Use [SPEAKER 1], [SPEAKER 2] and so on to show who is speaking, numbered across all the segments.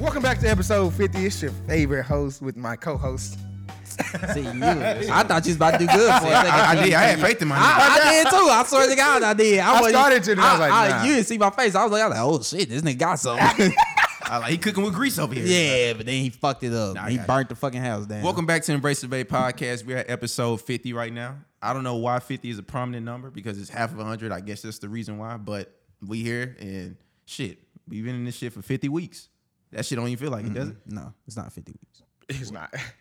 [SPEAKER 1] Welcome back to episode 50. It's your favorite host with my co-host.
[SPEAKER 2] See you. I thought you was about to do good for a second.
[SPEAKER 3] I, I did. I had faith in my nigga.
[SPEAKER 2] I, I did too. I swear to God, I did. I, wasn't-
[SPEAKER 1] started to, and I was like, nah.
[SPEAKER 2] You didn't see my face. I was like, I was like, oh shit, this nigga got something.
[SPEAKER 3] I like he cooking with grease over here.
[SPEAKER 2] yeah, but then he fucked it up.
[SPEAKER 3] Nah, I
[SPEAKER 2] he
[SPEAKER 3] got
[SPEAKER 2] burnt the fucking house down.
[SPEAKER 3] Welcome back to Embrace the Bay podcast. We're at episode 50 right now. I don't know why 50 is a prominent number because it's half of 100. I guess that's the reason why. But we here and shit, we've been in this shit for 50 weeks. That shit don't even feel like it, does
[SPEAKER 1] Mm-hmm.
[SPEAKER 3] it?
[SPEAKER 2] No, it's not 50 weeks.
[SPEAKER 1] It's not.
[SPEAKER 3] Okay.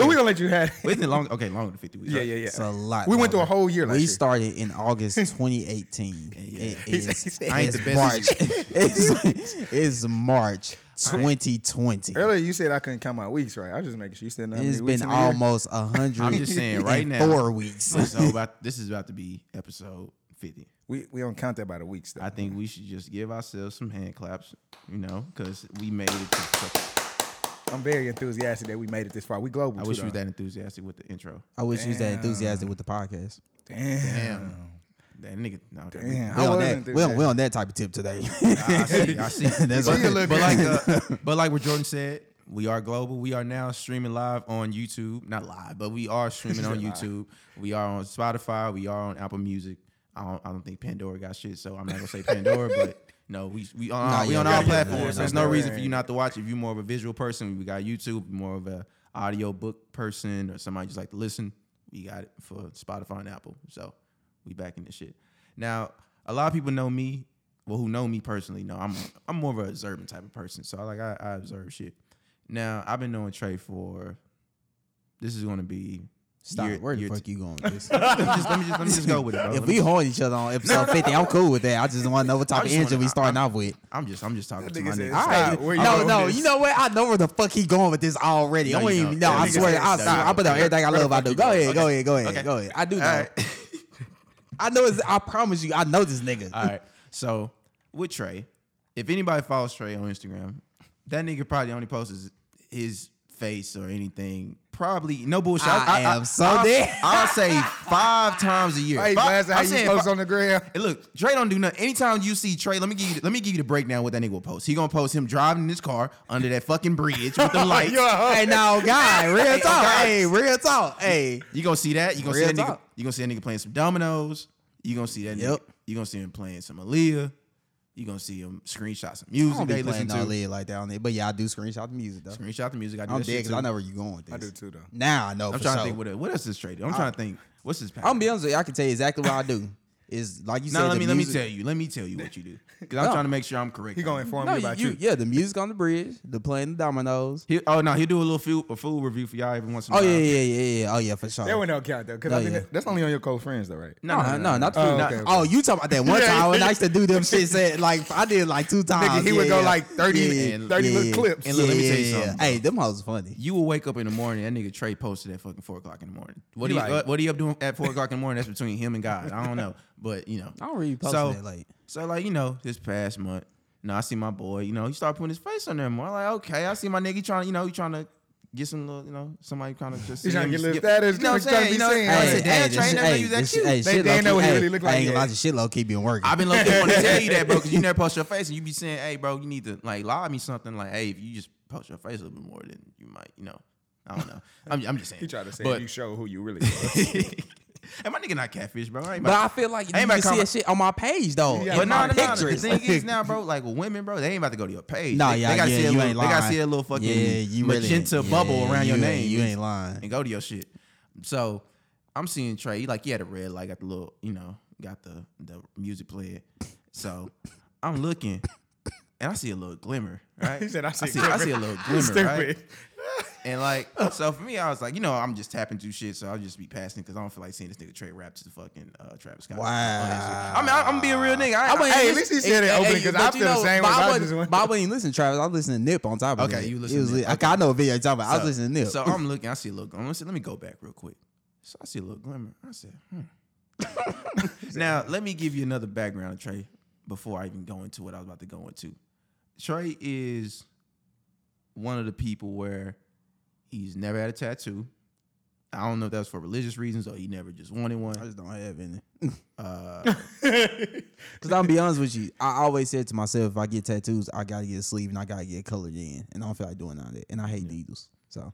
[SPEAKER 1] But we're gonna let you have it.
[SPEAKER 3] Wait, is it long? Okay, longer than 50 weeks.
[SPEAKER 1] Yeah,
[SPEAKER 3] right?
[SPEAKER 1] yeah, yeah.
[SPEAKER 2] It's a lot.
[SPEAKER 1] We went through a
[SPEAKER 2] longer.
[SPEAKER 1] whole year last
[SPEAKER 2] We
[SPEAKER 1] year.
[SPEAKER 2] started in August 2018. It is,
[SPEAKER 3] I ain't
[SPEAKER 2] it's
[SPEAKER 3] the best.
[SPEAKER 2] March. it's, it's March 2020.
[SPEAKER 1] Earlier you said I couldn't count my weeks, right? I was just making sure you said that.
[SPEAKER 2] It's been almost a hundred.
[SPEAKER 3] I'm just saying,
[SPEAKER 2] and
[SPEAKER 3] right now-
[SPEAKER 2] four weeks.
[SPEAKER 3] So about, this is about to be episode 50.
[SPEAKER 1] we we don't count that by the weeks though.
[SPEAKER 3] I think we should just give ourselves some hand claps, you know, because we made it. To,
[SPEAKER 1] I'm very enthusiastic that we made it this far. We global.
[SPEAKER 3] I
[SPEAKER 1] too,
[SPEAKER 3] wish you was
[SPEAKER 1] though.
[SPEAKER 3] that enthusiastic with the intro.
[SPEAKER 2] I wish you was that enthusiastic with the podcast.
[SPEAKER 1] Damn.
[SPEAKER 3] Damn. That nigga. No, okay, we-
[SPEAKER 1] Damn.
[SPEAKER 2] We
[SPEAKER 1] I was
[SPEAKER 2] on, that, we, on,
[SPEAKER 1] enthusiastic.
[SPEAKER 2] we on that type of tip today.
[SPEAKER 3] I see. I see.
[SPEAKER 2] That's
[SPEAKER 3] but,
[SPEAKER 1] what-
[SPEAKER 3] but like, uh, but like what Jordan said, we are global. We are now streaming live on YouTube. Not live, but we are streaming on YouTube. We are on Spotify. We are on Apple Music. I don't, I don't think Pandora got shit, so I'm not gonna say Pandora, but. No, we we on,
[SPEAKER 2] Nah,
[SPEAKER 3] we
[SPEAKER 2] yeah,
[SPEAKER 3] on
[SPEAKER 2] yeah,
[SPEAKER 3] all
[SPEAKER 2] yeah,
[SPEAKER 3] platforms.
[SPEAKER 2] yeah,
[SPEAKER 3] so There's
[SPEAKER 1] yeah.
[SPEAKER 3] no reason for you not to watch. If you're more of a visual person, we got YouTube. More of a audio book person, or somebody just like to listen, we got it for Spotify and Apple. So we back in this shit. Now, a lot of people know me. Well, who know me personally know I'm I'm more of an observant type of person. So I like I, I observe shit. Now I've been knowing Trey for this is going to be
[SPEAKER 2] Stop.
[SPEAKER 3] year-
[SPEAKER 2] Where the
[SPEAKER 3] year
[SPEAKER 2] fuck
[SPEAKER 3] t-
[SPEAKER 2] you going? with this?
[SPEAKER 3] let, me just, let me just let me just go with it. Bro.
[SPEAKER 2] if
[SPEAKER 3] Let
[SPEAKER 2] we
[SPEAKER 3] me-
[SPEAKER 2] hold each other on episode 50, I'm cool with that. I just want to know what type of
[SPEAKER 3] just
[SPEAKER 2] engine
[SPEAKER 3] wanna-
[SPEAKER 2] we
[SPEAKER 3] I-
[SPEAKER 2] starting off with.
[SPEAKER 3] I'm just I'm just talking
[SPEAKER 1] That
[SPEAKER 3] to
[SPEAKER 1] nigga
[SPEAKER 3] my
[SPEAKER 1] said
[SPEAKER 3] nigga.
[SPEAKER 1] stop.
[SPEAKER 2] All right.
[SPEAKER 1] where you
[SPEAKER 2] no,
[SPEAKER 1] going
[SPEAKER 2] no.
[SPEAKER 1] with
[SPEAKER 2] You
[SPEAKER 1] this?
[SPEAKER 2] know what? I know where the fuck he going with this already.
[SPEAKER 3] No,
[SPEAKER 2] I don't
[SPEAKER 3] you
[SPEAKER 2] even know.
[SPEAKER 3] don't. That
[SPEAKER 2] I
[SPEAKER 3] nigga
[SPEAKER 2] swear.
[SPEAKER 3] said
[SPEAKER 2] I,
[SPEAKER 3] stop.
[SPEAKER 2] swear I put out
[SPEAKER 3] Okay.
[SPEAKER 2] everything I
[SPEAKER 3] Where the
[SPEAKER 2] love. I
[SPEAKER 3] fuck
[SPEAKER 2] do.
[SPEAKER 3] you
[SPEAKER 2] Go
[SPEAKER 3] going?
[SPEAKER 2] ahead. Go
[SPEAKER 3] Okay.
[SPEAKER 2] ahead. Go ahead.
[SPEAKER 3] Okay.
[SPEAKER 2] Go ahead. I do know.
[SPEAKER 3] All right.
[SPEAKER 2] I know. It's, I promise you. I know this nigga.
[SPEAKER 3] All right. So with Trey, if anybody follows Trey on Instagram, that nigga probably only posts his, his face or anything. Probably no bullshit.
[SPEAKER 2] I am so
[SPEAKER 3] I'll,
[SPEAKER 2] dead.
[SPEAKER 3] I'll say five times a year.
[SPEAKER 1] Hey,
[SPEAKER 3] Fi-
[SPEAKER 1] Blaster, how
[SPEAKER 3] I'm
[SPEAKER 1] you
[SPEAKER 3] saying
[SPEAKER 1] post
[SPEAKER 3] fi-
[SPEAKER 1] on the gram?
[SPEAKER 3] Hey, look, Trey don't do nothing. Anytime you see Trey, let me give you let me give you the breakdown what that nigga will post. He gonna post him driving in his car under that fucking bridge with the lights.
[SPEAKER 1] You're a hoe.
[SPEAKER 2] Hey, now, guy. Real
[SPEAKER 3] Hey,
[SPEAKER 2] talk.
[SPEAKER 3] guys.
[SPEAKER 2] Hey, real talk. Hey.
[SPEAKER 3] You gonna see that? You gonna
[SPEAKER 2] Real
[SPEAKER 3] see that nigga?
[SPEAKER 2] talk.
[SPEAKER 3] You gonna see that nigga playing some dominoes? You gonna see that?
[SPEAKER 2] Yep.
[SPEAKER 3] Nigga, you gonna see him playing some Aaliyah? You gonna see him screenshots of music
[SPEAKER 2] I don't
[SPEAKER 3] they
[SPEAKER 2] be playing
[SPEAKER 3] listen
[SPEAKER 2] no
[SPEAKER 3] to?
[SPEAKER 2] lid like that on it. But yeah, I do screenshot the music though.
[SPEAKER 3] Screenshot the music. I do
[SPEAKER 2] I'm
[SPEAKER 3] that
[SPEAKER 2] dead
[SPEAKER 3] shit
[SPEAKER 2] because I
[SPEAKER 3] too.
[SPEAKER 2] know where you're going with this.
[SPEAKER 1] I do too though.
[SPEAKER 2] Now I know.
[SPEAKER 3] I'm
[SPEAKER 2] for
[SPEAKER 3] trying
[SPEAKER 2] sure.
[SPEAKER 3] to think what, it- what else is Trey do. I'm trying to think. What's his pattern?
[SPEAKER 2] I'm being honest. With you, I can tell you exactly what I do. Is like you
[SPEAKER 3] no,
[SPEAKER 2] said.
[SPEAKER 3] let
[SPEAKER 2] the
[SPEAKER 3] me
[SPEAKER 2] music-
[SPEAKER 3] let me tell you. Let me tell you what you do. Because I'm
[SPEAKER 2] No.
[SPEAKER 3] trying to make sure I'm correct.
[SPEAKER 1] He gonna inform me
[SPEAKER 2] No,
[SPEAKER 1] about
[SPEAKER 2] you,
[SPEAKER 1] you.
[SPEAKER 2] yeah, the music on the bridge, the playing the dominoes.
[SPEAKER 3] He- oh no, he'll do a little food, a food review for y'all every once in a
[SPEAKER 2] Oh
[SPEAKER 3] while.
[SPEAKER 2] yeah, yeah, yeah, yeah, yeah. Oh yeah, for sure.
[SPEAKER 1] That would not count though, because
[SPEAKER 2] No,
[SPEAKER 1] I think
[SPEAKER 2] yeah.
[SPEAKER 1] that- that's only on your close friends though, right?
[SPEAKER 3] No, no, no,
[SPEAKER 2] not the
[SPEAKER 1] Oh,
[SPEAKER 2] food.
[SPEAKER 1] okay, okay.
[SPEAKER 2] Oh, you talking about that one
[SPEAKER 1] Yeah,
[SPEAKER 2] time when
[SPEAKER 1] yeah.
[SPEAKER 2] I used to do them shits that like I did like two times.
[SPEAKER 1] he would
[SPEAKER 2] Yeah,
[SPEAKER 1] go
[SPEAKER 2] yeah.
[SPEAKER 1] like 30
[SPEAKER 2] Yeah,
[SPEAKER 1] 30
[SPEAKER 2] yeah,
[SPEAKER 1] little
[SPEAKER 2] yeah.
[SPEAKER 1] clips.
[SPEAKER 3] And look, let me
[SPEAKER 2] Yeah,
[SPEAKER 3] tell you
[SPEAKER 2] yeah, yeah.
[SPEAKER 3] something, bro.
[SPEAKER 2] Hey, them hoes funny.
[SPEAKER 3] You will wake up in the morning. That nigga Trey posted at fucking four o'clock in the morning. What
[SPEAKER 1] He
[SPEAKER 3] he
[SPEAKER 1] like-
[SPEAKER 3] what, what he up doing at four o'clock in the morning? That's between him and God. I don't know, but you know.
[SPEAKER 2] I don't really post
[SPEAKER 3] So-
[SPEAKER 2] that late.
[SPEAKER 3] So like you know, this past month, you know, I see my boy. You know, he started putting his face on there more. Like okay, I see my nigga trying. You know, he trying to. Get some little, you know, somebody kind of just.
[SPEAKER 1] He
[SPEAKER 3] see
[SPEAKER 1] tryna
[SPEAKER 3] him
[SPEAKER 1] get a little
[SPEAKER 3] skip-
[SPEAKER 1] status,
[SPEAKER 3] You know what
[SPEAKER 1] nigga
[SPEAKER 3] I'm
[SPEAKER 1] tryna
[SPEAKER 3] saying?
[SPEAKER 1] be seen. Hey,
[SPEAKER 3] You know, I said, damn,
[SPEAKER 2] this
[SPEAKER 3] Trey,
[SPEAKER 2] shit-
[SPEAKER 3] never knew
[SPEAKER 2] hey,
[SPEAKER 3] you that
[SPEAKER 2] this-
[SPEAKER 3] cute.
[SPEAKER 2] hey,
[SPEAKER 1] They-
[SPEAKER 2] shit
[SPEAKER 1] they
[SPEAKER 2] low-key-
[SPEAKER 1] know what he
[SPEAKER 2] hey,
[SPEAKER 1] really look
[SPEAKER 2] I
[SPEAKER 1] like,
[SPEAKER 2] ain't gonna
[SPEAKER 1] yeah.
[SPEAKER 2] lie, this shit low key been working.
[SPEAKER 3] I've been looking want to tell you that, bro, because you never post your face, and you be saying, "Hey, bro, you need to like lie me something." Like, hey, if you just post your face a little bit more, then you might, you know, I don't know. I'm, I'm just saying.
[SPEAKER 1] He tried to say
[SPEAKER 3] but,
[SPEAKER 1] you show who you really are.
[SPEAKER 3] hey, my nigga, not catfish, bro. I ain't
[SPEAKER 2] But
[SPEAKER 3] about-
[SPEAKER 2] I feel like you can
[SPEAKER 3] Ain't nobody
[SPEAKER 2] see
[SPEAKER 3] comment-
[SPEAKER 2] that shit on my page though.
[SPEAKER 1] Yeah,
[SPEAKER 2] in
[SPEAKER 3] but
[SPEAKER 2] my
[SPEAKER 3] no, no, no. The
[SPEAKER 2] pictures.
[SPEAKER 3] thing is now, bro, like with women, bro, they ain't about to go to your page.
[SPEAKER 2] Nah,
[SPEAKER 3] they,
[SPEAKER 2] yeah,
[SPEAKER 3] they gotta
[SPEAKER 2] yeah,
[SPEAKER 3] see a
[SPEAKER 2] you
[SPEAKER 3] little,
[SPEAKER 2] ain't
[SPEAKER 3] they gotta
[SPEAKER 2] lying.
[SPEAKER 3] see a little fucking
[SPEAKER 2] Yeah, you really-
[SPEAKER 3] magenta
[SPEAKER 2] yeah,
[SPEAKER 3] bubble around your
[SPEAKER 2] you
[SPEAKER 3] name.
[SPEAKER 2] ain't- you ain't lying.
[SPEAKER 3] and go to your shit. So I'm seeing Trey. he Like he had a red light, got the little, you know, got the the music playing. So I'm looking, and I see a little glimmer. Right?
[SPEAKER 1] He said, "I see a
[SPEAKER 3] see, I
[SPEAKER 1] glimmer."
[SPEAKER 3] see a little glimmer. Right?
[SPEAKER 1] Stupid.
[SPEAKER 3] And like, so for me, I was like, you know, I'm just tapping through shit, so I'll just be passing because I don't feel like seeing this nigga Trey rap to the fucking uh, Travis Scott.
[SPEAKER 2] Wow.
[SPEAKER 3] I mean, I, I'm being a real nigga. I,
[SPEAKER 2] I
[SPEAKER 3] I,
[SPEAKER 2] wasn't
[SPEAKER 1] Hey, at
[SPEAKER 2] listen-
[SPEAKER 1] least he said it openly, 'cause I
[SPEAKER 2] but you
[SPEAKER 1] feel the
[SPEAKER 2] know,
[SPEAKER 1] same
[SPEAKER 2] but
[SPEAKER 1] way
[SPEAKER 2] I
[SPEAKER 1] about
[SPEAKER 2] wasn't-
[SPEAKER 1] this one.
[SPEAKER 2] But I wasn't listening to Travis. I was listening to Nip on top of it.
[SPEAKER 3] Okay, you
[SPEAKER 2] listen.
[SPEAKER 3] listening to Nip.
[SPEAKER 2] Okay, I know a video you're talking about. I was
[SPEAKER 3] So-
[SPEAKER 2] listening to Nip.
[SPEAKER 3] Uh, So I'm looking. I see a little glimmer. I said, let me go back real quick. So I see a little glimmer. I said, hmm. now let me give you another background, of Trey, before I even go into what I was about to go into. Trey is one of the people where he's never had a tattoo. I don't know if that was for religious reasons or he never just wanted
[SPEAKER 2] I
[SPEAKER 3] one. Uh,
[SPEAKER 2] just don't have any. Cause I'm be honest with you, I always said to myself, if I get tattoos, I gotta get a sleeve and I gotta get colored in, and I don't feel like doing all that, and I hate needles. So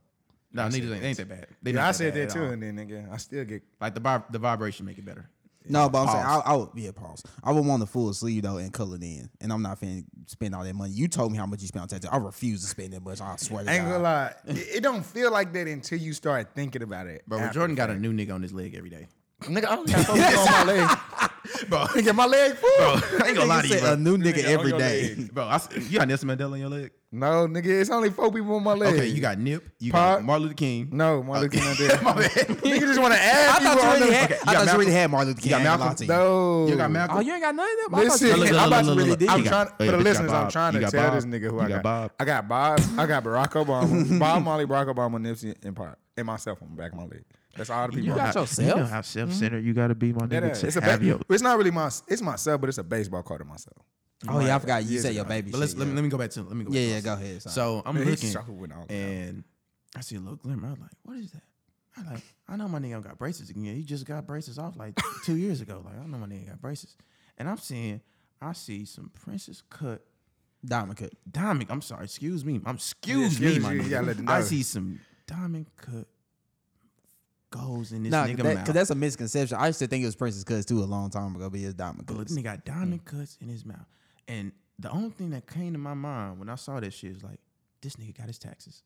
[SPEAKER 3] No, neither ain't, they ain't that bad. They
[SPEAKER 1] Yeah,
[SPEAKER 3] not
[SPEAKER 1] I said
[SPEAKER 3] bad
[SPEAKER 1] that
[SPEAKER 3] at
[SPEAKER 1] too,
[SPEAKER 3] all.
[SPEAKER 1] and then again, I still get.
[SPEAKER 3] Like the vib- the vibration make it better.
[SPEAKER 2] no, but I'm saying I,
[SPEAKER 3] Pause.
[SPEAKER 2] I would yeah pause. I would want a full sleeve though and colored in, and I'm not finna spend all that money. You told me how much you spent on tattoos. I refuse to spend that much. I swear to
[SPEAKER 1] I ain't gonna
[SPEAKER 2] God.
[SPEAKER 1] lie, it, it don't feel like that until you start thinking about it.
[SPEAKER 3] Bro,
[SPEAKER 1] after
[SPEAKER 3] Jordan
[SPEAKER 1] the
[SPEAKER 3] got a new nigga on his leg every day.
[SPEAKER 1] fact. nigga, I don't got something on my leg.
[SPEAKER 3] Bro,
[SPEAKER 1] Nigga, my leg full.
[SPEAKER 3] bro I ain't gonna lie to you,
[SPEAKER 2] Said
[SPEAKER 3] bro.
[SPEAKER 2] a new nigga
[SPEAKER 1] Nigga, on
[SPEAKER 2] every
[SPEAKER 1] your
[SPEAKER 2] day.
[SPEAKER 3] Bro, I s you got Nelson Mandela on your leg?
[SPEAKER 1] No, nigga, it's only four people on my leg.
[SPEAKER 3] Okay, you got Nip, you
[SPEAKER 1] Pop.
[SPEAKER 3] got Martin Luther King.
[SPEAKER 1] no, my leg not there.
[SPEAKER 3] My bad.
[SPEAKER 1] nigga just want to add
[SPEAKER 2] I
[SPEAKER 1] people
[SPEAKER 2] thought
[SPEAKER 1] on
[SPEAKER 2] you
[SPEAKER 1] the-
[SPEAKER 2] really had.
[SPEAKER 3] Okay, you
[SPEAKER 2] I
[SPEAKER 3] got
[SPEAKER 2] thought you really
[SPEAKER 3] Malcolm?
[SPEAKER 2] had Martin Luther King. I
[SPEAKER 3] got
[SPEAKER 2] ain't gonna
[SPEAKER 3] Malcolm?
[SPEAKER 2] lie to you.
[SPEAKER 1] No,
[SPEAKER 3] You got Malcolm.
[SPEAKER 2] Oh, you ain't got none of that. I thought you
[SPEAKER 1] Listen,
[SPEAKER 2] really-
[SPEAKER 3] look,
[SPEAKER 1] I'm
[SPEAKER 3] look,
[SPEAKER 1] about to
[SPEAKER 3] look,
[SPEAKER 1] really
[SPEAKER 3] look, look.
[SPEAKER 1] I'm
[SPEAKER 3] You
[SPEAKER 1] trying
[SPEAKER 3] got- oh,
[SPEAKER 1] for the
[SPEAKER 3] you got
[SPEAKER 1] listeners. I'm
[SPEAKER 3] Bob.
[SPEAKER 1] trying
[SPEAKER 3] You
[SPEAKER 1] to
[SPEAKER 3] got
[SPEAKER 1] tell
[SPEAKER 3] Bob.
[SPEAKER 1] this nigga who
[SPEAKER 3] You
[SPEAKER 1] I got.
[SPEAKER 3] got Bob.
[SPEAKER 1] I got Bob. I got Barack Obama, Bob Marley, Barack Obama, Nipsey, and Park, and myself on the back of my leg. That's all the people.
[SPEAKER 2] You
[SPEAKER 1] I
[SPEAKER 2] got
[SPEAKER 1] got.
[SPEAKER 2] yourself. Hmm?
[SPEAKER 3] how self centered you gotta be, my
[SPEAKER 1] That
[SPEAKER 3] nigga.
[SPEAKER 1] ass.
[SPEAKER 3] to
[SPEAKER 1] It's a
[SPEAKER 3] have
[SPEAKER 1] ba-
[SPEAKER 3] your-
[SPEAKER 1] It's not really my. It's myself, but it's a baseball card of myself.
[SPEAKER 2] oh yeah, I forgot. You
[SPEAKER 1] Years
[SPEAKER 2] said your
[SPEAKER 1] ago.
[SPEAKER 2] baby.
[SPEAKER 3] But let's
[SPEAKER 2] shit,
[SPEAKER 3] let,
[SPEAKER 2] yeah.
[SPEAKER 3] me, let me go back to let me go.
[SPEAKER 2] Yeah,
[SPEAKER 3] Back to
[SPEAKER 2] yeah,
[SPEAKER 3] Austin.
[SPEAKER 2] go ahead. sorry.
[SPEAKER 3] So I'm
[SPEAKER 1] Man, he
[SPEAKER 3] looking
[SPEAKER 1] struggled with all that.
[SPEAKER 3] and I see a little glimmer. I'm like, what is that? I like, I know my nigga don't got braces again. He just got braces off like two years ago. Like, I know my nigga got braces, and I'm seeing, I see some Princess Cut
[SPEAKER 2] Diamond cut.
[SPEAKER 3] diamond. I'm sorry, excuse me. I'm excuse
[SPEAKER 1] Yeah,
[SPEAKER 3] me,
[SPEAKER 1] excuse
[SPEAKER 3] my
[SPEAKER 1] you, you gotta let
[SPEAKER 3] nigga.
[SPEAKER 1] them
[SPEAKER 3] I
[SPEAKER 1] know.
[SPEAKER 3] see some diamond cut goes in this
[SPEAKER 2] Nah,
[SPEAKER 3] nigga
[SPEAKER 2] because
[SPEAKER 3] mouth.
[SPEAKER 2] that's a misconception. I used to think it was Princess Cuts too a long time ago, but it's Diamond
[SPEAKER 3] But
[SPEAKER 2] Cuts.
[SPEAKER 3] this nigga
[SPEAKER 1] Mm.
[SPEAKER 3] got diamond cuts in his mouth. And the only thing that came to my mind when I saw that shit is like, this nigga got his taxes.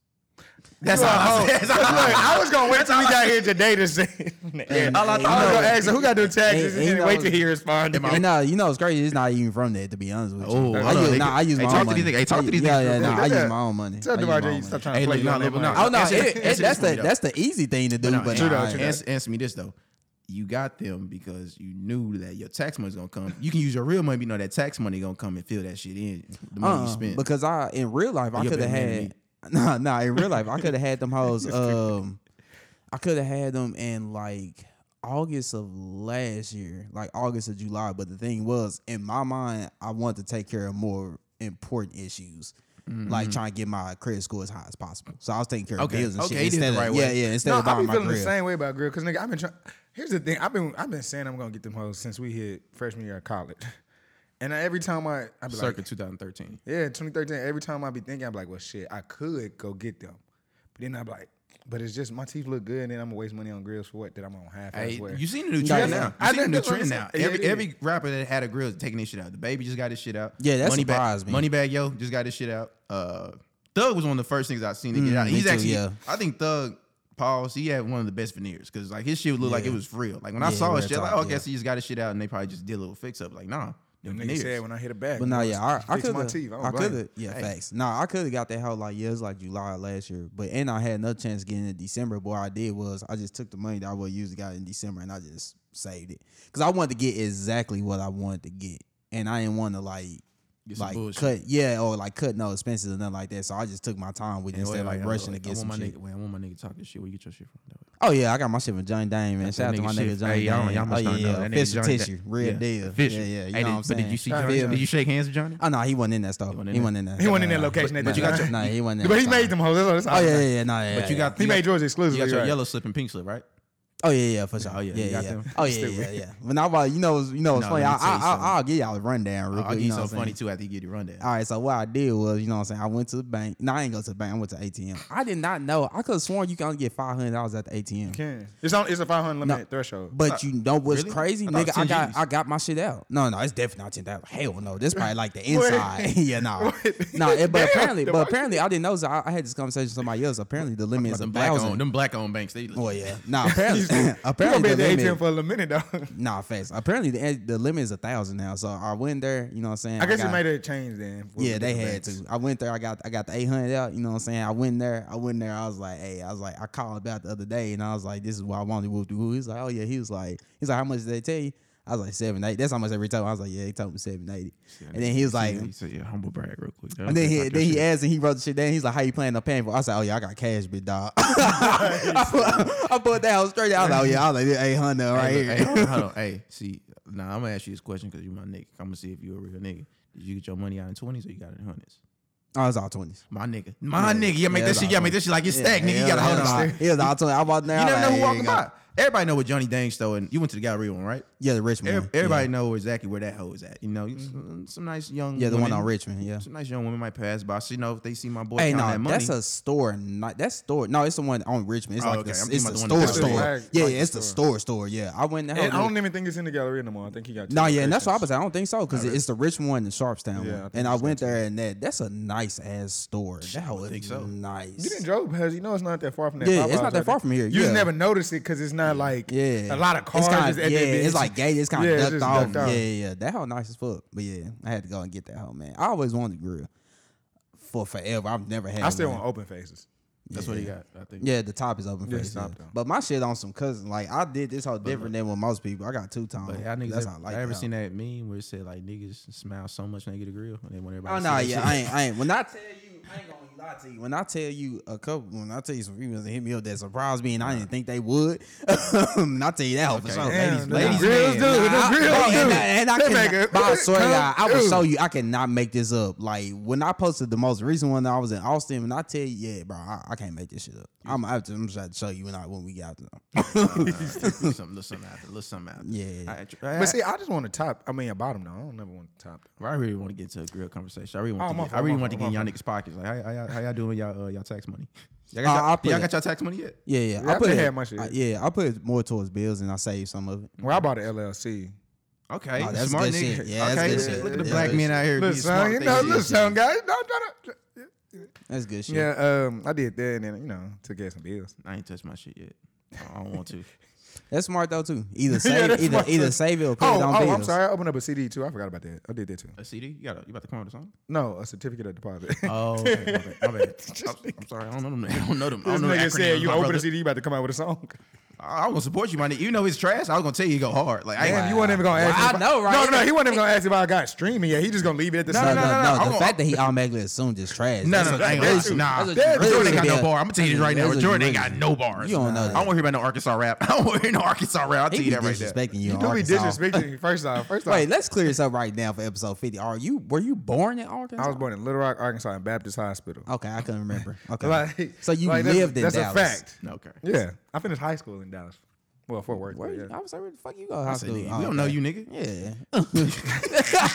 [SPEAKER 3] That's all I said. That's all I
[SPEAKER 1] Look, I was gonna wait till we got here today to say. Yeah, all I
[SPEAKER 2] hey,
[SPEAKER 1] thought I was
[SPEAKER 2] no.
[SPEAKER 1] gonna ask, who got to do taxes?
[SPEAKER 2] Hey, hey,
[SPEAKER 1] And then
[SPEAKER 2] no.
[SPEAKER 1] wait till he respond. To
[SPEAKER 2] And nah, you know it's crazy. It's not even from that, to be honest with you.
[SPEAKER 3] Oh,
[SPEAKER 2] I
[SPEAKER 3] hold on,
[SPEAKER 2] use,
[SPEAKER 3] they
[SPEAKER 2] nah, I
[SPEAKER 3] can-
[SPEAKER 2] use
[SPEAKER 3] hey,
[SPEAKER 2] my own
[SPEAKER 3] talk to
[SPEAKER 2] money.
[SPEAKER 3] these nigga- hey, talk to these
[SPEAKER 2] yeah,
[SPEAKER 3] niggas
[SPEAKER 2] yeah,
[SPEAKER 3] real
[SPEAKER 2] nah,
[SPEAKER 1] quick.
[SPEAKER 2] I
[SPEAKER 1] Yeah.
[SPEAKER 2] use my own money.
[SPEAKER 1] Tell
[SPEAKER 2] I use
[SPEAKER 1] DeMar
[SPEAKER 2] my
[SPEAKER 1] J,
[SPEAKER 2] own
[SPEAKER 1] you
[SPEAKER 2] money.
[SPEAKER 1] stop trying
[SPEAKER 3] Hey,
[SPEAKER 1] to play me
[SPEAKER 3] look, no,
[SPEAKER 1] on
[SPEAKER 3] no,
[SPEAKER 1] that
[SPEAKER 3] no.
[SPEAKER 1] money.
[SPEAKER 2] Oh no,
[SPEAKER 3] Answer-
[SPEAKER 2] it, it,
[SPEAKER 3] answer
[SPEAKER 2] that's
[SPEAKER 3] this
[SPEAKER 2] the
[SPEAKER 3] one,
[SPEAKER 2] that's the easy thing to do,
[SPEAKER 3] No,
[SPEAKER 2] but
[SPEAKER 3] answer,
[SPEAKER 1] True
[SPEAKER 2] nah,
[SPEAKER 1] though, true
[SPEAKER 2] I-
[SPEAKER 3] answer, answer me this though. You got them because you knew that your tax money's gonna come. You can use your real money, but you know that tax money gonna come and fill that shit in. The money you
[SPEAKER 2] Uh-uh,
[SPEAKER 3] spent.
[SPEAKER 2] Because I in real life I
[SPEAKER 3] You a
[SPEAKER 2] could have
[SPEAKER 3] better man than
[SPEAKER 2] had nah nah in real life I could have had them hoes um I could have had them in like August of last year, like August of July. But the thing was, in my mind, I wanted to take care of more important issues. Like trying to get my credit score as high as possible, so I was taking care of
[SPEAKER 3] Mm-hmm. Okay,
[SPEAKER 2] bills and
[SPEAKER 3] okay,
[SPEAKER 2] shit.
[SPEAKER 3] you did it
[SPEAKER 2] Instead
[SPEAKER 3] the
[SPEAKER 2] of,
[SPEAKER 3] right
[SPEAKER 2] yeah,
[SPEAKER 3] way.
[SPEAKER 2] yeah, instead
[SPEAKER 1] No,
[SPEAKER 2] of
[SPEAKER 1] I
[SPEAKER 2] buying
[SPEAKER 1] be
[SPEAKER 2] my
[SPEAKER 1] feeling the
[SPEAKER 2] grill.
[SPEAKER 1] same way about grill because nigga, I've been trying. Here's the thing, I've been I've been saying I'm gonna get them hoes since we hit freshman year of college, and I- every time I I be like,
[SPEAKER 3] Circa 2013.
[SPEAKER 1] yeah, 2013. Every time I be thinking, I'm like, well, shit, I could go get them, but then I'm like, but it's just my teeth look good, and then I'm gonna waste money on grills for what that I'm gonna half
[SPEAKER 3] Hey,
[SPEAKER 1] ass wear.
[SPEAKER 3] you seen the new trend
[SPEAKER 2] yeah.
[SPEAKER 3] now?
[SPEAKER 1] I
[SPEAKER 3] You seen the new
[SPEAKER 1] didn't
[SPEAKER 3] trend now?
[SPEAKER 1] understand. Yeah,
[SPEAKER 3] Every
[SPEAKER 1] it is.
[SPEAKER 3] every rapper that had a grill is taking this shit out. The baby just got his shit out.
[SPEAKER 2] Yeah, that
[SPEAKER 3] Money
[SPEAKER 2] surprised me.
[SPEAKER 3] Money bag yo just got his shit out. Uh, Thug was one of the first things I seen to get out.
[SPEAKER 2] Mm, me
[SPEAKER 3] He's
[SPEAKER 2] too,
[SPEAKER 3] actually,
[SPEAKER 2] yeah.
[SPEAKER 3] I think Thug Pauls, he had one of the best veneers because like his shit looked like it was real. Like when I
[SPEAKER 2] Yeah,
[SPEAKER 3] saw
[SPEAKER 2] real
[SPEAKER 3] his shit, like
[SPEAKER 2] talk,
[SPEAKER 3] oh, I
[SPEAKER 2] yeah.
[SPEAKER 3] guess he just got his shit out and they probably just did a little fix up. Like nah, the
[SPEAKER 1] nigga said
[SPEAKER 3] veneers.
[SPEAKER 1] when I hit a bag,
[SPEAKER 2] But
[SPEAKER 1] nah,
[SPEAKER 2] nah, yeah, I, I
[SPEAKER 1] fix
[SPEAKER 2] could
[SPEAKER 1] my teeth. I,
[SPEAKER 3] Oh,
[SPEAKER 2] have, I
[SPEAKER 1] don't
[SPEAKER 2] could
[SPEAKER 1] blame you.
[SPEAKER 2] have, yeah, facts. Nah, I could have got that house like yeah, it's like July last year, but and I had another chance of getting it in December. But what I did was I just took the money that I would use got in December and I just saved it because I wanted to get exactly what I wanted to get, and I didn't want to like.
[SPEAKER 3] Get some
[SPEAKER 2] Like
[SPEAKER 3] bullshit.
[SPEAKER 2] cut, yeah, or like cut no expenses or nothing like that. So I just took my time with it
[SPEAKER 3] And
[SPEAKER 2] instead
[SPEAKER 3] wait,
[SPEAKER 2] of like
[SPEAKER 3] I-
[SPEAKER 2] rushing to
[SPEAKER 3] wait,
[SPEAKER 2] get
[SPEAKER 3] I
[SPEAKER 2] some
[SPEAKER 3] want my
[SPEAKER 2] shit.
[SPEAKER 3] nigga, wait, I want my nigga talking shit. Where you get your shit from? That way.
[SPEAKER 2] Oh yeah, I got my shit from Johnny Dane, man.
[SPEAKER 3] That's
[SPEAKER 2] Shout out
[SPEAKER 3] that
[SPEAKER 2] to my
[SPEAKER 3] nigga
[SPEAKER 2] nigga
[SPEAKER 3] shit.
[SPEAKER 2] Johnny
[SPEAKER 3] Hey, y'all-
[SPEAKER 2] Dane.
[SPEAKER 3] y'all
[SPEAKER 2] Oh
[SPEAKER 3] must
[SPEAKER 2] yeah,
[SPEAKER 3] not know.
[SPEAKER 2] yeah,
[SPEAKER 3] That nigga
[SPEAKER 2] official
[SPEAKER 3] Johnny
[SPEAKER 2] tissue,
[SPEAKER 3] Dane.
[SPEAKER 2] real
[SPEAKER 3] Yeah,
[SPEAKER 2] deal.
[SPEAKER 3] official.
[SPEAKER 2] Yeah, yeah. You
[SPEAKER 3] Hey,
[SPEAKER 2] know
[SPEAKER 3] did-
[SPEAKER 2] what I'm
[SPEAKER 3] but did you
[SPEAKER 2] saying?
[SPEAKER 3] shake?
[SPEAKER 1] Shout out
[SPEAKER 3] Did
[SPEAKER 1] Johnny.
[SPEAKER 3] you shake hands with Johnny?
[SPEAKER 2] Oh no, he wasn't in that store.
[SPEAKER 3] wasn't
[SPEAKER 2] He
[SPEAKER 3] in
[SPEAKER 2] wasn't in that.
[SPEAKER 1] He wasn't in that
[SPEAKER 2] nah,
[SPEAKER 1] location at
[SPEAKER 2] nah,
[SPEAKER 1] that time.
[SPEAKER 2] Nah, he wasn't. in
[SPEAKER 1] But
[SPEAKER 2] that
[SPEAKER 1] he
[SPEAKER 2] time.
[SPEAKER 1] made them hoes. That's all. That's all.
[SPEAKER 2] Oh yeah, yeah, yeah. Nah, yeah.
[SPEAKER 3] But you
[SPEAKER 2] yeah.
[SPEAKER 3] got
[SPEAKER 1] He
[SPEAKER 3] you
[SPEAKER 1] made
[SPEAKER 3] got-
[SPEAKER 1] George
[SPEAKER 3] You
[SPEAKER 1] exclusively.
[SPEAKER 3] got your
[SPEAKER 1] right?
[SPEAKER 3] yellow slip and pink slip, right?
[SPEAKER 2] Oh yeah, yeah, for sure.
[SPEAKER 3] Oh, yeah,
[SPEAKER 2] yeah,
[SPEAKER 3] you
[SPEAKER 2] yeah,
[SPEAKER 3] got
[SPEAKER 2] yeah.
[SPEAKER 3] them?
[SPEAKER 2] Oh yeah,
[SPEAKER 1] Stupid.
[SPEAKER 2] yeah, yeah. But now, about you know, you know, it's
[SPEAKER 3] No,
[SPEAKER 2] funny. I,
[SPEAKER 3] let me
[SPEAKER 2] I,
[SPEAKER 3] tell you
[SPEAKER 2] I,
[SPEAKER 3] something.
[SPEAKER 2] I'll give y'all a rundown real
[SPEAKER 3] I'll
[SPEAKER 2] quick.
[SPEAKER 3] give
[SPEAKER 2] you
[SPEAKER 3] you
[SPEAKER 2] know what
[SPEAKER 3] something
[SPEAKER 2] I'm
[SPEAKER 3] funny
[SPEAKER 2] saying?
[SPEAKER 3] too after you get your rundown.
[SPEAKER 2] All right, so what I did was, you know what I'm saying? I went to the bank. No, I ain't go to the bank. I went to ATM. I did not know. I could have sworn you can only get five hundred dollars at the ATM.
[SPEAKER 1] Can. It's on. It's a 500 limit threshold.
[SPEAKER 2] But you know what's
[SPEAKER 3] Really?
[SPEAKER 2] crazy,
[SPEAKER 3] I thought it was
[SPEAKER 2] nigga? I
[SPEAKER 3] 10
[SPEAKER 2] got
[SPEAKER 3] Gs.
[SPEAKER 2] I got my shit out. No, no, it's definitely not ten thousand. Hell no, this probably like the inside. yeah, nah, nah. it- But apparently, but apparently, I didn't know. So I, I had this conversation with somebody else. Apparently, the limit is a
[SPEAKER 3] Them black
[SPEAKER 2] thousand.
[SPEAKER 3] owned, them black owned banks. They
[SPEAKER 2] Well, yeah, nah. Apparently,
[SPEAKER 1] you gonna be
[SPEAKER 2] apparently
[SPEAKER 1] at
[SPEAKER 2] the
[SPEAKER 1] the
[SPEAKER 2] limit.
[SPEAKER 1] ATM for a minute though.
[SPEAKER 2] Nah, facts. Apparently the the limit is a thousand now. So I went there, you know what I'm saying?
[SPEAKER 1] I guess it
[SPEAKER 2] got-
[SPEAKER 1] made a change then. for
[SPEAKER 2] Yeah, they
[SPEAKER 1] the
[SPEAKER 2] had
[SPEAKER 1] banks.
[SPEAKER 2] to. I went there, I got I got the eight hundred out, you know what I'm saying? I went there, I went there, I was like, hey, I was like, I called about the other day and I was like, this is why I wanted to whoop who. He's like, Oh yeah, he was like he's like, How much did they tell you? I was like seven eighty. That's how much every time I was like, Yeah, they told me seven eighty. And then he was like
[SPEAKER 3] he said, yeah, humble brag real quick.
[SPEAKER 2] and then he then he asked and he wrote the shit down. He's like, "How you planning on paying for?" it?" I said, "Oh yeah, I got cash, big dog." I, put, I put that out straight. I was like, "Oh yeah, I was like eight hundred right
[SPEAKER 3] Hey,
[SPEAKER 2] here."
[SPEAKER 3] look, hey, hold on, hold on. Hey, see, now I'm gonna ask you this question because you my nigga. I'm gonna see if you a real nigga. Did you get your money out in twenties or you got it in hundreds?
[SPEAKER 2] Oh, it's all twenties.
[SPEAKER 3] My nigga. My nigga. You gotta make
[SPEAKER 2] Yeah,
[SPEAKER 3] that shit. You gotta
[SPEAKER 2] nah.
[SPEAKER 3] make that shit like it's stacked, nigga. You gotta hold on.
[SPEAKER 2] Yeah, the all twenties. I bought there.
[SPEAKER 3] You never
[SPEAKER 2] I'm
[SPEAKER 3] know
[SPEAKER 2] like,
[SPEAKER 3] who
[SPEAKER 2] yeah,
[SPEAKER 3] walking
[SPEAKER 2] you got-
[SPEAKER 3] by. Everybody know what Johnny Dang stole, and you went to the gallery one, right?
[SPEAKER 2] Yeah, the Richmond.
[SPEAKER 3] Every-
[SPEAKER 2] one.
[SPEAKER 3] Everybody know exactly where that hoe is at. You know, some, some nice young.
[SPEAKER 2] Yeah, yeah the one
[SPEAKER 3] women-
[SPEAKER 2] on Richmond. Yeah.
[SPEAKER 3] Some nice young woman might pass by. So, you know, if they see my boy,
[SPEAKER 2] Hey,
[SPEAKER 3] counting
[SPEAKER 2] no,
[SPEAKER 3] that money,
[SPEAKER 2] that's a store. Not that store. No, it's the one on Richmond. It's
[SPEAKER 3] Oh,
[SPEAKER 2] like
[SPEAKER 3] okay.
[SPEAKER 2] the,
[SPEAKER 3] I'm thinking
[SPEAKER 2] it's
[SPEAKER 3] about
[SPEAKER 2] the
[SPEAKER 3] the one
[SPEAKER 2] store
[SPEAKER 3] that's
[SPEAKER 2] store.
[SPEAKER 1] in the back.
[SPEAKER 2] Yeah,
[SPEAKER 1] Like
[SPEAKER 2] yeah, it's
[SPEAKER 1] the
[SPEAKER 2] the store store. Yeah, I went in
[SPEAKER 1] And
[SPEAKER 2] there.
[SPEAKER 1] I don't even think it's in the gallery anymore. I think he got. two
[SPEAKER 2] No, yeah, and that's what I
[SPEAKER 1] locations.
[SPEAKER 2] was. I don't think so because it's the Richmond one and Sharpstown
[SPEAKER 1] Yeah, I
[SPEAKER 2] one.
[SPEAKER 1] think
[SPEAKER 2] And I
[SPEAKER 1] it's
[SPEAKER 2] went there and that that's a nice ass store. That was
[SPEAKER 3] think so.
[SPEAKER 1] You didn't
[SPEAKER 2] nice.
[SPEAKER 1] drove because you know it's not that far from that.
[SPEAKER 2] Yeah, it's
[SPEAKER 1] Popeyes
[SPEAKER 2] not that
[SPEAKER 1] right
[SPEAKER 2] far
[SPEAKER 1] there.
[SPEAKER 2] from here,
[SPEAKER 1] You just
[SPEAKER 2] yeah.
[SPEAKER 1] never notice it because it's not like
[SPEAKER 2] Yeah,
[SPEAKER 1] a lot of cars.
[SPEAKER 2] It's kinda,
[SPEAKER 1] is at
[SPEAKER 2] yeah,
[SPEAKER 1] that bitch.
[SPEAKER 2] it's like gated. It's kind
[SPEAKER 1] Yeah,
[SPEAKER 2] of
[SPEAKER 1] it's
[SPEAKER 2] ducked
[SPEAKER 1] just
[SPEAKER 2] off.
[SPEAKER 1] ducked off.
[SPEAKER 2] Yeah, yeah, yeah. That hoe nice as fuck. But yeah, I had to go and get that hoe, man. I always wanted a grill for forever. I've never had.
[SPEAKER 1] I still
[SPEAKER 2] one.
[SPEAKER 1] want open faces.
[SPEAKER 3] that's what he got. I think.
[SPEAKER 2] Yeah, the top is open
[SPEAKER 1] Yeah,
[SPEAKER 2] face. Yeah,
[SPEAKER 1] top down.
[SPEAKER 2] But my shit on some cousin. Like I did this whole different than with most people. I got two tone.
[SPEAKER 3] But y'all niggas,
[SPEAKER 2] That's
[SPEAKER 3] ever,
[SPEAKER 2] how I like.
[SPEAKER 3] I ever
[SPEAKER 2] that.
[SPEAKER 3] seen that meme where it said like niggas smile so much when they get a grill and they want everybody.
[SPEAKER 2] Oh
[SPEAKER 3] to
[SPEAKER 2] no,
[SPEAKER 3] see
[SPEAKER 2] yeah,
[SPEAKER 3] that shit.
[SPEAKER 2] I ain't, I ain't. When I tell you, I ain't gonna lie to you. When I tell you a couple, when I tell you some females that hit me up that surprised me and I didn't think they would, and I tell you that hoe for
[SPEAKER 3] Okay.
[SPEAKER 2] sure, ladies,
[SPEAKER 3] Damn,
[SPEAKER 1] the
[SPEAKER 2] ladies,
[SPEAKER 1] grills
[SPEAKER 2] man.
[SPEAKER 1] do, the
[SPEAKER 2] Nah, I-
[SPEAKER 1] grills
[SPEAKER 2] bro,
[SPEAKER 1] do.
[SPEAKER 2] and I- And I
[SPEAKER 1] They make
[SPEAKER 2] can,
[SPEAKER 1] it-
[SPEAKER 2] but I swear to God, I will
[SPEAKER 1] Dude.
[SPEAKER 2] show you, I cannot make this up. Like when I posted the most recent one, that I was in Austin, and I tell you, yeah, bro, I, I can't make this shit up. I'm, I have to, I'm just trying to show you when I when we get out there.
[SPEAKER 3] Look something, look something after, look something after.
[SPEAKER 2] Yeah.
[SPEAKER 3] I, I,
[SPEAKER 1] But see, I just want a top. I mean, a bottom though. I don't never want a top.
[SPEAKER 3] I really want to get to a grill conversation. I really
[SPEAKER 1] Oh,
[SPEAKER 3] want.
[SPEAKER 1] my
[SPEAKER 3] to get, I
[SPEAKER 1] fault,
[SPEAKER 3] really
[SPEAKER 1] my
[SPEAKER 3] want to get
[SPEAKER 1] fault,
[SPEAKER 3] in
[SPEAKER 1] my
[SPEAKER 3] y'all niggas' pockets. Like, how, how, how y'all doing with y'all uh, y'all tax money? Y'all got,
[SPEAKER 2] Uh,
[SPEAKER 3] y'all,
[SPEAKER 2] I put
[SPEAKER 3] y'all
[SPEAKER 2] it-
[SPEAKER 3] got y'all tax money yet?
[SPEAKER 2] Yeah, yeah,
[SPEAKER 1] Yeah, I just had my shit.
[SPEAKER 2] I- yeah, I put it more towards bills and I saved some of it.
[SPEAKER 1] Well, I bought an LLC.
[SPEAKER 3] Okay,
[SPEAKER 2] Oh, that's
[SPEAKER 3] smart
[SPEAKER 2] good
[SPEAKER 3] nigga.
[SPEAKER 2] shit. Yeah, that's
[SPEAKER 3] okay,
[SPEAKER 2] good
[SPEAKER 3] look,
[SPEAKER 2] shit.
[SPEAKER 3] look at the
[SPEAKER 2] Yeah,
[SPEAKER 3] black
[SPEAKER 2] that's
[SPEAKER 3] men out here. being
[SPEAKER 1] Listen,
[SPEAKER 3] smart
[SPEAKER 1] you
[SPEAKER 3] they
[SPEAKER 1] know,
[SPEAKER 3] is.
[SPEAKER 1] listen, guys. No, no, no.
[SPEAKER 2] That's good shit.
[SPEAKER 1] Yeah, um, I did that, and then you know, took out some bills.
[SPEAKER 3] I ain't touched my shit yet. I don't want to.
[SPEAKER 2] That's smart though too. Either save,
[SPEAKER 1] that's
[SPEAKER 2] either
[SPEAKER 1] smart.
[SPEAKER 2] either save it or put
[SPEAKER 1] Oh,
[SPEAKER 2] it on
[SPEAKER 1] oh,
[SPEAKER 2] bills.
[SPEAKER 1] I'm sorry. I opened up a CD too. I forgot about that. I did that too.
[SPEAKER 3] A CD? Uh, You got? A, you about to come up with a song?
[SPEAKER 1] No, a certificate of deposit.
[SPEAKER 3] Oh, okay, my bad. My bad. I'm, I'm sorry. I don't know them. I don't know them. I
[SPEAKER 1] This
[SPEAKER 3] don't know the
[SPEAKER 1] nigga
[SPEAKER 3] acronyms,
[SPEAKER 1] said you
[SPEAKER 3] my
[SPEAKER 1] open
[SPEAKER 3] brother.
[SPEAKER 1] a CD, you about to come out with a song.
[SPEAKER 3] I I was gonna support you, my nigga. You know it's trash. I was gonna tell you you go hard. Like I
[SPEAKER 1] Damn,
[SPEAKER 3] ain't
[SPEAKER 1] you weren't even gonna ask.
[SPEAKER 2] Well,
[SPEAKER 1] me
[SPEAKER 2] I
[SPEAKER 1] if
[SPEAKER 2] know, right?
[SPEAKER 1] No, no, no, he wasn't even gonna ask if I got streaming. Yeah, he just gonna leave it at the
[SPEAKER 2] No, no,
[SPEAKER 1] song.
[SPEAKER 2] no,
[SPEAKER 3] no, no,
[SPEAKER 2] The
[SPEAKER 3] I'm-
[SPEAKER 2] fact that he automatically assumed it's trash.
[SPEAKER 3] No,
[SPEAKER 2] that's
[SPEAKER 3] no, no.
[SPEAKER 2] what-
[SPEAKER 3] I ain't
[SPEAKER 2] that's
[SPEAKER 3] gonna
[SPEAKER 2] what you-
[SPEAKER 3] lie. Nah,
[SPEAKER 2] that's what
[SPEAKER 1] That's
[SPEAKER 2] you really
[SPEAKER 3] Jordan ain't got
[SPEAKER 2] should
[SPEAKER 3] no
[SPEAKER 2] be-
[SPEAKER 3] bar. I'm gonna tell you this
[SPEAKER 2] that's
[SPEAKER 3] right
[SPEAKER 2] what
[SPEAKER 3] now.
[SPEAKER 2] you
[SPEAKER 3] Jordan ain't
[SPEAKER 2] really-
[SPEAKER 3] got no bars.
[SPEAKER 2] You don't know
[SPEAKER 3] I don't want to hear about no Arkansas rap. I don't want to hear no Arkansas rap. I'll tell
[SPEAKER 2] He
[SPEAKER 3] you
[SPEAKER 2] be
[SPEAKER 3] that right there.
[SPEAKER 2] disrespecting you.
[SPEAKER 1] You
[SPEAKER 2] on
[SPEAKER 1] do be
[SPEAKER 2] Arkansas.
[SPEAKER 1] disrespecting me. First off, first off,
[SPEAKER 2] Wait, let's clear this up right now for episode 50. Are you were you born in Arkansas?
[SPEAKER 1] I was born in Little Rock, Arkansas, in Baptist Hospital.
[SPEAKER 2] Okay, I couldn't remember. Okay,
[SPEAKER 1] Like,
[SPEAKER 2] so you
[SPEAKER 1] like,
[SPEAKER 2] lived in
[SPEAKER 1] that's,
[SPEAKER 2] Dallas.
[SPEAKER 1] That's a fact.
[SPEAKER 3] No, okay.
[SPEAKER 1] Yeah, I finished high school in Dallas. Well, Fort Worth.
[SPEAKER 2] Where
[SPEAKER 1] but
[SPEAKER 2] you,
[SPEAKER 1] yeah.
[SPEAKER 2] I was like, where the fuck you go to
[SPEAKER 3] I
[SPEAKER 2] high
[SPEAKER 3] said,
[SPEAKER 2] school?
[SPEAKER 3] nigga,
[SPEAKER 2] Oh,
[SPEAKER 3] we don't know you, nigga.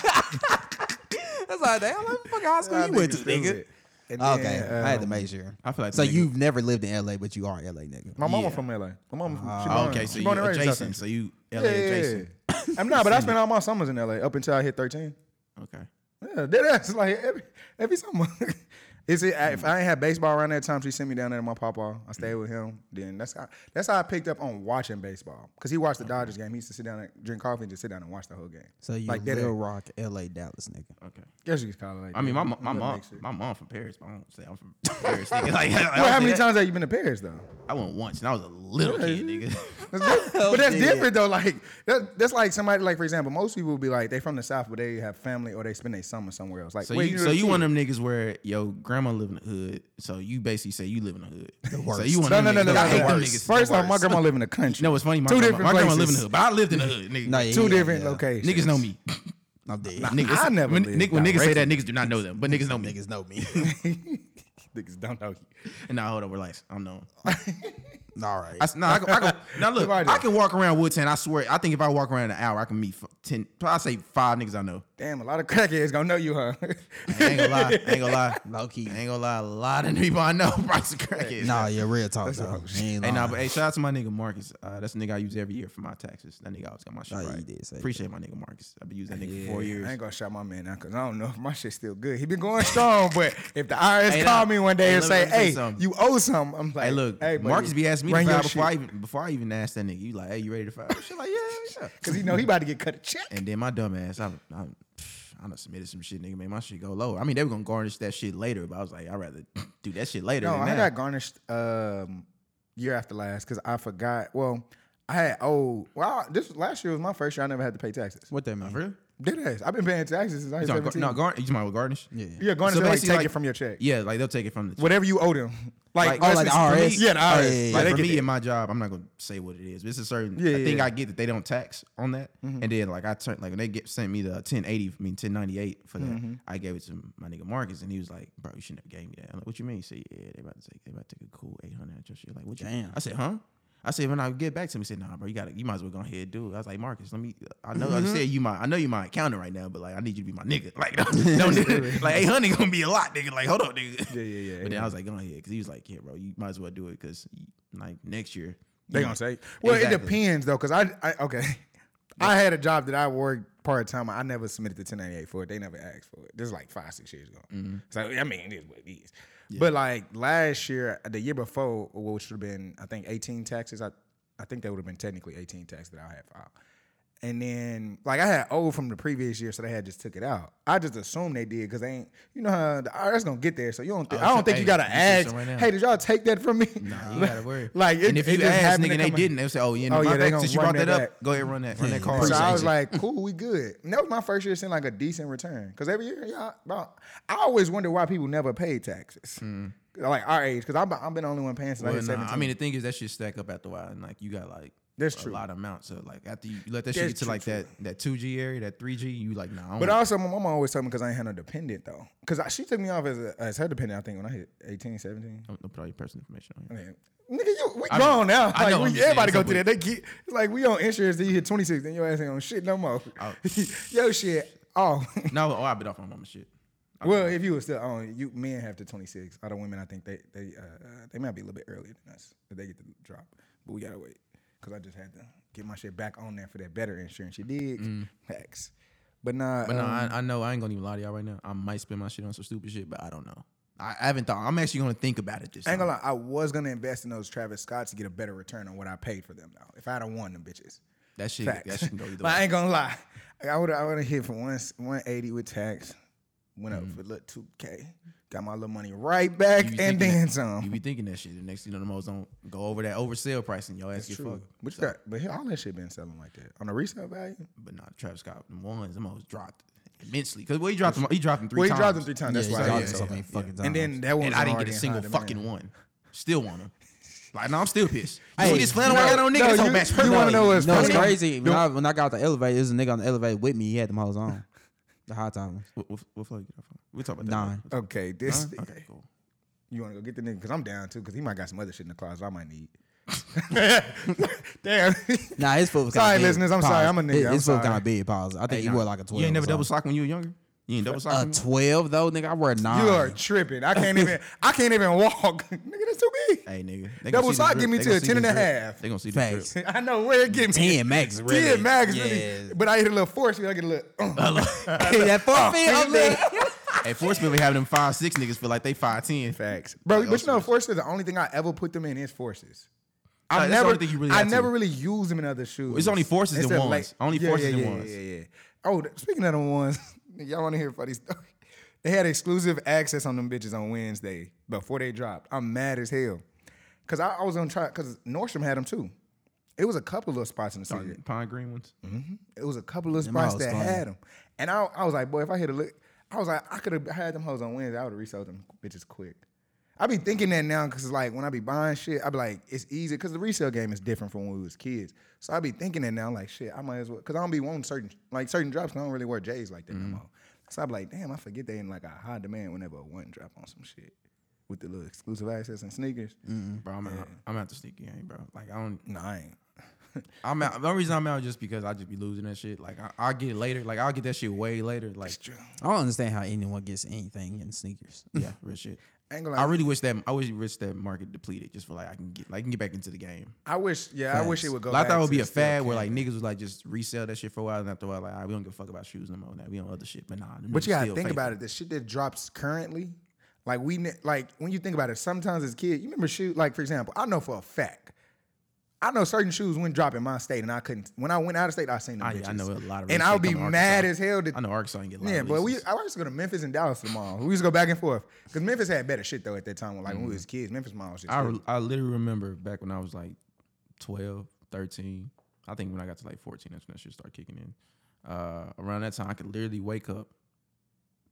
[SPEAKER 2] Yeah. That's like that. I'm like, what fucking high school
[SPEAKER 1] I
[SPEAKER 2] Oh, you went to,
[SPEAKER 1] think it's
[SPEAKER 2] nigga?
[SPEAKER 1] stupid. And
[SPEAKER 2] Okay,
[SPEAKER 1] then,
[SPEAKER 2] I had to
[SPEAKER 1] um,
[SPEAKER 2] make sure.
[SPEAKER 3] I feel like
[SPEAKER 2] So
[SPEAKER 3] nigga-
[SPEAKER 2] you've never lived in LA, but you are LA nigga.
[SPEAKER 1] My mama
[SPEAKER 3] Yeah.
[SPEAKER 1] from LA. My mama from. she
[SPEAKER 3] Oh,
[SPEAKER 1] born-
[SPEAKER 3] okay,
[SPEAKER 1] she
[SPEAKER 3] so you
[SPEAKER 1] born and raised out
[SPEAKER 3] adjacent. So you LA
[SPEAKER 1] there. Yeah,
[SPEAKER 3] adjacent.
[SPEAKER 1] yeah, yeah. I'm not, but I spent all my summers in LA up until I hit 13.
[SPEAKER 3] Okay.
[SPEAKER 1] Yeah, dead ass. Like every every summer. Is it if I ain't had baseball around that time? She sent me down there to my papa. I stayed with him. Then that's how that's how I picked up on watching baseball because he watched the Dodgers game. He used to sit down and drink coffee and just sit down and watch the whole game.
[SPEAKER 2] So you
[SPEAKER 1] Like that
[SPEAKER 2] Little
[SPEAKER 1] ain't-
[SPEAKER 2] Rock, LA, Dallas nigga.
[SPEAKER 3] Okay.
[SPEAKER 1] Guess you could call it. Like
[SPEAKER 3] I mean, my
[SPEAKER 1] that.
[SPEAKER 3] mo- my
[SPEAKER 1] That
[SPEAKER 3] mom,
[SPEAKER 1] makes sense.
[SPEAKER 3] my mom from Paris. But I don't say I'm from Paris. Nigga. Like, I, I
[SPEAKER 1] Well, how
[SPEAKER 3] don't say
[SPEAKER 1] many
[SPEAKER 3] that.
[SPEAKER 1] times have you been to Paris though?
[SPEAKER 3] I went once, and I was a little kid, nigga.
[SPEAKER 1] That's different.
[SPEAKER 3] Oh,
[SPEAKER 1] but that's
[SPEAKER 2] yeah.
[SPEAKER 1] different though. Like that, that's like somebody like for example, most people would be like they from the south, but they have family or they spend their summer somewhere else. Like
[SPEAKER 3] So
[SPEAKER 1] where
[SPEAKER 3] you,
[SPEAKER 1] you
[SPEAKER 3] so
[SPEAKER 1] really
[SPEAKER 3] you
[SPEAKER 1] see
[SPEAKER 3] one of them niggas where your grandma live in the hood. So you basically say you live in the hood. So
[SPEAKER 2] worst.
[SPEAKER 3] you
[SPEAKER 1] it.
[SPEAKER 3] one
[SPEAKER 1] No,
[SPEAKER 3] of
[SPEAKER 1] no,
[SPEAKER 3] them
[SPEAKER 1] no,
[SPEAKER 3] niggas.
[SPEAKER 1] no.
[SPEAKER 3] I hate
[SPEAKER 1] no,
[SPEAKER 3] them
[SPEAKER 1] no.
[SPEAKER 3] niggas.
[SPEAKER 1] First
[SPEAKER 3] The
[SPEAKER 1] off, my
[SPEAKER 3] worst.
[SPEAKER 1] grandma live in the country.
[SPEAKER 3] No, it's funny. My
[SPEAKER 1] Two
[SPEAKER 3] grandma,
[SPEAKER 1] different
[SPEAKER 3] my grandma live in
[SPEAKER 1] places.
[SPEAKER 3] the hood, but I lived in the hood. Nigga.
[SPEAKER 2] No, yeah,
[SPEAKER 1] Two
[SPEAKER 2] yeah,
[SPEAKER 1] different
[SPEAKER 2] yeah.
[SPEAKER 1] locations.
[SPEAKER 3] Niggas know me.
[SPEAKER 2] I'm dead.
[SPEAKER 3] Niggas,
[SPEAKER 1] I never
[SPEAKER 3] when,
[SPEAKER 1] lived
[SPEAKER 3] nigg- when niggas say that, niggas do not know them, but niggas know me.
[SPEAKER 2] Niggas know me.
[SPEAKER 1] Niggas don't know you.
[SPEAKER 3] And now hold on, relax. I'm known.
[SPEAKER 2] All right.
[SPEAKER 3] I, s- nah, I can, I can, now look,
[SPEAKER 1] Right
[SPEAKER 3] I
[SPEAKER 1] there.
[SPEAKER 3] can walk around Woodton. I swear, I think if I walk around an hour, I can meet f- ten. I say five niggas I know.
[SPEAKER 1] Damn, a lot of crackheads gonna know you, huh?
[SPEAKER 3] I ain't gonna lie. I ain't gonna lie.
[SPEAKER 2] Low key.
[SPEAKER 3] I ain't gonna lie. A lot of people I know. Price of crackhead.
[SPEAKER 2] Nah, yeah, real talk though. Hey,
[SPEAKER 3] Hey, nah, but hey, shout out to my nigga Marcus. Uh, that's the nigga I use every year for my taxes. That nigga always got my shit
[SPEAKER 2] Oh, you
[SPEAKER 3] right.
[SPEAKER 2] did say that.
[SPEAKER 3] Appreciate my nigga Marcus. I've been using that nigga for four years.
[SPEAKER 1] I ain't gonna shout my man out because I don't know if my shit's still good. He been going strong, but if the IRS
[SPEAKER 3] Hey,
[SPEAKER 1] call
[SPEAKER 3] nah.
[SPEAKER 1] me one day
[SPEAKER 3] Hey,
[SPEAKER 1] and
[SPEAKER 3] let
[SPEAKER 1] say,
[SPEAKER 3] me- let me tell you
[SPEAKER 1] "Hey,
[SPEAKER 3] something.
[SPEAKER 1] you owe some," I'm like,
[SPEAKER 3] Hey, look,
[SPEAKER 1] hey, buddy,
[SPEAKER 3] Marcus be asking me
[SPEAKER 1] run
[SPEAKER 3] to
[SPEAKER 1] your
[SPEAKER 3] file before I
[SPEAKER 1] shit."
[SPEAKER 3] even before I even asked that nigga. You like, hey, you ready to file? Shit, like, yeah, yeah.
[SPEAKER 1] Cause he know he about to get cut a check.
[SPEAKER 3] And then my dumb ass, I, I, I done submitted some shit, nigga. Made my shit go lower. I mean, they were gonna garnish that shit later, but I was like, I'd rather do that shit later.
[SPEAKER 1] No,
[SPEAKER 3] than
[SPEAKER 1] I
[SPEAKER 3] now.
[SPEAKER 1] got garnished um, year after last because I oh, forgot. Well, I had old. Well, I- this was- last year was my first year. I never had to pay taxes.
[SPEAKER 2] what that mean?
[SPEAKER 3] For real?
[SPEAKER 1] Dead ass. I've been paying taxes since I was
[SPEAKER 3] No, gar-
[SPEAKER 1] seventeen.
[SPEAKER 3] no gar- you talking about garnish?
[SPEAKER 2] Yeah.
[SPEAKER 1] yeah, going
[SPEAKER 3] So
[SPEAKER 1] to like
[SPEAKER 3] basically,
[SPEAKER 1] take
[SPEAKER 3] like-
[SPEAKER 1] it from your check.
[SPEAKER 3] Yeah, like they'll take it from the.
[SPEAKER 1] Whatever you owe them. Like,
[SPEAKER 3] Like-
[SPEAKER 2] Oh, like the
[SPEAKER 1] that's-
[SPEAKER 2] IRS?
[SPEAKER 1] Yeah, the
[SPEAKER 2] Oh,
[SPEAKER 1] IRS.
[SPEAKER 2] yeah, yeah, yeah.
[SPEAKER 1] Like,
[SPEAKER 3] Like
[SPEAKER 1] they
[SPEAKER 3] for
[SPEAKER 1] get
[SPEAKER 3] me
[SPEAKER 1] it.
[SPEAKER 3] in my job, I'm not gonna say what it is. But it's a certain
[SPEAKER 1] Yeah,
[SPEAKER 3] I think
[SPEAKER 1] yeah. Mm-hmm.
[SPEAKER 3] I get that they don't tax on that. And then like I turned like when they get sent me the 1080, I mean 1098 for that,
[SPEAKER 1] Mm-hmm.
[SPEAKER 3] I gave it to my nigga Marcus, and he was like, "Bro, you shouldn't have gave me that." I'm like, "What you mean?" He said, "Yeah, they about to take they about to take a cool 800 at your shit." Like, what? You,
[SPEAKER 2] Damn.
[SPEAKER 3] I said, "Huh." I said, when I get back to him, he said, "Nah, bro, you got to you might as well go ahead and do it." I was like, "Marcus, let me. I know
[SPEAKER 1] Mm-hmm.
[SPEAKER 3] I said you my I know you my accountant right now, but like I need you to be my nigga. Like, no, no, nigga. like 800 gonna be a lot, nigga. Like, hold up, nigga.
[SPEAKER 1] Yeah, yeah, yeah,
[SPEAKER 3] But then
[SPEAKER 1] yeah.
[SPEAKER 3] I was like, go ahead, because he was like, yeah, bro, you might as well do it, because like next year
[SPEAKER 1] They
[SPEAKER 3] you
[SPEAKER 1] gonna
[SPEAKER 3] might-
[SPEAKER 1] say. Well, it
[SPEAKER 3] Exactly.
[SPEAKER 1] depends though, cause I, I okay. I had a job that I worked part time. I never submitted the 1098 for it. They never asked for it. This is like five, six years ago.
[SPEAKER 3] Mm-hmm.
[SPEAKER 1] So I mean, it is what it is. But like last year, the year before, which would have been I think 18 taxes. I, I think that would have been technically 18 taxes that I had filed. And then like I had old from the previous year, so they had just took it out. I just assumed they did because they ain't. You know how the IRS gonna get there, so you don't. thi-
[SPEAKER 3] Oh,
[SPEAKER 1] I
[SPEAKER 3] so-
[SPEAKER 1] don't think
[SPEAKER 3] hey,
[SPEAKER 1] you gotta
[SPEAKER 3] you see
[SPEAKER 1] ask.
[SPEAKER 3] some right now.
[SPEAKER 1] hey, did y'all take that from me?
[SPEAKER 3] Nah, you gotta worry.
[SPEAKER 1] Like, it-
[SPEAKER 3] and if
[SPEAKER 1] it
[SPEAKER 3] you
[SPEAKER 1] just
[SPEAKER 3] ask
[SPEAKER 1] happened
[SPEAKER 3] nigga,
[SPEAKER 1] to
[SPEAKER 3] and they
[SPEAKER 1] come-
[SPEAKER 3] didn't. They say, oh yeah,
[SPEAKER 1] Oh, yeah, they
[SPEAKER 3] my bad,
[SPEAKER 1] gonna
[SPEAKER 3] since you
[SPEAKER 1] run
[SPEAKER 3] brought that
[SPEAKER 1] that
[SPEAKER 3] up,
[SPEAKER 1] back.
[SPEAKER 3] go ahead run that run that
[SPEAKER 2] Yeah.
[SPEAKER 3] card.
[SPEAKER 1] So I
[SPEAKER 3] Appreciate
[SPEAKER 1] was
[SPEAKER 3] you.
[SPEAKER 1] like, cool, we good. And that was my first year seeing like a decent return. Because every year, yeah, about, I always wonder why people never pay taxes. Like our age, because I've been, I've been the only one paying since I
[SPEAKER 3] Mm. Well,
[SPEAKER 1] was
[SPEAKER 3] nah,
[SPEAKER 1] 17.
[SPEAKER 3] I mean, the thing is that shit stack up after a while, and like you got like
[SPEAKER 1] That's
[SPEAKER 3] a
[SPEAKER 1] true.
[SPEAKER 3] lot of amounts. So like after you let that shit
[SPEAKER 1] That's
[SPEAKER 3] get to
[SPEAKER 1] true,
[SPEAKER 3] like
[SPEAKER 1] true.
[SPEAKER 3] that that two G area, that three G, you like nah. I
[SPEAKER 1] but
[SPEAKER 3] don't-
[SPEAKER 1] also, my mama always told me because I ain't had no dependent, though. Because she took me off as, a, as her dependent, I think, when I hit 18, 17.
[SPEAKER 3] I don't put all your personal information on
[SPEAKER 1] I
[SPEAKER 3] here.
[SPEAKER 1] mean, Nigga, you, we
[SPEAKER 3] I
[SPEAKER 1] grown
[SPEAKER 3] know-
[SPEAKER 1] now.
[SPEAKER 3] I
[SPEAKER 1] Like,
[SPEAKER 3] know, I'm
[SPEAKER 1] we,
[SPEAKER 3] just saying,
[SPEAKER 1] everybody
[SPEAKER 3] so
[SPEAKER 1] go through
[SPEAKER 3] we-
[SPEAKER 1] that. They get, it's like we on insurance, then you hit 26, then your ass ain't on shit no more.
[SPEAKER 3] Oh.
[SPEAKER 1] Yo, shit. Oh.
[SPEAKER 3] No, oh, I bit off my mama shit. I bit
[SPEAKER 1] Well,
[SPEAKER 3] off-
[SPEAKER 1] if you were still on, you men have to 26. Other women, I think they they uh, they might be a little bit earlier than us, but they get the drop. But we gotta wait because I just had to get my shit back on there for that better insurance. You dig? Facts. But nah,
[SPEAKER 3] Mm. But no,
[SPEAKER 1] um,
[SPEAKER 3] I, I know I ain't gonna even lie to y'all right now. I might spend my shit on some stupid shit, but I don't know. I, I haven't thought. I'm actually gonna think about it this
[SPEAKER 1] I ain't
[SPEAKER 3] time.
[SPEAKER 1] gonna lie. I was gonna invest in those Travis Scotts to get a better return on what I paid for them though. If I had won them bitches,
[SPEAKER 3] That shit, that
[SPEAKER 1] facts.
[SPEAKER 3] shit can go either
[SPEAKER 1] but I
[SPEAKER 3] way.
[SPEAKER 1] ain't gonna lie. I would I would have hit for one one eighty with tax. Went up for a little two k. Got my little money right back
[SPEAKER 3] Mm. You be
[SPEAKER 1] and
[SPEAKER 3] thinking
[SPEAKER 1] then
[SPEAKER 3] that-
[SPEAKER 1] some.
[SPEAKER 3] You be thinking that shit. The next, thing you know, the most don't go over that oversell price and your ass get fucked.
[SPEAKER 1] But you got, but here, all that shit been selling like that on the resale value.
[SPEAKER 3] But not Travis Scott. The ones, the most dropped immensely. Cause well, he dropped them. He dropped them three
[SPEAKER 1] well, he
[SPEAKER 3] times.
[SPEAKER 1] dropped them three times. That's
[SPEAKER 2] yeah,
[SPEAKER 1] why.
[SPEAKER 2] he's
[SPEAKER 1] I
[SPEAKER 2] out
[SPEAKER 3] yeah,
[SPEAKER 1] did
[SPEAKER 2] so
[SPEAKER 1] so.
[SPEAKER 2] many fucking times.
[SPEAKER 1] And then that one,
[SPEAKER 3] and
[SPEAKER 1] was
[SPEAKER 3] I didn't get
[SPEAKER 1] already
[SPEAKER 3] a
[SPEAKER 1] in
[SPEAKER 3] single
[SPEAKER 1] high
[SPEAKER 3] fucking
[SPEAKER 1] demand.
[SPEAKER 3] one. Still want them. Like no, I'm still pissed.
[SPEAKER 2] Hey,
[SPEAKER 3] Hey, see this flannel I got on, nigga?
[SPEAKER 1] no,
[SPEAKER 3] That's
[SPEAKER 1] you-
[SPEAKER 3] on match
[SPEAKER 1] you
[SPEAKER 3] perfect.
[SPEAKER 1] wanna know what's
[SPEAKER 2] No,
[SPEAKER 1] Don't
[SPEAKER 2] it's
[SPEAKER 1] even-
[SPEAKER 2] crazy. When I, when I got out the elevator, there's a nigga on the elevator with me. He had them hoes on. The hot time.
[SPEAKER 3] What, what, what floor you get off on? We'll talk about that.
[SPEAKER 2] Nine.
[SPEAKER 3] later.
[SPEAKER 1] Okay, this.
[SPEAKER 3] Nine? Okay, cool.
[SPEAKER 1] You want to go get the nigga? Cause I'm down too. Cause he might got some other shit in the closet I might need. Damn.
[SPEAKER 2] Nah, his foot was
[SPEAKER 1] Sorry,
[SPEAKER 2] kinda big.
[SPEAKER 1] listeners, I'm sorry,
[SPEAKER 2] Pause.
[SPEAKER 1] I'm a nigga,
[SPEAKER 2] His,
[SPEAKER 1] I'm
[SPEAKER 2] his foot
[SPEAKER 1] sorry.
[SPEAKER 2] kind of big. Pause. I think he
[SPEAKER 3] nah,
[SPEAKER 2] wore like a twelve.
[SPEAKER 3] You ain't never
[SPEAKER 2] or
[SPEAKER 3] double
[SPEAKER 2] something.
[SPEAKER 3] sock when you were younger. You ain't double sock. when
[SPEAKER 2] A
[SPEAKER 3] you-
[SPEAKER 2] twelve though, nigga. I wear nine.
[SPEAKER 1] You are tripping. I can't even. I can't even walk. nigga, that's too big.
[SPEAKER 3] Hey nigga, they gonna
[SPEAKER 1] Double
[SPEAKER 3] see this
[SPEAKER 1] sock
[SPEAKER 3] drip.
[SPEAKER 1] give me
[SPEAKER 3] They
[SPEAKER 1] to
[SPEAKER 3] gonna
[SPEAKER 1] a
[SPEAKER 3] see
[SPEAKER 1] 10 and
[SPEAKER 3] this
[SPEAKER 1] a
[SPEAKER 3] drip.
[SPEAKER 1] half.
[SPEAKER 3] They gonna see the drip.
[SPEAKER 2] Facts.
[SPEAKER 1] I know where it get me.
[SPEAKER 2] Ten max, really.
[SPEAKER 1] Ten max.
[SPEAKER 2] Yeah.
[SPEAKER 1] Really. But I hit a little force. I get a little. Uh,
[SPEAKER 2] that four feet up there.
[SPEAKER 3] Hey, Force Billy having them five six niggas feel like they five ten. Facts,
[SPEAKER 1] Bro, but you know, forces. The only thing I ever put them in is forces.
[SPEAKER 3] Nah,
[SPEAKER 1] I
[SPEAKER 3] that's the
[SPEAKER 1] never,
[SPEAKER 3] only thing you really
[SPEAKER 1] I
[SPEAKER 3] had to.
[SPEAKER 1] never really use them in other shoes.
[SPEAKER 3] It's only forces and
[SPEAKER 1] Except
[SPEAKER 3] ones. Only forces
[SPEAKER 1] yeah,
[SPEAKER 3] and
[SPEAKER 1] yeah,
[SPEAKER 3] ones.
[SPEAKER 1] Yeah, yeah, yeah. Oh, th- speaking of the ones, y'all want to hear a funny story? They had exclusive access on them bitches on Wednesday before they dropped. I'm mad as hell because I, I was gonna try because Nordstrom had them too. It was a couple of spots in the city.
[SPEAKER 3] pine green ones.
[SPEAKER 1] It was a couple of
[SPEAKER 2] Them
[SPEAKER 1] spots
[SPEAKER 2] hoes
[SPEAKER 1] that
[SPEAKER 2] fun.
[SPEAKER 1] had them, and I, I was like, boy, if I hit a look, I was like, I could have had them hoes on Wednesday. I would have resold them bitches quick. I be thinking that now because like when I be buying shit, I be like, it's easy because the resale game is different from when we was kids. So I be thinking that now, like shit, I might as well because I don't be wanting certain like certain drops. 'cause I don't really wear J's like
[SPEAKER 3] Mm-hmm.
[SPEAKER 1] that no more. So I be like, damn, I forget they in like a high demand whenever a one drop on some shit with the little exclusive access and sneakers.
[SPEAKER 3] Bro, I'm out. I'm out the sneaky game, bro. Like I don't.
[SPEAKER 1] No, I ain't.
[SPEAKER 3] I'm out. The only reason I'm out is just because I just be losing that shit. Like I, I'll get it later. Like I'll get that shit way later. Like
[SPEAKER 2] I don't understand how anyone gets anything in sneakers.
[SPEAKER 3] yeah, real shit.
[SPEAKER 1] I ain't gonna
[SPEAKER 3] I
[SPEAKER 1] lie.
[SPEAKER 3] really wish that I wish wish that market depleted just for like I can get like I can get back into the game.
[SPEAKER 1] I wish, yeah, I wish it
[SPEAKER 2] Facts.
[SPEAKER 1] would go.
[SPEAKER 3] Like, I
[SPEAKER 1] back
[SPEAKER 3] thought it would
[SPEAKER 1] to
[SPEAKER 3] be a
[SPEAKER 1] the still
[SPEAKER 3] fad where
[SPEAKER 1] can.
[SPEAKER 3] like niggas would like just resell that shit for a while and after a while like "Ah, we don't give a fuck about shoes no more. Now we on other shit, but nah. them
[SPEAKER 1] But
[SPEAKER 3] niggas
[SPEAKER 1] you gotta
[SPEAKER 3] still
[SPEAKER 1] think
[SPEAKER 3] faithful.
[SPEAKER 1] about it. The shit that drops currently, like we ne- like when you think about it, sometimes as kids, you remember shoes. Like for example, I know for a fact, I know certain shoes went drop in my state, and I couldn't. When I went out of state, I seen them
[SPEAKER 3] I-
[SPEAKER 1] bitches.
[SPEAKER 3] I know a lot of
[SPEAKER 1] and
[SPEAKER 3] real
[SPEAKER 1] I would
[SPEAKER 3] estate
[SPEAKER 1] be
[SPEAKER 3] come to
[SPEAKER 1] mad
[SPEAKER 3] Arkansas.
[SPEAKER 1] as hell. To,
[SPEAKER 3] I know Arkansas ain't get a lot
[SPEAKER 1] yeah,
[SPEAKER 3] of
[SPEAKER 1] but we
[SPEAKER 3] leases.
[SPEAKER 1] I used to go to Memphis and Dallas to the mall. We used to go back and forth because Memphis had better shit though at that time. Like when we was kids, Memphis mall was just
[SPEAKER 3] Mm-hmm. I,
[SPEAKER 1] lit.
[SPEAKER 3] re- I literally remember back when I was like 12, 13. I think when I got to like 14, that's when that shit started kicking in. Uh, around that time, I could literally wake up,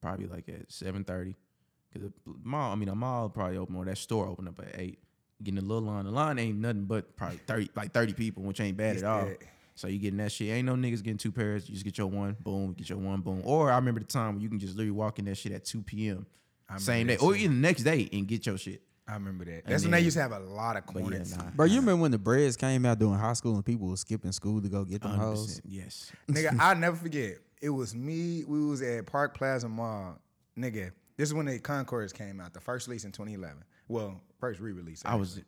[SPEAKER 3] probably like at seven thirty, because the mall. I mean, the mall probably open or that store open up at eight. Getting a little line. The line ain't nothing but probably thirty, like thirty people, which ain't bad
[SPEAKER 1] It's
[SPEAKER 3] at all.
[SPEAKER 1] that.
[SPEAKER 3] So you getting that shit. Ain't no niggas getting two pairs. You just get your one, boom, get your one, boom. Or I remember the time when you can just literally walk in that shit at two p.m.
[SPEAKER 1] remember
[SPEAKER 3] same day,
[SPEAKER 1] that
[SPEAKER 3] or even the next day and get your shit.
[SPEAKER 1] I remember that. That's when they
[SPEAKER 3] then-
[SPEAKER 1] used to have a lot of
[SPEAKER 3] But yeah,
[SPEAKER 1] corners.
[SPEAKER 3] nah.
[SPEAKER 2] Bro, you remember when the breads came out during high school and people was skipping school to go get them
[SPEAKER 3] 100%,
[SPEAKER 2] hoes?
[SPEAKER 3] Yes.
[SPEAKER 1] Nigga, I'll never forget. It was me. We was at Park Plaza Mall. Nigga, this is when the Concords came out, the first release in 2011. Well, first re-release.
[SPEAKER 3] I was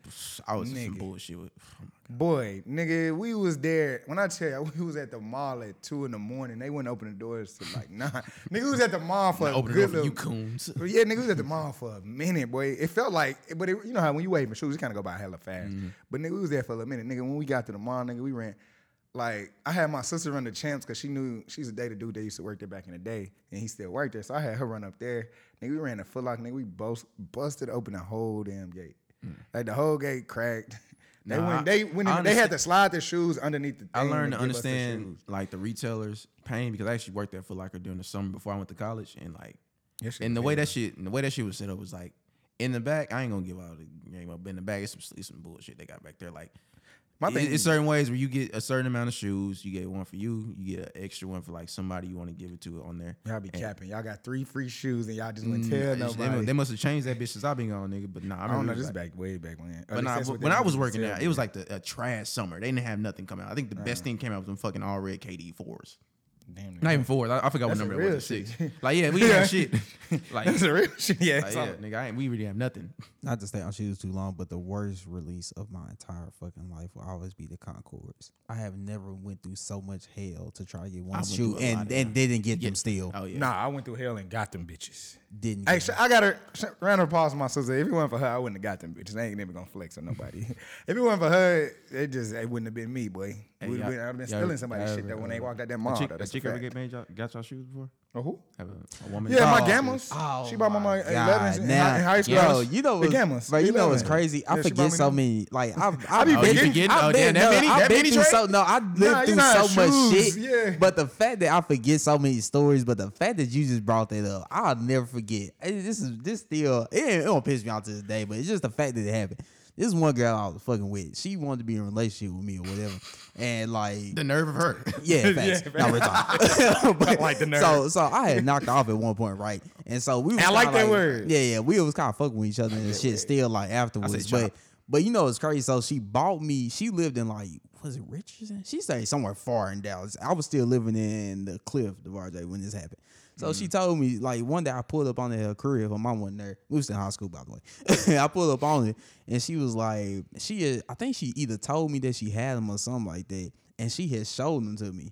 [SPEAKER 3] I was in some
[SPEAKER 1] Nigga.
[SPEAKER 3] bullshit with oh my
[SPEAKER 1] boy, nigga. We was there. When I tell you, we was at the mall at two in the morning. They wouldn't open the doors till like nine. nigga, we was at the mall for a
[SPEAKER 3] open
[SPEAKER 1] Oh, good
[SPEAKER 3] it up for you
[SPEAKER 1] little-
[SPEAKER 3] coons.
[SPEAKER 1] But yeah, nigga we was at the mall for a minute, boy. It felt like, but it, you know how when you wave in shoes, it kind of go by hella fast.
[SPEAKER 3] Mm-hmm.
[SPEAKER 1] But nigga, we was there for a minute, nigga. When we got to the mall, nigga, we ran. Like I had my sister run the champs because she knew she's a dated dude that used to work there back in the day, and he still worked there. So I had her run up there. Nigga, we ran a Foot Lock. Nigga, we bust, busted open the whole damn gate. Like the whole gate cracked. They
[SPEAKER 3] Mm. Nah,
[SPEAKER 1] went. They went.
[SPEAKER 3] I
[SPEAKER 1] In, they had
[SPEAKER 3] understand-
[SPEAKER 1] to slide their shoes underneath the.
[SPEAKER 3] I
[SPEAKER 1] thing
[SPEAKER 3] learned to
[SPEAKER 1] give us the
[SPEAKER 3] understand
[SPEAKER 1] shoes.
[SPEAKER 3] like the retailers' pain because I actually worked at Foot Locker during the summer before I went to college, and like,
[SPEAKER 1] That shit
[SPEAKER 3] and the
[SPEAKER 1] was
[SPEAKER 3] way that shit, and the way that shit was set up was like, in the back, I ain't gonna give all the game up. but In the back, it's some it's some bullshit they got back there. Like,
[SPEAKER 1] My
[SPEAKER 3] my
[SPEAKER 1] thing-
[SPEAKER 3] thing it's certain ways where you get a certain amount of shoes, you get one for you, you get an extra one for like somebody you want to give it to on there.
[SPEAKER 1] Y'all be
[SPEAKER 3] And-
[SPEAKER 1] capping. Y'all got three free shoes and y'all just wouldn't
[SPEAKER 3] Nah,
[SPEAKER 1] tell
[SPEAKER 3] it's- Mm, they mu-
[SPEAKER 1] nobody.
[SPEAKER 3] They must have changed that bitch since I've been gone, nigga. But nah, I,
[SPEAKER 1] I,
[SPEAKER 3] remember
[SPEAKER 1] don't
[SPEAKER 3] it
[SPEAKER 1] know.
[SPEAKER 3] was
[SPEAKER 1] This
[SPEAKER 3] like-
[SPEAKER 1] is back way back when. Or
[SPEAKER 3] But
[SPEAKER 1] at
[SPEAKER 3] nah,
[SPEAKER 1] least that's
[SPEAKER 3] but
[SPEAKER 1] what
[SPEAKER 3] when
[SPEAKER 1] they
[SPEAKER 3] I was
[SPEAKER 1] used to
[SPEAKER 3] working
[SPEAKER 1] sell
[SPEAKER 3] there, it
[SPEAKER 1] back
[SPEAKER 3] was like the uh, trash summer. They didn't have nothing coming out. I think the best thing came out was some fucking all red KD fours.
[SPEAKER 1] then. Damn,
[SPEAKER 3] Not even fours. I, I forgot
[SPEAKER 1] That's
[SPEAKER 3] what number
[SPEAKER 1] a
[SPEAKER 3] that was.
[SPEAKER 1] real
[SPEAKER 3] Six.
[SPEAKER 1] shit.
[SPEAKER 3] Like yeah, we didn't have shit. Like,
[SPEAKER 1] that's
[SPEAKER 3] like,
[SPEAKER 1] a real shit. Yeah, it's
[SPEAKER 3] yeah,
[SPEAKER 1] all-
[SPEAKER 3] nigga, I ain't, we really have nothing.
[SPEAKER 2] Not to stay on shoes too long, but the worst release of my entire fucking life will always be the Concords. I have never went through so much hell to try to get one
[SPEAKER 3] went
[SPEAKER 2] shoe
[SPEAKER 3] through a lot
[SPEAKER 2] and,
[SPEAKER 3] of
[SPEAKER 2] and didn't get them still.
[SPEAKER 3] Oh yeah.
[SPEAKER 1] Nah, I went through hell and got them bitches.
[SPEAKER 2] Didn't
[SPEAKER 1] Hey,
[SPEAKER 2] get
[SPEAKER 1] sh- I got a sh- round of applause for my sister. If it wasn't for her, I wouldn't have got them bitches. I ain't never gonna flex on nobody. if it wasn't for her, it just it wouldn't have been me, boy.
[SPEAKER 3] Hey,
[SPEAKER 1] Would
[SPEAKER 3] y'all-
[SPEAKER 1] have been, I'd have been
[SPEAKER 3] y'all-
[SPEAKER 1] stealing somebody's
[SPEAKER 3] y'all
[SPEAKER 1] shit though
[SPEAKER 3] ever,
[SPEAKER 1] when they
[SPEAKER 3] uh,
[SPEAKER 1] walked out that
[SPEAKER 3] a
[SPEAKER 1] mall.
[SPEAKER 3] chick,
[SPEAKER 1] though.
[SPEAKER 3] a
[SPEAKER 1] That's a
[SPEAKER 3] chick ever
[SPEAKER 1] fact.
[SPEAKER 3] get made y'all, got y'all shoes before?
[SPEAKER 1] Oh, who?
[SPEAKER 3] Have a, a woman?
[SPEAKER 1] Yeah, my
[SPEAKER 2] Oh,
[SPEAKER 1] gammons.
[SPEAKER 2] oh
[SPEAKER 1] she bought my,
[SPEAKER 2] my
[SPEAKER 1] my
[SPEAKER 2] God,
[SPEAKER 1] 11s in,
[SPEAKER 2] nah.
[SPEAKER 1] high, in high school.
[SPEAKER 2] Yo, you know
[SPEAKER 1] the
[SPEAKER 2] what's,
[SPEAKER 1] gammons.
[SPEAKER 2] bro, you know what's
[SPEAKER 1] 11.
[SPEAKER 2] crazy? I
[SPEAKER 1] Yeah, she bought
[SPEAKER 2] forget
[SPEAKER 1] me
[SPEAKER 2] so
[SPEAKER 1] them.
[SPEAKER 2] many. Like I've,
[SPEAKER 1] I
[SPEAKER 2] I've
[SPEAKER 1] be
[SPEAKER 2] been,
[SPEAKER 1] Oh, you
[SPEAKER 3] forgetting?
[SPEAKER 2] I've
[SPEAKER 3] Oh,
[SPEAKER 2] been,
[SPEAKER 3] damn, that
[SPEAKER 2] no,
[SPEAKER 3] many?
[SPEAKER 2] I've
[SPEAKER 3] That
[SPEAKER 2] been
[SPEAKER 3] many,
[SPEAKER 2] through
[SPEAKER 3] Trey?
[SPEAKER 2] so no. I lived
[SPEAKER 1] Nah, you
[SPEAKER 2] through
[SPEAKER 1] not
[SPEAKER 2] so much
[SPEAKER 1] shoes,
[SPEAKER 2] shit.
[SPEAKER 1] yeah.
[SPEAKER 2] But the fact that I forget so many stories, but the fact that you just brought that up, I'll never forget. Hey, This is this still it, ain't- it don't piss me off to this day, but it's just the fact that it happened. This one girl I was fucking with, she wanted to be in a relationship with me or whatever, and like
[SPEAKER 3] The nerve of her.
[SPEAKER 2] yeah, facts.
[SPEAKER 1] Yeah,
[SPEAKER 2] No, we're talking. But-
[SPEAKER 1] like the nerve.
[SPEAKER 2] So, so I had knocked off at one point, right? And so we. Was
[SPEAKER 1] I like
[SPEAKER 2] kinda
[SPEAKER 1] that word.
[SPEAKER 2] Yeah, yeah. We was kind of fucking with each other and shit. Still, like afterwards, but
[SPEAKER 3] chop.
[SPEAKER 2] but you know it's crazy. So she bought me. She lived in like was it Richardson? She stayed somewhere far in Dallas. I was still living in the Cliff, the RJ, when this happened. So she told me like one day I pulled up on her career. Her mom wasn't there. We was in high school, by the way. I pulled up on it, and she was like, she. had- I think she either told me that she had them or something like that, and she had showed them to me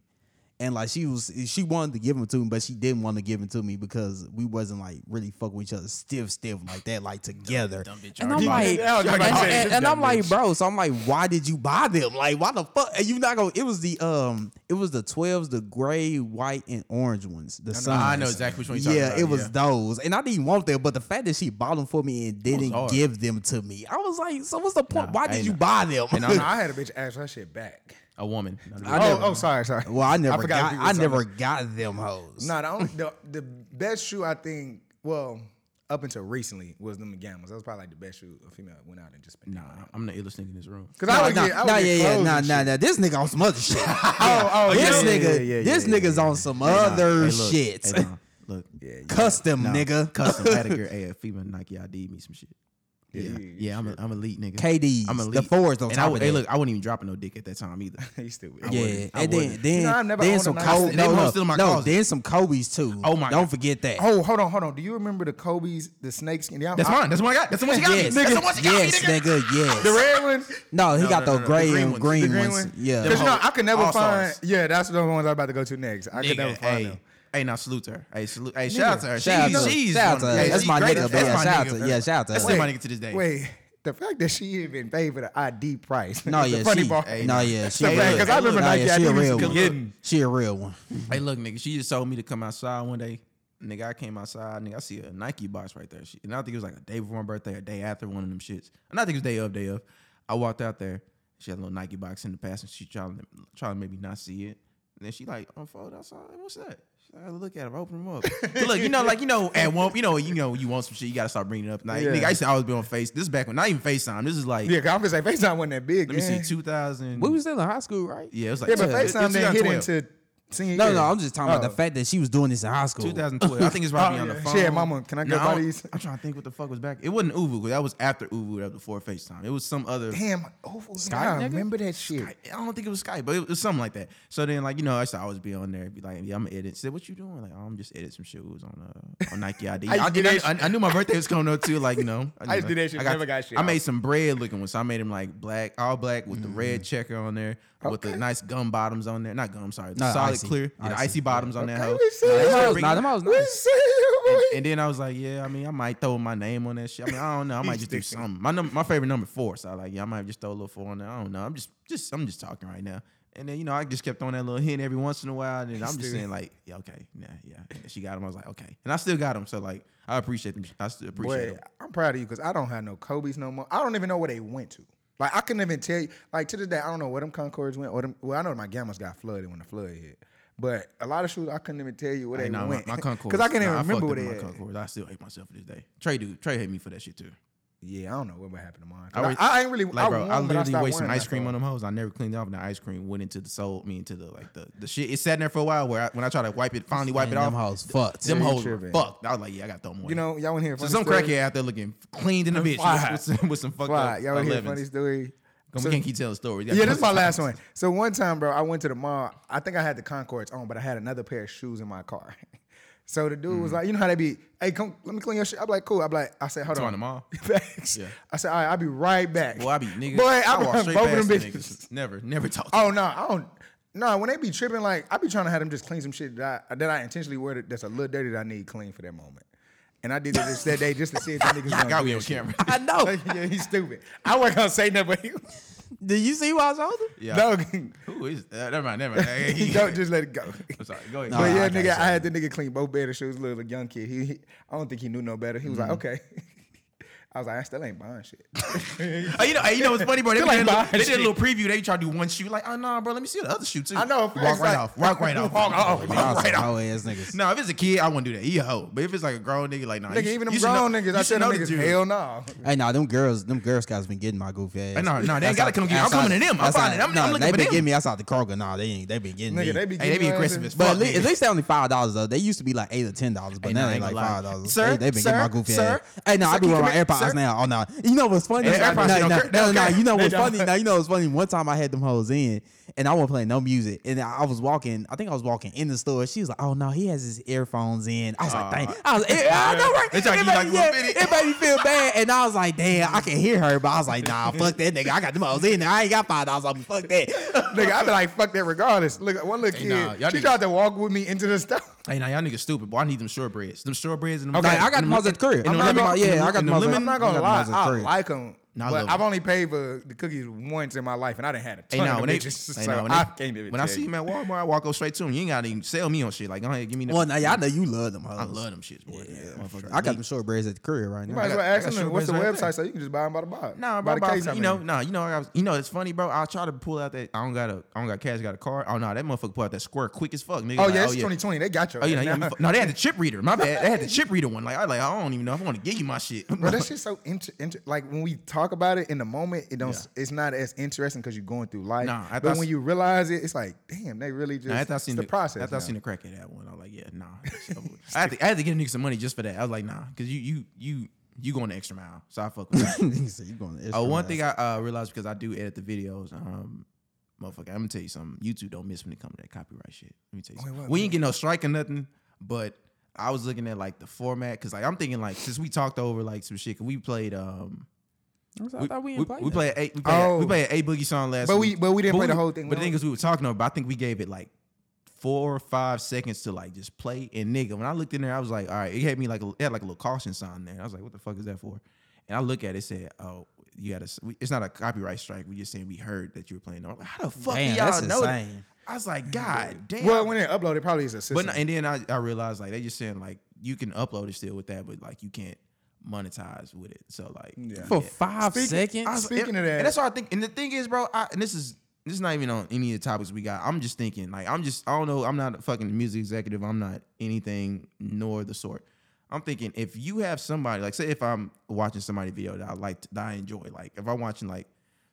[SPEAKER 2] and like she was she wanted to give them to me but she didn't want to give them to me because we wasn't like really fuck with each other stiff stiff like that like together and
[SPEAKER 1] already
[SPEAKER 2] i'm like
[SPEAKER 1] did. I was
[SPEAKER 2] and,
[SPEAKER 1] about to say,
[SPEAKER 2] and-
[SPEAKER 1] this
[SPEAKER 2] and
[SPEAKER 1] dumb
[SPEAKER 2] i'm like
[SPEAKER 1] bitch.
[SPEAKER 2] bro so i'm like why did you buy them like why the fuck are you not gonna it was the um it was the 12s the gray white and orange ones the sun
[SPEAKER 3] I know exactly which one you're
[SPEAKER 2] yeah,
[SPEAKER 3] talking about,
[SPEAKER 2] it was
[SPEAKER 3] yeah.
[SPEAKER 2] those, and I didn't want them. But the fact that she bought them for me and didn't
[SPEAKER 3] hard.
[SPEAKER 2] give them to me, I was like, "So what's the point? Why did
[SPEAKER 3] ain't
[SPEAKER 2] you
[SPEAKER 3] no-
[SPEAKER 2] buy them?"
[SPEAKER 3] And
[SPEAKER 1] No,
[SPEAKER 3] I'm
[SPEAKER 1] no, I had a bitch ask her shit back.
[SPEAKER 3] A woman. not a
[SPEAKER 2] I
[SPEAKER 3] bitch.
[SPEAKER 1] Oh,
[SPEAKER 2] never-
[SPEAKER 1] oh, sorry, sorry.
[SPEAKER 2] well, I never
[SPEAKER 1] forgot
[SPEAKER 2] got,
[SPEAKER 1] we was
[SPEAKER 2] I
[SPEAKER 1] on
[SPEAKER 2] never got them hoes.
[SPEAKER 1] No, the only the, the best shoe I think, well, up until recently was them Gammas. That was probably like the best shoe a female went out and just spent.
[SPEAKER 3] Nah, I'm the illest nigga in this room.
[SPEAKER 1] Because
[SPEAKER 2] No,
[SPEAKER 1] I would
[SPEAKER 2] no,
[SPEAKER 1] get, I would
[SPEAKER 2] no,
[SPEAKER 1] get
[SPEAKER 2] yeah, yeah,
[SPEAKER 1] clothes
[SPEAKER 2] nah,
[SPEAKER 1] and
[SPEAKER 2] nah,
[SPEAKER 1] shit.
[SPEAKER 2] nah. This nigga on some other shit.
[SPEAKER 1] Oh, oh,
[SPEAKER 2] this
[SPEAKER 1] yeah,
[SPEAKER 2] nigga,
[SPEAKER 1] yeah, yeah, yeah,
[SPEAKER 2] this
[SPEAKER 1] yeah,
[SPEAKER 2] nigga's on some other shit.
[SPEAKER 3] Hey, nah, look.
[SPEAKER 1] Yeah, yeah.
[SPEAKER 2] Custom,
[SPEAKER 3] Nah,
[SPEAKER 2] nigga.
[SPEAKER 3] Custom. I had a girl, hey, a female Nike ID me some shit.
[SPEAKER 1] Yeah,
[SPEAKER 3] Yeah,
[SPEAKER 1] you- you
[SPEAKER 3] yeah, I'm, a, I'm elite nigga.
[SPEAKER 2] KDs,
[SPEAKER 3] I'm
[SPEAKER 2] the
[SPEAKER 3] elite.
[SPEAKER 2] fours on
[SPEAKER 3] and
[SPEAKER 2] top
[SPEAKER 3] I,
[SPEAKER 2] of
[SPEAKER 3] would-
[SPEAKER 2] that.
[SPEAKER 3] Hey, look, I wasn't even dropping no dick at that time either.
[SPEAKER 1] You stupid.
[SPEAKER 2] yeah,
[SPEAKER 3] I
[SPEAKER 2] and then
[SPEAKER 3] wouldn't.
[SPEAKER 2] then
[SPEAKER 1] You know, I never
[SPEAKER 2] then
[SPEAKER 1] owned
[SPEAKER 2] some
[SPEAKER 1] a
[SPEAKER 2] Kobe.
[SPEAKER 1] Nike.
[SPEAKER 3] They
[SPEAKER 2] No,
[SPEAKER 3] most
[SPEAKER 2] no,
[SPEAKER 3] still in my
[SPEAKER 2] no,
[SPEAKER 3] closet.
[SPEAKER 2] then some Kobe's too.
[SPEAKER 3] Oh my
[SPEAKER 2] Don't
[SPEAKER 3] God.
[SPEAKER 2] forget that.
[SPEAKER 1] Oh, hold on, hold on. Do you remember the Kobe's, the snakeskin? Yeah,
[SPEAKER 3] That's
[SPEAKER 1] I-
[SPEAKER 3] mine. That's the one I got. That's the one she got
[SPEAKER 2] yes,
[SPEAKER 3] me. That's the one she got
[SPEAKER 2] yes,
[SPEAKER 3] me, nigga.
[SPEAKER 2] nigga, yes.
[SPEAKER 1] The red ones?
[SPEAKER 2] no, he
[SPEAKER 3] No,
[SPEAKER 2] got
[SPEAKER 3] no,
[SPEAKER 2] the
[SPEAKER 3] no, no, the
[SPEAKER 2] gray
[SPEAKER 3] green
[SPEAKER 2] and
[SPEAKER 3] ones.
[SPEAKER 2] green
[SPEAKER 1] the green
[SPEAKER 2] ones.
[SPEAKER 1] one?
[SPEAKER 2] Yeah,
[SPEAKER 1] Because, you know, I could never
[SPEAKER 3] All
[SPEAKER 1] find.
[SPEAKER 3] stars.
[SPEAKER 1] Yeah, that's the ones I'm about to go to next. I could never
[SPEAKER 3] Nigga,
[SPEAKER 1] find
[SPEAKER 3] hey,
[SPEAKER 1] them.
[SPEAKER 3] hey, now salute to her. Hey, salute. Hey, shout out to her.
[SPEAKER 2] shout out
[SPEAKER 3] She's-
[SPEAKER 2] to her.
[SPEAKER 3] she's
[SPEAKER 2] Shout out
[SPEAKER 3] one
[SPEAKER 2] to
[SPEAKER 3] of
[SPEAKER 2] her.
[SPEAKER 3] the-
[SPEAKER 1] That's
[SPEAKER 3] she's
[SPEAKER 1] my
[SPEAKER 3] great.
[SPEAKER 1] nigga,
[SPEAKER 2] man.
[SPEAKER 3] That's my
[SPEAKER 2] Shout out
[SPEAKER 3] nigga.
[SPEAKER 2] to- yeah, shout out to
[SPEAKER 3] That's
[SPEAKER 2] her.
[SPEAKER 3] still my nigga to this day.
[SPEAKER 1] Wait, the fact that she even favored the ID price.
[SPEAKER 2] no,
[SPEAKER 1] is the
[SPEAKER 2] yeah,
[SPEAKER 1] funny
[SPEAKER 2] she,
[SPEAKER 1] part.
[SPEAKER 2] no, yeah, she,
[SPEAKER 1] the
[SPEAKER 3] Hey,
[SPEAKER 1] fact,
[SPEAKER 3] look,
[SPEAKER 1] because I
[SPEAKER 3] hey,
[SPEAKER 1] remember
[SPEAKER 3] look.
[SPEAKER 2] nah,
[SPEAKER 1] Nike
[SPEAKER 2] yeah, she a
[SPEAKER 1] ID
[SPEAKER 2] real
[SPEAKER 1] was
[SPEAKER 2] one.
[SPEAKER 1] getting.
[SPEAKER 2] She a real one.
[SPEAKER 3] Hey, look, nigga, she just told me to come outside one day. Nigga, I came outside. Nigga, I see a Nike box right there. She, and I think it was like a day before my birthday, a day after one of them shits. And I think it was day of, day of. I walked out there. She had a little Nike box in the past, and she trying to trying to maybe not see it. And then she like unfold outside. What's that? She like, I look at him, open him up. 'Cause look, you know, like you know, at one, you know, you know, you want some shit, you gotta start bringing it up. Now,
[SPEAKER 1] Yeah.
[SPEAKER 3] nigga, I used to always be on Face. This is back when not even FaceTime. This is like,
[SPEAKER 1] Yeah, 'cause I'm gonna say FaceTime wasn't that big.
[SPEAKER 3] let me
[SPEAKER 1] man.
[SPEAKER 3] see, two thousand.
[SPEAKER 2] We was still in high school, right?
[SPEAKER 3] Yeah, it was like
[SPEAKER 1] Yeah, but
[SPEAKER 3] it- it's
[SPEAKER 1] FaceTime didn't hit
[SPEAKER 3] 2012.
[SPEAKER 1] into senior
[SPEAKER 2] No,
[SPEAKER 1] year.
[SPEAKER 2] no, I'm just talking about
[SPEAKER 1] Oh.
[SPEAKER 2] the fact that she was doing this in high school.
[SPEAKER 3] 2012. I think it's probably
[SPEAKER 1] Oh,
[SPEAKER 3] on the
[SPEAKER 1] yeah.
[SPEAKER 3] phone.
[SPEAKER 1] Shit, mama, can I go
[SPEAKER 3] No,
[SPEAKER 1] buy
[SPEAKER 3] don't-
[SPEAKER 1] these?
[SPEAKER 3] I'm trying to think what the fuck was back. It wasn't Uvu. 'cause That was after Uvu. That was before FaceTime. It was some other.
[SPEAKER 1] Damn, oh,
[SPEAKER 2] Skype,
[SPEAKER 1] I
[SPEAKER 2] nigga?
[SPEAKER 1] remember that shit.
[SPEAKER 3] I I don't think it was Skype, but it was something like that. So then, like you know, I used to always be on there, be like, "Yeah, I'm gonna edit." Said, "What you doing?" Like, oh, "I'm just editing some shit." It was on uh, on Nike ID.
[SPEAKER 1] I
[SPEAKER 3] I,
[SPEAKER 1] used to
[SPEAKER 3] did.
[SPEAKER 1] do
[SPEAKER 3] I,
[SPEAKER 1] that
[SPEAKER 3] I- I knew my birthday was coming up too. Like, you know,
[SPEAKER 1] I used to do that shit,
[SPEAKER 3] I got,
[SPEAKER 1] never got shit
[SPEAKER 3] I made
[SPEAKER 1] out.
[SPEAKER 3] some bread looking ones. So I made him like black, all black with the red checker on there, with the
[SPEAKER 1] Mm. Okay.
[SPEAKER 3] nice gum bottoms on there. Not gum, sorry, the
[SPEAKER 2] No,
[SPEAKER 3] solid
[SPEAKER 2] icy.
[SPEAKER 3] clear, Yeah, the
[SPEAKER 2] Icy.
[SPEAKER 3] icy bottoms on that.
[SPEAKER 1] Okay,
[SPEAKER 3] hoe.
[SPEAKER 1] we see.
[SPEAKER 3] And I used to
[SPEAKER 2] Nah, them hoes-
[SPEAKER 3] bring-
[SPEAKER 2] nah, them hoes
[SPEAKER 1] We
[SPEAKER 2] nice.
[SPEAKER 1] see you, boy.
[SPEAKER 3] and then I was like, yeah, I mean, I might throw my name on that shit. I mean, I don't know. I might
[SPEAKER 1] He's
[SPEAKER 3] just do
[SPEAKER 1] different.
[SPEAKER 3] something. My num- my favorite number four. So I like, yeah, I might just throw a little four on there. I don't know. I'm just just I'm just talking right now. And then you know, I just kept on that little hint every once in a while. And then I'm just
[SPEAKER 1] Dude.
[SPEAKER 3] saying like, yeah, okay, nah, yeah. And she got him. I was like, okay, and I still got him. So like, I appreciate them. I still appreciate
[SPEAKER 1] Boy,
[SPEAKER 3] them.
[SPEAKER 1] I'm proud of you because I don't have no Kobe's no more. I don't even know where they went to. Like I couldn't even tell you. Like to this day, I don't know where them Concords went. Or them, well, I know my Gammas got flooded when the flood hit. But a lot of shoes I couldn't even tell you where
[SPEAKER 3] Hey,
[SPEAKER 1] they
[SPEAKER 3] nah, my,
[SPEAKER 1] went.
[SPEAKER 3] my Concord.
[SPEAKER 1] because I can't even
[SPEAKER 3] nah, I
[SPEAKER 1] remember
[SPEAKER 3] fucked
[SPEAKER 1] where
[SPEAKER 3] up
[SPEAKER 1] they.
[SPEAKER 3] my
[SPEAKER 1] at.
[SPEAKER 3] Concord. I still hate myself to this day. Trey, dude, Trey hate me for that shit too.
[SPEAKER 1] Yeah, I don't know what happened to mine. 'Cause
[SPEAKER 3] I
[SPEAKER 1] I,
[SPEAKER 3] was-
[SPEAKER 1] I ain't really.
[SPEAKER 3] Like,
[SPEAKER 1] I
[SPEAKER 3] bro,
[SPEAKER 1] won,
[SPEAKER 3] I
[SPEAKER 1] but
[SPEAKER 3] literally
[SPEAKER 1] stopped
[SPEAKER 3] wasted
[SPEAKER 1] wearing
[SPEAKER 3] ice cream
[SPEAKER 1] myself.
[SPEAKER 3] on them hoes. I never cleaned it off, and the ice cream went into the soul, me into the like the the shit. It sat in there for a while. Where I, when I tried to wipe it, finally wipe
[SPEAKER 2] Man,
[SPEAKER 3] it off,
[SPEAKER 2] Them hoes fucked.
[SPEAKER 3] them
[SPEAKER 1] Yeah, you
[SPEAKER 3] hoes were
[SPEAKER 1] tripping.
[SPEAKER 3] fucked. I was like, yeah, I got to throw them away.
[SPEAKER 1] You know, y'all want to hear a
[SPEAKER 3] so
[SPEAKER 1] funny
[SPEAKER 3] some
[SPEAKER 1] story?
[SPEAKER 3] crackhead out there looking clean in the bitch
[SPEAKER 1] Fly.
[SPEAKER 3] with, with some, with some fucked
[SPEAKER 1] Fly,
[SPEAKER 3] up
[SPEAKER 1] Y'all want to hear a funny
[SPEAKER 3] 11s.
[SPEAKER 1] story?
[SPEAKER 3] Come,
[SPEAKER 1] So-
[SPEAKER 3] we can't keep telling stories.
[SPEAKER 1] Yeah, this is my last one. So one time, bro, I went to the mall. I think I had the Concords on, but I had another pair of shoes in my car. So the dude
[SPEAKER 3] Hmm.
[SPEAKER 1] was like, you know how they be, hey, come, let me clean your shit. I'm like, cool. I'm like, I said, hold
[SPEAKER 3] Talking
[SPEAKER 1] on.
[SPEAKER 3] to mall?
[SPEAKER 1] Facts.
[SPEAKER 3] Yeah.
[SPEAKER 1] I said, all right, I'll be right back.
[SPEAKER 3] Boy, I be niggas.
[SPEAKER 1] Boy,
[SPEAKER 3] I,
[SPEAKER 1] I,
[SPEAKER 3] walk
[SPEAKER 1] run
[SPEAKER 3] straight
[SPEAKER 1] both of
[SPEAKER 3] past
[SPEAKER 1] them
[SPEAKER 3] the
[SPEAKER 1] bitches.
[SPEAKER 3] niggas. Never, never talk. to
[SPEAKER 1] Oh no, I don't. No, when they be tripping, like I be trying to have them just clean some shit that I, that I intentionally wear that- that's a little dirty that I need clean for that moment. And I did it just that day just to see if the niggas.
[SPEAKER 3] I
[SPEAKER 1] gonna
[SPEAKER 3] got
[SPEAKER 1] do
[SPEAKER 3] me on
[SPEAKER 1] that shit.
[SPEAKER 3] camera.
[SPEAKER 2] I know.
[SPEAKER 1] yeah, he's stupid. I wasn't gonna say nothing, but he,
[SPEAKER 2] Did you see why I was older?
[SPEAKER 3] Yeah.
[SPEAKER 1] no,
[SPEAKER 3] Who is? Uh, never mind. Never mind.
[SPEAKER 1] he don't just let it go.
[SPEAKER 3] I'm sorry. Go ahead.
[SPEAKER 2] Nah,
[SPEAKER 1] But
[SPEAKER 2] I
[SPEAKER 1] yeah,
[SPEAKER 2] got
[SPEAKER 1] nigga, I had the nigga clean both bed of shoes. Little like, young kid, he, he, I don't think he knew no better. He was
[SPEAKER 3] Mm-hmm.
[SPEAKER 1] like, okay. I was like, I still ain't buying shit.
[SPEAKER 3] Oh, you know, hey, you know what's funny, bro? They,
[SPEAKER 1] Feel like
[SPEAKER 3] did, a little,
[SPEAKER 1] buying
[SPEAKER 3] they did a
[SPEAKER 1] shit.
[SPEAKER 3] little preview. They tried to do one shoe. Like, oh, nah, bro, let me see the other shoe, too.
[SPEAKER 1] I know,
[SPEAKER 3] Walk
[SPEAKER 1] facts,
[SPEAKER 3] right
[SPEAKER 1] like-
[SPEAKER 3] off. Walk right off.
[SPEAKER 1] Walk off.
[SPEAKER 3] Walk
[SPEAKER 2] Y'all
[SPEAKER 3] right
[SPEAKER 2] some
[SPEAKER 3] off.
[SPEAKER 2] hoe ass niggas.
[SPEAKER 3] No, if it's a kid, I wouldn't do that. He a hoe. But if it's like a grown nigga, like, nah. you
[SPEAKER 1] nigga,
[SPEAKER 3] should-
[SPEAKER 1] even them
[SPEAKER 3] you should
[SPEAKER 1] grown
[SPEAKER 3] know-
[SPEAKER 1] niggas,
[SPEAKER 3] you
[SPEAKER 1] I
[SPEAKER 3] should
[SPEAKER 1] tell them
[SPEAKER 3] know the
[SPEAKER 1] niggas,
[SPEAKER 3] dude.
[SPEAKER 1] hell no.
[SPEAKER 2] Hey, nah, them girls, them Girl Scouts been getting my goofy ass.
[SPEAKER 3] Hey, nah, nah, they ain't gotta come get me. I'm
[SPEAKER 2] Outside-
[SPEAKER 3] coming to them. I'm
[SPEAKER 2] outside-
[SPEAKER 3] finding- I'm- I'm
[SPEAKER 2] nah,
[SPEAKER 3] looking
[SPEAKER 2] They
[SPEAKER 3] for
[SPEAKER 2] been
[SPEAKER 3] them.
[SPEAKER 2] getting me outside the Kroger. Nah, they ain't. They been getting me.
[SPEAKER 1] Nigga, they be
[SPEAKER 3] Hey, they
[SPEAKER 1] getting
[SPEAKER 3] be
[SPEAKER 1] your ass
[SPEAKER 3] aggressive
[SPEAKER 1] in-
[SPEAKER 3] as fuck.
[SPEAKER 2] but at least,
[SPEAKER 3] nigga.
[SPEAKER 2] at least they only five dollars though. They used to be like eight or ten dollars, but
[SPEAKER 3] Hey, nah,
[SPEAKER 2] now
[SPEAKER 3] I
[SPEAKER 2] they
[SPEAKER 3] ain't
[SPEAKER 2] like
[SPEAKER 3] gonna lie.
[SPEAKER 2] five dollars.
[SPEAKER 3] Sir,
[SPEAKER 2] They, they been
[SPEAKER 3] sir,
[SPEAKER 2] getting my goofy
[SPEAKER 3] sir.
[SPEAKER 2] ass. Hey, no, I
[SPEAKER 3] Sir,
[SPEAKER 2] be wearing
[SPEAKER 3] can you
[SPEAKER 2] my
[SPEAKER 3] commit-
[SPEAKER 2] AirPods
[SPEAKER 3] sir?
[SPEAKER 2] now. Oh no, you know what's funny?
[SPEAKER 3] Hey,
[SPEAKER 2] No,
[SPEAKER 3] AirPods, they
[SPEAKER 2] no,
[SPEAKER 3] don't
[SPEAKER 2] no,
[SPEAKER 3] care- they don't
[SPEAKER 2] no,
[SPEAKER 3] care.
[SPEAKER 2] You know
[SPEAKER 1] They
[SPEAKER 2] what's
[SPEAKER 1] don't.
[SPEAKER 2] funny? Now you know what's funny. One time I had them hoes in, and I wasn't playing no music, and I I was walking. I think I was walking in the store. She was like, "Oh no, he has his earphones in." I was like, "Dang!" I was, it, I know, right?
[SPEAKER 3] They trying to
[SPEAKER 2] It
[SPEAKER 3] give you
[SPEAKER 2] made-
[SPEAKER 3] like
[SPEAKER 2] yeah,
[SPEAKER 3] little bitty.
[SPEAKER 2] it made me feel bad, and I was like, "Damn, I can hear her," but I was like, "Nah, fuck that nigga. I got them hoes in. there. I ain't got five dollars. I'm fuck that."
[SPEAKER 1] Nigga, I be like, fuck that regardless. Look, one little
[SPEAKER 3] Hey,
[SPEAKER 1] kid,
[SPEAKER 3] nah, y'all
[SPEAKER 1] she
[SPEAKER 3] niggas-
[SPEAKER 1] tried to walk with me into the store.
[SPEAKER 3] Hey, now y'all niggas stupid, boy. I need them shortbreads. Them shortbreads and them.
[SPEAKER 2] Okay,
[SPEAKER 3] lemon-
[SPEAKER 2] I got
[SPEAKER 3] and
[SPEAKER 2] them hoes at the crib.
[SPEAKER 3] and
[SPEAKER 2] I'm
[SPEAKER 3] them
[SPEAKER 2] not
[SPEAKER 3] lemon-
[SPEAKER 2] gonna- yeah,
[SPEAKER 3] and them-
[SPEAKER 2] I got
[SPEAKER 3] and
[SPEAKER 2] them
[SPEAKER 3] them
[SPEAKER 2] hoes at-
[SPEAKER 3] lemon-
[SPEAKER 1] I'm not
[SPEAKER 2] I
[SPEAKER 1] gonna
[SPEAKER 2] got
[SPEAKER 1] lie,
[SPEAKER 2] mine's a
[SPEAKER 1] I
[SPEAKER 2] three.
[SPEAKER 1] like them.
[SPEAKER 3] Nah, I
[SPEAKER 1] but
[SPEAKER 3] love 'em.
[SPEAKER 1] I've only paid for the cookies once in my life, and I didn't had a
[SPEAKER 3] Hey,
[SPEAKER 1] ton
[SPEAKER 3] nah,
[SPEAKER 1] of
[SPEAKER 3] when
[SPEAKER 1] them
[SPEAKER 3] they,
[SPEAKER 1] bitches.
[SPEAKER 3] hey,
[SPEAKER 1] so
[SPEAKER 3] nah, when
[SPEAKER 1] I
[SPEAKER 3] they,
[SPEAKER 1] can't even
[SPEAKER 3] when I
[SPEAKER 1] tell
[SPEAKER 3] see
[SPEAKER 1] you.
[SPEAKER 3] him at Walmart, I walk up straight to him. You ain't gotta even sell me on shit. Like, go ahead, give me the.
[SPEAKER 2] Well, now y'all know you love them hoes.
[SPEAKER 3] I love them shits, boy. Yeah, motherfucker.
[SPEAKER 2] I got them shortbreads at the crib right
[SPEAKER 1] You
[SPEAKER 2] now.
[SPEAKER 1] might as well
[SPEAKER 3] got- I
[SPEAKER 1] ask
[SPEAKER 3] got
[SPEAKER 1] them what's the
[SPEAKER 3] shortbreads right
[SPEAKER 1] website
[SPEAKER 3] there.
[SPEAKER 1] so you can just buy them by the box. by
[SPEAKER 3] Nah, bro,
[SPEAKER 1] the
[SPEAKER 3] bro,
[SPEAKER 1] case, I
[SPEAKER 3] you know,
[SPEAKER 1] mean.
[SPEAKER 3] nah, you know, I was, you know, it's funny, bro. I try to pull out that I don't got a, I don't got cash, got a card. Oh no, that motherfucker pull out that square quick as fuck, nigga.
[SPEAKER 1] Oh
[SPEAKER 3] Like,
[SPEAKER 1] yeah, it's 2020. They got your.
[SPEAKER 3] Oh, you know,
[SPEAKER 1] ass
[SPEAKER 3] you got me
[SPEAKER 1] now.
[SPEAKER 3] fu- no, they had the chip reader. My bad, they had the chip reader one. Like I, like I don't even know if I want to give you my shit.
[SPEAKER 1] Bro, that shit's so inter- inter- like when we talk about it in the moment, it don't.
[SPEAKER 3] Yeah.
[SPEAKER 1] It's not as interesting because you're going through life.
[SPEAKER 3] Nah, I
[SPEAKER 1] but
[SPEAKER 3] thought-
[SPEAKER 1] when you realize it, it's like, damn, they really just.
[SPEAKER 3] Nah, after I
[SPEAKER 1] it's
[SPEAKER 3] seen
[SPEAKER 1] the, process.
[SPEAKER 3] After I
[SPEAKER 1] now.
[SPEAKER 3] seen the crackhead that one, I was like, yeah, nah. I had to, I had to get a nigga some money just for that. I was like, nah, because you, you, you, you going the extra mile. So I fuck with. that.
[SPEAKER 2] Nigga said, "You going to
[SPEAKER 3] Uh,
[SPEAKER 2] Israel
[SPEAKER 3] one
[SPEAKER 2] now."
[SPEAKER 3] thing I uh, realized because I do edit the videos, um, motherfucker, I'm gonna tell you something. YouTube don't miss when it comes to that copyright shit. Let me tell you,
[SPEAKER 1] Wait,
[SPEAKER 3] something.
[SPEAKER 1] what,
[SPEAKER 3] we ain't getting no strike or nothing. But I was looking at like the format because like I'm thinking like since we talked over like some shit, 'cause we played um,
[SPEAKER 2] I
[SPEAKER 3] we,
[SPEAKER 2] thought we
[SPEAKER 3] we,
[SPEAKER 2] didn't play.
[SPEAKER 3] we
[SPEAKER 2] that.
[SPEAKER 3] played eight, we played,
[SPEAKER 1] Oh.
[SPEAKER 3] we played an a boogie song last,
[SPEAKER 1] But we
[SPEAKER 3] week.
[SPEAKER 1] but we didn't
[SPEAKER 3] But
[SPEAKER 1] play the
[SPEAKER 3] we-
[SPEAKER 1] whole thing.
[SPEAKER 3] But the
[SPEAKER 1] We
[SPEAKER 3] thing is, we were talking about. I think we gave it like four or five seconds to like just play. And nigga, when I looked in there, I was like, all right, it had me like a- it had like a little caution sign there. I was like, what the fuck is that for? And I look at it, it said, oh, you got to. It's not a copyright strike. We just saying we heard that you were playing. I'm like, how the fuck
[SPEAKER 2] Damn,
[SPEAKER 3] do y'all
[SPEAKER 2] that's
[SPEAKER 3] know? that?
[SPEAKER 2] insane.
[SPEAKER 3] I was like, god damn.
[SPEAKER 1] well, when it uploaded, it probably is a system.
[SPEAKER 3] But and then I, I realized like they just saying like you can upload it still with that, but like you can't monetize with it. So like
[SPEAKER 1] Yeah.
[SPEAKER 2] for five
[SPEAKER 1] Speaking-
[SPEAKER 2] seconds.
[SPEAKER 1] Speaking
[SPEAKER 3] and,
[SPEAKER 1] of that-
[SPEAKER 3] and that's what I think. And the thing is, bro, I, and this is this is not even on any of the topics we got. I'm just thinking, like, I'm just, I don't know, I'm not a fucking music executive. I'm not anything nor the sort. I'm thinking if you have somebody, like, say if I'm watching somebody video that I like, that I enjoy, like, if I'm watching like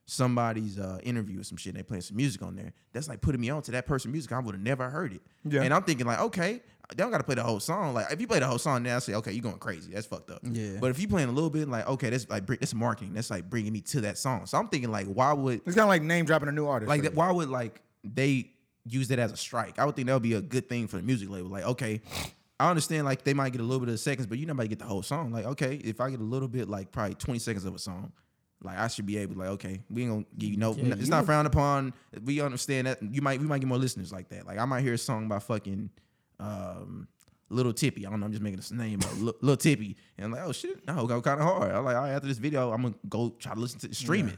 [SPEAKER 3] somebody's uh, interview or some shit, and they playing some music on there, that's like putting me on to that person's music. I would have never heard it.
[SPEAKER 1] Yeah.
[SPEAKER 3] And I'm thinking like, okay, they don't got to play the whole song. Like, if you play the whole song, then I say, okay, you're going crazy. That's fucked up.
[SPEAKER 2] Yeah.
[SPEAKER 3] But if you playing a little bit, like, okay, that's like br- that's marketing. That's like bringing me to that song. So I'm thinking like, why would
[SPEAKER 1] It's kind of like name dropping a new artist.
[SPEAKER 3] like
[SPEAKER 1] for
[SPEAKER 3] that, why would like they use that as a strike? I would think that would be a good thing for the music label. Like, okay, I understand like they might get a little bit of seconds, but you're not about to get the whole song. Like, okay, if I get a little bit, like probably 20 seconds of a song, like I should be able, like, okay, we ain't gonna give you no,
[SPEAKER 2] Yeah,
[SPEAKER 3] it's
[SPEAKER 2] you
[SPEAKER 3] not
[SPEAKER 2] would-
[SPEAKER 3] frowned upon. We understand that you might we might get more listeners like that. Like I might hear a song by fucking um Little Tippy, I don't know. I'm just making this name up. Little, Little Tippy, and I'm like, oh shit, no, go kind of hard. I'm like, all right, after this video, I'm gonna go try to listen to stream it.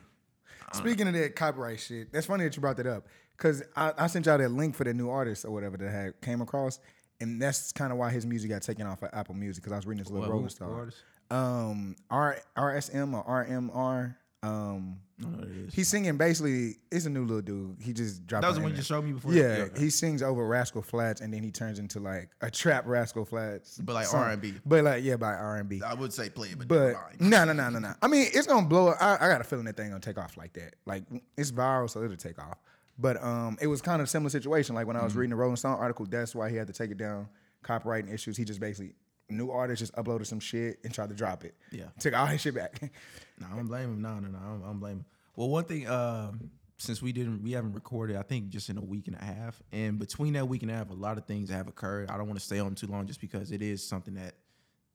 [SPEAKER 3] uh-uh.
[SPEAKER 1] Speaking of that copyright shit, that's funny that you brought that up because I, I sent y'all that link for the new artist or whatever that had came across, and that's kind of why his music got taken off of Apple Music because I was reading this little
[SPEAKER 3] Who-
[SPEAKER 1] Rolling
[SPEAKER 3] who
[SPEAKER 1] Stone.
[SPEAKER 3] artist?
[SPEAKER 1] Um, R RSM or RMR. Um,
[SPEAKER 3] I don't know who it is.
[SPEAKER 1] he's singing basically. It's a new little dude. He just dropped.
[SPEAKER 3] That was
[SPEAKER 1] on
[SPEAKER 3] the one you
[SPEAKER 1] internet.
[SPEAKER 3] showed me before.
[SPEAKER 1] Yeah, he sings over Rascal Flats, and then he turns into like a trap Rascal Flats,
[SPEAKER 3] But, like,
[SPEAKER 1] song.
[SPEAKER 3] R&B.
[SPEAKER 1] But like yeah, by R and B.
[SPEAKER 3] I would say play it, but,
[SPEAKER 1] But no, no, no, no, no. I mean, it's gonna blow up. I, I got a feeling that thing gonna take off like that. Like it's viral, so it'll take off. But um, it was kind of a similar situation. Like when I was
[SPEAKER 3] Mm-hmm.
[SPEAKER 1] reading the Rolling Stone article, that's why he had to take it down. Copyright and issues. He just basically new artist just uploaded some shit and tried to drop it.
[SPEAKER 3] Yeah.
[SPEAKER 1] took all his shit back.
[SPEAKER 3] No, I don't blame him. No, no, no, I don't, I don't blame him. Well, one thing, uh, since we didn't, we haven't recorded. I think just in a week and a half, and between that week and a half, a lot of things have occurred. I don't want to stay on too long, just because it is something that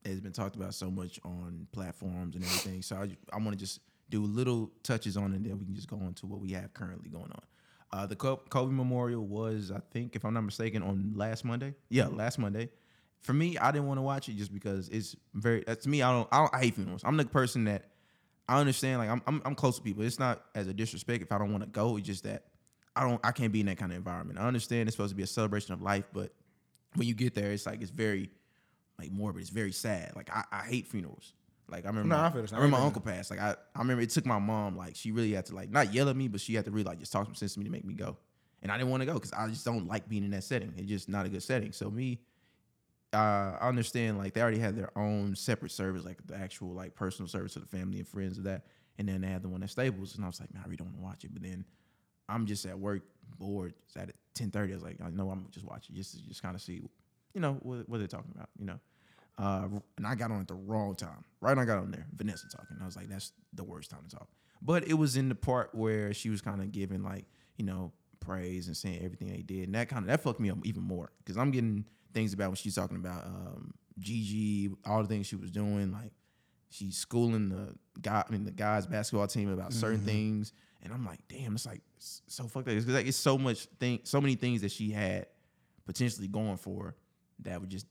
[SPEAKER 3] has been talked about so much on platforms and everything. So I, I want to just do little touches on, it, and then we can just go on to what we have currently going on. Uh, the Ko- Kobe Memorial was, I think, if I'm not mistaken, on last Monday. Yeah, last Monday. For me, I didn't want to watch it just because it's very. uh, To me, I don't. I, don't, I hate funerals. I'm the person that I understand. Like I'm, I'm, I'm close to people. It's not as a disrespect if I don't want to go. It's just that I don't. I can't be in that kind of environment. I understand it's supposed to be a celebration of life, but when you get there, it's like it's very like morbid. It's very sad. Like I, I hate funerals. Like I remember,
[SPEAKER 1] No,
[SPEAKER 3] my,
[SPEAKER 1] I feel this. I
[SPEAKER 3] remember my
[SPEAKER 1] remember
[SPEAKER 3] uncle passed. Like I, I remember it took my mom. Like she really had to like not yell at me, but she had to really like just talk some sense to me to make me go. And I didn't want to go because I just don't like being in that setting. It's just not a good setting. So me, uh, I understand like they already had their own separate service, like the actual like personal service to the family and friends of that, and then they had the one at Staples, and I was like, man, I really don't want to watch it. But then I'm just at work, bored. It's at ten thirty. I was like, I know I'm just watching, just to just kind of see, you know, what, what they're talking about, you know. Uh, and I got on at the wrong time. Right when I got on there, Vanessa talking. I was like, that's the worst time to talk. But it was in the part where she was kind of giving like, you know, praise and saying everything they did, and that kind of that fucked me up even more because I'm getting things about when she's talking about um, Gigi, all the things she was doing, like she's schooling the guy, I mean, the guys basketball team about certain
[SPEAKER 2] Mm-hmm.
[SPEAKER 3] things, and I'm like, damn, it's like s- so fucked up. It's 'cause, like it's so much thing, so many things that she had potentially going for her that would just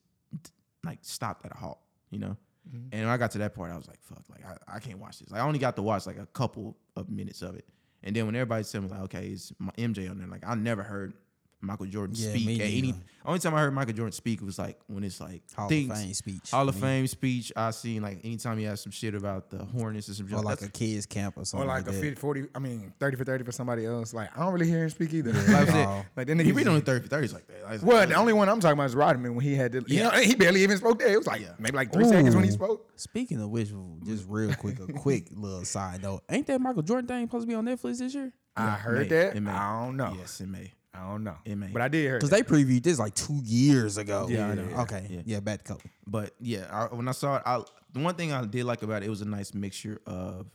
[SPEAKER 3] like stop at a halt, you know.
[SPEAKER 2] Mm-hmm.
[SPEAKER 3] And when I got to that part, I was like, fuck, like I, I can't watch this. Like, I only got to watch like a couple of minutes of it, and then when everybody's telling me like, okay, it's my MJ on there, like I never heard. Michael Jordan
[SPEAKER 2] Yeah,
[SPEAKER 3] speak
[SPEAKER 2] me
[SPEAKER 3] at any.
[SPEAKER 2] neither.
[SPEAKER 3] Only time I heard Michael Jordan speak was like when it's like
[SPEAKER 2] Hall
[SPEAKER 3] things,
[SPEAKER 2] of Fame speech.
[SPEAKER 3] Hall of
[SPEAKER 2] Me-
[SPEAKER 3] Fame speech. I seen like anytime he has some shit about the Hornets or some shit.
[SPEAKER 2] Or like a
[SPEAKER 3] that's-
[SPEAKER 2] kids camp or
[SPEAKER 1] or
[SPEAKER 2] something.
[SPEAKER 1] like a
[SPEAKER 2] that.
[SPEAKER 1] 50, 40, I mean thirty for thirty for somebody else. Like I don't really hear him speak either.
[SPEAKER 3] like
[SPEAKER 1] like,
[SPEAKER 3] I said,
[SPEAKER 2] Oh.
[SPEAKER 1] like then
[SPEAKER 3] he really only thirty thirties like that. Like,
[SPEAKER 1] Well, the only one I'm talking about is Rodman when he had to.
[SPEAKER 3] Yeah.
[SPEAKER 1] You know, he barely even spoke there. It was like
[SPEAKER 3] Yeah.
[SPEAKER 1] maybe like three seconds when he
[SPEAKER 2] Ooh.
[SPEAKER 1] spoke.
[SPEAKER 2] Speaking of which, just real quick, a quick little side note. Ain't that Michael Jordan thing supposed to be on Netflix this year?
[SPEAKER 1] I
[SPEAKER 3] May.
[SPEAKER 1] heard
[SPEAKER 3] It
[SPEAKER 1] that.
[SPEAKER 3] may.
[SPEAKER 1] I don't know.
[SPEAKER 3] yes, in May.
[SPEAKER 1] I don't know.
[SPEAKER 3] It may.
[SPEAKER 1] But I did hear
[SPEAKER 2] Because
[SPEAKER 1] that.
[SPEAKER 2] they previewed this like two years ago.
[SPEAKER 1] Yeah, Oh, I know.
[SPEAKER 2] Okay.
[SPEAKER 3] Yeah.
[SPEAKER 2] Yeah, back to Kobe.
[SPEAKER 3] But yeah, I, when I saw it, I, the one thing I did like about it, it was a nice mixture of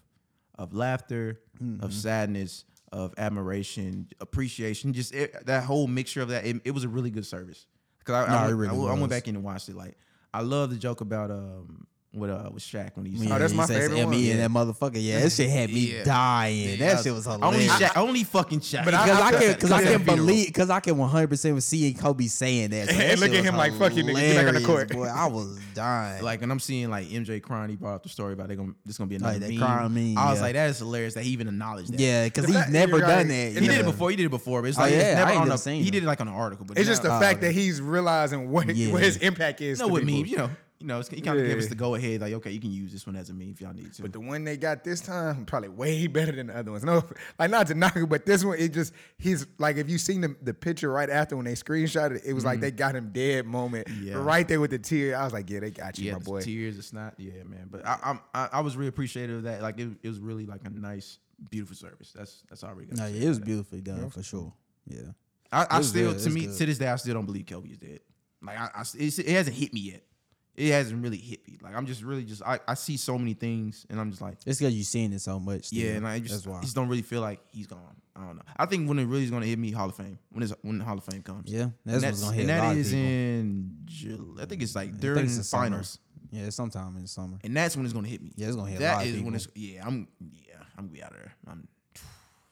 [SPEAKER 3] of laughter, of sadness, of admiration, appreciation. Just it, that whole mixture of that. It, it was a really good service because I,
[SPEAKER 2] No,
[SPEAKER 3] I,
[SPEAKER 2] it
[SPEAKER 3] went-
[SPEAKER 2] really
[SPEAKER 3] I, went- I
[SPEAKER 2] was.
[SPEAKER 3] went back in and watched it. Like I love the joke about um with uh with Shaq when he's
[SPEAKER 1] Oh, that's
[SPEAKER 2] he
[SPEAKER 1] my
[SPEAKER 2] says
[SPEAKER 1] favorite
[SPEAKER 2] "Emmy"
[SPEAKER 1] one.
[SPEAKER 2] and that motherfucker. Yeah, that shit had me
[SPEAKER 3] Yeah.
[SPEAKER 2] dying. That shit was
[SPEAKER 3] only
[SPEAKER 2] hilarious.
[SPEAKER 3] Shaq, only fucking Shaq.
[SPEAKER 1] But I-
[SPEAKER 2] Because I
[SPEAKER 1] felt
[SPEAKER 2] can,
[SPEAKER 1] that
[SPEAKER 2] because I
[SPEAKER 1] too.
[SPEAKER 2] can believe, because I can 100 percent see Kobe saying that. So
[SPEAKER 1] And
[SPEAKER 2] that
[SPEAKER 1] look
[SPEAKER 2] shit
[SPEAKER 1] at
[SPEAKER 2] was
[SPEAKER 1] him like, "Fuck you, nigga, get back on the
[SPEAKER 2] hilarious,
[SPEAKER 1] court."
[SPEAKER 2] Boy, I was dying.
[SPEAKER 3] Like, and I'm seeing like MJ crying. He brought up the story about they gonna this gonna be another
[SPEAKER 2] Like, that
[SPEAKER 3] meme.
[SPEAKER 2] crying meme,
[SPEAKER 3] I was
[SPEAKER 2] yeah.
[SPEAKER 3] like, that is hilarious that he even acknowledged that.
[SPEAKER 2] yeah, because
[SPEAKER 1] The
[SPEAKER 2] he's
[SPEAKER 1] fact-
[SPEAKER 2] never
[SPEAKER 1] you're
[SPEAKER 2] done
[SPEAKER 1] right.
[SPEAKER 2] that.
[SPEAKER 1] And
[SPEAKER 3] he did it
[SPEAKER 2] yeah.
[SPEAKER 3] before. He did it before, but it's
[SPEAKER 2] Oh,
[SPEAKER 3] like
[SPEAKER 2] yeah,
[SPEAKER 3] it's
[SPEAKER 2] I
[SPEAKER 3] never
[SPEAKER 2] ain't
[SPEAKER 3] on
[SPEAKER 2] never
[SPEAKER 3] a.
[SPEAKER 2] seen
[SPEAKER 3] He
[SPEAKER 2] him.
[SPEAKER 3] did it like on an article, but
[SPEAKER 1] It's just the
[SPEAKER 3] now-
[SPEAKER 1] fact that he's realizing what,
[SPEAKER 2] Yeah.
[SPEAKER 1] what his impact is.
[SPEAKER 3] You know
[SPEAKER 1] to
[SPEAKER 3] what
[SPEAKER 1] people.
[SPEAKER 3] memes? You know, you know, it's, he kind of gave us
[SPEAKER 1] Yeah.
[SPEAKER 3] the go ahead. Like, okay, you can use this one as a meme if y'all need to.
[SPEAKER 1] But the one they got this time probably way better than the other ones. No, like not to knock it, but this one it just he's like if you seen the, the picture right after when they screenshot it, it was like they got him dead moment
[SPEAKER 3] Mm-hmm. Yeah.
[SPEAKER 1] right there with the tear. I was like, yeah, they got you,
[SPEAKER 3] yeah,
[SPEAKER 1] my
[SPEAKER 3] the
[SPEAKER 1] boy.
[SPEAKER 3] tears, it's not. Yeah, man. But I, I'm, I, I was really appreciative of that. Like, it, it was really like a nice, beautiful service. That's that's all we got.
[SPEAKER 2] No, yeah, it was beautifully done for sure. Yeah.
[SPEAKER 3] I, I
[SPEAKER 2] It's
[SPEAKER 3] still,
[SPEAKER 2] good,
[SPEAKER 3] to
[SPEAKER 2] it's
[SPEAKER 3] me,
[SPEAKER 2] good.
[SPEAKER 3] to this day, I still don't believe Kobe is dead. Like, I, I- it's, it hasn't hit me yet. It hasn't really hit me. Like, I'm just really just, I, I see so many things, and I'm just like,
[SPEAKER 2] It's because you've seen it so much.
[SPEAKER 3] yeah,
[SPEAKER 2] dude.
[SPEAKER 3] and I just,
[SPEAKER 2] that's why.
[SPEAKER 3] I just don't really feel like he's gone. I don't know. I think when it really is going to hit me, Hall of Fame. When is when the Hall of Fame comes.
[SPEAKER 2] Yeah, that's,
[SPEAKER 3] and
[SPEAKER 2] what's gonna hit
[SPEAKER 3] and
[SPEAKER 2] a
[SPEAKER 3] that
[SPEAKER 2] lot
[SPEAKER 3] is
[SPEAKER 2] of people.
[SPEAKER 3] in July. I think it's like
[SPEAKER 2] I
[SPEAKER 3] during
[SPEAKER 2] think it's
[SPEAKER 3] the
[SPEAKER 2] summer.
[SPEAKER 3] finals,
[SPEAKER 2] Yeah, it's sometime in the summer.
[SPEAKER 3] and that's when it's gonna hit me.
[SPEAKER 2] Yeah, it's gonna hit a lot
[SPEAKER 3] That
[SPEAKER 2] of
[SPEAKER 3] is when
[SPEAKER 2] people.
[SPEAKER 3] it's yeah. I'm yeah. I'm gonna be out of there. I'm.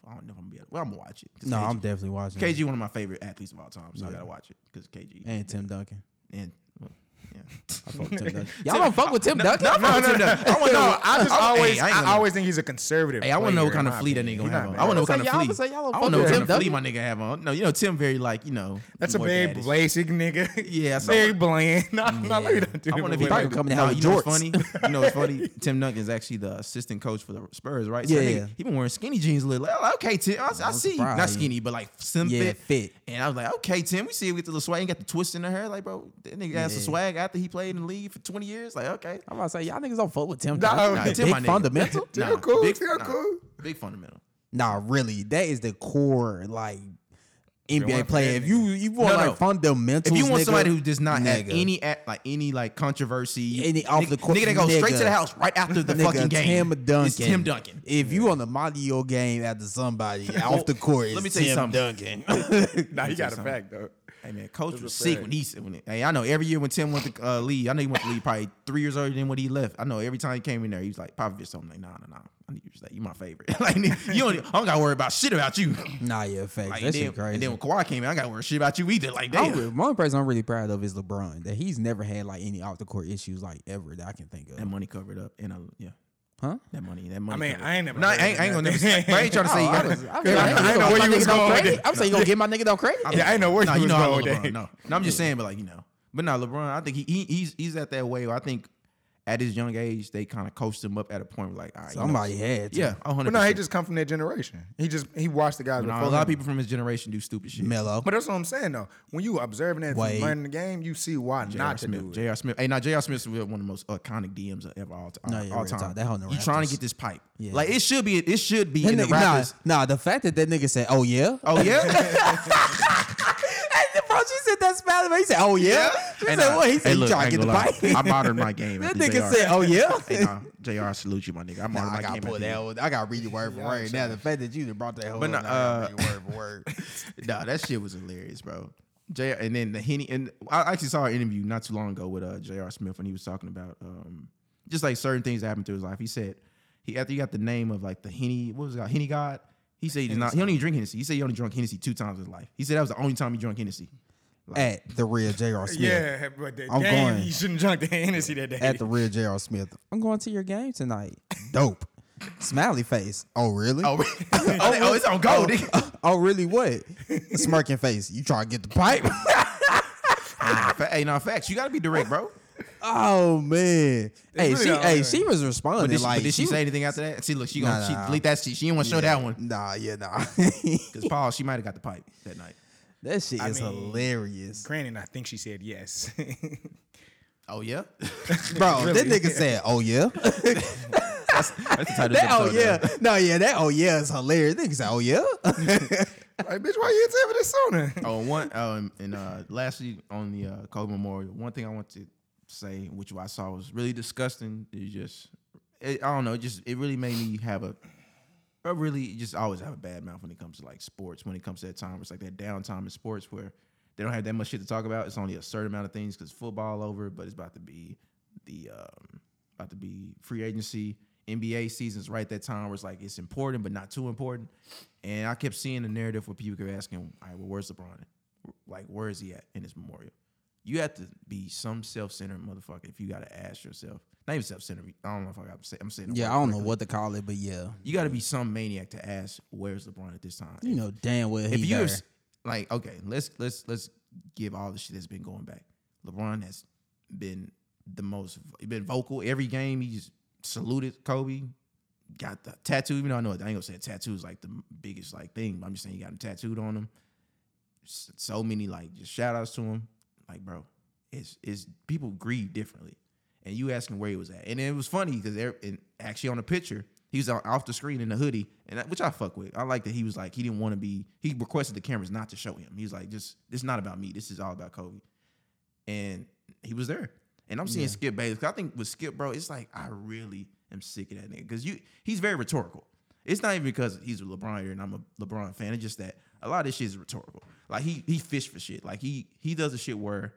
[SPEAKER 3] I don't know if I'm gonna be out. Well, I'm gonna watch it. 'cause
[SPEAKER 2] No,
[SPEAKER 3] KG,
[SPEAKER 2] I'm definitely watching. it.
[SPEAKER 3] KG one of my favorite athletes of all time, so I gotta watch it because KG and,
[SPEAKER 2] and Tim Duncan.
[SPEAKER 3] well, yeah.
[SPEAKER 2] I fuck with Tim Duncan. Y'all don't fuck with Tim Duncan.
[SPEAKER 3] no, no, no, no. I wanna know.
[SPEAKER 1] No, I just
[SPEAKER 3] I-
[SPEAKER 1] always
[SPEAKER 3] hey, I
[SPEAKER 1] I,
[SPEAKER 3] ain't gonna-
[SPEAKER 1] always think he's a conservative.
[SPEAKER 3] Hey, I want to know what
[SPEAKER 1] player, in
[SPEAKER 3] kind of
[SPEAKER 1] my
[SPEAKER 3] flea that nigga
[SPEAKER 1] opinion.
[SPEAKER 3] gonna
[SPEAKER 1] He not
[SPEAKER 3] have on.
[SPEAKER 1] bad.
[SPEAKER 3] I want to know what
[SPEAKER 2] Say
[SPEAKER 3] kind of
[SPEAKER 2] y'all-
[SPEAKER 3] flea.
[SPEAKER 2] say y'all don't
[SPEAKER 3] I
[SPEAKER 2] fuck
[SPEAKER 3] want to know
[SPEAKER 2] with
[SPEAKER 3] what
[SPEAKER 2] Tim
[SPEAKER 3] kind of flea
[SPEAKER 2] Duncan.
[SPEAKER 3] my nigga have on. No, you know Tim very like you know.
[SPEAKER 1] That's a
[SPEAKER 3] boy
[SPEAKER 1] very
[SPEAKER 3] daddish.
[SPEAKER 1] basic nigga.
[SPEAKER 3] Yeah, so-
[SPEAKER 1] very bland. No, no, let me not do
[SPEAKER 3] I
[SPEAKER 1] that.
[SPEAKER 3] want to
[SPEAKER 1] Wait,
[SPEAKER 3] be
[SPEAKER 1] wait,
[SPEAKER 2] Duncan
[SPEAKER 1] wait.
[SPEAKER 2] coming out with
[SPEAKER 3] you know what's
[SPEAKER 2] jorts.
[SPEAKER 3] funny? You know what's funny? Tim Duncan is actually the assistant coach for the Spurs, right?
[SPEAKER 2] Yeah,
[SPEAKER 3] that nigga-
[SPEAKER 2] yeah.
[SPEAKER 3] He been wearing skinny jeans a little. Oh, okay, Tim, I, I see you.
[SPEAKER 2] surprised.
[SPEAKER 3] Not skinny, but like slim
[SPEAKER 2] Yeah,
[SPEAKER 3] fit.
[SPEAKER 2] fit.
[SPEAKER 3] And I was like, okay, Tim, we see you get the little swag. You got the twist in the hair, like bro. That nigga has some
[SPEAKER 2] Yeah.
[SPEAKER 3] swag after he played in the league for twenty years. Like, okay,
[SPEAKER 2] I'm about to say y'all niggas don't fuck with Tim
[SPEAKER 1] Nah,
[SPEAKER 2] Duncan.
[SPEAKER 1] nah,
[SPEAKER 2] Like,
[SPEAKER 1] Tim
[SPEAKER 2] big
[SPEAKER 3] my nigga.
[SPEAKER 2] fundamental.
[SPEAKER 1] Still cool, still cool.
[SPEAKER 3] big fundamental.
[SPEAKER 2] Nah, really, that is the core like
[SPEAKER 1] one
[SPEAKER 2] NBA
[SPEAKER 1] for
[SPEAKER 2] player.
[SPEAKER 1] that
[SPEAKER 2] If you you want
[SPEAKER 3] No,
[SPEAKER 2] like
[SPEAKER 3] no.
[SPEAKER 2] fundamentals,
[SPEAKER 3] If you want
[SPEAKER 2] nigga,
[SPEAKER 3] somebody who does not have
[SPEAKER 2] nigga.
[SPEAKER 3] any at- like any like controversy,
[SPEAKER 2] Any off
[SPEAKER 3] nigga,
[SPEAKER 2] the court-
[SPEAKER 3] nigga that goes straight
[SPEAKER 2] nigga.
[SPEAKER 3] to the house right after the
[SPEAKER 2] nigga,
[SPEAKER 3] fucking game,
[SPEAKER 2] Tim Duncan,
[SPEAKER 3] it's Tim Duncan.
[SPEAKER 2] If you on the Mario game after somebody off the court,
[SPEAKER 3] let
[SPEAKER 2] it's
[SPEAKER 3] me tell you
[SPEAKER 2] Tim
[SPEAKER 3] something.
[SPEAKER 2] Duncan.
[SPEAKER 1] Nah, he got a
[SPEAKER 3] something.
[SPEAKER 1] fact though.
[SPEAKER 3] Hey man, coach was
[SPEAKER 1] a
[SPEAKER 3] sick
[SPEAKER 1] fact.
[SPEAKER 3] when he said when it, hey, I know every year when Tim went to uh, leave, I know he went to leave probably three years earlier than when he left. I know every time he came in there, he was like Popovich something like, nah, nah, nah, I need you to stay. You my favorite. like nigga, you don't, I don't gotta worry about shit about you.
[SPEAKER 2] nah, yeah, facts.
[SPEAKER 3] Like,
[SPEAKER 2] that
[SPEAKER 3] and, then,
[SPEAKER 2] shit crazy.
[SPEAKER 3] and then when Kawhi came in, I gotta worry shit about you either. Like
[SPEAKER 2] I'm
[SPEAKER 3] damn.
[SPEAKER 2] re- one person I'm really proud of is LeBron that he's never had like any off the court issues like ever that I can think
[SPEAKER 3] That
[SPEAKER 2] of.
[SPEAKER 3] money covered up, and I, yeah,
[SPEAKER 2] Huh?
[SPEAKER 3] that money, that money.
[SPEAKER 1] I mean,
[SPEAKER 3] covered
[SPEAKER 1] I ain't
[SPEAKER 3] up.
[SPEAKER 1] never
[SPEAKER 3] No, I
[SPEAKER 1] heard
[SPEAKER 3] ain't, I ain't gonna never.
[SPEAKER 1] that.
[SPEAKER 3] Say, but I ain't trying to say you gotta.
[SPEAKER 2] I'm
[SPEAKER 1] Yeah, I know where you was going with that.
[SPEAKER 2] saying you gonna get my nigga no credit.
[SPEAKER 1] Yeah, I ain't know where
[SPEAKER 3] Nah,
[SPEAKER 1] he
[SPEAKER 3] you
[SPEAKER 1] was
[SPEAKER 3] know I love
[SPEAKER 1] going with
[SPEAKER 3] LeBron.
[SPEAKER 1] that.
[SPEAKER 3] No, no, I'm just saying, but like you know, but now LeBron, I think he, he he's he's at that way. Where I think at his young age, they kind of coached him up at a point where like, all right, you know,
[SPEAKER 2] Somebody had to.
[SPEAKER 3] yeah, hundred.
[SPEAKER 1] But no, he just come from that generation. He just he watched the guys
[SPEAKER 3] a
[SPEAKER 1] before.
[SPEAKER 3] lot of
[SPEAKER 1] him.
[SPEAKER 3] people from his generation do stupid shit.
[SPEAKER 2] Melo.
[SPEAKER 1] But that's what I'm saying though. When you observing that
[SPEAKER 2] Wait.
[SPEAKER 1] from running the game, you see why not to
[SPEAKER 3] Smith,
[SPEAKER 1] do it.
[SPEAKER 3] J.R. Smith. Hey, now J.R. Smith is one of the most iconic DMs of ever all, all,
[SPEAKER 2] No, yeah,
[SPEAKER 3] all
[SPEAKER 2] real
[SPEAKER 3] time.
[SPEAKER 2] talk. That hoe in the
[SPEAKER 3] you trying to
[SPEAKER 2] Raptors.
[SPEAKER 3] get this pipe?
[SPEAKER 2] Yeah.
[SPEAKER 3] Like it should be. It should be in
[SPEAKER 2] That
[SPEAKER 3] the
[SPEAKER 2] nigga- nah,
[SPEAKER 3] Raptors.
[SPEAKER 2] nah, the fact that that nigga said, "Oh yeah,"
[SPEAKER 3] Oh yeah.
[SPEAKER 2] And bro, she said that smiling. He said, "Oh yeah." She
[SPEAKER 3] Hey,
[SPEAKER 2] said,
[SPEAKER 3] nah.
[SPEAKER 2] "What?" He
[SPEAKER 3] Hey,
[SPEAKER 2] said, "You
[SPEAKER 3] look,
[SPEAKER 2] trying
[SPEAKER 3] ain't
[SPEAKER 2] to get the
[SPEAKER 3] gonna lie.
[SPEAKER 2] bike?"
[SPEAKER 3] I moderned my game.
[SPEAKER 2] That
[SPEAKER 3] after
[SPEAKER 2] nigga
[SPEAKER 3] JR.
[SPEAKER 2] said, "Oh yeah."
[SPEAKER 3] Hey, nah, Jr. I salute you, my nigga. I moderned
[SPEAKER 2] Nah, I
[SPEAKER 3] my
[SPEAKER 2] gotta
[SPEAKER 3] game.
[SPEAKER 2] pull
[SPEAKER 3] after
[SPEAKER 2] that.
[SPEAKER 3] you.
[SPEAKER 2] One. I gotta read it word for word. Now the fact that you done brought that whole,
[SPEAKER 3] But
[SPEAKER 2] but
[SPEAKER 3] nah,
[SPEAKER 2] I gotta
[SPEAKER 3] uh,
[SPEAKER 2] read it word for word.
[SPEAKER 3] nah, that shit was hilarious, bro. J and then the Henny and I actually saw an interview not too long ago with uh J.R. Smith when he was talking about um just like certain things that happened to his life. He said he after he got the name of like the Henny, what was it called? Henny God? He said he did not he don't even drink Hennessy. He said he only drunk Hennessy two times in his life. He said that was the only time he drank Hennessy.
[SPEAKER 2] At the real J.R. Smith.
[SPEAKER 1] Yeah, but that
[SPEAKER 2] I'm
[SPEAKER 1] game,
[SPEAKER 2] going.
[SPEAKER 1] you shouldn't drink the Hennessy that day.
[SPEAKER 2] at the real J.R. Smith. I'm going to your game tonight. Dope. Smiley face. Oh really?
[SPEAKER 3] Oh, oh, it's on gold. nigga.
[SPEAKER 2] Oh, oh, really? What? Smirking face. You trying to get the pipe?
[SPEAKER 3] Hey, nah, Ah, fa- hey, nah, facts. You gotta be direct, bro.
[SPEAKER 2] oh man. hey,
[SPEAKER 1] really
[SPEAKER 2] she.
[SPEAKER 1] not
[SPEAKER 2] Hey,
[SPEAKER 1] right.
[SPEAKER 2] she was responding
[SPEAKER 3] But did, she,
[SPEAKER 2] like
[SPEAKER 3] but did she,
[SPEAKER 2] was-
[SPEAKER 3] say anything after that? See, look, she gonna
[SPEAKER 2] Nah,
[SPEAKER 3] she
[SPEAKER 2] nah.
[SPEAKER 3] delete that shit. She didn't want to show that one.
[SPEAKER 2] Nah, yeah, nah.
[SPEAKER 3] Because Paul, she might have got the pipe that night.
[SPEAKER 2] that shit is
[SPEAKER 1] mean-
[SPEAKER 2] hilarious,
[SPEAKER 1] Granted, I think she said yes.
[SPEAKER 3] Oh yeah?
[SPEAKER 2] bro.
[SPEAKER 1] Really?
[SPEAKER 2] That nigga said, "Oh yeah."
[SPEAKER 3] that's, that's the title
[SPEAKER 2] that
[SPEAKER 3] of
[SPEAKER 2] oh
[SPEAKER 3] the episode,
[SPEAKER 2] yeah. No, yeah. That oh yeah is hilarious. Nigga said, "Oh yeah."
[SPEAKER 1] like, bitch, why you didn't tell me this sooner?
[SPEAKER 3] Oh, and one um, and uh, lastly on the uh, Kobe Memorial, one thing I want to say, which I saw was really disgusting. Is just it, I don't know, it just it really made me have a, I really just always have a bad mouth when it comes to like sports. When it comes to that time, where it's like that downtime in sports where they don't have that much shit to talk about. It's only a certain amount of things because football over, but it's about to be the um, about to be free agency. NBA season's right that time where it's like it's important but not too important. And I kept seeing the narrative where people kept asking, all right, well, where's LeBron? Like, where is he at in his memorial? You have to be some self-centered motherfucker if you gotta ask yourself. Not even self-centered. I don't know if I got I'm saying the
[SPEAKER 2] yeah,
[SPEAKER 3] word
[SPEAKER 2] I don't know
[SPEAKER 3] correctly.
[SPEAKER 2] what to call it, but yeah,
[SPEAKER 3] You gotta be some maniac to ask where's LeBron at this time.
[SPEAKER 2] you know damn well he
[SPEAKER 3] if you
[SPEAKER 2] there.
[SPEAKER 3] have like, okay, let's let's let's give all the shit that's been going back. LeBron has been the most. He been vocal every game. He just saluted Kobe. Got the tattoo. Even though I know I ain't gonna say tattoo is like the biggest like thing. But I'm just saying he got him tattooed on him. S- So many like just shout outs to him. Like bro, it's it's people grieve differently. And you asking where he was at, and it was funny because and actually on the picture he was on, off the screen in the hoodie, and I, which I fuck with. I like that he was like he didn't want to be. He requested the cameras not to show him. He was like, just this is not about me. This is all about Kobe and he was there. And I'm seeing Skip Bayless. 'cause I think with Skip, bro, it's like I really am sick of that nigga because you he's very rhetorical. It's not even because he's a LeBron here and I'm a LeBron fan. It's just that a lot of this shit is rhetorical. Like he he fish for shit. Like he he does the shit where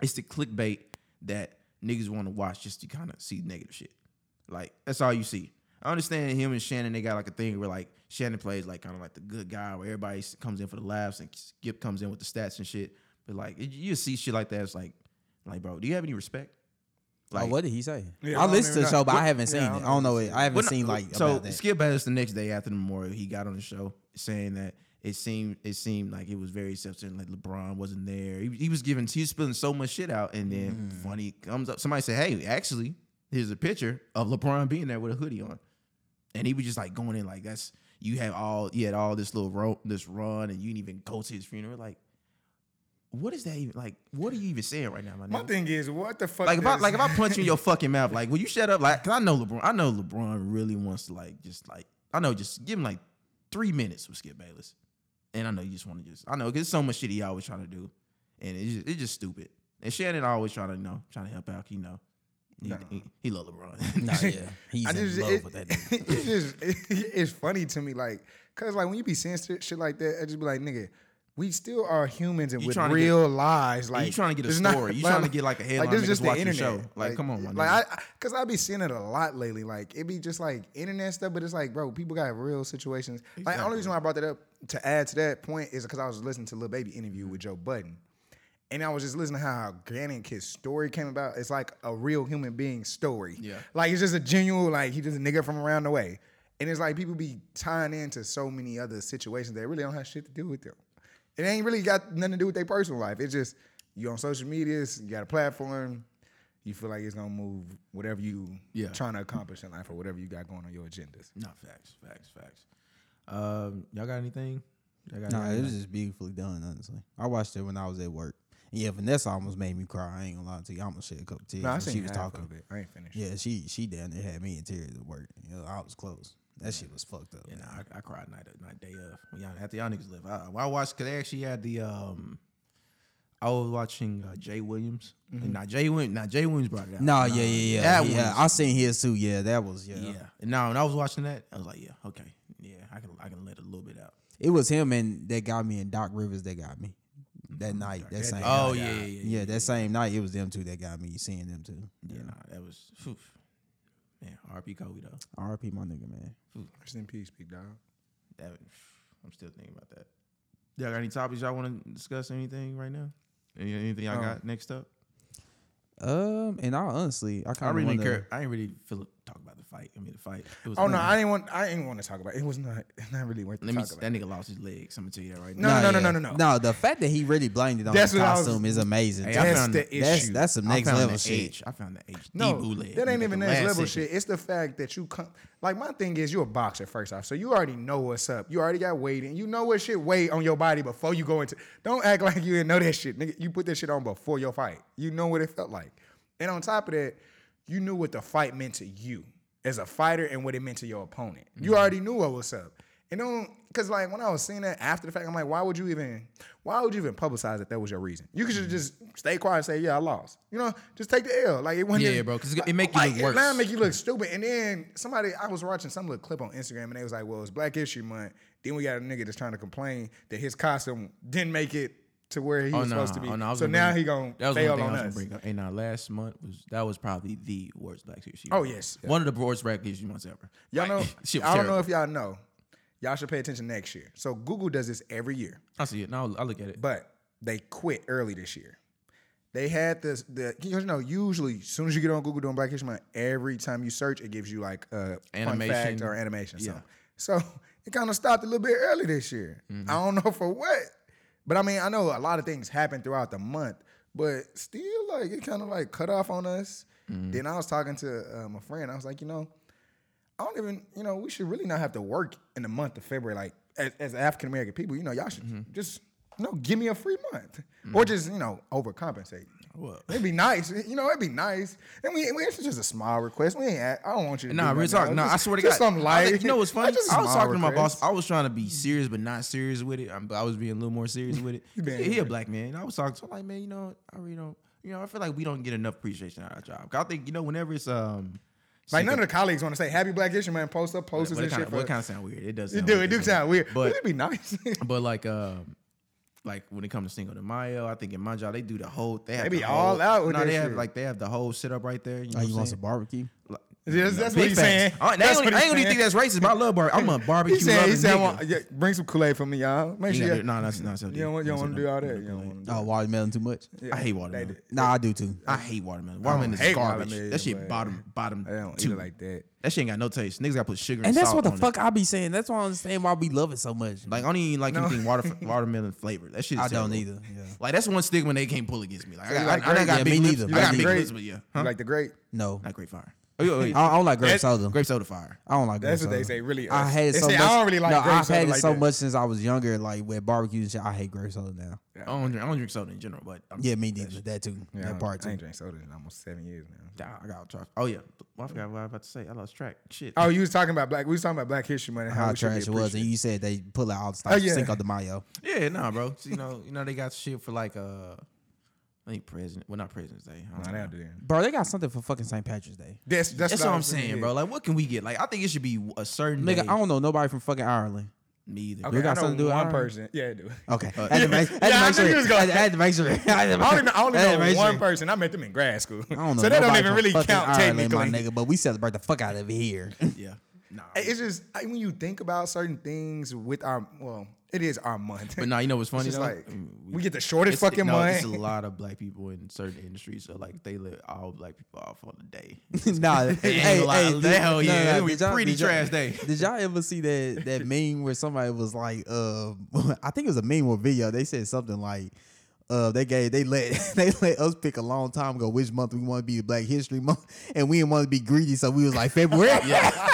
[SPEAKER 3] it's the clickbait that niggas want to watch just to kind of see negative shit. Like that's all you see. I understand him and Shannon. They got like a thing where like Shannon plays like kind of like the good guy, where everybody s- comes in for the laughs and Skip comes in with the stats and shit. But like it- you see shit like that, it's like, like bro, do you have any respect?
[SPEAKER 2] Like, Oh, what did he say?
[SPEAKER 1] Yeah,
[SPEAKER 2] I
[SPEAKER 1] I don't
[SPEAKER 2] listened to the
[SPEAKER 1] even
[SPEAKER 2] show,
[SPEAKER 1] know.
[SPEAKER 2] but I
[SPEAKER 1] What-
[SPEAKER 2] haven't seen
[SPEAKER 1] yeah, I
[SPEAKER 2] it.
[SPEAKER 1] don't
[SPEAKER 2] I don't know it. I haven't
[SPEAKER 3] Well, no,
[SPEAKER 2] seen like
[SPEAKER 3] so
[SPEAKER 2] about that.
[SPEAKER 3] Skip Bayless the next day after the memorial, he got on the show saying that it seemed it seemed like it was very self-centered, like LeBron wasn't there. He, he was giving he was spilling so much shit out, and then
[SPEAKER 2] Mm.
[SPEAKER 3] funny comes up. Somebody said, "Hey, actually, here's a picture of LeBron being there with a hoodie on," and he was just like going in like, "That's you have all you had all this little ro- this run, and you didn't even go to his funeral." Like, what is that even like? What are you even saying right now, my
[SPEAKER 1] My
[SPEAKER 3] nigga?
[SPEAKER 1] thing is, what the fuck?
[SPEAKER 3] like if I
[SPEAKER 1] does-
[SPEAKER 3] like if I punch you in your fucking mouth, like will you shut up? Like, cause I know LeBron, I know LeBron really wants to like just like I know just give him like three minutes with Skip Bayless, and I know you just want to just I know because so much shit he always trying to do, and it's just, it's just stupid. And Shannon always trying to you know trying to help out, you know, he,
[SPEAKER 1] Nah.
[SPEAKER 3] he, he love LeBron.
[SPEAKER 2] Nah, yeah, he's
[SPEAKER 1] I
[SPEAKER 2] in
[SPEAKER 1] just,
[SPEAKER 2] love
[SPEAKER 1] it-
[SPEAKER 2] with that. Nigga.
[SPEAKER 1] it's just it, it's funny to me, like, cause like when you be seeing shit, shit like that, I just be like, nigga, we still are humans and
[SPEAKER 3] You
[SPEAKER 1] with
[SPEAKER 3] tryna get-
[SPEAKER 1] real lives. Like
[SPEAKER 3] you tryna get a
[SPEAKER 1] it's
[SPEAKER 3] story. You tryna get, like, a headline,
[SPEAKER 1] this
[SPEAKER 3] niggas
[SPEAKER 1] is just the
[SPEAKER 3] watch your
[SPEAKER 1] internet.
[SPEAKER 3] show. Like, come on, my
[SPEAKER 1] like
[SPEAKER 3] nigga.
[SPEAKER 1] I, I- cause I be seeing it a lot lately. Like it be just like internet stuff, but it's like, bro, people got real situations. Like the only reason why I brought that up to add to that point is because I was listening to Lil Baby interview with Joe Budden. And I was just listening to how organic his story came about. It's like a real human being story.
[SPEAKER 3] Yeah.
[SPEAKER 1] Like it's just a genuine, like he just a nigga from around the way. And it's like people be tying into so many other situations that really don't have shit to do with them. It ain't really got nothing to do with their personal life. It's just you on social media, you got a platform, you feel like it's gonna move whatever you
[SPEAKER 3] Yeah.
[SPEAKER 1] trying to accomplish in life or whatever you got going on your agendas.
[SPEAKER 3] Not facts, facts, facts. Um, y'all got anything? Y'all got
[SPEAKER 2] Nah, it
[SPEAKER 3] anything?
[SPEAKER 2] was just beautifully done, honestly. I watched it when I was at work. And yeah, Vanessa almost made me cry. I ain't gonna lie to you. I almost shed a couple tears.
[SPEAKER 1] No, I
[SPEAKER 2] when
[SPEAKER 1] seen
[SPEAKER 2] she was
[SPEAKER 1] half
[SPEAKER 2] talking.
[SPEAKER 1] of it. I ain't finished.
[SPEAKER 2] Yeah, she she down there had me in tears at work. You know, I was close. That shit was fucked up.
[SPEAKER 3] Yeah,
[SPEAKER 2] man.
[SPEAKER 3] nah, I, I cried night night day of when y'all after y'all niggas left. I, I watched because they actually had the um. I was watching uh, Jay Williams, and now Jay Williams, now Jay Williams brought it out.
[SPEAKER 2] No, yeah, yeah, yeah,
[SPEAKER 3] Um, that
[SPEAKER 2] yeah. I seen his too. Yeah, that was yeah.
[SPEAKER 3] yeah. And now when I was watching that, I was like, yeah, okay, yeah, I can I can let a little bit out.
[SPEAKER 2] It was him and that got me and Doc Rivers that got me that night. That same.
[SPEAKER 3] Oh
[SPEAKER 2] night.
[SPEAKER 3] yeah, yeah, yeah, yeah.
[SPEAKER 2] yeah. That same night, it was them two that got me. Seeing them two.
[SPEAKER 3] Yeah, nah, that was phew. man. R.P. Kobe though.
[SPEAKER 2] R.P. My nigga, man.
[SPEAKER 1] Rest in peace, big dog.
[SPEAKER 3] That I'm still thinking about that. Y'all got any topics y'all want to discuss? Anything right now? Any- Anything y'all
[SPEAKER 1] Um,
[SPEAKER 3] got next up?
[SPEAKER 2] Um, and I honestly, I
[SPEAKER 3] I
[SPEAKER 2] kind of
[SPEAKER 3] really didn't
[SPEAKER 2] wanna,
[SPEAKER 3] care. I didn't really feel talk about the fight. I mean, the fight. It was
[SPEAKER 1] Oh no,
[SPEAKER 3] ugly.
[SPEAKER 1] I didn't want I didn't want to talk about it. It was not not really worth
[SPEAKER 3] Let me.
[SPEAKER 1] talking about.
[SPEAKER 3] That nigga lost his legs. I'm gonna tell you that right
[SPEAKER 1] No,
[SPEAKER 3] now.
[SPEAKER 1] no,
[SPEAKER 2] Nah,
[SPEAKER 1] no,
[SPEAKER 2] yeah.
[SPEAKER 1] no, no, no.
[SPEAKER 2] No, the fact that he really blamed it on
[SPEAKER 1] That's
[SPEAKER 2] the
[SPEAKER 1] what I was-
[SPEAKER 2] costume is amazing.
[SPEAKER 3] Hey,
[SPEAKER 2] too.
[SPEAKER 3] I
[SPEAKER 1] That's
[SPEAKER 3] found-
[SPEAKER 1] the issue.
[SPEAKER 2] that's that's some
[SPEAKER 3] I
[SPEAKER 2] next
[SPEAKER 3] found
[SPEAKER 2] level
[SPEAKER 3] the
[SPEAKER 2] shit.
[SPEAKER 3] H. I found the H.
[SPEAKER 1] No,
[SPEAKER 3] Debo leg.
[SPEAKER 1] that ain't
[SPEAKER 3] Nigga,
[SPEAKER 1] even
[SPEAKER 3] the
[SPEAKER 1] next
[SPEAKER 3] last
[SPEAKER 1] level
[SPEAKER 3] second.
[SPEAKER 1] shit. It's the fact that you come. Like my thing is, you're a boxer first off, so you already know what's up. You already got weight, and you know what shit weigh on your body before you go into. Don't act like you didn't know that shit, nigga. You put that shit on before your fight. You know what it felt like, and on top of that, you knew what the fight meant to you as a fighter and what it meant to your opponent. You
[SPEAKER 3] Mm-hmm.
[SPEAKER 1] already knew what was up. And don't cause like when I was seeing that after the fact, I'm like, why would you even why would you even publicize that that was your reason? You could just
[SPEAKER 3] Mm-hmm.
[SPEAKER 1] stay quiet and say, Yeah, I lost. You know, just take the L. Like it wasn't
[SPEAKER 3] Yeah,
[SPEAKER 1] even-
[SPEAKER 3] bro, 'cause it- it make you
[SPEAKER 1] like,
[SPEAKER 3] look worse.
[SPEAKER 1] Now it make you look stupid. And then somebody, I was watching some little clip on Instagram, and they was like, "Well, it's Black History Month." Then we got a nigga that's trying to complain that his costume didn't make it to where he
[SPEAKER 3] Oh,
[SPEAKER 1] was
[SPEAKER 3] no,
[SPEAKER 1] supposed to be.
[SPEAKER 3] oh, no, I was
[SPEAKER 1] so
[SPEAKER 3] gonna
[SPEAKER 1] now
[SPEAKER 3] bring-
[SPEAKER 1] he gonna
[SPEAKER 3] that was
[SPEAKER 1] fail
[SPEAKER 3] one thing
[SPEAKER 1] on
[SPEAKER 3] I was
[SPEAKER 1] us.
[SPEAKER 3] Gonna bring up. And now last month was that was probably the worst Black History.
[SPEAKER 1] Oh,
[SPEAKER 3] Month.
[SPEAKER 1] yes.
[SPEAKER 3] one of the worst Black History months ever.
[SPEAKER 1] Y'all know,
[SPEAKER 3] Like, shit was
[SPEAKER 1] I don't know
[SPEAKER 3] terrible.
[SPEAKER 1] if y'all know. Y'all should pay attention next year. So Google does this every year.
[SPEAKER 3] I see it. Now I look at it.
[SPEAKER 1] but they quit early this year. They had this the you know usually as soon as you get on Google doing Black History Month, every time you search it gives you like a animation
[SPEAKER 3] Animation.
[SPEAKER 1] fact or animation.
[SPEAKER 3] Yeah.
[SPEAKER 1] something. So it kind of stopped a little bit
[SPEAKER 3] Mm-hmm.
[SPEAKER 1] early this year. I don't know for what, but I mean I know a lot of things happen throughout the month, But still, like it kind of like cut off on us.
[SPEAKER 3] Mm-hmm.
[SPEAKER 1] Then I was talking to um, a friend. I was like, you know, I don't even, you know, we should really not have to work in the month of February. Like as, as African American people, you know, y'all should
[SPEAKER 3] Mm-hmm.
[SPEAKER 1] just, you know, give me a free month or just, you know, overcompensate.
[SPEAKER 3] Well-
[SPEAKER 1] It'd be nice, you know. It'd be nice, and we, we it's just a small request. We ain't. a- I don't want you to.
[SPEAKER 3] Nah,
[SPEAKER 1] do
[SPEAKER 3] real
[SPEAKER 1] nothing
[SPEAKER 3] talk.
[SPEAKER 1] else.
[SPEAKER 3] No, I
[SPEAKER 1] Just-
[SPEAKER 3] swear to
[SPEAKER 1] just
[SPEAKER 3] God.
[SPEAKER 1] something
[SPEAKER 3] I
[SPEAKER 1] light.
[SPEAKER 3] was like, you know what's funny?
[SPEAKER 1] Just a
[SPEAKER 3] I was
[SPEAKER 1] small
[SPEAKER 3] talking to my
[SPEAKER 1] request.
[SPEAKER 3] boss. I was trying to be serious but not serious with it. I'm, I was being a little more serious with it.
[SPEAKER 1] You being
[SPEAKER 3] he, he a black man. And I was talking to him like, man, you know, I really don't. You know, I feel like we don't get enough appreciation out of our job. 'Cause I think you know, whenever it's um,
[SPEAKER 1] Like none of the colleagues want to say Happy Black History Month, post up posters
[SPEAKER 3] what
[SPEAKER 1] and
[SPEAKER 3] kind
[SPEAKER 1] shit.
[SPEAKER 3] of
[SPEAKER 1] For,
[SPEAKER 3] what kind of sound weird? It does.
[SPEAKER 1] it
[SPEAKER 3] Sound
[SPEAKER 1] do.
[SPEAKER 3] weird,
[SPEAKER 1] It do
[SPEAKER 3] doesn't
[SPEAKER 1] sound weird, but
[SPEAKER 3] But
[SPEAKER 1] it'd be nice.
[SPEAKER 3] But like um like when it comes to Cinco de Mayo, I think in my job they do the whole they have
[SPEAKER 1] They be
[SPEAKER 3] the whole-
[SPEAKER 1] all out with
[SPEAKER 3] no,
[SPEAKER 1] that
[SPEAKER 3] they have
[SPEAKER 1] shit.
[SPEAKER 3] like they have the whole setup right there. You know
[SPEAKER 2] Like Oh, you
[SPEAKER 3] what I'm
[SPEAKER 2] want
[SPEAKER 3] saying?
[SPEAKER 2] some barbecue?
[SPEAKER 3] Like,
[SPEAKER 1] That's-
[SPEAKER 3] no,
[SPEAKER 1] that's
[SPEAKER 3] big Oh,
[SPEAKER 1] what he's
[SPEAKER 3] facts.
[SPEAKER 1] saying.
[SPEAKER 3] I,
[SPEAKER 1] That's
[SPEAKER 3] that's
[SPEAKER 1] what
[SPEAKER 3] I
[SPEAKER 1] he's
[SPEAKER 3] ain't gonna think that's racist. But I love barbecue. I'm a barbecue.
[SPEAKER 1] He said, he
[SPEAKER 3] loving
[SPEAKER 1] said, I
[SPEAKER 3] nigga.
[SPEAKER 1] want- yeah, bring some Kool Aid for me, y'all. Make
[SPEAKER 3] You
[SPEAKER 1] sure
[SPEAKER 3] gotta
[SPEAKER 1] you,
[SPEAKER 3] do- no, that's not something.
[SPEAKER 1] you don't, want- you don't want to do all that. You don't want to
[SPEAKER 2] Oh, watermelon too much?
[SPEAKER 1] do. Yeah.
[SPEAKER 3] I hate
[SPEAKER 1] They
[SPEAKER 3] watermelon.
[SPEAKER 1] do.
[SPEAKER 2] Nah, I do too.
[SPEAKER 3] I hate watermelon. Watermelon is
[SPEAKER 1] hate
[SPEAKER 3] garbage.
[SPEAKER 1] watermelon,
[SPEAKER 3] That shit
[SPEAKER 1] but-
[SPEAKER 3] bottom bottom
[SPEAKER 1] I don't eat
[SPEAKER 3] two.
[SPEAKER 1] it like that.
[SPEAKER 3] that shit ain't got no taste. Niggas gotta put sugar and,
[SPEAKER 2] And that's
[SPEAKER 3] salt
[SPEAKER 2] what the
[SPEAKER 3] on it.
[SPEAKER 2] fuck I be saying. That's why I understand why we love it so much.
[SPEAKER 3] Like I don't even like anything water, watermelon flavored. That shit. Is
[SPEAKER 2] I don't
[SPEAKER 3] terrible.
[SPEAKER 2] either. Yeah.
[SPEAKER 3] Like that's one stigma they can't pull against me. Like, I,
[SPEAKER 1] you
[SPEAKER 3] I,
[SPEAKER 1] like
[SPEAKER 3] I, done
[SPEAKER 1] grape?
[SPEAKER 3] got
[SPEAKER 2] Yeah,
[SPEAKER 3] big
[SPEAKER 2] me
[SPEAKER 3] lips.
[SPEAKER 2] neither.
[SPEAKER 3] I
[SPEAKER 2] You
[SPEAKER 3] got
[SPEAKER 2] like
[SPEAKER 3] big
[SPEAKER 1] grape?
[SPEAKER 3] lips, but yeah,
[SPEAKER 1] You
[SPEAKER 3] huh?
[SPEAKER 1] like the grape?
[SPEAKER 2] No.
[SPEAKER 3] not grape fire. Oh, yeah,
[SPEAKER 2] I I don't like grape soda.
[SPEAKER 3] grape soda fire.
[SPEAKER 2] I don't like grape
[SPEAKER 1] That's what
[SPEAKER 2] soda.
[SPEAKER 1] they say. Really,
[SPEAKER 2] I
[SPEAKER 1] us.
[SPEAKER 2] had it
[SPEAKER 1] They
[SPEAKER 2] so
[SPEAKER 1] say,
[SPEAKER 2] much.
[SPEAKER 1] I don't really like
[SPEAKER 2] no,
[SPEAKER 1] grape
[SPEAKER 2] I've
[SPEAKER 1] soda
[SPEAKER 2] had it
[SPEAKER 1] like
[SPEAKER 2] so
[SPEAKER 1] that.
[SPEAKER 2] much since I was younger. Like with barbecue and shit, I hate grape soda now.
[SPEAKER 3] I don't drink. I don't drink soda in general, but I'm,
[SPEAKER 2] Yeah, me neither. That too.
[SPEAKER 1] Yeah, I
[SPEAKER 2] that
[SPEAKER 1] don't-
[SPEAKER 2] part
[SPEAKER 1] I
[SPEAKER 2] too.
[SPEAKER 1] ain't drank soda in almost seven years now.
[SPEAKER 3] Nah, I got trash. Oh yeah, well, I forgot what I was about to say. I lost track. Shit.
[SPEAKER 1] Oh, you was talking about black. We was talking about Black History Month. and How,
[SPEAKER 2] How
[SPEAKER 1] we should be
[SPEAKER 2] trash it was, and
[SPEAKER 1] appreciated.
[SPEAKER 2] you said they pull out all the stuff.
[SPEAKER 1] Oh, yeah.
[SPEAKER 2] Cinco de Mayo.
[SPEAKER 3] Yeah, nah, bro. So, you know, you know they got shit for like uh, I think president. Well, not President's Day. I
[SPEAKER 1] Nah,
[SPEAKER 3] don't know.
[SPEAKER 1] they don't do that.
[SPEAKER 2] Bro, they got something for fucking St. Patrick's Day.
[SPEAKER 1] That's that's,
[SPEAKER 3] That's
[SPEAKER 1] what
[SPEAKER 3] what
[SPEAKER 1] I
[SPEAKER 3] I'm
[SPEAKER 1] was
[SPEAKER 3] saying, bro. Like, what can we get? Like, I think it should be a certain
[SPEAKER 2] Nigga,
[SPEAKER 3] day.
[SPEAKER 2] I don't know nobody from fucking Ireland.
[SPEAKER 3] Me either.
[SPEAKER 1] Okay,
[SPEAKER 2] We got
[SPEAKER 1] I know
[SPEAKER 2] something to do with
[SPEAKER 1] One
[SPEAKER 2] Ireland.
[SPEAKER 1] person. Yeah, I do.
[SPEAKER 2] Okay. I had to make- I had to
[SPEAKER 1] yeah, I
[SPEAKER 2] make
[SPEAKER 1] knew you
[SPEAKER 2] sure-
[SPEAKER 1] was gonna-
[SPEAKER 2] I had- I had to make sure. I had to
[SPEAKER 1] I only
[SPEAKER 2] make-
[SPEAKER 1] know, I only
[SPEAKER 2] I had to
[SPEAKER 1] know
[SPEAKER 2] make
[SPEAKER 1] one
[SPEAKER 2] sure.
[SPEAKER 1] person. I met them in grad school,
[SPEAKER 2] I don't
[SPEAKER 1] so
[SPEAKER 2] know.
[SPEAKER 1] that don't
[SPEAKER 2] nobody
[SPEAKER 1] even
[SPEAKER 2] from
[SPEAKER 1] really
[SPEAKER 2] fucking
[SPEAKER 1] count
[SPEAKER 2] Ireland,
[SPEAKER 1] technically.
[SPEAKER 2] my nigga. But we celebrate the fuck out of it here.
[SPEAKER 3] Yeah. Nah.
[SPEAKER 1] It- It's just I, when you think about certain things with our well, it is our month.
[SPEAKER 3] But nah, you know what's funny?
[SPEAKER 1] it's just
[SPEAKER 3] though?
[SPEAKER 1] like
[SPEAKER 3] Mm,
[SPEAKER 1] we get the shortest
[SPEAKER 3] it's,
[SPEAKER 1] fucking
[SPEAKER 3] no, It's
[SPEAKER 1] month.
[SPEAKER 3] a lot of black people in certain industries, so like they let all black people off on the day.
[SPEAKER 2] nah, hey,
[SPEAKER 3] ain't gonna lie.
[SPEAKER 2] did-
[SPEAKER 3] Hell yeah, it
[SPEAKER 2] did
[SPEAKER 3] was
[SPEAKER 2] y'all-
[SPEAKER 3] pretty
[SPEAKER 2] did y'all-
[SPEAKER 3] trash day.
[SPEAKER 2] Did y'all ever see that that meme where somebody was like, uh, I think it was a meme or video. They said something like, uh, they gave they let they let us pick a long time ago which month we want to be the Black History Month, and we didn't want to be greedy, so we was like February.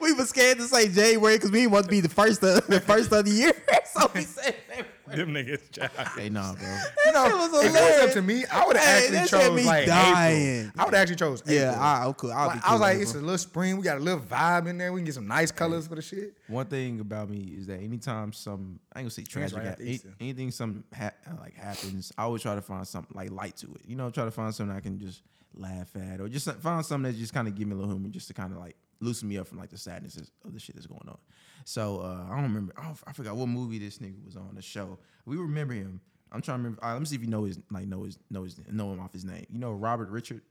[SPEAKER 2] we was scared to say January because we didn't want to be the first of the first of the year, so we said February.
[SPEAKER 1] them niggas. child.
[SPEAKER 3] Hey, nah, bro.
[SPEAKER 1] You know,
[SPEAKER 2] That shit
[SPEAKER 1] if it was
[SPEAKER 2] was
[SPEAKER 1] up
[SPEAKER 2] hilarious.
[SPEAKER 1] to me, I would have
[SPEAKER 2] Hey,
[SPEAKER 1] actually
[SPEAKER 2] that shit
[SPEAKER 1] chose
[SPEAKER 2] me
[SPEAKER 1] like
[SPEAKER 2] dying.
[SPEAKER 1] April. I would actually chose.
[SPEAKER 2] Yeah,
[SPEAKER 1] April.
[SPEAKER 2] I, okay, I'll
[SPEAKER 1] Like, I
[SPEAKER 2] be
[SPEAKER 1] was
[SPEAKER 2] cool,
[SPEAKER 1] like,
[SPEAKER 2] bro.
[SPEAKER 1] it's a little spring. We got a little vibe in there. We can get some nice colors for the shit.
[SPEAKER 3] One thing about me is that anytime some I ain't gonna say tragic
[SPEAKER 1] right
[SPEAKER 3] hap-
[SPEAKER 1] after
[SPEAKER 3] any-
[SPEAKER 1] Easter.
[SPEAKER 3] anything some ha- uh, like happens, I always try to find something like light to it. You know, try to find something I can just laugh at, or just find something that just kind of give me a little humor, just to kind of like loosen me up from like the sadness of the shit that's going on. So uh, I don't remember. I, don't, I forgot what movie this nigga was on the show. We remember him. I'm trying to remember. all right, let me see if you know his like know his know his know him off his name. You know Robert Richard.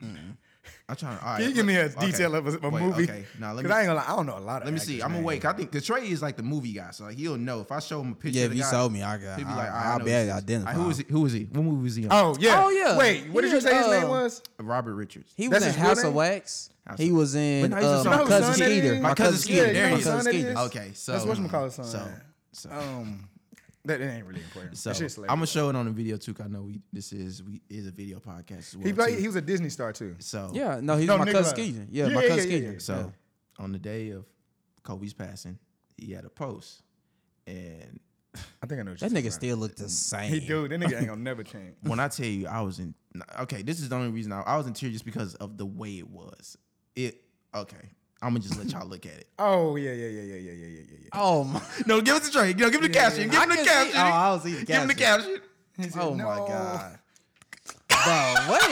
[SPEAKER 3] I'm trying. to all
[SPEAKER 1] Mm-hmm. Can you
[SPEAKER 3] right,
[SPEAKER 1] give me a
[SPEAKER 3] okay.
[SPEAKER 1] detail of a, a
[SPEAKER 3] Wait,
[SPEAKER 1] movie?
[SPEAKER 3] Okay, now let
[SPEAKER 1] Cause
[SPEAKER 3] me.
[SPEAKER 1] I ain't gonna lie, I don't know a lot of.
[SPEAKER 3] Let me see.
[SPEAKER 1] actors'
[SPEAKER 3] I'm
[SPEAKER 1] names.
[SPEAKER 3] awake. I think because Trey is like the movie guy, so like, he'll know. If I show him a picture,
[SPEAKER 2] Yeah, if
[SPEAKER 3] of the
[SPEAKER 2] you
[SPEAKER 3] guy,
[SPEAKER 2] sold me, I got.
[SPEAKER 3] he'll be
[SPEAKER 2] I,
[SPEAKER 3] like, "Ah,
[SPEAKER 2] I'll
[SPEAKER 3] know
[SPEAKER 2] be
[SPEAKER 3] who
[SPEAKER 2] able
[SPEAKER 3] this
[SPEAKER 2] to
[SPEAKER 3] is."
[SPEAKER 2] identify.
[SPEAKER 3] All right, who is he? Who is he? What movie was he on?
[SPEAKER 1] Oh yeah.
[SPEAKER 2] Oh, yeah.
[SPEAKER 1] Wait, what did
[SPEAKER 2] He
[SPEAKER 1] you
[SPEAKER 2] was,
[SPEAKER 1] say his name
[SPEAKER 2] uh,
[SPEAKER 1] was?
[SPEAKER 3] Robert Richards.
[SPEAKER 2] He was
[SPEAKER 1] That's
[SPEAKER 2] in
[SPEAKER 1] his real
[SPEAKER 2] House of
[SPEAKER 1] name?
[SPEAKER 2] Wax.
[SPEAKER 3] House
[SPEAKER 2] He
[SPEAKER 3] of-
[SPEAKER 2] was in
[SPEAKER 3] But now he's
[SPEAKER 2] uh,
[SPEAKER 3] just
[SPEAKER 2] my
[SPEAKER 3] on-
[SPEAKER 2] cousin
[SPEAKER 1] Son, that
[SPEAKER 2] Skeeter.
[SPEAKER 1] is-
[SPEAKER 2] My
[SPEAKER 1] My
[SPEAKER 2] cousin
[SPEAKER 3] Cousin
[SPEAKER 2] Skeeter.
[SPEAKER 3] Skeeter, there
[SPEAKER 2] My
[SPEAKER 3] he is.
[SPEAKER 2] cousin
[SPEAKER 1] Son, that
[SPEAKER 2] Skeeter.
[SPEAKER 1] is.
[SPEAKER 3] Okay, so
[SPEAKER 1] That's whatchamacallit, son.
[SPEAKER 3] So, so,
[SPEAKER 1] Um, that, that ain't really important.
[SPEAKER 3] so
[SPEAKER 1] That shit's
[SPEAKER 3] I'm gonna
[SPEAKER 1] hilarious.
[SPEAKER 3] show it on the video too. 'cause I know we this is we is a video podcast as well.
[SPEAKER 1] He played.
[SPEAKER 3] too.
[SPEAKER 1] He was a Disney star too.
[SPEAKER 3] so
[SPEAKER 2] Yeah, no, he's
[SPEAKER 1] No,
[SPEAKER 2] my
[SPEAKER 1] Nicola.
[SPEAKER 2] cousin Skeeter. Yeah,
[SPEAKER 1] Yeah,
[SPEAKER 2] my
[SPEAKER 1] yeah,
[SPEAKER 2] cousin
[SPEAKER 1] yeah, yeah,
[SPEAKER 2] Skeeter.
[SPEAKER 1] yeah.
[SPEAKER 3] So on the day of Kobe's passing, he had a post, and
[SPEAKER 1] I think I know. what
[SPEAKER 2] that
[SPEAKER 1] you're
[SPEAKER 2] nigga
[SPEAKER 1] talking
[SPEAKER 2] still looked the same.
[SPEAKER 1] about. He do. That nigga ain't gonna never change.
[SPEAKER 3] when I tell you I was in okay, this is the only reason I, I was in tears just because of the way it was. It okay. I'm gonna just let y'all look at it.
[SPEAKER 1] Oh yeah, yeah, yeah, yeah, yeah, yeah, yeah, yeah, yeah.
[SPEAKER 2] Oh my!
[SPEAKER 3] No, give us the drink. No, give him the caption. Give him the
[SPEAKER 2] I can
[SPEAKER 3] caption.
[SPEAKER 2] See, oh, I was eating
[SPEAKER 3] give him the caption.
[SPEAKER 1] He said,
[SPEAKER 2] Oh my
[SPEAKER 1] "No."
[SPEAKER 2] god, bro! What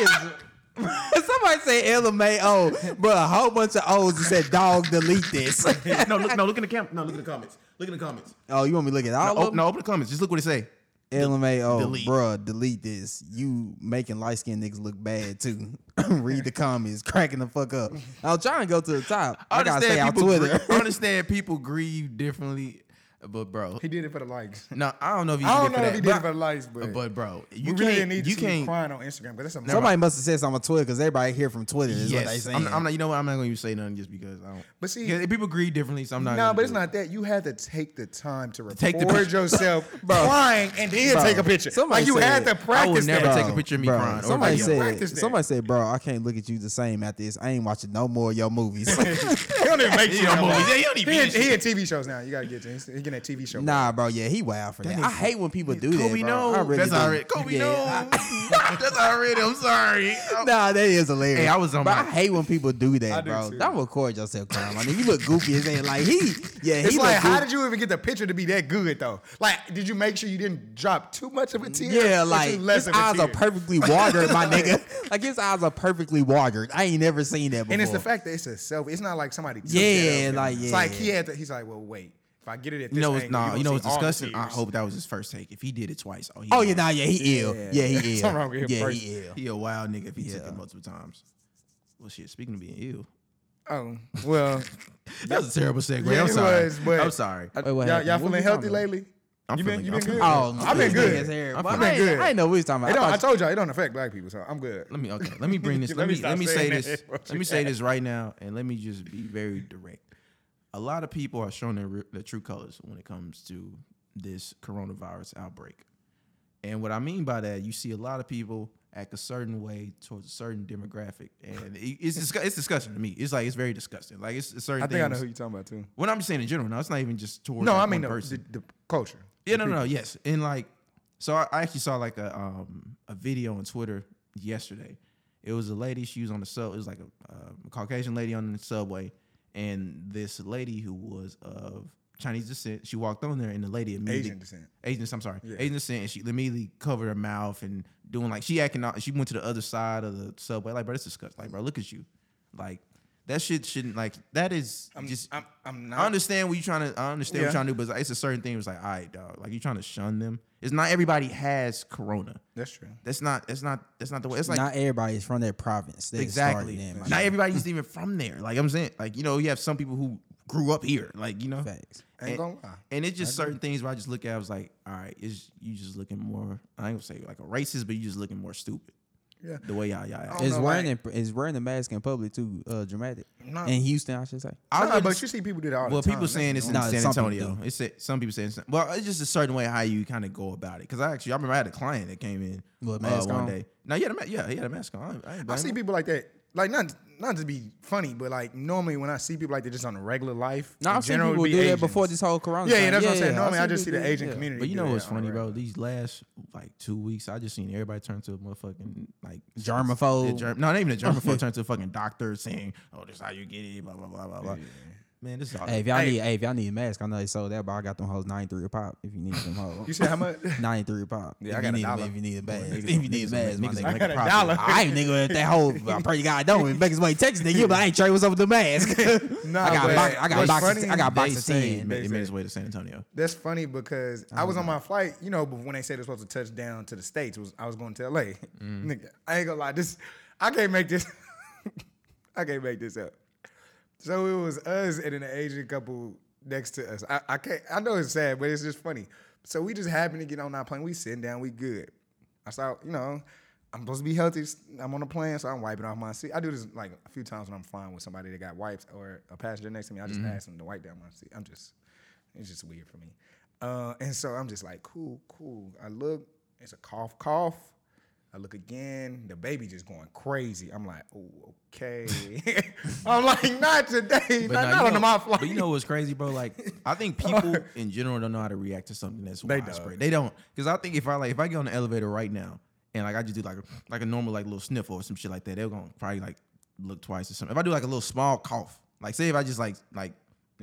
[SPEAKER 2] is? Somebody say LMAO, but a whole bunch of O's that said dog delete this.
[SPEAKER 3] no, look, no, look in the camera. No, look in the comments. Look in the comments.
[SPEAKER 2] oh, you want me to look at all
[SPEAKER 3] Oh,
[SPEAKER 2] of them?
[SPEAKER 3] no, open the comments. Just look what it say.
[SPEAKER 2] LMAO,
[SPEAKER 3] Delete.
[SPEAKER 2] oh, bruh, delete this. You making light skinned niggas look bad too. Read the comments, cracking the fuck up. I'm trying to go to the top. I, gotta stay out
[SPEAKER 3] people.
[SPEAKER 2] Twitter.
[SPEAKER 3] grie- I understand people grieve differently. but bro,
[SPEAKER 1] He did it for the likes.
[SPEAKER 3] no, I don't know if he
[SPEAKER 1] I
[SPEAKER 3] did
[SPEAKER 1] don't
[SPEAKER 3] it for
[SPEAKER 1] know if
[SPEAKER 3] that.
[SPEAKER 1] he did it for
[SPEAKER 3] but,
[SPEAKER 1] the likes, but,
[SPEAKER 3] but bro,
[SPEAKER 1] you
[SPEAKER 3] you
[SPEAKER 1] we really
[SPEAKER 3] can't.
[SPEAKER 1] need to
[SPEAKER 3] you
[SPEAKER 1] see you
[SPEAKER 3] can't.
[SPEAKER 1] crying on Instagram because that's a
[SPEAKER 2] Somebody must have said something on Twitter because everybody here from Twitter is what they
[SPEAKER 3] Yes,
[SPEAKER 2] saying.
[SPEAKER 3] I'm, I'm not. You know what? I'm not going to say nothing just because I don't.
[SPEAKER 1] But see-
[SPEAKER 3] Yeah, people agree differently, so I'm not.
[SPEAKER 1] No,
[SPEAKER 3] gonna
[SPEAKER 1] but it's
[SPEAKER 3] do it.
[SPEAKER 1] not that. You had to take the time to record
[SPEAKER 3] take the picture.
[SPEAKER 1] yourself crying and then
[SPEAKER 2] Bro.
[SPEAKER 1] take a picture.
[SPEAKER 2] Somebody
[SPEAKER 1] like you had to
[SPEAKER 2] said,
[SPEAKER 3] I
[SPEAKER 1] practice.
[SPEAKER 3] will never
[SPEAKER 1] that.
[SPEAKER 3] take a picture of me
[SPEAKER 2] Bro,
[SPEAKER 3] crying. or
[SPEAKER 2] Oh, Somebody
[SPEAKER 3] video.
[SPEAKER 1] video. Practice
[SPEAKER 2] said,
[SPEAKER 1] that.
[SPEAKER 2] somebody said, bro, I can't look at you the same after this. I ain't watching no more of your movies.
[SPEAKER 1] He don't even make
[SPEAKER 3] He
[SPEAKER 1] shit
[SPEAKER 3] don't
[SPEAKER 1] no
[SPEAKER 3] move.
[SPEAKER 1] more.
[SPEAKER 3] Yeah, he don't even
[SPEAKER 1] He in,
[SPEAKER 3] do that
[SPEAKER 1] he in TV shows now. You gotta get to. He's, he getting that TV show.
[SPEAKER 2] nah, bro, yeah, he wild for that. I hate when people do that. Bro.
[SPEAKER 3] Kobe no.
[SPEAKER 2] I really
[SPEAKER 3] That's
[SPEAKER 2] do.
[SPEAKER 3] already. Kobe
[SPEAKER 2] Yeah,
[SPEAKER 3] no. That's already. I'm sorry.
[SPEAKER 1] Oh.
[SPEAKER 2] I- Nah, that is hilarious.
[SPEAKER 3] Hey, I was on
[SPEAKER 2] Bro,
[SPEAKER 3] my-
[SPEAKER 2] I hate when people do
[SPEAKER 1] I
[SPEAKER 2] that,
[SPEAKER 1] do
[SPEAKER 2] bro.
[SPEAKER 1] too.
[SPEAKER 2] Don't record yourself crying. I mean, you look goofy as ain't like he. Yeah,
[SPEAKER 1] It's
[SPEAKER 2] he
[SPEAKER 1] like,
[SPEAKER 2] look
[SPEAKER 1] how
[SPEAKER 2] goofy.
[SPEAKER 1] did you even get the picture to be that good though? Like, did you make sure you didn't drop too much of a tear?
[SPEAKER 2] Yeah,
[SPEAKER 1] Or too
[SPEAKER 2] like
[SPEAKER 1] less
[SPEAKER 2] his
[SPEAKER 1] of a
[SPEAKER 2] eyes
[SPEAKER 1] tear?
[SPEAKER 2] are perfectly watered, my nigga. Like his eyes are perfectly watered. I ain't never seen that before.
[SPEAKER 1] And it's the fact that it's a selfie. It's not like somebody. Took that
[SPEAKER 2] Yeah,
[SPEAKER 1] out.
[SPEAKER 2] like,
[SPEAKER 1] It's like
[SPEAKER 2] yeah.
[SPEAKER 1] he had. To, he's like, well, wait. If I get it at this
[SPEAKER 3] You know, it's
[SPEAKER 1] angle,
[SPEAKER 3] nah.
[SPEAKER 1] you
[SPEAKER 3] You know, it's
[SPEAKER 1] gonna see all the
[SPEAKER 3] disgusting. I
[SPEAKER 1] tears.
[SPEAKER 3] hope that was his first take. If he did it twice, oh, he
[SPEAKER 2] Oh yeah,
[SPEAKER 3] wild.
[SPEAKER 2] nah, yeah, he ill. Yeah, he ill.
[SPEAKER 1] Something wrong with him
[SPEAKER 2] yeah,
[SPEAKER 1] first.
[SPEAKER 2] he ill.
[SPEAKER 3] He a wild nigga if he took
[SPEAKER 2] Yeah.
[SPEAKER 3] it multiple times. Well, shit. Speaking of being ill,
[SPEAKER 1] Oh well,
[SPEAKER 3] that was a terrible segue.
[SPEAKER 1] Yeah,
[SPEAKER 3] I'm
[SPEAKER 1] it
[SPEAKER 3] sorry.
[SPEAKER 1] was, but-
[SPEAKER 3] I'm sorry.
[SPEAKER 2] Wait,
[SPEAKER 1] y'all,
[SPEAKER 2] what happened?
[SPEAKER 1] y'all
[SPEAKER 2] What we
[SPEAKER 1] feeling healthy
[SPEAKER 2] talking about?
[SPEAKER 1] lately?
[SPEAKER 3] I'm
[SPEAKER 1] you been, you
[SPEAKER 3] feeling- I'm
[SPEAKER 1] been good.
[SPEAKER 3] feeling-
[SPEAKER 2] Oh,
[SPEAKER 1] I've been
[SPEAKER 2] this nigga's
[SPEAKER 1] good.
[SPEAKER 2] here.
[SPEAKER 3] I'm
[SPEAKER 2] Boy,
[SPEAKER 3] feeling
[SPEAKER 2] I ain't-
[SPEAKER 1] good.
[SPEAKER 2] I ain't know what we was talking
[SPEAKER 1] It
[SPEAKER 2] about.
[SPEAKER 1] don't,
[SPEAKER 2] I
[SPEAKER 1] I
[SPEAKER 2] thought
[SPEAKER 1] told y'all it don't affect black people, so I'm good.
[SPEAKER 3] Let me okay. Let me bring this.
[SPEAKER 1] Let
[SPEAKER 3] let
[SPEAKER 1] me
[SPEAKER 3] me let
[SPEAKER 1] stop
[SPEAKER 3] me say
[SPEAKER 1] saying
[SPEAKER 3] this.
[SPEAKER 1] that, bro.
[SPEAKER 3] Let me say this right now, and let me just be very direct. A lot of people are showing their re- their true colors when it comes to this coronavirus outbreak, and what I mean by that, you see a lot of people act a certain way towards a certain demographic, and it- it's disgu- it's disgusting to me. It's like it's very disgusting. Like it's a certain.
[SPEAKER 1] I think I know
[SPEAKER 3] things-
[SPEAKER 1] who you're talking about too.
[SPEAKER 3] When I'm saying in general, now it's not even just towards.
[SPEAKER 1] No,
[SPEAKER 3] like,
[SPEAKER 1] I mean
[SPEAKER 3] one
[SPEAKER 1] the,
[SPEAKER 3] person.
[SPEAKER 1] the, the culture.
[SPEAKER 3] Yeah, no, no, no, yes, and like, so I, I actually saw like a um a video on Twitter yesterday. It was a lady. She was on the sub. It was like a, uh, a Caucasian lady on the subway, and this lady who was of Chinese descent. She walked on there, and the lady immediately
[SPEAKER 1] Asian descent.
[SPEAKER 3] Asian, I'm sorry, Asian descent. And she immediately covered her mouth and doing like she acting out. She went to the other side of the subway. Like, bro, that's disgusting. Like, bro, look at you. Like, that shit shouldn't. Like, that is
[SPEAKER 1] I'm
[SPEAKER 3] just.
[SPEAKER 1] just, I'm, I'm
[SPEAKER 3] I
[SPEAKER 1] not.
[SPEAKER 3] understand what you're trying to. I understand what
[SPEAKER 1] Yeah.
[SPEAKER 3] you're trying to do, but it's, like- it's a certain thing. It's like, all right, dog. Like you're trying to shun them. It's not everybody has corona.
[SPEAKER 1] That's true.
[SPEAKER 3] That's not. That's not. That's not the way. It's like
[SPEAKER 2] not everybody's from that province. That
[SPEAKER 3] exactly.
[SPEAKER 2] exactly. In, my
[SPEAKER 3] Not everybody's even from there. Like I'm saying, like you know, you have some people who grew up here. Like you know,
[SPEAKER 2] facts.
[SPEAKER 1] Ain't gonna lie.
[SPEAKER 3] and it's just certain things where I just look at. I was like, all right, is you just looking more? I ain't gonna say like a racist, but you just looking more stupid.
[SPEAKER 1] Yeah.
[SPEAKER 3] The way y'all y'all. act.
[SPEAKER 1] don't
[SPEAKER 2] Is
[SPEAKER 1] know,
[SPEAKER 2] wearing in, is wearing the mask in public too uh, dramatic?
[SPEAKER 1] No.
[SPEAKER 2] In Houston, I should say.
[SPEAKER 3] I
[SPEAKER 1] Nah,
[SPEAKER 3] would
[SPEAKER 1] but
[SPEAKER 3] just-
[SPEAKER 1] you see people do that all
[SPEAKER 3] Well,
[SPEAKER 1] the time.
[SPEAKER 3] people saying it's
[SPEAKER 1] That's
[SPEAKER 2] No,
[SPEAKER 3] in San
[SPEAKER 2] some people
[SPEAKER 3] Antonio. It's a- some people saying it's not- well, it's just a certain way how you kind of go about it. Because I actually, I remember I had a client that came in
[SPEAKER 2] With
[SPEAKER 3] uh,
[SPEAKER 2] mask
[SPEAKER 3] one
[SPEAKER 2] on?
[SPEAKER 3] day. No, yeah, yeah, he had a mask on. I, I, ain't
[SPEAKER 1] I
[SPEAKER 3] blame
[SPEAKER 1] see
[SPEAKER 3] him.
[SPEAKER 1] people like that. Like not not to be funny, but like normally when I see people like that just on regular life,
[SPEAKER 2] No,
[SPEAKER 1] in
[SPEAKER 2] I've seen
[SPEAKER 1] general, it
[SPEAKER 2] people
[SPEAKER 1] would
[SPEAKER 2] do
[SPEAKER 1] be
[SPEAKER 2] that before
[SPEAKER 1] Asians.
[SPEAKER 2] this whole corona.
[SPEAKER 1] Yeah,
[SPEAKER 2] thing.
[SPEAKER 1] yeah, that's what I'm saying. Normally, I
[SPEAKER 2] I've
[SPEAKER 1] just see
[SPEAKER 2] seen
[SPEAKER 1] the
[SPEAKER 2] people do-
[SPEAKER 1] Asian
[SPEAKER 2] yeah.
[SPEAKER 1] community.
[SPEAKER 3] But you
[SPEAKER 1] do
[SPEAKER 3] know
[SPEAKER 1] that
[SPEAKER 3] what's
[SPEAKER 1] on a
[SPEAKER 3] funny, bro?
[SPEAKER 1] regular.
[SPEAKER 3] These last like two weeks, I just seen everybody turn to a motherfucking like
[SPEAKER 2] Germaphobe.
[SPEAKER 3] a germ- no, not even a germaphobe. turn to a fucking doctor saying, "Oh, this is how you get it." Blah blah blah blah blah. Man, this is all.
[SPEAKER 2] Hey, if y'all
[SPEAKER 1] Hey.
[SPEAKER 2] need, hey, if y'all need a mask, I know they sold that, but I got them hoes ninety three a pop. If you need them hoes,
[SPEAKER 1] You said how much?
[SPEAKER 2] ninety three a pop.
[SPEAKER 1] Yeah,
[SPEAKER 2] if
[SPEAKER 1] I
[SPEAKER 2] you
[SPEAKER 1] got a
[SPEAKER 2] need
[SPEAKER 1] dollar.
[SPEAKER 2] If you need a mask,
[SPEAKER 3] niggas
[SPEAKER 2] if
[SPEAKER 3] gonna-
[SPEAKER 2] you need
[SPEAKER 3] niggas
[SPEAKER 2] a
[SPEAKER 3] gonna
[SPEAKER 2] mask, my
[SPEAKER 3] make- niggas
[SPEAKER 2] nigga.
[SPEAKER 3] gonna
[SPEAKER 1] I got a
[SPEAKER 3] Profit.
[SPEAKER 1] dollar.
[SPEAKER 2] I ain't nigga at that whole. I pray to God, I don't even make his way to Texas. Nigga, but I ain't trade what's up with the mask.
[SPEAKER 1] Nah,
[SPEAKER 2] I got,
[SPEAKER 1] but
[SPEAKER 2] box, I got
[SPEAKER 1] what's
[SPEAKER 2] boxes.
[SPEAKER 1] funny
[SPEAKER 2] I
[SPEAKER 1] is
[SPEAKER 2] got
[SPEAKER 1] they
[SPEAKER 2] boxes
[SPEAKER 3] Say
[SPEAKER 2] ten.
[SPEAKER 3] it made, it made
[SPEAKER 1] Basically.
[SPEAKER 3] its way to San Antonio.
[SPEAKER 1] That's funny because I was on my flight, you know, but when they said it was supposed to touch down to the states, was I was going to LA. Nigga, I ain't gonna lie, this I can't make this. I can't make this up. So it was us and an Asian couple next to us. I, I can't. I know it's sad, but it's just funny. So we just happened to get on our plane. We sitting down. We good. I saw, you know, I'm supposed to be healthy. I'm on a plane, so I'm wiping off my seat. I do this like a few times when I'm flying with somebody that got wipes or a passenger next to me. I just ask them to wipe down my seat. I'm just, it's just weird for me. Uh, and so I'm just like, cool, cool. I look, it's a cough, cough. I look again, the baby just going crazy. I'm like, oh, okay. I'm like, not today, not,
[SPEAKER 3] nah,
[SPEAKER 1] not
[SPEAKER 3] you
[SPEAKER 1] on
[SPEAKER 3] know-
[SPEAKER 1] my flight.
[SPEAKER 3] But you know what's crazy, bro? Like I think people in general don't know how to react to something that's
[SPEAKER 1] They
[SPEAKER 3] widespread.
[SPEAKER 1] don't.
[SPEAKER 3] They don't, because I think if I like if I get on the elevator right now and like I just do like a, like a normal like little sniffle or some shit like that, they're gonna probably like look twice or something. If I do like a little small cough, like say if I just like like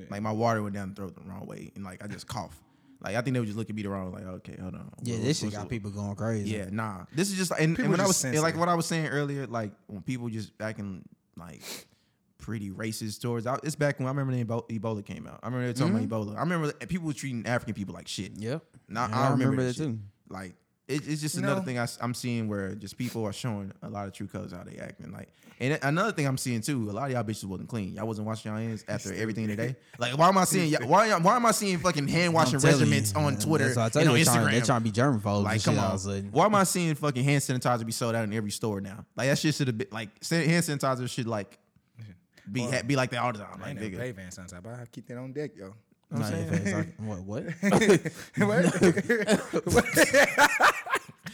[SPEAKER 3] like my water went down the throat the wrong way and like I just cough, like I think they would just look at me the wrong way. Like okay, hold on.
[SPEAKER 2] Yeah,
[SPEAKER 3] What-
[SPEAKER 2] this shit
[SPEAKER 3] what's
[SPEAKER 2] got
[SPEAKER 3] the-
[SPEAKER 2] people going crazy.
[SPEAKER 3] yeah, nah. This is just and, and
[SPEAKER 1] People
[SPEAKER 3] when I
[SPEAKER 1] just
[SPEAKER 3] was and like
[SPEAKER 1] sensitive.
[SPEAKER 3] what I was saying earlier, like when people just acting like pretty racist towards. I, it's back when I remember when Ebo- Ebola came out. I remember they were talking about Ebola. I remember that people were treating African people like shit.
[SPEAKER 2] Yep.
[SPEAKER 3] Nah,
[SPEAKER 2] Mm-hmm. Yeah,
[SPEAKER 3] I, remember, that too. Like it, it's just
[SPEAKER 1] You
[SPEAKER 3] another
[SPEAKER 1] know?
[SPEAKER 3] thing I, am seeing where just people are showing a lot of true colors how they acting like. And another thing I'm seeing too, a lot of y'all bitches wasn't clean. Y'all wasn't washing y'all hands after everything today. Like, why am I seeing y'all, why y'all, why am I seeing fucking hand washing
[SPEAKER 2] I'm telling you,
[SPEAKER 3] regiments on
[SPEAKER 2] that's
[SPEAKER 3] Twitter
[SPEAKER 2] what I
[SPEAKER 3] and
[SPEAKER 2] tell you,
[SPEAKER 3] on
[SPEAKER 2] they're Trying, they're
[SPEAKER 3] Instagram?
[SPEAKER 2] trying to be germ phobes.
[SPEAKER 3] Like, come on. Why am I seeing fucking hand sanitizer be sold out in every store now? Like that shit should have been like san- hand sanitizer should like be ha- be like that all the time.
[SPEAKER 1] I
[SPEAKER 3] Like,
[SPEAKER 1] ain't never
[SPEAKER 3] nigga.
[SPEAKER 1] played Van Sons. but I keep that on deck, yo.
[SPEAKER 2] Not in your face. Like, what? What?
[SPEAKER 1] what?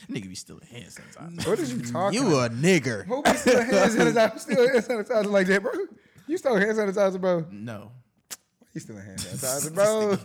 [SPEAKER 3] nigga be still hand sanitizer.
[SPEAKER 1] what is you talking?
[SPEAKER 2] you a nigger.
[SPEAKER 1] Who be still hand sanitizer? Still hand sanitizer like that, bro? You still hand sanitizer, bro?
[SPEAKER 3] No.
[SPEAKER 1] You still hand sanitizer, bro?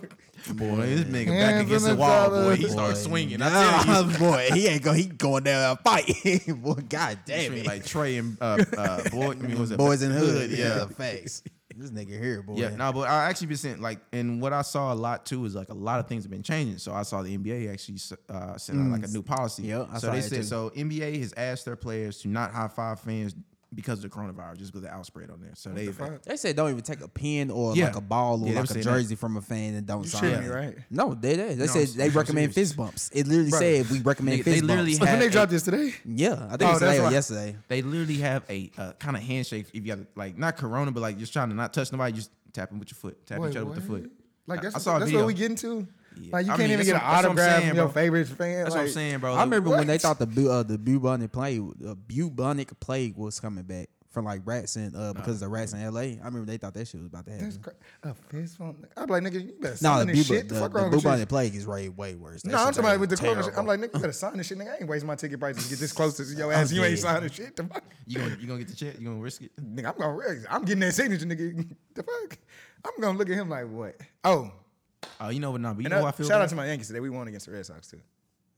[SPEAKER 3] Boy, this nigga
[SPEAKER 1] Hand
[SPEAKER 3] back against the wall, boy.
[SPEAKER 1] sanitizer.
[SPEAKER 3] He started
[SPEAKER 2] Boy,
[SPEAKER 3] swinging. I tell you.
[SPEAKER 2] nah, Ah, boy, he ain't go. He going down a fight. boy, god damn
[SPEAKER 3] Between,
[SPEAKER 2] it.
[SPEAKER 3] like Trey and uh, uh, boy, I mean, was it
[SPEAKER 2] Boys in the hood.
[SPEAKER 3] Yeah,
[SPEAKER 2] Yeah, facts. This nigga here, boy.
[SPEAKER 3] yeah. No, but I actually been seeing like, and what I saw a lot too is like a lot of things have been changing. So I saw the NBA actually uh, sent out
[SPEAKER 1] Mm.
[SPEAKER 3] like a new policy.
[SPEAKER 2] Yep, I
[SPEAKER 3] so
[SPEAKER 2] saw
[SPEAKER 3] they
[SPEAKER 2] that,
[SPEAKER 3] said
[SPEAKER 2] too.
[SPEAKER 3] so NBA has asked their players to not high five fans because of the coronavirus, just because of the outspread on there. So they
[SPEAKER 1] fuck?
[SPEAKER 2] They said don't even take a pen or
[SPEAKER 3] Yeah.
[SPEAKER 2] like a ball or
[SPEAKER 3] Yeah, they were
[SPEAKER 2] like a
[SPEAKER 3] saying that.
[SPEAKER 2] jersey from a fan and don't sign
[SPEAKER 1] shitting me,
[SPEAKER 2] it.
[SPEAKER 1] right?
[SPEAKER 2] No, they they, they
[SPEAKER 3] No,
[SPEAKER 2] said
[SPEAKER 3] I'm-
[SPEAKER 2] they
[SPEAKER 3] I'm
[SPEAKER 2] recommend
[SPEAKER 3] serious.
[SPEAKER 2] fist bumps. It literally
[SPEAKER 1] Bro,
[SPEAKER 2] said we recommend
[SPEAKER 3] they-
[SPEAKER 2] fist
[SPEAKER 3] they literally
[SPEAKER 2] bumps.
[SPEAKER 1] When they
[SPEAKER 3] Hey.
[SPEAKER 1] dropped this today?
[SPEAKER 2] yeah, I think
[SPEAKER 1] Oh,
[SPEAKER 2] it was today
[SPEAKER 1] that's
[SPEAKER 2] or
[SPEAKER 1] why-
[SPEAKER 2] yesterday.
[SPEAKER 3] they literally have a uh, kind of handshake. If you got like not corona, but like just trying to not touch nobody, just tapping with your foot, tapping each other with the
[SPEAKER 1] what?
[SPEAKER 3] foot.
[SPEAKER 1] Like that's,
[SPEAKER 3] I saw a
[SPEAKER 1] what, that's
[SPEAKER 3] video.
[SPEAKER 1] what we getting to.
[SPEAKER 3] Yeah.
[SPEAKER 1] Like you
[SPEAKER 3] I
[SPEAKER 1] can't
[SPEAKER 3] mean,
[SPEAKER 1] even
[SPEAKER 3] that's
[SPEAKER 1] get an
[SPEAKER 3] what- that's what I'm
[SPEAKER 1] autograph
[SPEAKER 3] saying,
[SPEAKER 1] from your
[SPEAKER 3] bro.
[SPEAKER 1] favorite fan.
[SPEAKER 3] That's what I'm
[SPEAKER 1] like-
[SPEAKER 3] saying, bro.
[SPEAKER 2] I
[SPEAKER 3] Like,
[SPEAKER 2] remember when they
[SPEAKER 1] what?
[SPEAKER 2] thought the bu- uh, the bubonic plague, the bubonic plague was coming back from like rats in uh, because the rats in L.A. I remember they thought that shit was about to happen.
[SPEAKER 1] That's cra- a fist bump. I'm like, nigga, you better
[SPEAKER 2] No,
[SPEAKER 1] sign
[SPEAKER 2] the,
[SPEAKER 1] this
[SPEAKER 2] bubo-
[SPEAKER 1] shit.
[SPEAKER 2] the,
[SPEAKER 1] The, fuck
[SPEAKER 2] the
[SPEAKER 1] wrong with
[SPEAKER 2] bubonic
[SPEAKER 1] you?
[SPEAKER 2] plague is way way worse. That
[SPEAKER 1] No, I'm
[SPEAKER 2] shit
[SPEAKER 1] talking about with the
[SPEAKER 2] terrible.
[SPEAKER 1] corona shit. I'm like, nigga, you better sign this shit. Nigga, I ain't wasting my ticket prices to get this close to your
[SPEAKER 2] I'm
[SPEAKER 1] ass. You ain't
[SPEAKER 2] dead.
[SPEAKER 1] signing shit. The fuck?
[SPEAKER 3] You gonna you gonna get the check? You gonna risk it?
[SPEAKER 1] Nigga, I'm gonna, re- I'm getting that signature, nigga. The fuck? I'm gonna look at him like, what? Oh,
[SPEAKER 3] Oh, you know what? Nah, but you
[SPEAKER 1] and
[SPEAKER 3] know
[SPEAKER 1] I-
[SPEAKER 3] what I feel.
[SPEAKER 1] shout
[SPEAKER 3] bro?
[SPEAKER 1] out to my Yankees today. We won against the Red Sox too.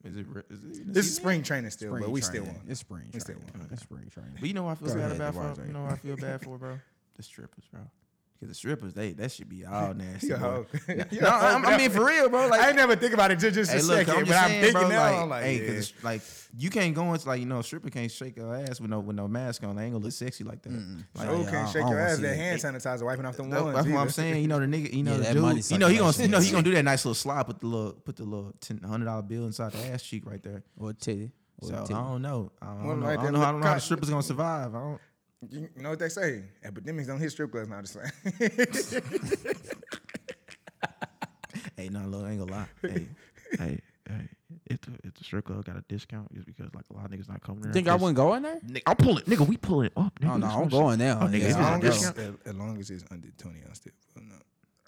[SPEAKER 3] Is it, re- is it
[SPEAKER 1] This is spring training still,
[SPEAKER 2] Spring
[SPEAKER 1] but we
[SPEAKER 2] training.
[SPEAKER 1] still won.
[SPEAKER 2] It's spring.
[SPEAKER 1] We still
[SPEAKER 2] training.
[SPEAKER 1] won.
[SPEAKER 2] It's spring training.
[SPEAKER 3] But you know what I feel bad
[SPEAKER 2] ahead, the
[SPEAKER 3] about for?
[SPEAKER 2] wires
[SPEAKER 3] You
[SPEAKER 2] right.
[SPEAKER 3] know what I feel bad for, bro? The strippers, bro. Because the strippers, they that should be all nasty.
[SPEAKER 1] Yo.
[SPEAKER 3] bro.
[SPEAKER 1] Yo.
[SPEAKER 3] No, I'm- I mean for real, bro. Like
[SPEAKER 1] I ain't never think about it just, just
[SPEAKER 3] Hey,
[SPEAKER 1] a
[SPEAKER 3] look,
[SPEAKER 1] second,
[SPEAKER 3] I'm just
[SPEAKER 1] but I'm
[SPEAKER 3] saying,
[SPEAKER 1] thinking
[SPEAKER 3] bro,
[SPEAKER 1] now.
[SPEAKER 3] like,
[SPEAKER 1] I'm like,
[SPEAKER 3] hey,
[SPEAKER 1] yeah.
[SPEAKER 3] 'cause it's- like you can't go into like you know, a stripper can't shake her ass with no with no mask on. They ain't gonna look sexy like that. Like,
[SPEAKER 1] oh,
[SPEAKER 2] yeah, I-
[SPEAKER 1] can't shake
[SPEAKER 2] I
[SPEAKER 1] your
[SPEAKER 2] don't
[SPEAKER 1] ass.
[SPEAKER 2] see
[SPEAKER 1] That
[SPEAKER 2] that.
[SPEAKER 1] hand sanitizer wiping off them
[SPEAKER 3] that-
[SPEAKER 1] ones.
[SPEAKER 3] that's what I'm
[SPEAKER 1] either.
[SPEAKER 3] saying. You know the nigga, you know
[SPEAKER 2] Yeah,
[SPEAKER 3] the
[SPEAKER 2] that
[SPEAKER 3] dude.
[SPEAKER 2] money
[SPEAKER 3] you know he gonna,
[SPEAKER 2] circulation
[SPEAKER 3] you know he
[SPEAKER 2] is-
[SPEAKER 3] gonna do that nice little slide, put the little, put the little ten, hundred dollar bill inside the ass cheek right there.
[SPEAKER 2] Or titty. Or
[SPEAKER 3] So I
[SPEAKER 2] titty.
[SPEAKER 3] don't know. I don't,
[SPEAKER 1] Well,
[SPEAKER 3] know.
[SPEAKER 1] right
[SPEAKER 3] I
[SPEAKER 1] there,
[SPEAKER 3] don't know. I don't know how the
[SPEAKER 1] look,
[SPEAKER 3] strippers gonna survive. I don't.
[SPEAKER 1] You you know what they say? Epidemics don't hit strip clubs. Now, just saying.
[SPEAKER 3] Hey, no, look, I ain't gonna lie. Hey, hey, hey. If the, if the strip club got a discount, it's because like a lot of niggas not coming there.
[SPEAKER 2] Think I wouldn't go in there?
[SPEAKER 3] Nigga, I'm pulling. Nigga, we pulling up. Nigga,
[SPEAKER 2] Oh no,
[SPEAKER 3] This
[SPEAKER 2] I'm
[SPEAKER 3] one
[SPEAKER 2] going
[SPEAKER 3] shit-
[SPEAKER 2] there.
[SPEAKER 3] Oh, nigga,
[SPEAKER 2] yeah,
[SPEAKER 3] it's
[SPEAKER 2] I'll
[SPEAKER 3] on
[SPEAKER 2] go.
[SPEAKER 3] discount.
[SPEAKER 1] as long as it's under twenty on still.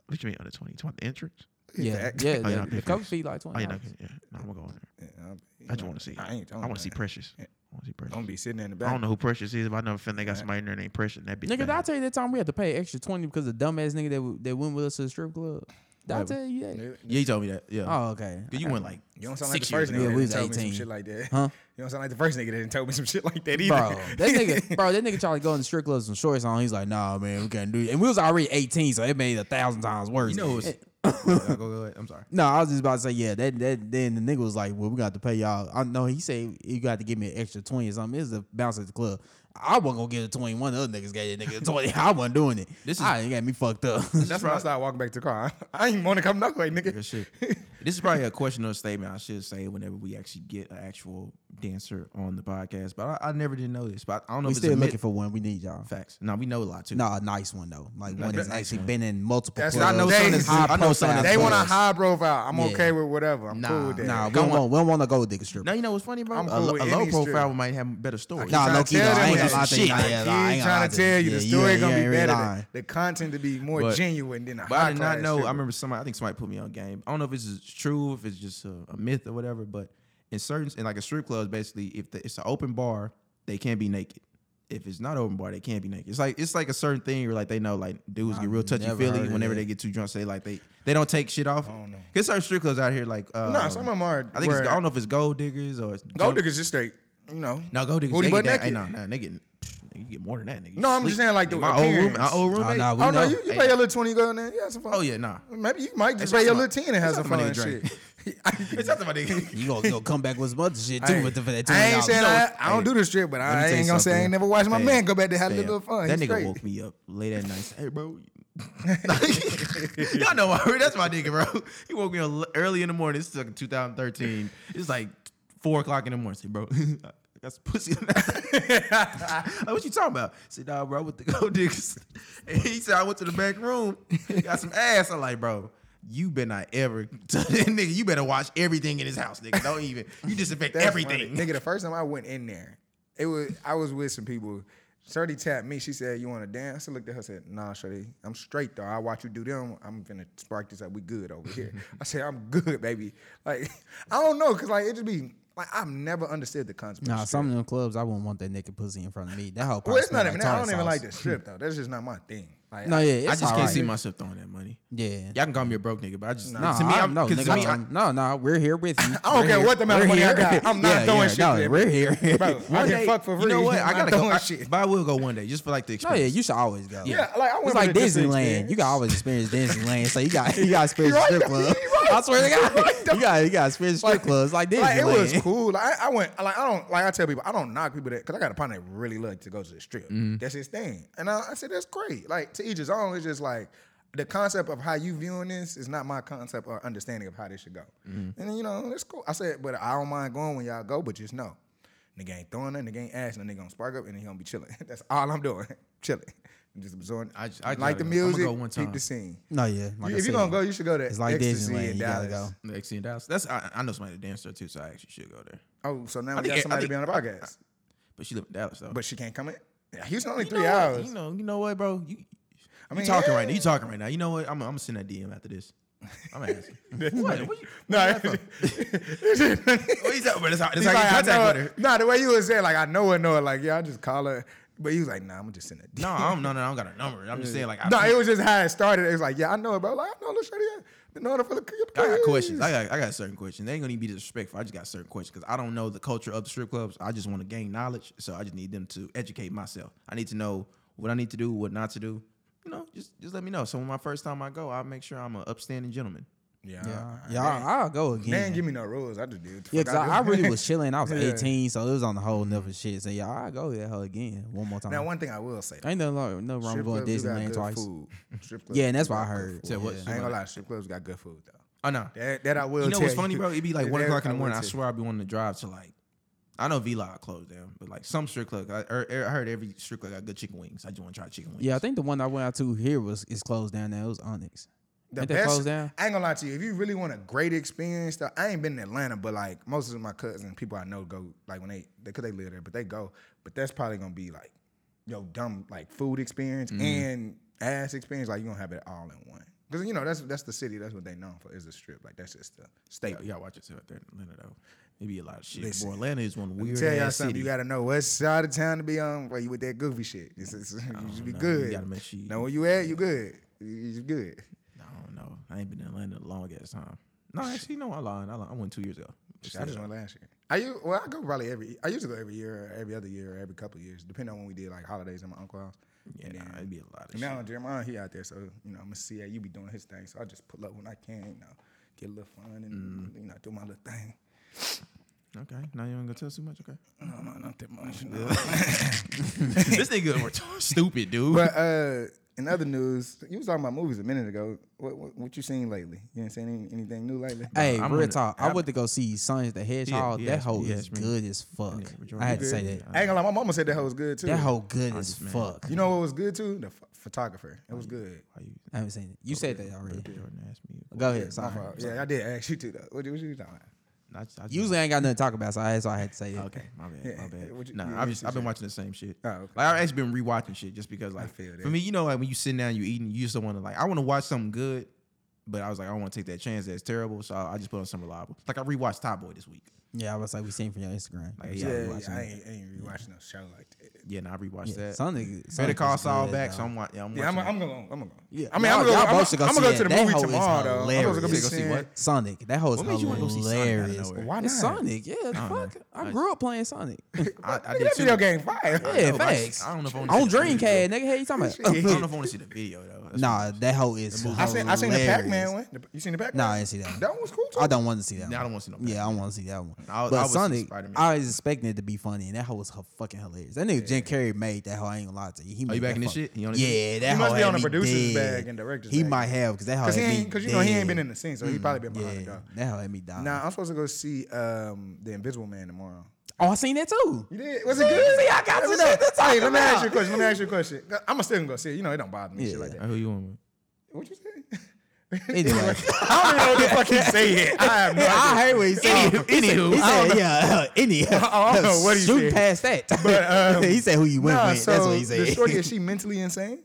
[SPEAKER 3] What you mean under twenty? Twenty the entrance?
[SPEAKER 2] Yeah,
[SPEAKER 1] Exact-
[SPEAKER 2] yeah.
[SPEAKER 1] Oh,
[SPEAKER 3] yeah,
[SPEAKER 2] the-
[SPEAKER 3] I'll pay
[SPEAKER 2] The cover
[SPEAKER 3] fees.
[SPEAKER 2] fee like
[SPEAKER 3] Oh,
[SPEAKER 2] twenty.
[SPEAKER 3] yeah, no,
[SPEAKER 2] dollars.
[SPEAKER 3] yeah, no, I'm going there.
[SPEAKER 1] Yeah, I,
[SPEAKER 3] I just want to see.
[SPEAKER 1] I ain't.
[SPEAKER 3] I want to see Precious. I
[SPEAKER 1] Yeah.
[SPEAKER 3] want to see Precious.
[SPEAKER 1] Don't be sitting in the
[SPEAKER 3] I
[SPEAKER 1] back.
[SPEAKER 3] don't know who Precious is, but I know Finn they got somebody in there named Precious. and That bitch.
[SPEAKER 2] Nigga,
[SPEAKER 3] bad.
[SPEAKER 2] did I tell you that time we had to pay extra twenty because the dumbass nigga that w- that went with us to the strip club? Did I
[SPEAKER 3] Whatever.
[SPEAKER 2] tell you that?
[SPEAKER 1] You
[SPEAKER 3] Yeah, you told me that. Yeah.
[SPEAKER 2] Oh, okay.
[SPEAKER 3] Cause you went like
[SPEAKER 1] don't sound like the
[SPEAKER 3] six
[SPEAKER 1] first
[SPEAKER 3] years
[SPEAKER 1] nigga
[SPEAKER 2] Yeah,
[SPEAKER 3] ago.
[SPEAKER 1] that
[SPEAKER 2] we was
[SPEAKER 1] told me some
[SPEAKER 2] 18.
[SPEAKER 1] shit like that.
[SPEAKER 2] Huh?
[SPEAKER 1] You don't sound like the first nigga that told me some shit like that either.
[SPEAKER 2] Bro, that nigga, bro, that nigga tried to go in the strip clubs with shorts on. He's like, nah, man, we can't do it. And we was already 18, so it made it a thousand times worse.
[SPEAKER 3] You know, it was, Go, go, go ahead. I'm sorry.
[SPEAKER 2] No, I was just about to say, yeah, that that then the nigga was like, Well, we got to pay y'all. I know he said you got to give me an extra twenty or something. It's the bounce at the club. I wasn't gonna give a twenty. One of the other niggas gave that nigga a twenty. I wasn't doing it.
[SPEAKER 3] This
[SPEAKER 2] This
[SPEAKER 3] is-
[SPEAKER 2] is I got me fucked up.
[SPEAKER 1] That's when I started walking back to the car. I ain't want to come no way, nigga.
[SPEAKER 3] Good shit. this is probably a question or a statement I should say whenever we actually get an actual dancer on the podcast. But I, I never did know this. But I don't know
[SPEAKER 2] we
[SPEAKER 3] if
[SPEAKER 2] still
[SPEAKER 3] it's a
[SPEAKER 2] looking
[SPEAKER 3] mid-
[SPEAKER 2] for one. We need y'all.
[SPEAKER 3] facts. No, we know a lot too.
[SPEAKER 2] No, a nice one though. Like one that's
[SPEAKER 3] nice
[SPEAKER 2] actually
[SPEAKER 3] one.
[SPEAKER 2] been in multiple.
[SPEAKER 1] That's
[SPEAKER 2] clubs,
[SPEAKER 1] I know some that's-
[SPEAKER 2] high
[SPEAKER 3] I know some
[SPEAKER 2] profile
[SPEAKER 3] that's-
[SPEAKER 1] They want a
[SPEAKER 2] clubs.
[SPEAKER 1] high profile. I'm
[SPEAKER 2] Yeah.
[SPEAKER 1] okay with whatever. I'm cool with that.
[SPEAKER 2] Nah, we
[SPEAKER 3] Come
[SPEAKER 2] don't, want, we don't want to go with dick stripper.
[SPEAKER 3] Now you know what's funny, bro.
[SPEAKER 1] I'm
[SPEAKER 3] A
[SPEAKER 1] cool
[SPEAKER 3] lo-
[SPEAKER 1] with
[SPEAKER 3] a,
[SPEAKER 1] any
[SPEAKER 3] low profile
[SPEAKER 1] stripper.
[SPEAKER 3] might have better stories.
[SPEAKER 2] Nah,
[SPEAKER 1] tryna
[SPEAKER 2] low key,
[SPEAKER 1] tell
[SPEAKER 2] though.
[SPEAKER 1] them
[SPEAKER 2] I ain't
[SPEAKER 1] that
[SPEAKER 2] gonna lie to you.
[SPEAKER 3] shit.
[SPEAKER 2] Nah, yeah, nah, I
[SPEAKER 1] Keep
[SPEAKER 2] ain't gonna lie
[SPEAKER 1] trying to
[SPEAKER 2] you.
[SPEAKER 1] tell you the
[SPEAKER 2] Yeah,
[SPEAKER 1] story
[SPEAKER 2] ain't-
[SPEAKER 1] gonna
[SPEAKER 2] you
[SPEAKER 1] be
[SPEAKER 2] ain't really
[SPEAKER 1] better.
[SPEAKER 2] lying.
[SPEAKER 1] The content to be more
[SPEAKER 3] But-
[SPEAKER 1] genuine than the
[SPEAKER 3] But I
[SPEAKER 1] high
[SPEAKER 3] did not
[SPEAKER 1] class.
[SPEAKER 3] know. I
[SPEAKER 1] stripper.
[SPEAKER 3] remember somebody. I think somebody put me on game. I don't know if this is true, if it's just a, a myth or whatever. But in certain, in like a strip club, basically, if the, it's an open bar, they can't be naked. If it's not open bar, they can't be naked. It's like it's like a certain thing where like they know like dudes get
[SPEAKER 2] I've
[SPEAKER 3] real touchy
[SPEAKER 2] never heard
[SPEAKER 3] feely
[SPEAKER 2] of
[SPEAKER 3] whenever
[SPEAKER 2] that.
[SPEAKER 3] they get too drunk. So they like they they don't take shit off. I
[SPEAKER 1] don't know.
[SPEAKER 3] Cause certain strip clubs out here like uh,
[SPEAKER 1] Nah, some of them are.
[SPEAKER 3] I think it's,
[SPEAKER 1] where-
[SPEAKER 3] I don't know if it's gold diggers or it's
[SPEAKER 1] Gold diggers just straight, you know.
[SPEAKER 3] No, gold diggers.
[SPEAKER 1] Booty
[SPEAKER 3] They
[SPEAKER 1] butt
[SPEAKER 3] get that, hey,
[SPEAKER 1] naked.
[SPEAKER 3] nah, nah, they get pff, you get more than that. Nigga. You
[SPEAKER 1] No, I'm just
[SPEAKER 3] sleep.
[SPEAKER 1] saying, like, the
[SPEAKER 3] my old room,
[SPEAKER 1] appearance.
[SPEAKER 3] my old
[SPEAKER 2] Oh,
[SPEAKER 3] roommate.
[SPEAKER 2] nah, we
[SPEAKER 1] Oh no,
[SPEAKER 2] know.
[SPEAKER 1] you, you
[SPEAKER 3] Hey,
[SPEAKER 1] pay a little twenty go in there. You have some fun.
[SPEAKER 3] oh yeah, nah.
[SPEAKER 1] Maybe you might just
[SPEAKER 3] Hey,
[SPEAKER 1] pay your
[SPEAKER 3] shout
[SPEAKER 1] little
[SPEAKER 3] out to my-
[SPEAKER 1] ten and have
[SPEAKER 3] shout out
[SPEAKER 1] some
[SPEAKER 3] to my
[SPEAKER 1] fun
[SPEAKER 3] nigga
[SPEAKER 1] and shit.
[SPEAKER 3] Drake. It's not about nigga.
[SPEAKER 2] You gonna, you gonna come back with some other shit too
[SPEAKER 1] Hey,
[SPEAKER 2] with the, for that
[SPEAKER 1] I ain't
[SPEAKER 2] $20.
[SPEAKER 1] saying
[SPEAKER 2] No,
[SPEAKER 1] I, I don't
[SPEAKER 2] hey,
[SPEAKER 1] do this shit, but
[SPEAKER 3] Let me
[SPEAKER 1] I
[SPEAKER 3] tell you
[SPEAKER 1] ain't gonna say I
[SPEAKER 3] something.
[SPEAKER 1] ain't never watched my
[SPEAKER 3] Fam,
[SPEAKER 1] man go back to have a
[SPEAKER 3] fam,
[SPEAKER 1] little fun.
[SPEAKER 3] That
[SPEAKER 1] He's
[SPEAKER 3] nigga
[SPEAKER 1] straight.
[SPEAKER 3] woke me up late at night. Hey, bro. Y'all know my, that's my nigga, bro. He woke me up l- early in the morning. This is like 2013. It's like four o'clock in the morning. I said, bro, I got some pussy. like, what you talking about? I said, nah, bro, I went to go niggas. And he said, I went to the back room, got some ass. I'm like, bro, you better not ever tell that nigga, you better watch everything in his house, nigga. Don't even, you disinfect
[SPEAKER 1] That's
[SPEAKER 3] everything.
[SPEAKER 1] funny. Nigga, the first time I went in there, it was I was with some people. Shorty tapped me. She said, "You want to dance?" I looked at her. said, "Nah, Shorty, I'm straight though. I watch you do them. I'm gonna spark this up. We good over here." I said, "I'm good, baby." Like I don't know, cause like it just be like I've never understood the concept.
[SPEAKER 2] Nah,
[SPEAKER 1] of
[SPEAKER 2] some of them clubs, I wouldn't want that naked pussy in front of me. That whole
[SPEAKER 1] Well, it's not
[SPEAKER 2] like
[SPEAKER 1] even. that. I don't
[SPEAKER 2] tartar
[SPEAKER 1] even like
[SPEAKER 2] sauce.
[SPEAKER 1] the strip though. That's just not my thing. Like,
[SPEAKER 2] No, yeah, it's
[SPEAKER 3] I just can't
[SPEAKER 2] alright.
[SPEAKER 3] see myself throwing that money.
[SPEAKER 2] Yeah.
[SPEAKER 3] Y'all can call me a broke nigga, but I just
[SPEAKER 2] No,
[SPEAKER 3] to me,
[SPEAKER 2] I,
[SPEAKER 3] I'm,
[SPEAKER 2] no,
[SPEAKER 3] 'cause
[SPEAKER 2] nigga,
[SPEAKER 3] to me,
[SPEAKER 2] I'm-
[SPEAKER 3] I'm,
[SPEAKER 2] no, no, we're here with you.
[SPEAKER 1] I don't
[SPEAKER 2] We're
[SPEAKER 1] care
[SPEAKER 2] here.
[SPEAKER 1] what the amount of
[SPEAKER 2] We're
[SPEAKER 1] money I
[SPEAKER 2] here.
[SPEAKER 1] got. I'm not
[SPEAKER 2] Yeah,
[SPEAKER 1] throwing
[SPEAKER 2] yeah,
[SPEAKER 1] shit
[SPEAKER 2] No,
[SPEAKER 1] to that
[SPEAKER 2] we're
[SPEAKER 1] bitch.
[SPEAKER 2] here.
[SPEAKER 1] Bro,
[SPEAKER 2] We're
[SPEAKER 1] I
[SPEAKER 2] here.
[SPEAKER 1] can fuck for free.
[SPEAKER 3] you know what?
[SPEAKER 1] I'm
[SPEAKER 3] I
[SPEAKER 1] not
[SPEAKER 3] gotta
[SPEAKER 1] throwing
[SPEAKER 3] go. Oh, I-
[SPEAKER 1] shit.
[SPEAKER 3] but I will go one day just for like the
[SPEAKER 2] No, yeah,
[SPEAKER 3] experience.
[SPEAKER 2] you should always go.
[SPEAKER 1] Yeah, like, I went
[SPEAKER 2] it's
[SPEAKER 1] with
[SPEAKER 2] like
[SPEAKER 1] it just to
[SPEAKER 2] Disneyland.
[SPEAKER 1] experience.
[SPEAKER 2] You can always experience Disneyland, so you got you got to experience
[SPEAKER 1] right,
[SPEAKER 2] strip
[SPEAKER 1] though.
[SPEAKER 2] club.
[SPEAKER 1] You right.
[SPEAKER 2] I swear to God,
[SPEAKER 1] You right, though.
[SPEAKER 2] you got you got to experience strip clubs like Disneyland.
[SPEAKER 1] Like, it was cool. Like I, I went. Like I don't. Like I tell people, I don't knock people that because I got a partner that really love to go to the strip.
[SPEAKER 2] Mm-hmm.
[SPEAKER 1] That's his thing. And I, I said that's great. Like to each his own. It's just like the concept of how you viewing this is not my concept or understanding of how this should go.
[SPEAKER 2] Mm-hmm.
[SPEAKER 1] And you know, it's cool. I said, but I don't mind going when y'all go, but just know. Nigga ain't throwing nothing, nigga ain't asking, nigga gonna spark up and he gonna be chilling. That's all I'm doing. chilling. I'm just absorbing.
[SPEAKER 3] I just- I just
[SPEAKER 1] like the
[SPEAKER 3] gotta go. I'ma
[SPEAKER 1] music,
[SPEAKER 3] go one
[SPEAKER 1] peep
[SPEAKER 3] time.
[SPEAKER 1] the scene.
[SPEAKER 2] No, yeah. Like I
[SPEAKER 1] if
[SPEAKER 2] said,
[SPEAKER 1] you're gonna go, you should go to
[SPEAKER 2] it's like
[SPEAKER 1] Ecstasy
[SPEAKER 2] Disneyland.
[SPEAKER 1] in
[SPEAKER 2] You gotta
[SPEAKER 1] Dallas.
[SPEAKER 2] go.
[SPEAKER 3] Next in Dallas. That's I, I know somebody that danced there too, so I actually should go there.
[SPEAKER 1] Oh, so now we
[SPEAKER 3] I think-
[SPEAKER 1] got
[SPEAKER 3] I
[SPEAKER 1] somebody to
[SPEAKER 3] think-
[SPEAKER 1] be on the podcast.
[SPEAKER 3] But she lived in Dallas though.
[SPEAKER 1] But she can't come in. Yeah, Houston only
[SPEAKER 3] you
[SPEAKER 1] three
[SPEAKER 3] know what?
[SPEAKER 1] hours.
[SPEAKER 3] You know, you know what, bro? You,
[SPEAKER 1] I
[SPEAKER 3] you
[SPEAKER 1] mean,
[SPEAKER 3] talking
[SPEAKER 1] yeah.
[SPEAKER 3] right now. You talking right now. You know what? I'm, I'm gonna send that DM after this. I'm asking. what? What you,
[SPEAKER 1] No,
[SPEAKER 3] what you
[SPEAKER 1] it's
[SPEAKER 3] laughing
[SPEAKER 1] it's just-
[SPEAKER 3] at? What you talking about? That's how, that's
[SPEAKER 1] he's like,
[SPEAKER 3] how you
[SPEAKER 1] I
[SPEAKER 3] get contact
[SPEAKER 1] know
[SPEAKER 3] with her.
[SPEAKER 1] her. Nah, the way you was saying, like, I know her, know her. Like, yeah, I just call her. But he was like, nah, I'm just send it.
[SPEAKER 3] No, I don't, no, no, I don't got her number. I'm just saying, like, I,
[SPEAKER 1] No, it was just how it started. It was like, yeah, I know her, bro. Like, I know Lashady. Been knowing her for the
[SPEAKER 3] I got questions. I got, I got certain questions. They ain't gonna even be disrespectful. I just got certain questions because I don't know the culture of the strip clubs. I just want to gain knowledge, so I just need them to educate myself. I need to know what I need to do, what not to do. You know, just just let me know. So when my first time I go, I'll make sure I'm an upstanding gentleman.
[SPEAKER 1] Yeah.
[SPEAKER 2] Yeah,
[SPEAKER 1] I-
[SPEAKER 2] yeah,
[SPEAKER 1] They ain't-
[SPEAKER 2] I, will go
[SPEAKER 1] they ain't
[SPEAKER 2] again.
[SPEAKER 1] give me no rules. I just did. what the
[SPEAKER 2] Yeah,
[SPEAKER 1] fuck
[SPEAKER 2] cause I, I
[SPEAKER 1] do.
[SPEAKER 2] really was chilling. I was
[SPEAKER 1] Yeah.
[SPEAKER 2] 18, so it was on the whole never shit. So yeah, I'll go that hell again one more time.
[SPEAKER 1] Now, one thing I will say.
[SPEAKER 2] ain't nothing wrong, nothing wrong
[SPEAKER 1] strip
[SPEAKER 2] with going
[SPEAKER 1] clubs do got
[SPEAKER 2] Disneyland
[SPEAKER 1] good
[SPEAKER 2] twice.
[SPEAKER 1] food. Strip clubs
[SPEAKER 2] Yeah, and that's
[SPEAKER 1] do
[SPEAKER 2] what I
[SPEAKER 1] got good
[SPEAKER 2] heard.
[SPEAKER 1] food.
[SPEAKER 3] Said what?
[SPEAKER 2] Yeah.
[SPEAKER 1] I ain't gonna lie, strip clubs got good food though.
[SPEAKER 3] Oh no,
[SPEAKER 1] That, that I will.
[SPEAKER 3] you know
[SPEAKER 1] tell
[SPEAKER 3] what's funny, bro? It'd be like one
[SPEAKER 1] That
[SPEAKER 3] o'clock
[SPEAKER 1] I
[SPEAKER 3] in the
[SPEAKER 1] will
[SPEAKER 3] morning. I
[SPEAKER 1] tell you.
[SPEAKER 3] swear I'd be wanting to drive to like. I know V-Live closed down, but like some strip club, I, er- er- I heard every strip club got good chicken wings. I just want to try chicken wings.
[SPEAKER 2] Yeah, I think the one I went out to here was is closed down now. It was Onyx.
[SPEAKER 1] The
[SPEAKER 2] Ain't that
[SPEAKER 1] best,
[SPEAKER 2] closed down?
[SPEAKER 1] I ain't gonna lie to you. If you really want a great experience, though, I ain't been in Atlanta, but like most of my cousins, people I know go like when they because they, live there, but they go. But that's probably gonna be like yo dumb like food experience
[SPEAKER 3] Mm-hmm.
[SPEAKER 1] and ass experience. Like you gonna have it all in one because you know that's that's the city. That's what they known for is the strip. Like that's just the
[SPEAKER 3] Yeah,
[SPEAKER 1] staple.
[SPEAKER 3] y'all watch yourself out there in Atlanta though. It'd be a lot of shit.
[SPEAKER 1] Listen,
[SPEAKER 3] Boy, Atlanta is one
[SPEAKER 1] Let me
[SPEAKER 3] weird
[SPEAKER 1] Tell y'all
[SPEAKER 3] ass
[SPEAKER 1] something.
[SPEAKER 3] city.
[SPEAKER 1] You gotta know what side of town to be on. Where you with that goofy shit? It's, it's, you should be
[SPEAKER 3] know. You
[SPEAKER 1] good.
[SPEAKER 3] gotta make sure you-
[SPEAKER 1] know where you at. You good. You, you good.
[SPEAKER 3] I don't know. I ain't been in Atlanta in a long ass time. No, actually, no, I lied. I, lied. I went two years ago.
[SPEAKER 1] I just went last year. I u- well, I go probably every. I used to go every year, or every other year, or every couple of years, depending on when we did like holidays at my uncle's house.
[SPEAKER 3] Yeah,
[SPEAKER 1] and
[SPEAKER 3] nah,
[SPEAKER 1] then,
[SPEAKER 3] it'd be a lot of
[SPEAKER 1] and now
[SPEAKER 3] shit.
[SPEAKER 1] Jeremiah he out there, so you know, Mr. CA, you be doing his thing, so I just pull up when I can, you know, get a little fun and
[SPEAKER 2] Mm.
[SPEAKER 1] you know, do my little thing.
[SPEAKER 3] Okay, now you ain't gonna tell us too much. Okay,
[SPEAKER 1] No, no, not that much. you know.
[SPEAKER 3] this nigga were t- stupid, dude.
[SPEAKER 1] But uh, in other news, you was talking about movies a minute ago. What what, what you seen lately? You ain't seen any, anything new lately?
[SPEAKER 2] Hey,
[SPEAKER 3] I'm
[SPEAKER 2] real
[SPEAKER 3] on the-
[SPEAKER 2] talk. I
[SPEAKER 3] I'm-
[SPEAKER 2] went to go see Sons the Hedgehog.
[SPEAKER 3] yeah,
[SPEAKER 2] that hoe
[SPEAKER 3] yeah,
[SPEAKER 2] is
[SPEAKER 3] it's me.
[SPEAKER 2] good as fuck.
[SPEAKER 3] Jordan,
[SPEAKER 2] I had
[SPEAKER 3] you
[SPEAKER 2] to say
[SPEAKER 3] good?
[SPEAKER 2] that.
[SPEAKER 1] I ain't gonna lie, my mama said that hoe was good too.
[SPEAKER 2] That hoe good as
[SPEAKER 3] man.
[SPEAKER 2] fuck.
[SPEAKER 1] You know what was good too? The ph- photographer. It was
[SPEAKER 2] Mm.
[SPEAKER 1] good.
[SPEAKER 3] Why you?
[SPEAKER 2] I haven't seen it. You said that already.
[SPEAKER 3] Jordan asked me.
[SPEAKER 2] Go ahead.
[SPEAKER 1] My
[SPEAKER 2] Sorry.
[SPEAKER 1] fault. Yeah, I did ask you too though. What, you- what you talking about?
[SPEAKER 3] I just- I just-
[SPEAKER 2] Usually I ain't got nothing to talk about, so I, so I had to say it.
[SPEAKER 3] Okay, my bad,
[SPEAKER 1] Yeah,
[SPEAKER 3] my bad.
[SPEAKER 1] what you-
[SPEAKER 3] nah,
[SPEAKER 1] yeah,
[SPEAKER 3] I've
[SPEAKER 1] you
[SPEAKER 3] just
[SPEAKER 1] should
[SPEAKER 3] I've been
[SPEAKER 1] say.
[SPEAKER 3] watching the same shit.
[SPEAKER 1] Oh, okay.
[SPEAKER 3] Like I've actually been rewatching shit just because like
[SPEAKER 1] feel that.
[SPEAKER 3] for me, you know, like when you sit down, you eating, you just want to like I want to watch something good, but I was like I don't want to take that chance. That's terrible, so I I just put on some reliable. Like I rewatched Top Boy this week.
[SPEAKER 2] Yeah, I was like, we seen from your Instagram.
[SPEAKER 3] Like,
[SPEAKER 1] Yeah,
[SPEAKER 3] yeah,
[SPEAKER 1] yeah,
[SPEAKER 3] watching
[SPEAKER 1] I
[SPEAKER 3] it.
[SPEAKER 1] ain't, I ain't rewatching no show like that.
[SPEAKER 3] yeah, nah, I rewatched
[SPEAKER 2] yeah,
[SPEAKER 3] that.
[SPEAKER 2] Sonic.
[SPEAKER 3] Better
[SPEAKER 2] Sonic
[SPEAKER 3] Call
[SPEAKER 2] is
[SPEAKER 3] Saul
[SPEAKER 2] good,
[SPEAKER 3] back,
[SPEAKER 2] though.
[SPEAKER 3] so I'm, wa- yeah, I'm watching.
[SPEAKER 1] Yeah, I'm,
[SPEAKER 3] that.
[SPEAKER 1] I'm gonna, I'm gonna go.
[SPEAKER 2] Yeah.
[SPEAKER 1] I mean,
[SPEAKER 2] Y'all-
[SPEAKER 1] I'm gonna,
[SPEAKER 2] y'all
[SPEAKER 1] I'm,
[SPEAKER 2] both should go
[SPEAKER 1] I'm gonna
[SPEAKER 2] see
[SPEAKER 1] go to the
[SPEAKER 2] it. That
[SPEAKER 1] movie
[SPEAKER 2] hoe is
[SPEAKER 1] tomorrow. Though. I'm supposed to go
[SPEAKER 2] hilarious.
[SPEAKER 1] be
[SPEAKER 3] You said go see
[SPEAKER 1] seeing-
[SPEAKER 3] what?
[SPEAKER 2] Sonic. That hoe is
[SPEAKER 3] What made you wanna go see Sonic out of
[SPEAKER 2] hilarious.
[SPEAKER 3] nowhere?
[SPEAKER 1] Why not?
[SPEAKER 2] It's Sonic. Yeah, the
[SPEAKER 3] know.
[SPEAKER 2] fuck. I
[SPEAKER 3] I-
[SPEAKER 2] grew up playing Sonic.
[SPEAKER 3] I, I did
[SPEAKER 1] That
[SPEAKER 3] too.
[SPEAKER 1] video game fire.
[SPEAKER 2] Yeah,
[SPEAKER 3] No, but I-
[SPEAKER 2] facts.
[SPEAKER 3] I don't know if I wanna
[SPEAKER 2] On
[SPEAKER 3] see the
[SPEAKER 2] Dreamcast,
[SPEAKER 3] video.
[SPEAKER 2] nigga. Hey, you talking
[SPEAKER 1] Shit.
[SPEAKER 2] about?
[SPEAKER 3] I don't know if I want to see the video though. That's
[SPEAKER 2] nah, that hoe is.
[SPEAKER 1] I seen I seen the
[SPEAKER 2] hilarious.
[SPEAKER 1] Pac Man one. The- You seen the Pac Man?
[SPEAKER 2] Nah, I didn't see that.
[SPEAKER 1] That one was cool too.
[SPEAKER 2] I don't want to see that.
[SPEAKER 3] Nah, I
[SPEAKER 2] one.
[SPEAKER 3] don't wanna see no
[SPEAKER 2] Yeah, I don't want to see that one.
[SPEAKER 3] I was-
[SPEAKER 2] but
[SPEAKER 3] I was
[SPEAKER 2] Sonic,
[SPEAKER 3] Spider-Man.
[SPEAKER 2] I was expecting it to be funny, and that hoe was h- fucking hilarious. That nigga Jim Carrey made that hoe. I ain't gonna lie to you. He made
[SPEAKER 3] you back
[SPEAKER 2] that
[SPEAKER 3] in this
[SPEAKER 2] fuck-
[SPEAKER 3] shit? He on this
[SPEAKER 2] yeah, that
[SPEAKER 1] He
[SPEAKER 2] hoe
[SPEAKER 1] must be
[SPEAKER 2] had
[SPEAKER 1] on the
[SPEAKER 2] me
[SPEAKER 1] producer's
[SPEAKER 2] dead.
[SPEAKER 1] bag and director's
[SPEAKER 2] He
[SPEAKER 1] bag.
[SPEAKER 2] might have because that hoe.
[SPEAKER 1] Cause he
[SPEAKER 2] had me
[SPEAKER 1] ain't, cause you know he ain't been
[SPEAKER 2] dead.
[SPEAKER 1] in the scene, so he probably been behind the
[SPEAKER 2] Yeah,
[SPEAKER 1] dog.
[SPEAKER 2] that hoe had me die.
[SPEAKER 1] Nah, I'm supposed to go see um, the Invisible Man tomorrow.
[SPEAKER 2] Oh, I seen that too.
[SPEAKER 1] You did? Was it good?
[SPEAKER 2] See, I
[SPEAKER 1] Let
[SPEAKER 2] got
[SPEAKER 1] me
[SPEAKER 2] some
[SPEAKER 1] know.
[SPEAKER 2] shit to talk
[SPEAKER 1] Hey, let me ask
[SPEAKER 2] about.
[SPEAKER 1] you a question. Let me ask you a question. I'm still gonna go see it. You know, it don't bother me. Shit
[SPEAKER 2] Yeah.
[SPEAKER 1] like that.
[SPEAKER 3] Who you on?
[SPEAKER 1] What you say?
[SPEAKER 2] Anyway,
[SPEAKER 1] I don't even know what the fuck he said. I have no idea.
[SPEAKER 2] I heard what he said.
[SPEAKER 3] Anywho,
[SPEAKER 2] he said,
[SPEAKER 3] anywho,
[SPEAKER 2] he
[SPEAKER 3] I
[SPEAKER 2] said
[SPEAKER 3] don't know.
[SPEAKER 2] yeah, uh, any.
[SPEAKER 1] I don't know what he
[SPEAKER 2] Shoot
[SPEAKER 1] said.
[SPEAKER 2] past that.
[SPEAKER 1] But, um,
[SPEAKER 2] he said who you went
[SPEAKER 1] Nah,
[SPEAKER 2] with.
[SPEAKER 1] so
[SPEAKER 2] That's what he
[SPEAKER 1] The
[SPEAKER 2] said.
[SPEAKER 1] shorty is she mentally insane?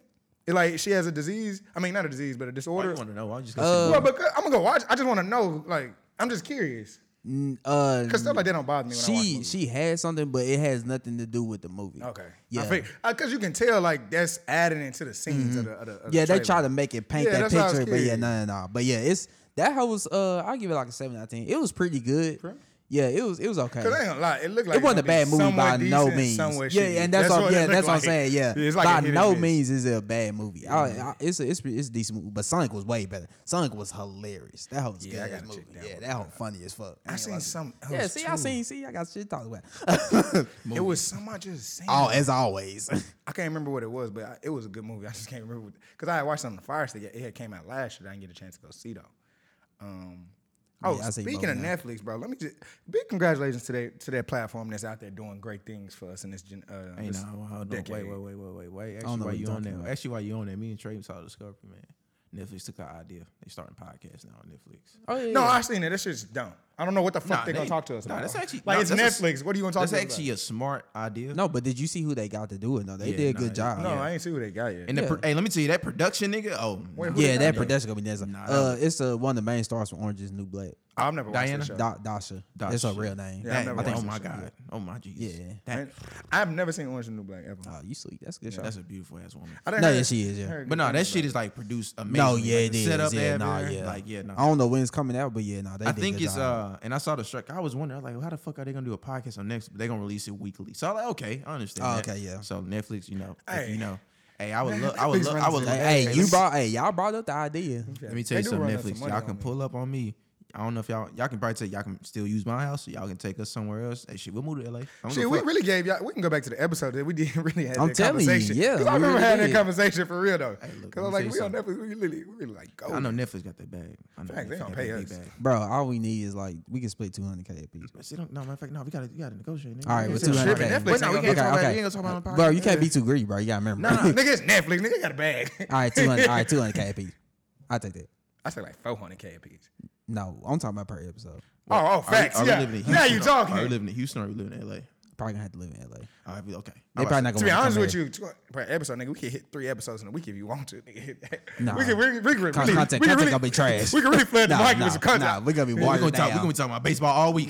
[SPEAKER 1] It, like she has a disease. I mean, not a disease, but a
[SPEAKER 3] Why you
[SPEAKER 1] disorder.
[SPEAKER 3] want to know? Why you just go see
[SPEAKER 2] Uh,
[SPEAKER 1] Well, because I'm gonna go watch. I just want to know. Like, I'm just curious
[SPEAKER 2] N- uh,
[SPEAKER 1] because stuff like that don't bother me. When I watch
[SPEAKER 2] she
[SPEAKER 1] movies.
[SPEAKER 2] she had something, but it has nothing to do with the movie.
[SPEAKER 1] Okay.
[SPEAKER 2] Yeah.
[SPEAKER 1] Because you can tell, like, that's added into the scenes of the, of the of the
[SPEAKER 2] Mm-hmm. yeah, they
[SPEAKER 1] trailer.
[SPEAKER 2] try to make it paint
[SPEAKER 1] Yeah,
[SPEAKER 2] that
[SPEAKER 1] that's why I was
[SPEAKER 2] picture, but yeah,
[SPEAKER 1] curious.
[SPEAKER 2] no, no, no. But yeah, it's that hoe was. Uh, I'll give it like a seven out of ten. It was pretty good. Yeah, it was. It was okay.
[SPEAKER 1] Cause I ain't gonna lie, it looked like
[SPEAKER 2] it wasn't
[SPEAKER 1] gonna
[SPEAKER 2] a
[SPEAKER 1] be
[SPEAKER 2] bad movie
[SPEAKER 1] somewhat
[SPEAKER 2] by no
[SPEAKER 1] decent,
[SPEAKER 2] means.
[SPEAKER 1] somewhat
[SPEAKER 2] Yeah,
[SPEAKER 1] shitty.
[SPEAKER 2] and that's, all.
[SPEAKER 1] it
[SPEAKER 2] Yeah,
[SPEAKER 1] looked
[SPEAKER 2] that's what I'm
[SPEAKER 1] like.
[SPEAKER 2] saying. Yeah,
[SPEAKER 1] it's like a
[SPEAKER 2] by
[SPEAKER 1] hit or
[SPEAKER 2] no
[SPEAKER 1] miss.
[SPEAKER 2] means is it a bad movie. I, I, it's a, it's pre- it's a decent movie, but Sonic was way better. Sonic was hilarious. That whole
[SPEAKER 1] I
[SPEAKER 2] yeah,
[SPEAKER 1] gotta
[SPEAKER 2] good
[SPEAKER 1] check
[SPEAKER 2] movie.
[SPEAKER 1] that
[SPEAKER 2] yeah,
[SPEAKER 1] one
[SPEAKER 2] that whole funny as fuck.
[SPEAKER 1] I
[SPEAKER 2] ain't
[SPEAKER 1] seen
[SPEAKER 2] gonna
[SPEAKER 1] some.
[SPEAKER 2] lie. Yeah,
[SPEAKER 1] else,
[SPEAKER 2] see, I
[SPEAKER 1] too.
[SPEAKER 2] seen. See, I got shit to talk about.
[SPEAKER 1] It was some I just seen.
[SPEAKER 2] oh, as always.
[SPEAKER 1] I can't remember what it was, but I, it was a good movie. I just can't remember because I had watched it on the Fire Stick. It had came out last year. I didn't get a chance to go see though. Um, oh,
[SPEAKER 2] Yeah, I see
[SPEAKER 1] speaking
[SPEAKER 2] both
[SPEAKER 1] of
[SPEAKER 2] now.
[SPEAKER 1] Netflix, bro, let me just big congratulations to that to that platform that's out there doing great things for us in this. Gen, uh,
[SPEAKER 3] Hey,
[SPEAKER 1] this
[SPEAKER 3] nah, hold on, hold on.
[SPEAKER 1] decade.
[SPEAKER 3] Wait, wait, wait, wait, wait, wait.
[SPEAKER 2] don't know
[SPEAKER 3] Actually, why
[SPEAKER 2] what
[SPEAKER 3] you
[SPEAKER 2] you're
[SPEAKER 3] on
[SPEAKER 2] talking
[SPEAKER 3] that?
[SPEAKER 2] about.
[SPEAKER 3] Actually, why you on that? Me and Trey saw Discovery, man. Netflix took our idea. They starting podcasts now on Netflix.
[SPEAKER 2] oh yeah.
[SPEAKER 1] No, I seen it. That shit's dumb. I don't know what the fuck they're gonna talk to us
[SPEAKER 3] nah,
[SPEAKER 1] about.
[SPEAKER 3] that's actually
[SPEAKER 1] like
[SPEAKER 3] nah,
[SPEAKER 1] it's
[SPEAKER 3] that's a-
[SPEAKER 1] Netflix. what do you want to talk to
[SPEAKER 3] That's
[SPEAKER 1] us
[SPEAKER 3] actually a smart idea.
[SPEAKER 2] No, but did you see who they got to do it? No, they
[SPEAKER 3] Yeah,
[SPEAKER 2] did a
[SPEAKER 3] nah,
[SPEAKER 2] good
[SPEAKER 3] they-
[SPEAKER 2] job.
[SPEAKER 1] about? No, I ain't see who they got yet.
[SPEAKER 3] And the, pro- hey, let me tell you that production nigga. Oh,
[SPEAKER 1] Wait,
[SPEAKER 3] nah.
[SPEAKER 1] who they
[SPEAKER 2] Yeah,
[SPEAKER 1] got
[SPEAKER 2] that
[SPEAKER 1] yet?
[SPEAKER 2] production gonna be nasty.
[SPEAKER 3] that
[SPEAKER 2] uh, it's uh, one of the main stars from Orange is the New Black.
[SPEAKER 1] I've never watched
[SPEAKER 3] Diana?
[SPEAKER 1] that show.
[SPEAKER 2] Da- Dasha. That's her
[SPEAKER 3] Dasha.
[SPEAKER 2] real name.
[SPEAKER 1] Yeah, I've
[SPEAKER 3] That-
[SPEAKER 1] never
[SPEAKER 3] I
[SPEAKER 1] watched
[SPEAKER 3] think- oh
[SPEAKER 1] that
[SPEAKER 3] my
[SPEAKER 1] shit
[SPEAKER 3] god. Oh my Jesus.
[SPEAKER 2] Yeah.
[SPEAKER 3] That-
[SPEAKER 1] And I've never seen Orange is the New Black ever.
[SPEAKER 2] Oh, you sleep. That's a good show.
[SPEAKER 3] that's a beautiful ass woman.
[SPEAKER 1] I done
[SPEAKER 2] No,
[SPEAKER 1] heard-
[SPEAKER 2] yeah, she is, yeah.
[SPEAKER 1] heard
[SPEAKER 3] But
[SPEAKER 1] good
[SPEAKER 3] no, that
[SPEAKER 1] things
[SPEAKER 3] shit
[SPEAKER 1] about
[SPEAKER 3] is like produced amazing.
[SPEAKER 2] no, yeah,
[SPEAKER 3] like,
[SPEAKER 2] it
[SPEAKER 3] the
[SPEAKER 2] is.
[SPEAKER 3] Setup
[SPEAKER 2] yeah,
[SPEAKER 3] there,
[SPEAKER 2] nah,
[SPEAKER 3] man.
[SPEAKER 2] yeah.
[SPEAKER 3] Like yeah, no.
[SPEAKER 2] I don't know when it's coming out, but yeah, no. They
[SPEAKER 3] I
[SPEAKER 2] did a
[SPEAKER 3] think
[SPEAKER 2] good
[SPEAKER 3] it's
[SPEAKER 2] job.
[SPEAKER 3] uh, and I saw the struck. I was wondering, I was like, well, how the fuck are they gonna do a podcast on Netflix? But they gonna release it weekly. So I was like, okay, I understand.
[SPEAKER 2] Oh,
[SPEAKER 3] that.
[SPEAKER 2] okay, yeah.
[SPEAKER 3] So Netflix, you know, if
[SPEAKER 1] Hey.
[SPEAKER 3] you know, hey, I would love, I would
[SPEAKER 2] uh,
[SPEAKER 1] Netflix
[SPEAKER 3] love, I would
[SPEAKER 1] runs it.
[SPEAKER 3] love.
[SPEAKER 2] Hey,
[SPEAKER 1] Hey,
[SPEAKER 2] you
[SPEAKER 1] let's-
[SPEAKER 2] brought. Hey, y'all brought up the idea.
[SPEAKER 1] it.
[SPEAKER 3] Let me tell
[SPEAKER 1] They do
[SPEAKER 3] you something,
[SPEAKER 1] run us some
[SPEAKER 3] Netflix.
[SPEAKER 1] money
[SPEAKER 3] Y'all
[SPEAKER 1] on
[SPEAKER 3] can
[SPEAKER 1] me.
[SPEAKER 3] pull up on me. I don't know if y'all y'all can probably take y'all can still use my house. So y'all can take us somewhere else. Hey, shit, we'll move to LA. I don't
[SPEAKER 1] Shit,
[SPEAKER 3] give a
[SPEAKER 1] we
[SPEAKER 3] fuck.
[SPEAKER 1] really gave y'all. We can go back to the episode that we didn't really have.
[SPEAKER 2] I'm
[SPEAKER 1] that
[SPEAKER 2] telling you,
[SPEAKER 1] conversation.
[SPEAKER 2] yeah,
[SPEAKER 1] because I
[SPEAKER 2] we
[SPEAKER 1] remember
[SPEAKER 2] really
[SPEAKER 1] having
[SPEAKER 2] did.
[SPEAKER 1] that conversation for real though. Because
[SPEAKER 3] look,
[SPEAKER 1] I
[SPEAKER 3] let me
[SPEAKER 1] was like,
[SPEAKER 3] tell you
[SPEAKER 1] we on Netflix, we really, we really like go.
[SPEAKER 3] I know Netflix got that bag. I know
[SPEAKER 1] Fact, they
[SPEAKER 3] Netflix
[SPEAKER 1] gonna
[SPEAKER 3] got
[SPEAKER 1] pay
[SPEAKER 3] that
[SPEAKER 1] us.
[SPEAKER 3] big bag.
[SPEAKER 2] Bro, all we need is like we can split two hundred k a piece.
[SPEAKER 3] But see, don't, no, matter of fact, no, we gotta, we gotta negotiate. Nigga.
[SPEAKER 2] All right,
[SPEAKER 3] We
[SPEAKER 2] with
[SPEAKER 1] it's a
[SPEAKER 2] two
[SPEAKER 3] gotta-
[SPEAKER 1] shit,
[SPEAKER 2] hundred
[SPEAKER 1] but
[SPEAKER 2] k.
[SPEAKER 1] Netflix ain't gonna
[SPEAKER 2] okay,
[SPEAKER 1] talk about
[SPEAKER 3] it.
[SPEAKER 2] okay.
[SPEAKER 3] You ain't gonna talk about it on
[SPEAKER 2] Bro,
[SPEAKER 3] podcast.
[SPEAKER 2] you can't be too greedy, bro. You gotta remember.
[SPEAKER 1] Nigga, it's Netflix. Nigga got a bag.
[SPEAKER 2] all right, two hundred. All right, two hundred k a piece. I take that.
[SPEAKER 1] I said like 400k a piece.
[SPEAKER 2] No, I'm talking about per episode.
[SPEAKER 1] Oh, oh,
[SPEAKER 3] Are we-
[SPEAKER 1] facts.
[SPEAKER 3] are we
[SPEAKER 1] yeah.
[SPEAKER 3] living in
[SPEAKER 1] now
[SPEAKER 3] Houston
[SPEAKER 1] you
[SPEAKER 3] or-
[SPEAKER 1] talking.
[SPEAKER 3] Are we living in Houston or are we living in LA?
[SPEAKER 2] Probably gonna have to live in LA. They
[SPEAKER 3] All right, we- okay.
[SPEAKER 2] probably not gonna.
[SPEAKER 1] To be
[SPEAKER 2] wanna
[SPEAKER 1] honest
[SPEAKER 2] come
[SPEAKER 1] with
[SPEAKER 2] here.
[SPEAKER 1] you, tw- per episode, nigga, we can hit three episodes in a week if you want to. Nigga, hit that.
[SPEAKER 2] Nah.
[SPEAKER 1] we can, we, can- we can really,
[SPEAKER 2] Con- content-
[SPEAKER 1] we can
[SPEAKER 2] content
[SPEAKER 1] really,
[SPEAKER 2] gonna be trash.
[SPEAKER 1] We can really flood the
[SPEAKER 2] Nah,
[SPEAKER 1] market
[SPEAKER 2] nah,
[SPEAKER 1] with some content.
[SPEAKER 2] nah, we gonna be
[SPEAKER 3] We're
[SPEAKER 2] watered
[SPEAKER 3] gonna talk. We're
[SPEAKER 2] down.
[SPEAKER 3] gonna be talking about baseball all week.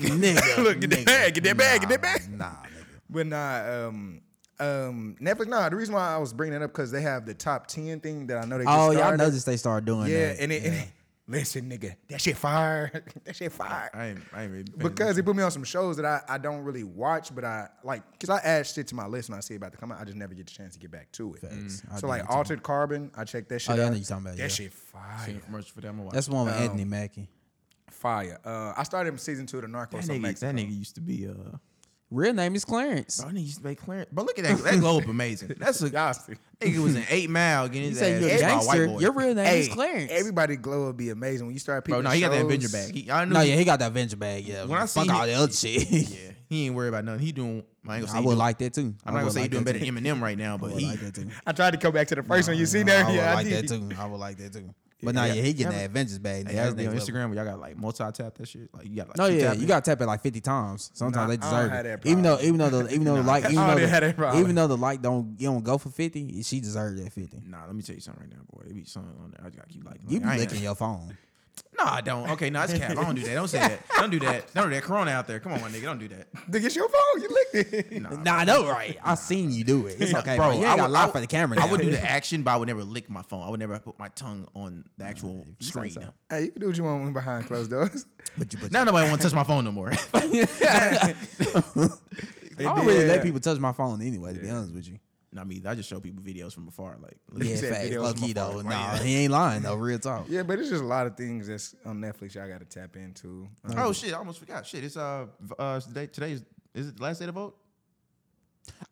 [SPEAKER 2] nigga.
[SPEAKER 1] Look, get that
[SPEAKER 2] nigga.
[SPEAKER 1] bag, get that bag, get that
[SPEAKER 2] Nah,
[SPEAKER 1] bag.
[SPEAKER 2] Nah, nigga.
[SPEAKER 1] But nah, um, um, Netflix. Nah, the reason why I was bringing that up because they have the top ten thing that I know they. Just
[SPEAKER 2] Oh, y'all
[SPEAKER 1] started.
[SPEAKER 2] noticed they started doing
[SPEAKER 1] Yeah,
[SPEAKER 2] that.
[SPEAKER 1] and it, and it- listen, nigga, that shit fire. that shit fire.
[SPEAKER 3] I ain't, I ain't really paying
[SPEAKER 1] Because it put me on some shows that I, I don't really watch, but I like because I add shit to my list when I see it about to come out. I just never get the chance to get back to it.
[SPEAKER 2] I
[SPEAKER 1] So
[SPEAKER 2] do
[SPEAKER 1] like Altered Carbon, I checked that shit.
[SPEAKER 2] yeah, I
[SPEAKER 1] out.
[SPEAKER 2] know you're talking about it,
[SPEAKER 1] that
[SPEAKER 2] yeah.
[SPEAKER 1] shit
[SPEAKER 3] attention.
[SPEAKER 1] fire.
[SPEAKER 3] Seen a commercial for that. I'm gonna watch.
[SPEAKER 2] That's the
[SPEAKER 1] Oh.
[SPEAKER 2] one with Anthony Mackie.
[SPEAKER 1] Fire. Uh, I started season two of the Narcos
[SPEAKER 3] that
[SPEAKER 1] on
[SPEAKER 3] nigga,
[SPEAKER 1] Mexico.
[SPEAKER 3] that nigga used to be uh.
[SPEAKER 2] Real name is Clarence.
[SPEAKER 3] Bro, that nigga used to be Clarence. But look at that. That globe amazing. That's a
[SPEAKER 1] Y'all see.
[SPEAKER 3] nigga was an eight mile getting
[SPEAKER 2] You
[SPEAKER 3] his
[SPEAKER 2] say
[SPEAKER 3] ass
[SPEAKER 2] you're a
[SPEAKER 3] beat by a white
[SPEAKER 2] gangster.
[SPEAKER 3] boy.
[SPEAKER 2] Your real name is
[SPEAKER 1] Hey,
[SPEAKER 2] Clarence.
[SPEAKER 1] Everybody glow would be amazing when you start
[SPEAKER 3] bro,
[SPEAKER 1] picking
[SPEAKER 3] no, he got that
[SPEAKER 1] shows-
[SPEAKER 3] Avenger bag. He, I know.
[SPEAKER 2] no,
[SPEAKER 3] he,
[SPEAKER 2] yeah, he got that venture bag. Yeah,
[SPEAKER 3] When I
[SPEAKER 2] fuck
[SPEAKER 3] seen
[SPEAKER 2] all
[SPEAKER 3] it-
[SPEAKER 2] the other shit.
[SPEAKER 3] yeah, he ain't worried about nothing. He doing. I ain't gonna say.
[SPEAKER 2] I
[SPEAKER 3] he
[SPEAKER 2] would
[SPEAKER 3] doing-
[SPEAKER 2] like that too.
[SPEAKER 3] I'm not gonna
[SPEAKER 2] would
[SPEAKER 3] say he
[SPEAKER 2] like
[SPEAKER 3] doing
[SPEAKER 2] that
[SPEAKER 3] better
[SPEAKER 2] too.
[SPEAKER 3] than Eminem right now, but
[SPEAKER 2] I would
[SPEAKER 3] he.
[SPEAKER 2] like that too.
[SPEAKER 1] I tried to go back to the first one. You see
[SPEAKER 2] I
[SPEAKER 1] there?
[SPEAKER 2] would
[SPEAKER 1] Yeah, I
[SPEAKER 2] like that
[SPEAKER 1] did.
[SPEAKER 2] too. I would like that too. But now, yeah, he getting that Avengers bag.
[SPEAKER 3] Hey,
[SPEAKER 2] nigga. That's
[SPEAKER 3] y'all be on
[SPEAKER 2] next level.
[SPEAKER 3] Instagram where y'all got like multi tap that shit. Like you got like.
[SPEAKER 2] No,
[SPEAKER 3] two
[SPEAKER 2] yeah,
[SPEAKER 3] tap
[SPEAKER 2] you
[SPEAKER 3] it.
[SPEAKER 2] gotta tap it like fifty times. Sometimes
[SPEAKER 1] Nah,
[SPEAKER 2] they
[SPEAKER 1] I don't
[SPEAKER 2] deserve
[SPEAKER 1] have
[SPEAKER 2] it.
[SPEAKER 1] that
[SPEAKER 2] Even though,
[SPEAKER 1] problem.
[SPEAKER 2] even though the, even though the like, even
[SPEAKER 1] I
[SPEAKER 2] though,
[SPEAKER 1] don't have that
[SPEAKER 2] the,
[SPEAKER 1] problem.
[SPEAKER 2] even though the like don't, you don't go for fifty, she deserved that fifty.
[SPEAKER 3] Nah, let me tell you something right now, boy. It be something on there. I gotta keep liking.
[SPEAKER 2] You
[SPEAKER 3] Like, I
[SPEAKER 2] be
[SPEAKER 3] ain't-
[SPEAKER 2] licking your phone.
[SPEAKER 3] No, I don't. Okay, no, that's cap. I don't do that. Don't say that. Don't do that. Don't do that. Corona out there. Come on, my nigga. Don't do that.
[SPEAKER 1] Nigga, it's your phone. You licked it.
[SPEAKER 2] Nah, I know, right? I seen you do it. It's okay, bro. You ain't
[SPEAKER 3] I
[SPEAKER 2] got
[SPEAKER 3] would-
[SPEAKER 2] a lot
[SPEAKER 3] I
[SPEAKER 2] for the
[SPEAKER 3] would-
[SPEAKER 2] camera.
[SPEAKER 3] I
[SPEAKER 2] now.
[SPEAKER 3] would do the action, but I would never lick my phone. I would never put my tongue on the actual screen.
[SPEAKER 1] Hey, you can do what you want when behind closed doors.
[SPEAKER 2] But you, but
[SPEAKER 3] Now nobody want to touch my phone no more.
[SPEAKER 2] I don't really
[SPEAKER 1] Yeah.
[SPEAKER 2] let people touch my phone anyway. To be honest with you,
[SPEAKER 3] I mean, I just show people videos from afar. Like,
[SPEAKER 2] Yeah,
[SPEAKER 1] said
[SPEAKER 2] facts.
[SPEAKER 1] videos
[SPEAKER 2] Lucky
[SPEAKER 1] from afar,
[SPEAKER 2] though.
[SPEAKER 1] right?
[SPEAKER 2] Nah, he ain't lying though. Real talk.
[SPEAKER 1] Yeah, but it's just a lot of things that's on Netflix. Y'all got to tap into. Um,
[SPEAKER 3] oh shit, I almost forgot. Shit, it's uh, v- uh today. Today's is it the last day to vote?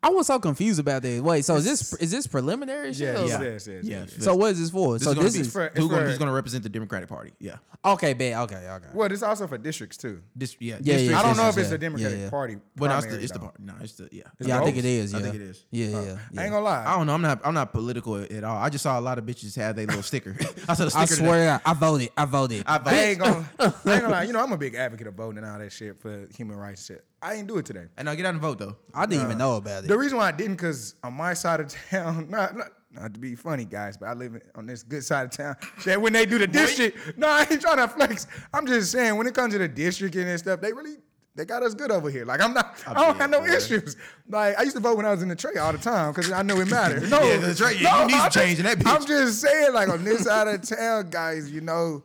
[SPEAKER 2] I was so confused about that. Wait, so is this is this preliminary shit?
[SPEAKER 1] yes,
[SPEAKER 2] or-
[SPEAKER 1] yes, yes, yes,
[SPEAKER 3] Yeah.
[SPEAKER 2] So what is this for? so
[SPEAKER 3] gonna
[SPEAKER 2] this
[SPEAKER 3] be-
[SPEAKER 2] is
[SPEAKER 1] for-
[SPEAKER 3] who's gonna,
[SPEAKER 1] for-
[SPEAKER 3] who's gonna represent the Democratic Party? Yeah,
[SPEAKER 2] okay, bad. Okay, okay.
[SPEAKER 1] Well, it's also for districts too.
[SPEAKER 3] this yeah,
[SPEAKER 2] Yeah,
[SPEAKER 3] district-
[SPEAKER 2] yeah,
[SPEAKER 1] I don't know
[SPEAKER 2] districts,
[SPEAKER 1] if it's
[SPEAKER 2] yeah.
[SPEAKER 1] the Democratic
[SPEAKER 2] Yeah, yeah.
[SPEAKER 1] Party.
[SPEAKER 3] But no, it's the
[SPEAKER 1] primary,
[SPEAKER 3] it's the
[SPEAKER 1] though.
[SPEAKER 3] party. No, it's the yeah.
[SPEAKER 2] yeah, I
[SPEAKER 1] the
[SPEAKER 2] think it
[SPEAKER 1] votes?
[SPEAKER 2] is. Yeah.
[SPEAKER 3] I think it is.
[SPEAKER 2] Yeah, yeah. yeah.
[SPEAKER 1] I ain't gonna lie.
[SPEAKER 3] I don't know. I'm not. I'm not political at all. I just saw a lot of bitches have their little sticker. I saw the sticker.
[SPEAKER 2] I
[SPEAKER 3] today.
[SPEAKER 2] swear, to God, I voted. I voted.
[SPEAKER 3] I
[SPEAKER 1] I ain't
[SPEAKER 3] voted.
[SPEAKER 1] gonna, I ain't gonna lie. You know, I'm a big advocate of voting and all that shit for human rights shit. I ain't do it today.
[SPEAKER 3] And now get out and vote though.
[SPEAKER 2] I didn't even know about it.
[SPEAKER 1] The reason why I didn't, cause on my side of town, not not, not to be funny, guys, but I live in- on this good side of town. That when they do the district, no, I ain't trying to flex. I'm just saying when it comes to the district and this stuff, they really they got us good over here. Like I'm not, I, don't
[SPEAKER 3] bet,
[SPEAKER 1] have no
[SPEAKER 3] boy.
[SPEAKER 1] issues. Like I used to vote when I was in the trade all the time because I knew it mattered. No,
[SPEAKER 3] Yeah, that's right. Yeah, you need some
[SPEAKER 1] I'm
[SPEAKER 3] change in
[SPEAKER 1] just-
[SPEAKER 3] that bitch.
[SPEAKER 1] I'm just saying, like on this side of town, guys, you know.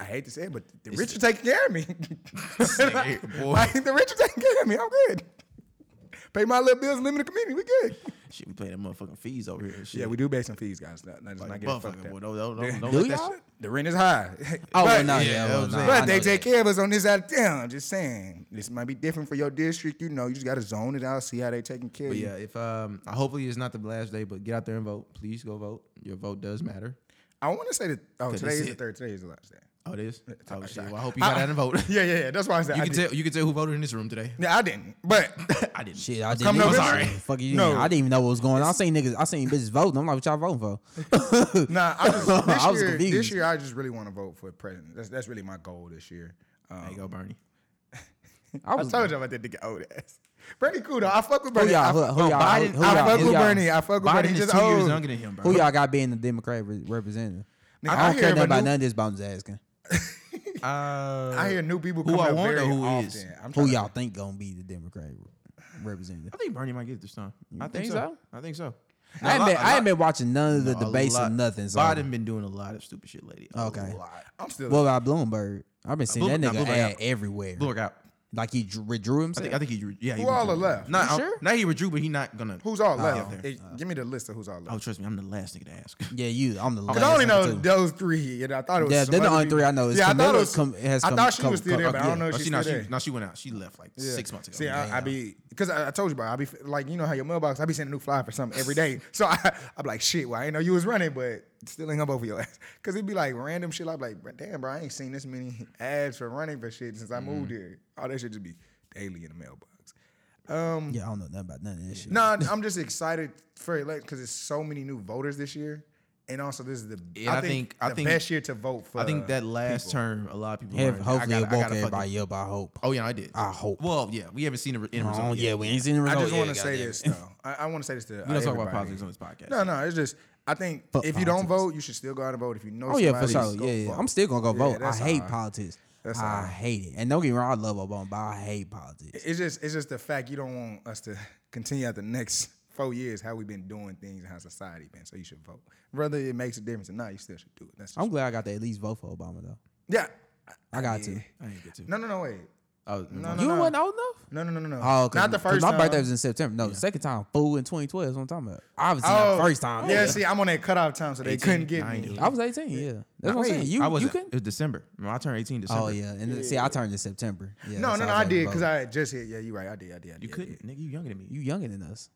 [SPEAKER 1] I hate to say it, but the rich are taking care of me.
[SPEAKER 3] nigga here, boy.
[SPEAKER 1] like, the rich are taking care of me. I'm good. Pay my little bills, limited community. We good.
[SPEAKER 3] Shit, we pay them motherfucking fees over here. and Shit.
[SPEAKER 1] Yeah, we do pay some fees, guys. Let- let's not
[SPEAKER 3] like,
[SPEAKER 1] get it fucked
[SPEAKER 3] motherfucking.
[SPEAKER 1] up.
[SPEAKER 3] Boy, don't, don't, don't, don't
[SPEAKER 2] Do
[SPEAKER 3] let that
[SPEAKER 2] y'all?
[SPEAKER 3] shit.
[SPEAKER 1] The rent is high.
[SPEAKER 2] Oh,
[SPEAKER 1] but,
[SPEAKER 2] well, no,
[SPEAKER 3] yeah,
[SPEAKER 2] yeah, well,
[SPEAKER 3] I'm
[SPEAKER 2] nah,
[SPEAKER 3] saying.
[SPEAKER 2] I
[SPEAKER 1] but
[SPEAKER 2] know
[SPEAKER 1] they
[SPEAKER 2] that.
[SPEAKER 1] take care of us on this side of town. I'm just saying. This might be different for your district. You know, you just got to zone it out, see how they taking care of
[SPEAKER 3] But
[SPEAKER 1] you.
[SPEAKER 3] yeah, if um, hopefully it's not the last day, but get out there and vote. Please go vote. Your vote does matter.
[SPEAKER 1] I want to say that, oh,
[SPEAKER 3] Cause
[SPEAKER 1] today
[SPEAKER 3] it's
[SPEAKER 1] is the
[SPEAKER 3] it.
[SPEAKER 1] third. Today is the last day.
[SPEAKER 3] Oh, it is. Oh shit. Well, I hope you got
[SPEAKER 1] I-
[SPEAKER 3] out and vote.
[SPEAKER 1] Yeah, yeah, yeah. That's why I said
[SPEAKER 3] You
[SPEAKER 1] I
[SPEAKER 3] can
[SPEAKER 1] did.
[SPEAKER 3] tell. You can tell who voted in this room today.
[SPEAKER 1] Yeah, I didn't. But
[SPEAKER 3] I didn't.
[SPEAKER 2] Shit, I didn't.
[SPEAKER 1] coming
[SPEAKER 2] Even,
[SPEAKER 1] up
[SPEAKER 2] sorry,
[SPEAKER 1] this-
[SPEAKER 2] fuck you.
[SPEAKER 1] No.
[SPEAKER 2] I didn't even know what was going. on. I seen niggas. I seen bitches voting. I'm like, what y'all voting for?
[SPEAKER 1] nah, I, just, this
[SPEAKER 2] I was
[SPEAKER 1] year, This
[SPEAKER 2] confused.
[SPEAKER 1] year, I just really want to vote for president. That's that's really my goal this year. Um,
[SPEAKER 3] There you go, Bernie.
[SPEAKER 2] I
[SPEAKER 1] I
[SPEAKER 2] was.
[SPEAKER 1] told you about that nigga old ass. Bernie cool though. I fuck with
[SPEAKER 2] who
[SPEAKER 1] Bernie. I,
[SPEAKER 2] y'all? Who,
[SPEAKER 1] fuck-
[SPEAKER 2] who y'all?
[SPEAKER 3] Biden-
[SPEAKER 2] who, who
[SPEAKER 1] I
[SPEAKER 2] y'all,
[SPEAKER 1] fuck
[SPEAKER 2] who
[SPEAKER 1] with
[SPEAKER 2] y'all-
[SPEAKER 1] Bernie. I fuck with Bernie.
[SPEAKER 3] Biden
[SPEAKER 1] He
[SPEAKER 3] is
[SPEAKER 1] just oh.
[SPEAKER 3] two years
[SPEAKER 1] old.
[SPEAKER 3] younger than him, bro.
[SPEAKER 2] Who y'all got being the Democrat re- representative?
[SPEAKER 1] Nigga,
[SPEAKER 2] I
[SPEAKER 1] I
[SPEAKER 2] don't
[SPEAKER 1] hear
[SPEAKER 2] care
[SPEAKER 1] him a
[SPEAKER 2] nothing about
[SPEAKER 1] new-
[SPEAKER 2] none of this. But I'm just asking.
[SPEAKER 3] Uh,
[SPEAKER 1] I hear new people
[SPEAKER 3] Who
[SPEAKER 1] come
[SPEAKER 3] I
[SPEAKER 1] up
[SPEAKER 3] want
[SPEAKER 1] very
[SPEAKER 3] or who
[SPEAKER 1] often.
[SPEAKER 3] is?
[SPEAKER 1] I'm
[SPEAKER 2] Who
[SPEAKER 1] tryna-
[SPEAKER 2] y'all think gonna be the Democrat re- representative?
[SPEAKER 3] I think Bernie might get it this time. I think,
[SPEAKER 2] think
[SPEAKER 3] so.
[SPEAKER 2] so?
[SPEAKER 3] I think so.
[SPEAKER 2] I ain't been. I ain't been watching none of the debates or nothing. So
[SPEAKER 3] Biden been doing a lot of stupid shit lately. A
[SPEAKER 2] Okay.
[SPEAKER 3] lot.
[SPEAKER 1] I'm still.
[SPEAKER 2] what about Bloomberg? I've been seeing
[SPEAKER 3] Bloom-
[SPEAKER 2] that
[SPEAKER 3] nah,
[SPEAKER 2] nigga
[SPEAKER 3] Bloomberg
[SPEAKER 2] ad
[SPEAKER 3] out.
[SPEAKER 2] everywhere.
[SPEAKER 3] Bloomberg out.
[SPEAKER 2] Like he drew, withdrew
[SPEAKER 3] I
[SPEAKER 2] himself.
[SPEAKER 3] think. I think he. drew- Yeah. He
[SPEAKER 1] Who all
[SPEAKER 3] withdrew.
[SPEAKER 1] are left?
[SPEAKER 3] Not
[SPEAKER 2] You sure?
[SPEAKER 3] Now he withdrew, but he not gonna.
[SPEAKER 1] Who's all
[SPEAKER 2] Oh.
[SPEAKER 1] left? Hey, give me the list of who's all
[SPEAKER 3] Oh,
[SPEAKER 1] left.
[SPEAKER 3] trust me, I'm the last nigga to ask.
[SPEAKER 2] yeah, you. I'm the.
[SPEAKER 1] Because I only know
[SPEAKER 2] last one, too.
[SPEAKER 1] those three. And I thought it was.
[SPEAKER 2] Yeah,
[SPEAKER 1] some
[SPEAKER 2] they're the
[SPEAKER 1] other
[SPEAKER 2] only
[SPEAKER 1] people.
[SPEAKER 2] three I know. It's
[SPEAKER 1] Yeah, I thought
[SPEAKER 2] Camilla
[SPEAKER 1] it was.
[SPEAKER 2] com- has
[SPEAKER 1] I
[SPEAKER 2] come-
[SPEAKER 1] thought she
[SPEAKER 2] come-
[SPEAKER 1] was still
[SPEAKER 2] come-
[SPEAKER 1] there, but I
[SPEAKER 2] yeah.
[SPEAKER 1] don't know
[SPEAKER 3] Oh,
[SPEAKER 1] if she's
[SPEAKER 3] she, now
[SPEAKER 1] still
[SPEAKER 3] she,
[SPEAKER 1] there.
[SPEAKER 3] now she went out. She left like
[SPEAKER 1] Yeah.
[SPEAKER 3] six months ago.
[SPEAKER 1] See, I, I
[SPEAKER 2] Damn.
[SPEAKER 1] be because I, I told you about. It, I be f- like you know how your mailbox. I be sending a new flyer for something every day. So I, I'm like, shit. Well, I ain't know you was running, but still ain't up over your ass. Because it'd be like random shit. I'm like, "Bro, damn, bro, I ain't seen this many ads for running for shit since I
[SPEAKER 3] Mm-hmm.
[SPEAKER 1] moved here. All that shit just be daily in the mailbox. Um,
[SPEAKER 2] Yeah, I don't know nothing about none of that shit.
[SPEAKER 1] no, I'm just excited for elect because it's so many new voters this year, and also this is the
[SPEAKER 3] Yeah,
[SPEAKER 1] I
[SPEAKER 3] I
[SPEAKER 1] think,
[SPEAKER 3] think- I
[SPEAKER 1] the
[SPEAKER 3] think-
[SPEAKER 1] best year to vote for.
[SPEAKER 3] I think that last term, a lot of people.
[SPEAKER 2] Have-
[SPEAKER 3] learned,
[SPEAKER 2] hopefully, it
[SPEAKER 3] I gotta- I
[SPEAKER 2] woke
[SPEAKER 3] gotta fucking-
[SPEAKER 2] everybody up. I hope.
[SPEAKER 3] Oh yeah, I did.
[SPEAKER 2] I hope.
[SPEAKER 3] Well, yeah, we haven't seen a re- end
[SPEAKER 2] Oh,
[SPEAKER 3] result.
[SPEAKER 2] yeah,
[SPEAKER 3] yet.
[SPEAKER 2] we ain't seen the
[SPEAKER 1] I
[SPEAKER 2] result.
[SPEAKER 1] just
[SPEAKER 2] yet,
[SPEAKER 1] want to say
[SPEAKER 2] goddamn.
[SPEAKER 1] this though. I, I want to say this to.
[SPEAKER 3] Oh, We don't talk about
[SPEAKER 1] everybody.
[SPEAKER 3] politics on this podcast.
[SPEAKER 1] No, no, it's just I think
[SPEAKER 2] Fuck
[SPEAKER 1] if you don't
[SPEAKER 2] politics.
[SPEAKER 1] vote, you should still go out and vote. If you know,
[SPEAKER 2] Oh yeah, for
[SPEAKER 1] somebody,
[SPEAKER 2] sure.
[SPEAKER 1] go
[SPEAKER 2] Yeah, yeah.
[SPEAKER 1] vote.
[SPEAKER 2] I'm still gonna go
[SPEAKER 1] Yeah,
[SPEAKER 2] vote. I
[SPEAKER 1] that's
[SPEAKER 2] hate
[SPEAKER 1] all.
[SPEAKER 2] politics.
[SPEAKER 1] That's all
[SPEAKER 2] I
[SPEAKER 1] right.
[SPEAKER 2] hate it. And don't get me wrong, I love Obama, but I hate politics.
[SPEAKER 1] It's just it's just the fact you don't want us to continue at the next four years how we've been doing things and how society been. So you should vote, whether it makes a difference or not. You still should do it. That's just,
[SPEAKER 2] I'm glad I got to at least vote for Obama though.
[SPEAKER 1] yeah.
[SPEAKER 2] I got to.
[SPEAKER 3] I ain't get to.
[SPEAKER 1] No, no, no, wait.
[SPEAKER 3] Oh,
[SPEAKER 1] No, no,
[SPEAKER 2] You
[SPEAKER 1] no.
[SPEAKER 2] wasn't old enough.
[SPEAKER 1] No, no, no, no, no.
[SPEAKER 2] Oh, 'cause-
[SPEAKER 1] not the
[SPEAKER 2] 'cause
[SPEAKER 1] first.
[SPEAKER 2] My
[SPEAKER 1] time.
[SPEAKER 2] birthday was in September. No, the second time. Fool in 2012 is what I'm talking about. Obviously, not the first time.
[SPEAKER 1] Oh, Yeah, see, I'm on that cutoff time, so they couldn't get
[SPEAKER 3] I ain't
[SPEAKER 1] me.
[SPEAKER 3] do it.
[SPEAKER 2] I was 18. Yeah, that's what I'm saying. You,
[SPEAKER 3] I
[SPEAKER 2] you
[SPEAKER 3] wasn't.
[SPEAKER 2] couldn't.
[SPEAKER 3] It was December. When I turned 18 December.
[SPEAKER 2] Oh yeah, and then- see, I turned in September. Yeah,
[SPEAKER 1] No,
[SPEAKER 2] that's
[SPEAKER 1] no, no,
[SPEAKER 2] how was
[SPEAKER 1] I
[SPEAKER 2] able to
[SPEAKER 1] did
[SPEAKER 2] vote.
[SPEAKER 1] because I had just hit. Yeah, you're right. I did. I did. I did
[SPEAKER 3] You
[SPEAKER 1] I did.
[SPEAKER 3] couldn't, nigga. You younger than me.
[SPEAKER 2] You younger than us.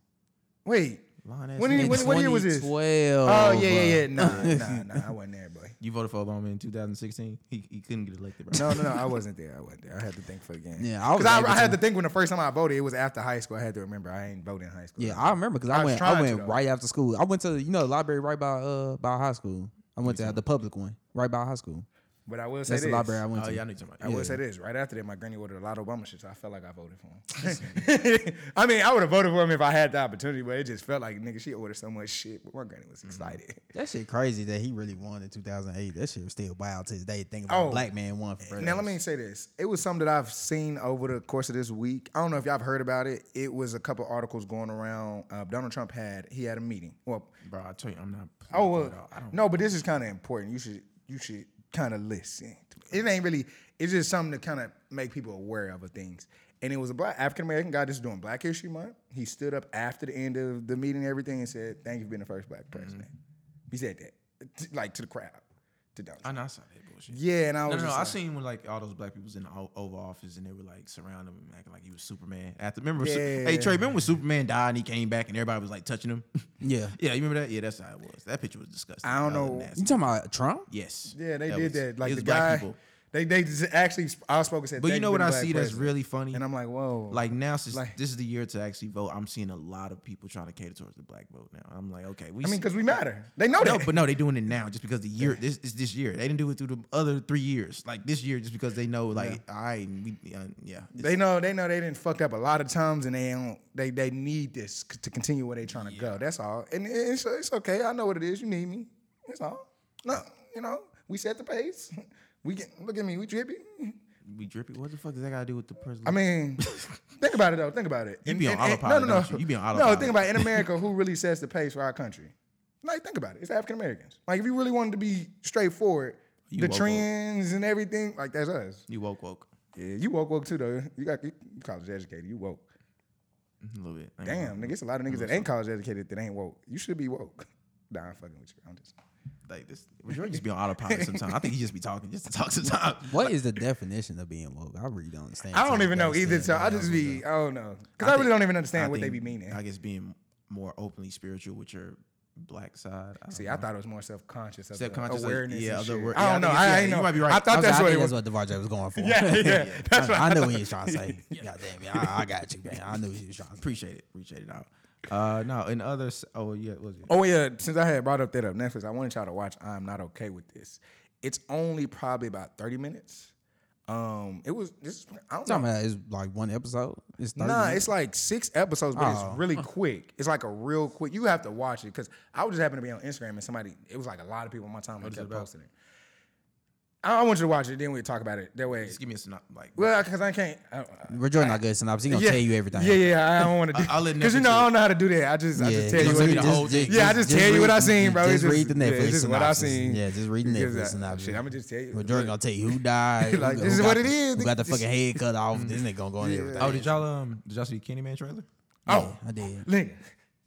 [SPEAKER 1] Wait.
[SPEAKER 3] Lying ass.
[SPEAKER 1] When did he-
[SPEAKER 3] nigga.
[SPEAKER 1] when- what year was this?
[SPEAKER 2] 2012.
[SPEAKER 1] Oh yeah, yeah, yeah. Nah, nah, nah. I wasn't there, boy.
[SPEAKER 3] you voted for Obama in 2016. He he couldn't get elected, bro.
[SPEAKER 1] No, no, no. I wasn't there. I wasn't there. I had to think for the game.
[SPEAKER 2] Yeah, I was
[SPEAKER 1] because I,
[SPEAKER 2] able
[SPEAKER 1] I had
[SPEAKER 2] to.
[SPEAKER 1] to think when the first time I voted, it was after high school. I had to remember I ain't voting in high school.
[SPEAKER 2] Yeah, I remember because I,
[SPEAKER 1] I was
[SPEAKER 2] went.
[SPEAKER 1] trying
[SPEAKER 2] I
[SPEAKER 1] to,
[SPEAKER 2] went
[SPEAKER 1] though.
[SPEAKER 2] right after school. I went to you know the library right by uh by high school. I went to the public one right by high school.
[SPEAKER 1] but I will say
[SPEAKER 2] That's
[SPEAKER 1] this.
[SPEAKER 2] the library I went
[SPEAKER 3] Oh
[SPEAKER 2] to.
[SPEAKER 3] yeah, I knew somebody.
[SPEAKER 1] I will say this. Right after that, my granny ordered a lot of Obama shit, so I felt like I voted for him. I mean, I would have voted for him if I had the opportunity, but it just felt like nigga, she ordered so much shit. But my granny
[SPEAKER 2] Mm-hmm.
[SPEAKER 1] was excited.
[SPEAKER 2] That shit crazy that he really won in 2008. That shit was still wild to this day. Think about
[SPEAKER 1] Oh.
[SPEAKER 2] a black man won for president.
[SPEAKER 1] Now let me say this. It was something that I've seen over the course of this week. I don't know if y'all have heard about it. It was a couple articles going around. Uh, Donald Trump had he had a meeting. Well,
[SPEAKER 3] bro. I tell you, I'm not.
[SPEAKER 1] oh
[SPEAKER 3] political
[SPEAKER 1] well,
[SPEAKER 3] at all. I don't.
[SPEAKER 1] no, but this is kind of important. You should you should kind of listen. It ain't really. It's just something to kind of make people aware of things. and it was a black African American guy just doing Black History Month. He stood up after the end of the meeting and everything and said, "Thank you for being the first black
[SPEAKER 3] Mm-hmm.
[SPEAKER 1] president." He said that, t- like to the crowd, to Donald.
[SPEAKER 3] I know I saw that bullshit.
[SPEAKER 1] yeah, and I
[SPEAKER 3] No,
[SPEAKER 1] was
[SPEAKER 3] no, no.
[SPEAKER 1] just
[SPEAKER 3] I
[SPEAKER 1] like-
[SPEAKER 3] seen when like all those black people was in the O- Oval Office and they were like surrounding him, and acting like he was Superman. After remember, Su-
[SPEAKER 1] Yeah.
[SPEAKER 3] hey Trey, remember when Superman died and he came back and everybody was like touching him?
[SPEAKER 2] Yeah.
[SPEAKER 3] yeah, you remember that? Yeah, that's how it was. That picture was disgusting.
[SPEAKER 1] I don't
[SPEAKER 3] That was
[SPEAKER 1] know.
[SPEAKER 3] nasty.
[SPEAKER 2] You talking about Trump?
[SPEAKER 3] Yes.
[SPEAKER 1] Yeah, they did
[SPEAKER 3] was-
[SPEAKER 1] that.
[SPEAKER 3] it
[SPEAKER 1] Like the
[SPEAKER 3] was black
[SPEAKER 1] guy,
[SPEAKER 3] people.
[SPEAKER 1] they they just actually I spoke and said,
[SPEAKER 3] But you
[SPEAKER 1] "Thank
[SPEAKER 3] know
[SPEAKER 1] for
[SPEAKER 3] what
[SPEAKER 1] the
[SPEAKER 3] I
[SPEAKER 1] black
[SPEAKER 3] see that's
[SPEAKER 1] president."
[SPEAKER 3] really funny.
[SPEAKER 1] and I'm like, whoa,
[SPEAKER 3] like now since
[SPEAKER 1] like-
[SPEAKER 3] this is the year to actually vote, I'm seeing a lot of people trying to cater towards the black vote now. I'm like, okay, we.
[SPEAKER 1] I mean,
[SPEAKER 3] see-
[SPEAKER 1] because we matter. They know
[SPEAKER 3] no,
[SPEAKER 1] that.
[SPEAKER 3] but no, they're doing it now just because the year this is this year. They didn't do it through the other three years. Like this year, just because they know, like, all right, we, uh, yeah, it's-
[SPEAKER 1] they know they know they didn't fuck up a lot of times, and they don't, they they need this c- to continue where they trying to go. That's all, and it's it's okay. I know what it is. You need me. That's all. No, you know, we set the pace. We get look at me. We drippy.
[SPEAKER 3] we drippy. What the fuck does that got to do with the president?
[SPEAKER 1] I mean, think about it though. Think about it.
[SPEAKER 3] You be on autopilot,
[SPEAKER 1] No, no, no.
[SPEAKER 3] don't you? You be on
[SPEAKER 1] No,
[SPEAKER 3] autopilot.
[SPEAKER 1] think about it. In America, who really sets the pace for our country? Like, think about it. It's African Americans. Like, if you really wanted to be straightforward,
[SPEAKER 3] You
[SPEAKER 1] the
[SPEAKER 3] woke woke.
[SPEAKER 1] trends and everything, like that's us.
[SPEAKER 3] you woke woke
[SPEAKER 1] Yeah, you woke woke too though. You got you college educated. You woke.
[SPEAKER 3] a little bit. I ain't
[SPEAKER 1] Damn, nigga, it's a lot of niggas that ain't college educated that ain't woke. You should be woke. Nah, I'm fucking with you. I'm just.
[SPEAKER 3] gonna- Like this, Jordan just be on autopilot sometimes. I think he just be talking just to talk sometimes.
[SPEAKER 2] What is the definition of being woke? I really don't understand.
[SPEAKER 1] I don't
[SPEAKER 2] to
[SPEAKER 1] even know either. So I just
[SPEAKER 2] understand.
[SPEAKER 1] be. I don't know because I, really
[SPEAKER 3] think-
[SPEAKER 1] don't even understand
[SPEAKER 3] I
[SPEAKER 1] what they be
[SPEAKER 3] think-
[SPEAKER 1] meaning.
[SPEAKER 3] I guess being more openly spiritual with your black side. I don't
[SPEAKER 1] See,
[SPEAKER 3] know.
[SPEAKER 1] I thought it was more self conscious of
[SPEAKER 3] Self-conscious
[SPEAKER 1] self-conscious
[SPEAKER 3] of-
[SPEAKER 1] awareness.
[SPEAKER 3] yeah,
[SPEAKER 1] and
[SPEAKER 3] of the
[SPEAKER 1] shit.
[SPEAKER 3] word- yeah,
[SPEAKER 1] I
[SPEAKER 3] I
[SPEAKER 1] don't know.
[SPEAKER 3] think
[SPEAKER 1] I,
[SPEAKER 3] it's-
[SPEAKER 1] I
[SPEAKER 3] yeah,
[SPEAKER 1] ain't know.
[SPEAKER 3] you might be right.
[SPEAKER 1] I
[SPEAKER 2] I
[SPEAKER 1] thought
[SPEAKER 2] was
[SPEAKER 1] that's
[SPEAKER 2] like,
[SPEAKER 1] what
[SPEAKER 2] I
[SPEAKER 1] it
[SPEAKER 2] think
[SPEAKER 1] was.
[SPEAKER 2] that's what DeVarge was going for.
[SPEAKER 1] Yeah, yeah. That's what
[SPEAKER 2] I, I knew what he was trying to say. God damn it. I, I got you, man. I knew what he was trying to say.
[SPEAKER 3] appreciate it. Appreciate it out. Uh, no, and other. s- Oh yeah, what was it?
[SPEAKER 1] Oh yeah, since I had brought up that up Netflix, I wanted y'all to watch I'm Not Okay with This. It's only probably about 30 minutes. Um it was this I don't know.
[SPEAKER 2] Talking about it's like one episode. It's 30
[SPEAKER 1] Nah,
[SPEAKER 2] minutes?
[SPEAKER 1] it's like six episodes, but
[SPEAKER 2] Oh.
[SPEAKER 1] it's really quick. It's like a real quick. You have to watch it because I was just happened to be on Instagram and somebody. It was like a lot of people on my time that kept posting it. I I want you to watch it. Then we talk about it. That way,
[SPEAKER 3] Just give me a synop- like.
[SPEAKER 1] well, because I can't. I, I-
[SPEAKER 2] We're doing not good synopsis. He's gonna tell you everything.
[SPEAKER 1] Yeah, yeah. I don't want to.
[SPEAKER 3] I'll let
[SPEAKER 1] because you
[SPEAKER 3] Netflix
[SPEAKER 1] know
[SPEAKER 3] do
[SPEAKER 1] I
[SPEAKER 3] it.
[SPEAKER 1] don't know how to do that. I just I just tell you
[SPEAKER 3] just
[SPEAKER 1] what
[SPEAKER 3] read
[SPEAKER 1] it
[SPEAKER 3] the
[SPEAKER 1] is.
[SPEAKER 3] whole thing.
[SPEAKER 1] Yeah, I just tell you what I seen, bro.
[SPEAKER 2] Just,
[SPEAKER 1] It's
[SPEAKER 2] read the
[SPEAKER 1] yeah,
[SPEAKER 2] Netflix.
[SPEAKER 1] this is what I
[SPEAKER 2] synopsis.
[SPEAKER 1] seen.
[SPEAKER 2] Yeah, just read the
[SPEAKER 1] Because,
[SPEAKER 2] Netflix
[SPEAKER 1] uh,
[SPEAKER 2] synopsis.
[SPEAKER 1] Shit, I'm gonna just tell you.
[SPEAKER 2] But Jordan gonna tell you who died.
[SPEAKER 1] Like,
[SPEAKER 2] who
[SPEAKER 1] this is
[SPEAKER 2] got
[SPEAKER 1] what
[SPEAKER 2] the-
[SPEAKER 1] it is. Mm.
[SPEAKER 2] Who got the
[SPEAKER 1] This-
[SPEAKER 2] fucking head cut off? This nigga gonna go in there. with that.
[SPEAKER 3] Oh, did y'all um? Did y'all see the Candyman trailer?
[SPEAKER 1] Oh,
[SPEAKER 2] I did.
[SPEAKER 1] nigga,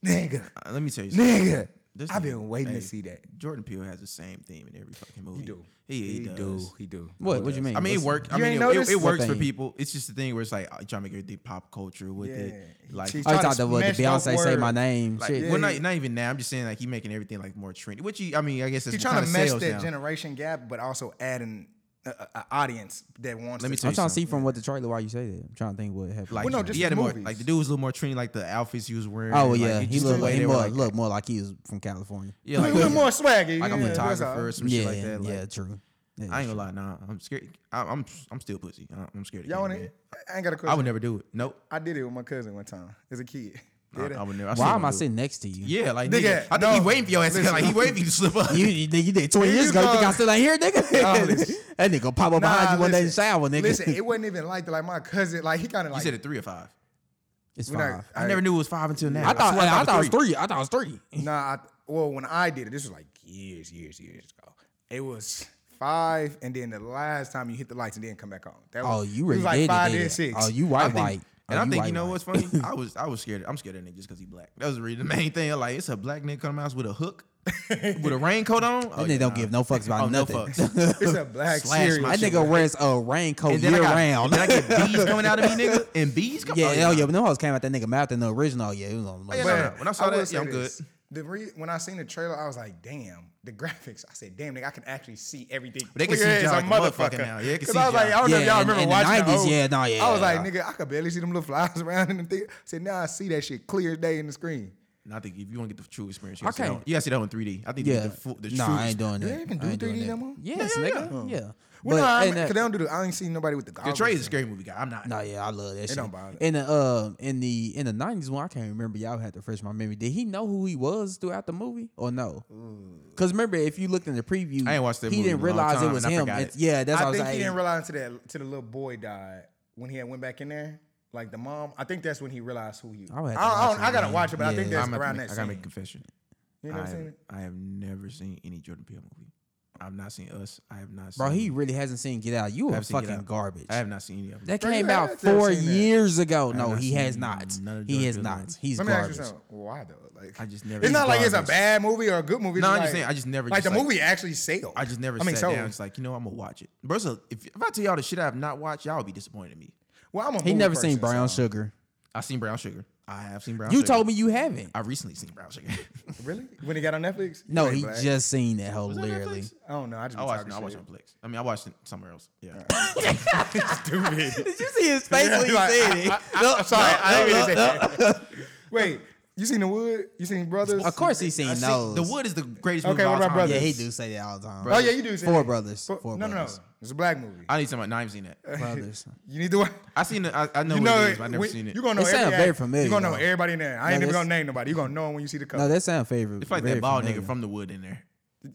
[SPEAKER 1] nigga,
[SPEAKER 3] Uh, let me tell you, something.
[SPEAKER 1] nigga.
[SPEAKER 3] This
[SPEAKER 1] I've
[SPEAKER 3] nigga-
[SPEAKER 1] been waiting
[SPEAKER 3] hey.
[SPEAKER 1] to see that.
[SPEAKER 3] Jordan Peele has the same theme in every fucking movie.
[SPEAKER 1] do.
[SPEAKER 3] He, he,
[SPEAKER 1] He
[SPEAKER 3] does.
[SPEAKER 1] do. He do.
[SPEAKER 2] What? What you mean?
[SPEAKER 3] I mean, it
[SPEAKER 2] What's-
[SPEAKER 3] worked. I
[SPEAKER 1] You
[SPEAKER 3] mean,
[SPEAKER 1] ain't
[SPEAKER 3] it- it,
[SPEAKER 1] noticed?
[SPEAKER 3] it works
[SPEAKER 2] What
[SPEAKER 3] for
[SPEAKER 2] thing?
[SPEAKER 3] people. It's just the thing where it's like uh, trying to get the pop culture with it.
[SPEAKER 1] Yeah.
[SPEAKER 3] Like,
[SPEAKER 1] She's
[SPEAKER 2] Oh, you
[SPEAKER 1] trying to
[SPEAKER 2] talked about the
[SPEAKER 1] smash those
[SPEAKER 2] Beyonce say my
[SPEAKER 1] words.
[SPEAKER 2] name.
[SPEAKER 3] like
[SPEAKER 2] shit.
[SPEAKER 3] well,
[SPEAKER 1] yeah.
[SPEAKER 3] not, not even now. I'm just saying like he making everything like more trendy. Which he, I mean, I guess it's
[SPEAKER 1] He's trying to
[SPEAKER 3] kinda
[SPEAKER 1] mesh
[SPEAKER 3] sales
[SPEAKER 1] that
[SPEAKER 3] now.
[SPEAKER 1] generation gap, but also add an a, a- a audience that wants.
[SPEAKER 3] Let me
[SPEAKER 1] to
[SPEAKER 3] tell
[SPEAKER 2] I'm
[SPEAKER 3] you
[SPEAKER 2] trying to see from what the trailer why you say that. I'm trying to think what happened.
[SPEAKER 3] Like,
[SPEAKER 1] Well, no, just
[SPEAKER 3] he had
[SPEAKER 1] the
[SPEAKER 3] a more
[SPEAKER 1] movies.
[SPEAKER 3] like the dude was a little more trendy. Like the outfits he was wearing.
[SPEAKER 2] oh
[SPEAKER 3] like,
[SPEAKER 2] yeah,
[SPEAKER 3] it
[SPEAKER 2] he
[SPEAKER 3] just the
[SPEAKER 2] looked
[SPEAKER 3] way
[SPEAKER 2] he
[SPEAKER 3] they were,
[SPEAKER 2] more
[SPEAKER 3] like-
[SPEAKER 2] looked more like he was from California.
[SPEAKER 1] a
[SPEAKER 3] yeah, like,
[SPEAKER 1] little more swaggy.
[SPEAKER 3] like a
[SPEAKER 1] yeah, that's all.
[SPEAKER 3] photographer or some shit
[SPEAKER 2] Yeah,
[SPEAKER 3] like that. Like,
[SPEAKER 2] yeah, true. Yeah,
[SPEAKER 3] I ain't
[SPEAKER 2] true.
[SPEAKER 3] gonna lie, nah. I'm scared. I, I'm I'm still pussy. I- I'm scared. Of
[SPEAKER 1] Y'all want
[SPEAKER 3] Candyman.
[SPEAKER 1] it? I ain't got a
[SPEAKER 3] I
[SPEAKER 1] question.
[SPEAKER 3] would never do it. Nope.
[SPEAKER 1] I, did it with my cousin one time as a kid.
[SPEAKER 3] I,
[SPEAKER 1] Did it.
[SPEAKER 3] I would never. I still
[SPEAKER 2] Why am I
[SPEAKER 3] wouldn't do it.
[SPEAKER 2] sitting next to you?
[SPEAKER 3] Yeah, like
[SPEAKER 1] Nigga,
[SPEAKER 3] nigga, I think
[SPEAKER 1] no.
[SPEAKER 3] he waiting for your ass. to
[SPEAKER 1] Listen.
[SPEAKER 3] Like he waiting for you to slip up.
[SPEAKER 2] You, you, you did 20
[SPEAKER 1] Here
[SPEAKER 2] years
[SPEAKER 1] you
[SPEAKER 2] ago. You think
[SPEAKER 1] go.
[SPEAKER 2] I'm still out here,
[SPEAKER 1] Nah,
[SPEAKER 2] nigga?
[SPEAKER 1] listen.
[SPEAKER 2] that nigga pop up behind you one day and
[SPEAKER 1] listen.
[SPEAKER 2] shower, nigga.
[SPEAKER 1] Listen, it wasn't even like that. Like my cousin, like he kind of
[SPEAKER 3] You
[SPEAKER 1] like.
[SPEAKER 3] said a three or five.
[SPEAKER 2] it's
[SPEAKER 1] when I-
[SPEAKER 2] five.
[SPEAKER 3] I never knew it was five until now.
[SPEAKER 2] I thought
[SPEAKER 3] swear
[SPEAKER 2] I, thought it was three. I thought it was three.
[SPEAKER 1] Nah, I, well, when I did it, this was like years, years, years ago. It was five, and then the last time you hit the lights and then come back on. That was,
[SPEAKER 2] Oh, you
[SPEAKER 1] it
[SPEAKER 2] really
[SPEAKER 1] was like
[SPEAKER 2] did
[SPEAKER 1] five
[SPEAKER 2] it.
[SPEAKER 1] then
[SPEAKER 2] did it.
[SPEAKER 1] six.
[SPEAKER 2] Oh, you white
[SPEAKER 3] I think-
[SPEAKER 2] white.
[SPEAKER 3] And
[SPEAKER 2] oh,
[SPEAKER 3] I
[SPEAKER 2] you
[SPEAKER 3] think
[SPEAKER 2] white,
[SPEAKER 3] you know
[SPEAKER 2] white.
[SPEAKER 3] what's funny? I was I was scared. I'm scared of nigga just because he black. That was really the main thing. Like it's a black nigga coming out with a hook, with a raincoat on. Oh,
[SPEAKER 2] That nigga
[SPEAKER 3] yeah,
[SPEAKER 2] don't
[SPEAKER 3] nah.
[SPEAKER 2] give no fucks about
[SPEAKER 3] Oh, no
[SPEAKER 2] nothing.
[SPEAKER 3] fucks.
[SPEAKER 1] It's a black
[SPEAKER 3] Slash
[SPEAKER 1] series.
[SPEAKER 3] my
[SPEAKER 2] That
[SPEAKER 3] shit.
[SPEAKER 2] nigga wears a raincoat
[SPEAKER 3] And then I
[SPEAKER 2] year
[SPEAKER 3] got,
[SPEAKER 2] round.
[SPEAKER 3] Then I get bees coming out of me, nigga, and bees. Come,
[SPEAKER 2] Yeah,
[SPEAKER 3] nah.
[SPEAKER 2] hell yeah. But them hoes came out that nigga mouth in the original. oh, Yeah, it was on.
[SPEAKER 3] Oh, yeah,
[SPEAKER 1] But
[SPEAKER 3] no, no. When I saw
[SPEAKER 1] will
[SPEAKER 3] that, yeah,
[SPEAKER 1] say
[SPEAKER 3] I'm good.
[SPEAKER 1] this. The re- when I seen the trailer, I was like, "Damn!" The graphics. I said, "Damn, nigga, I can actually see everything."
[SPEAKER 3] They can
[SPEAKER 1] clear
[SPEAKER 3] see
[SPEAKER 1] as
[SPEAKER 3] John like a motherfucker now. Yeah, they can
[SPEAKER 1] 'Cause
[SPEAKER 3] see
[SPEAKER 1] I was like, I
[SPEAKER 3] John.
[SPEAKER 1] don't know if
[SPEAKER 2] Yeah,
[SPEAKER 1] y'all
[SPEAKER 2] in-
[SPEAKER 1] remember
[SPEAKER 2] in the
[SPEAKER 1] watching
[SPEAKER 2] 90s,
[SPEAKER 1] old-
[SPEAKER 2] yeah, no,
[SPEAKER 1] I was
[SPEAKER 2] yeah.
[SPEAKER 1] like, nigga, I could barely see them little flies around in the theater. I said, now I see that shit clear as day in the screen.
[SPEAKER 3] And I think if you want to get the true experience, you gotta,
[SPEAKER 2] Okay.
[SPEAKER 3] see, that on, you gotta see that one 3D. I think you get
[SPEAKER 2] Yeah.
[SPEAKER 3] the, full, the true.
[SPEAKER 2] Nah, I ain't doing
[SPEAKER 1] Do
[SPEAKER 2] that.
[SPEAKER 1] they even do
[SPEAKER 2] I ain't doing
[SPEAKER 1] 3D
[SPEAKER 2] that.
[SPEAKER 1] no more?
[SPEAKER 2] Yes,
[SPEAKER 1] Yeah, yeah,
[SPEAKER 2] nigga. Yeah.
[SPEAKER 1] Well,
[SPEAKER 2] But-
[SPEAKER 1] no,
[SPEAKER 2] and
[SPEAKER 1] because
[SPEAKER 2] that-
[SPEAKER 1] they don't do the. I ain't seen nobody with the.
[SPEAKER 3] The
[SPEAKER 1] goggles
[SPEAKER 3] Trey is a
[SPEAKER 1] in.
[SPEAKER 3] scary movie guy. I'm not.
[SPEAKER 2] Nah, yeah, I love that shit.
[SPEAKER 1] don't bother.
[SPEAKER 2] In the um, in the in the nineties, when I can't remember, y'all had to refresh my memory. Did he know who he was throughout the movie or no? Because remember, if you looked in the preview,
[SPEAKER 3] I ain't watched that
[SPEAKER 2] he
[SPEAKER 3] movie
[SPEAKER 2] didn't
[SPEAKER 3] in a long
[SPEAKER 2] realize it
[SPEAKER 3] time,
[SPEAKER 2] was
[SPEAKER 3] and I
[SPEAKER 2] him.
[SPEAKER 3] forgot
[SPEAKER 2] It's-
[SPEAKER 3] it.
[SPEAKER 2] yeah, that's
[SPEAKER 1] I
[SPEAKER 2] what
[SPEAKER 1] think
[SPEAKER 2] I was
[SPEAKER 1] he
[SPEAKER 2] like.
[SPEAKER 1] didn't realize until that till the little boy died when he had went back in there. Like the mom, I think that's when he realized who he. I,
[SPEAKER 2] I would have to
[SPEAKER 1] I,
[SPEAKER 2] watch
[SPEAKER 1] don't-
[SPEAKER 2] it
[SPEAKER 1] I gotta
[SPEAKER 2] again.
[SPEAKER 1] watch it, but I think
[SPEAKER 2] Yeah.
[SPEAKER 1] that's
[SPEAKER 3] I'm
[SPEAKER 1] around
[SPEAKER 3] make,
[SPEAKER 1] that
[SPEAKER 3] I gotta
[SPEAKER 1] scene.
[SPEAKER 3] make a confession.
[SPEAKER 1] you know what
[SPEAKER 3] I
[SPEAKER 1] I'm
[SPEAKER 3] have-
[SPEAKER 1] saying?
[SPEAKER 3] I have never seen any Jordan Peele movie. I've not seen Us. I have not.
[SPEAKER 2] Bro,
[SPEAKER 3] seen,
[SPEAKER 2] he really hasn't seen Get Out. You
[SPEAKER 3] I
[SPEAKER 2] are
[SPEAKER 3] haven't seen Get
[SPEAKER 2] fucking
[SPEAKER 3] Out.
[SPEAKER 2] garbage.
[SPEAKER 3] I have not seen any of them.
[SPEAKER 2] that
[SPEAKER 1] Bro, you
[SPEAKER 2] came
[SPEAKER 1] had
[SPEAKER 2] out
[SPEAKER 1] to have
[SPEAKER 2] four
[SPEAKER 1] seen that.
[SPEAKER 2] years ago.
[SPEAKER 3] have
[SPEAKER 2] No,
[SPEAKER 3] not
[SPEAKER 2] he has
[SPEAKER 3] seen
[SPEAKER 2] not.
[SPEAKER 3] none of
[SPEAKER 2] He
[SPEAKER 3] George
[SPEAKER 2] has
[SPEAKER 3] Clooney's
[SPEAKER 2] not.
[SPEAKER 3] movies.
[SPEAKER 2] He's
[SPEAKER 1] Let me ask
[SPEAKER 2] garbage.
[SPEAKER 1] you something. Why though? Like
[SPEAKER 3] I just never.
[SPEAKER 1] It's not like it's a
[SPEAKER 3] garbage.
[SPEAKER 1] bad movie or a good movie. It's
[SPEAKER 3] No, I
[SPEAKER 1] like-
[SPEAKER 3] understand. I just never.
[SPEAKER 1] like
[SPEAKER 3] just,
[SPEAKER 1] the movie actually sailed.
[SPEAKER 3] I just never
[SPEAKER 1] I mean,
[SPEAKER 3] sat
[SPEAKER 1] so,
[SPEAKER 3] down. It's like you know, I'm gonna watch it, bro. So if, if I tell y'all the shit I have not watched, y'all will be disappointed in me.
[SPEAKER 1] Well, I'm a
[SPEAKER 2] He
[SPEAKER 1] movie
[SPEAKER 2] never
[SPEAKER 1] person,
[SPEAKER 2] seen Brown
[SPEAKER 1] so-
[SPEAKER 2] Sugar.
[SPEAKER 3] I seen Brown Sugar. I have seen Brown.
[SPEAKER 2] You
[SPEAKER 3] Sugar.
[SPEAKER 2] told me you haven't.
[SPEAKER 3] I recently seen Brown Sugar.
[SPEAKER 1] Really? When he got on Netflix?
[SPEAKER 2] No,
[SPEAKER 1] You ain't
[SPEAKER 2] he
[SPEAKER 1] black.
[SPEAKER 2] just seen that
[SPEAKER 3] Was that
[SPEAKER 2] hilariously.
[SPEAKER 3] Netflix?
[SPEAKER 1] I don't know. I just
[SPEAKER 3] Oh, I
[SPEAKER 1] be
[SPEAKER 3] watched.
[SPEAKER 1] talking
[SPEAKER 3] No, I watched it
[SPEAKER 1] shit.
[SPEAKER 3] on Plex. I mean, I watched it somewhere else. Yeah.
[SPEAKER 1] Stupid.
[SPEAKER 2] Did you see his face when he
[SPEAKER 1] Like,
[SPEAKER 2] said it?
[SPEAKER 1] I, I,
[SPEAKER 2] No,
[SPEAKER 1] am sorry.
[SPEAKER 2] no,
[SPEAKER 1] I didn't mean
[SPEAKER 2] no,
[SPEAKER 1] to say
[SPEAKER 2] no.
[SPEAKER 1] that. Wait, you seen The Wood? You seen Brothers?
[SPEAKER 2] Of course, he's seen
[SPEAKER 3] I seen-
[SPEAKER 2] those.
[SPEAKER 3] The Wood is the greatest
[SPEAKER 1] Okay,
[SPEAKER 3] movie. of
[SPEAKER 1] what
[SPEAKER 3] all
[SPEAKER 1] about
[SPEAKER 3] time.
[SPEAKER 1] Brothers?
[SPEAKER 2] Yeah, he do say that all the time.
[SPEAKER 1] Oh, yeah, you do. see
[SPEAKER 2] Four
[SPEAKER 1] it.
[SPEAKER 2] brothers.
[SPEAKER 1] Four-
[SPEAKER 2] Four
[SPEAKER 1] no,
[SPEAKER 2] brothers.
[SPEAKER 1] no, no. It's a black movie.
[SPEAKER 3] I need somebody. No, I haven't seen that.
[SPEAKER 2] brothers.
[SPEAKER 1] You need to watch.
[SPEAKER 3] I seen it. I, I know
[SPEAKER 1] You
[SPEAKER 3] what
[SPEAKER 1] know,
[SPEAKER 3] it is, but I've never
[SPEAKER 1] when-
[SPEAKER 3] seen it.
[SPEAKER 1] you gonna know.
[SPEAKER 2] It sound
[SPEAKER 1] every
[SPEAKER 2] very
[SPEAKER 1] act-
[SPEAKER 2] familiar,
[SPEAKER 1] You gonna know
[SPEAKER 2] though.
[SPEAKER 1] everybody in there. I ain't even
[SPEAKER 2] that's-
[SPEAKER 1] gonna name nobody. You gonna know 'em when you see the cover.
[SPEAKER 2] No, that sound favorite.
[SPEAKER 3] It's like that bald nigga from the Wood in there.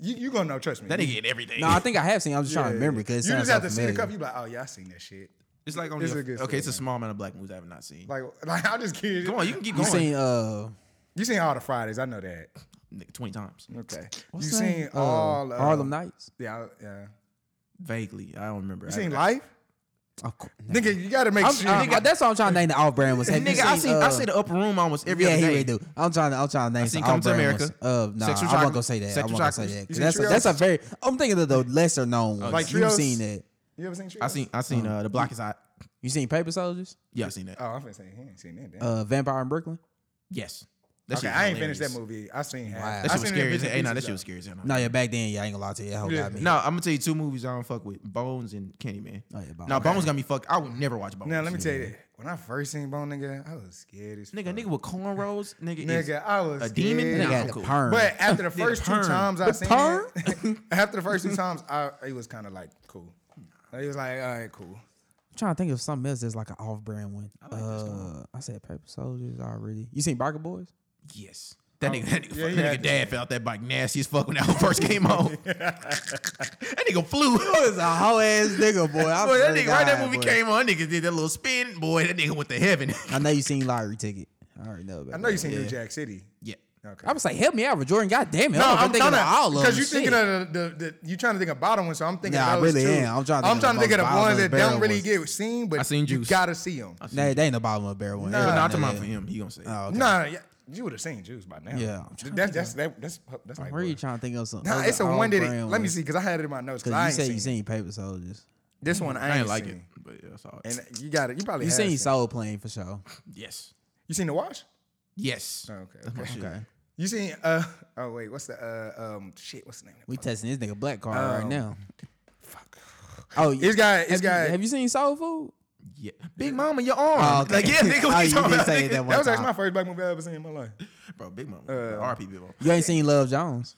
[SPEAKER 1] you you gonna know. Trust me.
[SPEAKER 3] That nigga in everything.
[SPEAKER 2] No, I think I have seen. it. I'm just
[SPEAKER 1] Yeah,
[SPEAKER 2] trying to
[SPEAKER 1] yeah,
[SPEAKER 2] remember
[SPEAKER 1] yeah.
[SPEAKER 2] because
[SPEAKER 1] you just have to see the cover. You be like, oh yeah, I seen that shit.
[SPEAKER 3] it's like only
[SPEAKER 1] It's
[SPEAKER 3] a-
[SPEAKER 1] a good
[SPEAKER 3] okay. It's a
[SPEAKER 1] story,
[SPEAKER 3] small amount of black movies I have not seen.
[SPEAKER 1] Like, like I'll just give you.
[SPEAKER 3] Come on, you can keep
[SPEAKER 2] You
[SPEAKER 3] going.
[SPEAKER 2] seen uh
[SPEAKER 1] You seen all the Fridays. I know that.
[SPEAKER 3] Nigga, Twenty times.
[SPEAKER 1] Okay.
[SPEAKER 2] what's
[SPEAKER 1] you
[SPEAKER 2] the
[SPEAKER 1] seen
[SPEAKER 2] name? Uh,
[SPEAKER 1] all uh,
[SPEAKER 2] Harlem Nights?
[SPEAKER 1] Yeah, I- yeah.
[SPEAKER 3] Vaguely, I don't remember.
[SPEAKER 1] You
[SPEAKER 3] I-
[SPEAKER 1] seen
[SPEAKER 3] I-
[SPEAKER 1] Life?
[SPEAKER 2] Of cour- no.
[SPEAKER 1] Nigga, you gotta make
[SPEAKER 2] I'm-
[SPEAKER 1] sure.
[SPEAKER 2] uh, that's all I'm trying to name the off brand was. Have you
[SPEAKER 3] Nigga, I seen. I
[SPEAKER 2] uh,
[SPEAKER 3] seen the Upper Room almost every
[SPEAKER 2] yeah,
[SPEAKER 3] other
[SPEAKER 2] he
[SPEAKER 3] day.
[SPEAKER 2] really do. I'm trying to. I'm trying to name
[SPEAKER 3] seen
[SPEAKER 2] some
[SPEAKER 3] Come
[SPEAKER 2] off
[SPEAKER 3] to
[SPEAKER 2] brand
[SPEAKER 3] America,
[SPEAKER 2] ones. Uh, nah,
[SPEAKER 3] Sexual
[SPEAKER 2] I'm
[SPEAKER 3] Chocolate-
[SPEAKER 2] not gonna say that. I'm
[SPEAKER 3] Sexual
[SPEAKER 2] not gonna say
[SPEAKER 3] Chocolate.
[SPEAKER 2] that.
[SPEAKER 1] You
[SPEAKER 2] 'cause
[SPEAKER 1] seen
[SPEAKER 2] That's a,
[SPEAKER 1] Trios?
[SPEAKER 2] that's a very. I'm thinking of the lesser known ones.
[SPEAKER 1] Like
[SPEAKER 2] You've
[SPEAKER 1] Trios?
[SPEAKER 2] seen that.
[SPEAKER 1] you ever seen? Trios?
[SPEAKER 3] I seen. I seen
[SPEAKER 1] Uh-huh.
[SPEAKER 3] uh, the Block is Hot.
[SPEAKER 2] You seen Paper Soldiers?
[SPEAKER 3] Yeah, I seen that.
[SPEAKER 1] Oh, I'm finna say he ain't seen that. Damn.
[SPEAKER 2] Uh, Vampire in Brooklyn.
[SPEAKER 3] Yes. That
[SPEAKER 1] okay,
[SPEAKER 3] shit
[SPEAKER 1] I ain't
[SPEAKER 3] hilarious.
[SPEAKER 1] finished that movie. I seen half.
[SPEAKER 2] Wow.
[SPEAKER 1] I
[SPEAKER 3] That shit was
[SPEAKER 1] seen it in
[SPEAKER 3] scary. as-
[SPEAKER 1] bits and
[SPEAKER 3] Hey, nah, that
[SPEAKER 1] pieces,
[SPEAKER 3] shit was scary as hell.
[SPEAKER 2] No, yeah, back then, yeah, I ain't gonna lie to you. That whole
[SPEAKER 1] Yeah.
[SPEAKER 2] got me.
[SPEAKER 3] No, I'm gonna tell you two movies I don't fuck with: Bones and Candyman.
[SPEAKER 2] Oh, yeah, Bones.
[SPEAKER 3] Now Bones got me fucked. I would never watch
[SPEAKER 1] though.
[SPEAKER 3] Bones.
[SPEAKER 1] Now let me tell you that. When I first seen Bone Nigga, I was scared as
[SPEAKER 3] nigga,
[SPEAKER 1] fuck.
[SPEAKER 3] nigga with cornrows, nigga, is
[SPEAKER 1] nigga, I was
[SPEAKER 3] a
[SPEAKER 1] scared.
[SPEAKER 3] demon.
[SPEAKER 2] Nigga
[SPEAKER 3] Nah,
[SPEAKER 2] had
[SPEAKER 3] I'm
[SPEAKER 2] the
[SPEAKER 3] cool.
[SPEAKER 2] perm.
[SPEAKER 1] But after the
[SPEAKER 3] the
[SPEAKER 1] first two
[SPEAKER 3] perm.
[SPEAKER 1] times I
[SPEAKER 2] The
[SPEAKER 1] seen it, after the first two times, I it was kind of like cool. Like, it was like, all right, cool.
[SPEAKER 2] I'm trying to think of something else that's like an off-brand one. I, uh, I said Paper Soldiers already. You seen Barker Boys?
[SPEAKER 3] Yes. That nigga, that nigga,
[SPEAKER 1] yeah,
[SPEAKER 3] fuck-
[SPEAKER 1] he
[SPEAKER 3] that
[SPEAKER 1] had
[SPEAKER 3] nigga
[SPEAKER 1] to.
[SPEAKER 3] dad felt that bike nasty as fuck when that hoe first came home. that nigga flew.
[SPEAKER 2] It's a whole ass nigga, boy. I
[SPEAKER 3] Boy, that
[SPEAKER 2] swear to
[SPEAKER 3] nigga, right that
[SPEAKER 2] God,
[SPEAKER 3] movie
[SPEAKER 2] boy.
[SPEAKER 3] came on, that nigga did that little spin. Boy, that nigga went to heaven.
[SPEAKER 2] I know you seen Lottery Ticket. I already know. About
[SPEAKER 1] I know you seen
[SPEAKER 2] it.
[SPEAKER 1] New Jack City.
[SPEAKER 3] yeah.
[SPEAKER 1] Okay.
[SPEAKER 2] I was like, help me out, with Jordan. God damn it. No, I'm, thinking
[SPEAKER 1] tryna-
[SPEAKER 2] of all of
[SPEAKER 1] because
[SPEAKER 2] them.
[SPEAKER 1] you're thinking
[SPEAKER 2] Shit.
[SPEAKER 1] of the, the, the you trying to think of bottom ones, so I'm thinking
[SPEAKER 2] Nah, I
[SPEAKER 1] of those
[SPEAKER 2] really
[SPEAKER 1] too.
[SPEAKER 2] am. I'm trying to think
[SPEAKER 1] I'm
[SPEAKER 2] of
[SPEAKER 1] trying to
[SPEAKER 2] the
[SPEAKER 1] think of the
[SPEAKER 2] most
[SPEAKER 1] ones
[SPEAKER 2] bottom of
[SPEAKER 1] that
[SPEAKER 2] the
[SPEAKER 1] don't
[SPEAKER 2] barrel
[SPEAKER 1] really
[SPEAKER 2] ones.
[SPEAKER 1] get seen, but
[SPEAKER 3] I seen
[SPEAKER 1] you
[SPEAKER 3] Juice.
[SPEAKER 1] gotta see them.
[SPEAKER 2] Nah, they ain't the bottom of the barrel one.
[SPEAKER 1] Nah.
[SPEAKER 3] But
[SPEAKER 2] Everybody
[SPEAKER 3] not to
[SPEAKER 2] know
[SPEAKER 3] mind
[SPEAKER 2] that.
[SPEAKER 3] for him. He gonna say it.
[SPEAKER 2] Oh, okay.
[SPEAKER 1] Nah, yeah, you would have seen Juice by now.
[SPEAKER 2] Yeah, I'm trying to
[SPEAKER 1] that's that's that, that's that's like.
[SPEAKER 2] I'm really trying to think of something.
[SPEAKER 1] Nah, it's a one that let me see because I had it in my notes because I
[SPEAKER 2] Because
[SPEAKER 1] ain't
[SPEAKER 2] you said
[SPEAKER 1] seen
[SPEAKER 2] you
[SPEAKER 1] it.
[SPEAKER 2] seen Paper Soldiers.
[SPEAKER 1] this one. I ain't,
[SPEAKER 3] I ain't like
[SPEAKER 1] seen.
[SPEAKER 3] it, but yeah, that's all.
[SPEAKER 1] And you got it. You probably
[SPEAKER 2] You
[SPEAKER 1] have
[SPEAKER 2] seen
[SPEAKER 1] seen.
[SPEAKER 2] Soul Plane for sure.
[SPEAKER 3] yes.
[SPEAKER 1] You seen the wash?
[SPEAKER 3] Yes.
[SPEAKER 1] Oh, okay,
[SPEAKER 3] That's my
[SPEAKER 1] okay.
[SPEAKER 3] shit.
[SPEAKER 2] Okay.
[SPEAKER 1] You seen? Uh oh wait, what's the uh um shit? What's the name?
[SPEAKER 2] We testing this nigga black card right
[SPEAKER 1] Oh.
[SPEAKER 2] now. Fuck. Oh,
[SPEAKER 1] This guy. This
[SPEAKER 2] have,
[SPEAKER 1] guy.
[SPEAKER 2] You, have you seen Soul Food?
[SPEAKER 3] Yeah. Big Mama, your arm. Like, yeah, nigga, what
[SPEAKER 2] oh,
[SPEAKER 3] you
[SPEAKER 2] you
[SPEAKER 3] talking
[SPEAKER 2] did
[SPEAKER 3] about?
[SPEAKER 2] say it
[SPEAKER 3] nigga?
[SPEAKER 2] that one
[SPEAKER 1] that was
[SPEAKER 2] time.
[SPEAKER 1] actually my first black movie I ever seen in my life.
[SPEAKER 3] Bro, Big Mama. RP Big Mama.
[SPEAKER 2] you ain't seen Love Jones.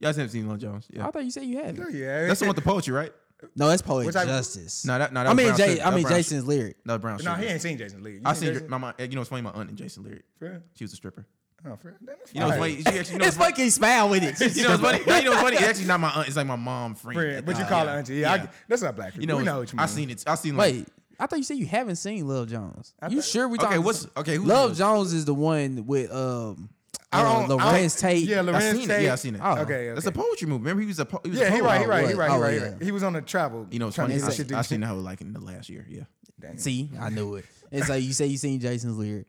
[SPEAKER 3] Y'all haven't seen Lil Jones. Yeah.
[SPEAKER 2] I thought you said you had.
[SPEAKER 1] Oh,
[SPEAKER 2] It.
[SPEAKER 1] yeah,
[SPEAKER 3] That's the one with the poetry, right?
[SPEAKER 2] No, it's Poet
[SPEAKER 1] Which I-
[SPEAKER 2] Justice.
[SPEAKER 3] No, that, no, that
[SPEAKER 2] I
[SPEAKER 3] was
[SPEAKER 2] mean,
[SPEAKER 3] Brown
[SPEAKER 2] Jay,
[SPEAKER 3] Sugar.
[SPEAKER 2] I
[SPEAKER 3] That
[SPEAKER 2] mean
[SPEAKER 3] Brown
[SPEAKER 2] Jason's lyric.
[SPEAKER 3] No, Brown
[SPEAKER 1] No,
[SPEAKER 3] Sugar.
[SPEAKER 1] he ain't seen Jason Lee. You
[SPEAKER 3] I
[SPEAKER 1] seen
[SPEAKER 3] seen
[SPEAKER 1] Jason?
[SPEAKER 3] my mom. You know, it's funny. My aunt and Jason Lyric.
[SPEAKER 1] For real?
[SPEAKER 3] She was a stripper.
[SPEAKER 1] Oh, for real? Damn, that's
[SPEAKER 3] You know, it's
[SPEAKER 1] fire.
[SPEAKER 3] funny. She actually, you know,
[SPEAKER 2] it's
[SPEAKER 3] it's funny.
[SPEAKER 2] fucking smile with it.
[SPEAKER 3] You know, it's funny. No, you know, it's funny. It's actually not my aunt. It's like my mom friend.
[SPEAKER 1] Friend, but you call her auntie. Yeah, I
[SPEAKER 3] yeah.
[SPEAKER 1] get- that's not black.
[SPEAKER 3] You know,
[SPEAKER 1] we know what you mean.
[SPEAKER 3] I seen it. I seen like.
[SPEAKER 2] Wait, I thought you said you haven't seen Love Jones. you
[SPEAKER 1] thought-
[SPEAKER 2] sure we talking?
[SPEAKER 3] okay, what's okay? Who's
[SPEAKER 2] Love Jones is the one with um,
[SPEAKER 1] I
[SPEAKER 2] uh,
[SPEAKER 1] don't- I don't-
[SPEAKER 2] Lorenz Tate.
[SPEAKER 1] Yeah,
[SPEAKER 3] I
[SPEAKER 1] Lorenz
[SPEAKER 3] seen it.
[SPEAKER 1] Tate.
[SPEAKER 3] Yeah, I seen it.
[SPEAKER 2] Oh.
[SPEAKER 1] Okay,
[SPEAKER 3] That's a
[SPEAKER 1] okay.
[SPEAKER 3] poetry movie. Remember, he was a po- he was a
[SPEAKER 1] Yeah, he
[SPEAKER 3] poet
[SPEAKER 1] right, he
[SPEAKER 3] all
[SPEAKER 1] right,
[SPEAKER 3] the
[SPEAKER 1] he
[SPEAKER 3] way.
[SPEAKER 1] right,
[SPEAKER 2] Oh,
[SPEAKER 1] he right,
[SPEAKER 2] yeah.
[SPEAKER 1] he right. He was on the travel.
[SPEAKER 3] You know, it's
[SPEAKER 1] trying
[SPEAKER 3] funny.
[SPEAKER 1] to get
[SPEAKER 3] I
[SPEAKER 2] It's
[SPEAKER 1] shit
[SPEAKER 3] seen, I
[SPEAKER 1] together.
[SPEAKER 3] seen that hoe, like in the last year. Yeah,
[SPEAKER 2] See, I knew it. And so you say you seen Jason's lyric.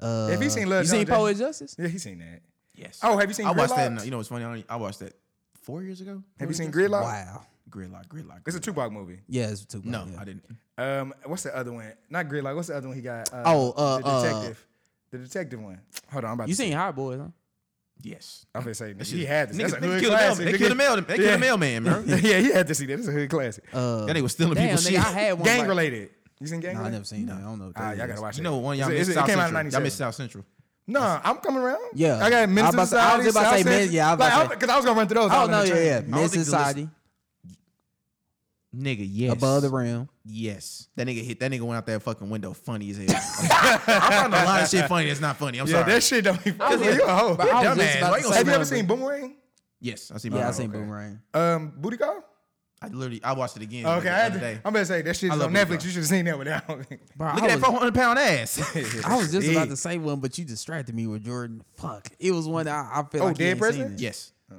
[SPEAKER 2] Uh,
[SPEAKER 1] If he seen Love
[SPEAKER 2] you
[SPEAKER 1] Jones,
[SPEAKER 2] seen
[SPEAKER 1] then-
[SPEAKER 2] Poet Justice?
[SPEAKER 1] Yeah, he seen that.
[SPEAKER 3] yes.
[SPEAKER 1] Oh, have you seen
[SPEAKER 3] I watched that.
[SPEAKER 1] Gridlock?
[SPEAKER 3] in- You know, it's funny. I, only- I watched that four years ago.
[SPEAKER 1] Have you
[SPEAKER 3] Four
[SPEAKER 1] seen
[SPEAKER 3] years
[SPEAKER 1] Gridlock?
[SPEAKER 2] Wow.
[SPEAKER 3] ago? Gridlock? Gridlock.
[SPEAKER 1] It's a
[SPEAKER 3] Gridlock.
[SPEAKER 1] Tupac movie.
[SPEAKER 2] Yeah, it's too.
[SPEAKER 3] No,
[SPEAKER 2] yeah.
[SPEAKER 3] I didn't.
[SPEAKER 1] Um, what's the other one? Not Gridlock. What's the other one he got? Uh,
[SPEAKER 2] Oh, uh,
[SPEAKER 1] the
[SPEAKER 2] uh,
[SPEAKER 1] detective. the detective one. Hold on, I'm about
[SPEAKER 2] You
[SPEAKER 1] to.
[SPEAKER 2] seen Hot Boys? Huh?
[SPEAKER 3] Yes.
[SPEAKER 1] I'm gonna say
[SPEAKER 3] That
[SPEAKER 1] he
[SPEAKER 3] shit-
[SPEAKER 1] had this.
[SPEAKER 3] Niggas,
[SPEAKER 1] That's a
[SPEAKER 3] niggas
[SPEAKER 1] hood
[SPEAKER 3] killed the mailman.
[SPEAKER 1] classic.
[SPEAKER 3] They
[SPEAKER 1] nigga.
[SPEAKER 3] killed the mailman. They killed
[SPEAKER 1] Yeah.
[SPEAKER 3] the mailman, bro.
[SPEAKER 1] yeah, he had to see that. It's a hood classic.
[SPEAKER 2] Uh,
[SPEAKER 3] That nigga was stealing
[SPEAKER 2] damn,
[SPEAKER 3] people's
[SPEAKER 2] nigga,
[SPEAKER 3] shit.
[SPEAKER 2] I had one.
[SPEAKER 1] gang
[SPEAKER 2] like-
[SPEAKER 1] related. You seen gang
[SPEAKER 2] Nah, I
[SPEAKER 1] related?
[SPEAKER 2] never seen that. I don't know. What that
[SPEAKER 1] Ah, y'all
[SPEAKER 2] is.
[SPEAKER 1] gotta watch it.
[SPEAKER 3] You know, one y'all
[SPEAKER 1] It's-
[SPEAKER 3] missed
[SPEAKER 1] it's-
[SPEAKER 3] South
[SPEAKER 1] it came out in
[SPEAKER 3] Central. Y'all
[SPEAKER 1] 97.
[SPEAKER 3] missed South Central.
[SPEAKER 1] No, I'm coming around.
[SPEAKER 2] Yeah.
[SPEAKER 1] I
[SPEAKER 2] I
[SPEAKER 1] got
[SPEAKER 2] was
[SPEAKER 1] Men's
[SPEAKER 2] about to- I was
[SPEAKER 1] Society.
[SPEAKER 2] just about to say
[SPEAKER 1] South
[SPEAKER 2] Men's- yeah, I was about to
[SPEAKER 1] Central.
[SPEAKER 2] say-
[SPEAKER 1] Like, because I was gonna run through those.
[SPEAKER 2] Oh
[SPEAKER 1] on the
[SPEAKER 2] no, yeah,
[SPEAKER 1] train.
[SPEAKER 2] yeah. Men's
[SPEAKER 3] think the list-
[SPEAKER 2] Society,
[SPEAKER 3] Nigga, yes.
[SPEAKER 2] Above the Rim.
[SPEAKER 3] Yes. That nigga hit that nigga went out that fucking window funny as hell. I found a lot of shit funny that's not funny. I'm
[SPEAKER 1] Yeah,
[SPEAKER 3] sorry.
[SPEAKER 1] that shit don't be funny.
[SPEAKER 3] was-
[SPEAKER 1] You a hoe.
[SPEAKER 2] But I was
[SPEAKER 3] Dumbass.
[SPEAKER 2] just about
[SPEAKER 3] Why
[SPEAKER 2] to
[SPEAKER 3] you
[SPEAKER 2] say
[SPEAKER 1] Have you ever
[SPEAKER 2] something.
[SPEAKER 1] seen Boomerang?
[SPEAKER 3] yes, I seen
[SPEAKER 2] Yeah, I
[SPEAKER 3] Bob.
[SPEAKER 2] seen
[SPEAKER 1] Okay.
[SPEAKER 2] Boomerang.
[SPEAKER 1] Um, Booty Call?
[SPEAKER 3] I literally I watched it again.
[SPEAKER 1] Okay,
[SPEAKER 3] the
[SPEAKER 1] I had to,
[SPEAKER 3] other day.
[SPEAKER 1] I'm gonna say that shit
[SPEAKER 3] I
[SPEAKER 1] is
[SPEAKER 3] love
[SPEAKER 1] on
[SPEAKER 3] Booty
[SPEAKER 1] Netflix.
[SPEAKER 3] Call.
[SPEAKER 1] You should have seen that without.
[SPEAKER 2] Bro,
[SPEAKER 3] Look
[SPEAKER 2] I,
[SPEAKER 3] at that
[SPEAKER 2] was,
[SPEAKER 3] 400 pound ass.
[SPEAKER 2] I was just about
[SPEAKER 1] Yeah.
[SPEAKER 2] to say one, but you distracted me with Jordan. Fuck, it was one I, I feel
[SPEAKER 1] Oh,
[SPEAKER 2] like you
[SPEAKER 1] Dead
[SPEAKER 2] ain't seen
[SPEAKER 1] President?
[SPEAKER 2] it.
[SPEAKER 3] yes.
[SPEAKER 2] Oh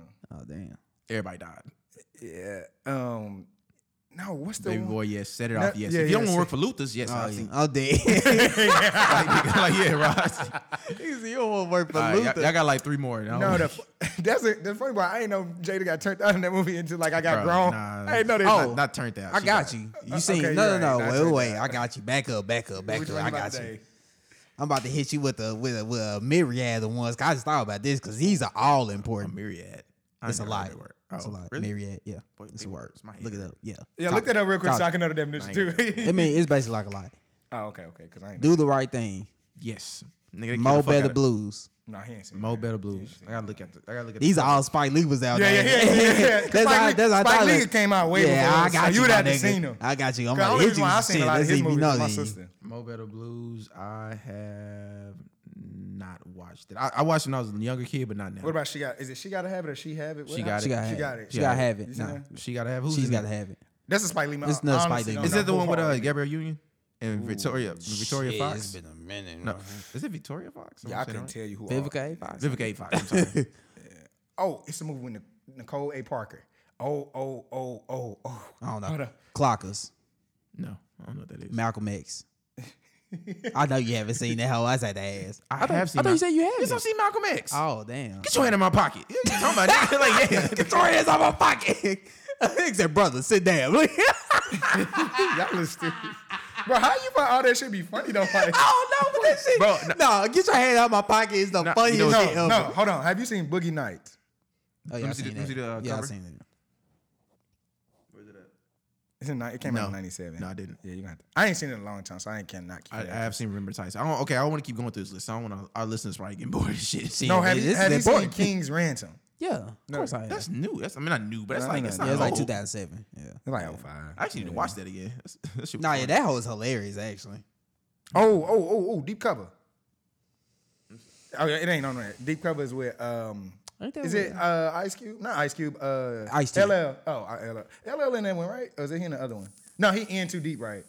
[SPEAKER 2] damn.
[SPEAKER 3] Everybody died.
[SPEAKER 1] yeah. Um, no, what's the
[SPEAKER 3] Baby
[SPEAKER 1] one?
[SPEAKER 3] boy, yes. Set it
[SPEAKER 1] No,
[SPEAKER 3] off, yes.
[SPEAKER 1] yeah,
[SPEAKER 3] if you don't
[SPEAKER 1] yeah,
[SPEAKER 3] want to work
[SPEAKER 1] set-
[SPEAKER 3] for Luthers, yes.
[SPEAKER 2] Oh,
[SPEAKER 3] I
[SPEAKER 2] yeah.
[SPEAKER 3] see.
[SPEAKER 2] I'm dead.
[SPEAKER 3] like, like, yeah, right.
[SPEAKER 2] He said, you don't want to work for
[SPEAKER 3] All right,
[SPEAKER 2] Luther.
[SPEAKER 3] y'all, y'all got like three more. and I
[SPEAKER 1] No,
[SPEAKER 3] don't-
[SPEAKER 1] the, that's it. The funny part, I ain't know Jada got turned out in that movie until like I got
[SPEAKER 3] Bruh,
[SPEAKER 1] grown.
[SPEAKER 3] nah.
[SPEAKER 1] I ain't know that.
[SPEAKER 3] Not-
[SPEAKER 2] Oh,
[SPEAKER 3] not, turned out.
[SPEAKER 2] I
[SPEAKER 3] She
[SPEAKER 2] got you. You
[SPEAKER 1] Uh,
[SPEAKER 2] seen?
[SPEAKER 1] okay,
[SPEAKER 2] no,
[SPEAKER 1] you're right.
[SPEAKER 2] no, no.
[SPEAKER 1] Not
[SPEAKER 2] Wait,
[SPEAKER 1] too
[SPEAKER 2] wait.
[SPEAKER 1] bad.
[SPEAKER 2] I got you. Back up, back up, back
[SPEAKER 1] Which
[SPEAKER 2] up.
[SPEAKER 1] one
[SPEAKER 2] I
[SPEAKER 1] about
[SPEAKER 2] got you.
[SPEAKER 1] today?
[SPEAKER 2] I'm about to hit you with a with a with a myriad of ones. 'Cause I just thought about this because these are all important.
[SPEAKER 3] Myriad. I
[SPEAKER 2] It's a
[SPEAKER 3] never heard
[SPEAKER 2] lot.
[SPEAKER 3] that word.
[SPEAKER 2] It's a
[SPEAKER 3] Oh,
[SPEAKER 2] lot.
[SPEAKER 3] really?
[SPEAKER 2] Myriad. Yeah,
[SPEAKER 3] Boy,
[SPEAKER 2] it's a
[SPEAKER 3] big
[SPEAKER 2] word.
[SPEAKER 3] words, my
[SPEAKER 2] Look it
[SPEAKER 3] head.
[SPEAKER 2] up. Yeah.
[SPEAKER 1] Yeah, look that up real quick so I can know the definition too.
[SPEAKER 2] I mean, it's basically like a lot.
[SPEAKER 1] oh, okay, okay, because I ain't.
[SPEAKER 2] Do the right thing.
[SPEAKER 3] Yes. Nigga, they kill
[SPEAKER 2] Mo
[SPEAKER 3] the fuck
[SPEAKER 2] better
[SPEAKER 3] out of-
[SPEAKER 2] blues.
[SPEAKER 1] Nah, he ain't seen.
[SPEAKER 3] Mo
[SPEAKER 1] that.
[SPEAKER 3] better blues. I gotta look at. The, I gotta look at.
[SPEAKER 2] These
[SPEAKER 3] the,
[SPEAKER 2] are all Spike Lee was out
[SPEAKER 1] Yeah,
[SPEAKER 2] there.
[SPEAKER 1] yeah, yeah, yeah, yeah.
[SPEAKER 2] that's
[SPEAKER 1] Spike
[SPEAKER 2] how,
[SPEAKER 1] Lee-
[SPEAKER 2] that's how I
[SPEAKER 1] Spike
[SPEAKER 2] thought
[SPEAKER 1] Lee
[SPEAKER 2] it-
[SPEAKER 1] came out way
[SPEAKER 2] yeah,
[SPEAKER 1] before
[SPEAKER 2] I
[SPEAKER 1] us, so
[SPEAKER 2] got
[SPEAKER 1] you
[SPEAKER 2] you.
[SPEAKER 1] would
[SPEAKER 2] my
[SPEAKER 1] have to
[SPEAKER 2] nigga.
[SPEAKER 1] seen him.
[SPEAKER 2] I got you. I'm
[SPEAKER 1] The
[SPEAKER 2] gonna
[SPEAKER 1] only
[SPEAKER 2] hit
[SPEAKER 1] reason
[SPEAKER 2] you.
[SPEAKER 1] why I
[SPEAKER 2] with some
[SPEAKER 1] seen a
[SPEAKER 2] shit.
[SPEAKER 1] lot of
[SPEAKER 2] Let's
[SPEAKER 1] his
[SPEAKER 2] see if you
[SPEAKER 1] movies
[SPEAKER 2] know
[SPEAKER 1] is my
[SPEAKER 2] these.
[SPEAKER 1] sister.
[SPEAKER 3] Mo better blues. I have not watched it. I, I watched it when I was a younger kid, but not now.
[SPEAKER 1] What about she got? Is it she got to have it or she have it? What
[SPEAKER 3] She got
[SPEAKER 2] She
[SPEAKER 3] it.
[SPEAKER 2] got,
[SPEAKER 1] She
[SPEAKER 2] it.
[SPEAKER 1] got it.
[SPEAKER 2] She
[SPEAKER 1] Yeah.
[SPEAKER 2] gotta have it.
[SPEAKER 1] You seen
[SPEAKER 2] Nah,
[SPEAKER 1] that?
[SPEAKER 3] she gotta have. Who's
[SPEAKER 2] she's
[SPEAKER 3] in
[SPEAKER 2] gotta
[SPEAKER 3] it?
[SPEAKER 2] have it.
[SPEAKER 1] That's a Spike Lee movie.
[SPEAKER 2] It's another Spike Lee
[SPEAKER 3] Is
[SPEAKER 2] No,
[SPEAKER 3] that the one with uh, Gabrielle Union and Victoria Victoria
[SPEAKER 2] Shit,
[SPEAKER 3] Fox?
[SPEAKER 2] It's been a minute.
[SPEAKER 3] no,
[SPEAKER 2] man.
[SPEAKER 3] is it Victoria Fox? Am
[SPEAKER 1] Yeah, I
[SPEAKER 3] saying
[SPEAKER 1] couldn't
[SPEAKER 3] it
[SPEAKER 1] tell you who. all-
[SPEAKER 2] Vivica A. Fox.
[SPEAKER 3] right? Vivica A. Fox. I'm sorry.
[SPEAKER 1] Oh, it's a movie with Nic- Nicole A. Parker. Oh, oh, oh, oh, oh.
[SPEAKER 2] I don't
[SPEAKER 1] Hold
[SPEAKER 2] know.
[SPEAKER 1] up.
[SPEAKER 2] Clockers.
[SPEAKER 3] no, I don't know what that is.
[SPEAKER 2] Malcolm X. I know you haven't seen that hoe. I said that ass.
[SPEAKER 3] I, have seen.
[SPEAKER 2] I thought you said you had
[SPEAKER 3] Yes, I've
[SPEAKER 2] it.
[SPEAKER 3] seen Malcolm X.
[SPEAKER 2] Oh damn.
[SPEAKER 3] Get your hand in my pocket. You talking about that? Like, yeah,
[SPEAKER 2] Get your hands out my pocket. Nigga said, brother, sit down.
[SPEAKER 1] Y'all is stupid. Bro, how you find all that shit be funny though? Like,
[SPEAKER 2] I don't know what that shit.
[SPEAKER 3] Bro,
[SPEAKER 2] no, get your hand out my pocket. It's the
[SPEAKER 3] Nah,
[SPEAKER 2] funniest
[SPEAKER 3] you know-
[SPEAKER 2] shit
[SPEAKER 1] no,
[SPEAKER 2] ever.
[SPEAKER 1] no, hold on. Have you seen Boogie Nights?
[SPEAKER 2] Oh, yeah,
[SPEAKER 3] me
[SPEAKER 2] I
[SPEAKER 3] see the-
[SPEAKER 2] seen
[SPEAKER 3] let me
[SPEAKER 2] that.
[SPEAKER 3] see the, uh,
[SPEAKER 2] yeah, I
[SPEAKER 3] cover.
[SPEAKER 2] seen it.
[SPEAKER 1] It's in, ni- it came out
[SPEAKER 3] No.
[SPEAKER 1] in '97.
[SPEAKER 3] No, I didn't.
[SPEAKER 1] Yeah, you gonna have to. I ain't seen it in a long time, so I ain't cannot keep
[SPEAKER 3] I, I
[SPEAKER 1] it.
[SPEAKER 3] have seen Remember Tyson. I don't, okay, I don't want to keep going through this list. I don't want our listeners probably getting bored of shit.
[SPEAKER 1] no, have
[SPEAKER 2] this
[SPEAKER 1] you,
[SPEAKER 2] is
[SPEAKER 1] have you seen
[SPEAKER 2] important.
[SPEAKER 1] King's Ransom?
[SPEAKER 2] Yeah, of course I have.
[SPEAKER 3] that's new. That's I mean not new, but that's
[SPEAKER 1] No,
[SPEAKER 3] like
[SPEAKER 1] no,
[SPEAKER 3] it's
[SPEAKER 1] no.
[SPEAKER 3] not
[SPEAKER 2] yeah, it's like
[SPEAKER 3] old.
[SPEAKER 2] 2007. Yeah.
[SPEAKER 1] It's like oh five.
[SPEAKER 3] I actually need to watch that again. That's, that shit was
[SPEAKER 2] Nah, yeah,
[SPEAKER 3] fun.
[SPEAKER 2] that hoe is hilarious, actually.
[SPEAKER 1] Oh, oh, oh, oh, deep cover. Oh, yeah, it ain't on there. Deep cover is with um.
[SPEAKER 2] Ain't that
[SPEAKER 1] Is it uh, Ice Cube? Not Ice Cube. Uh,
[SPEAKER 2] Ice T.
[SPEAKER 1] LL. Oh, I- LL. LL in that one, right? Or is it he in the other one? No, he in too deep, right?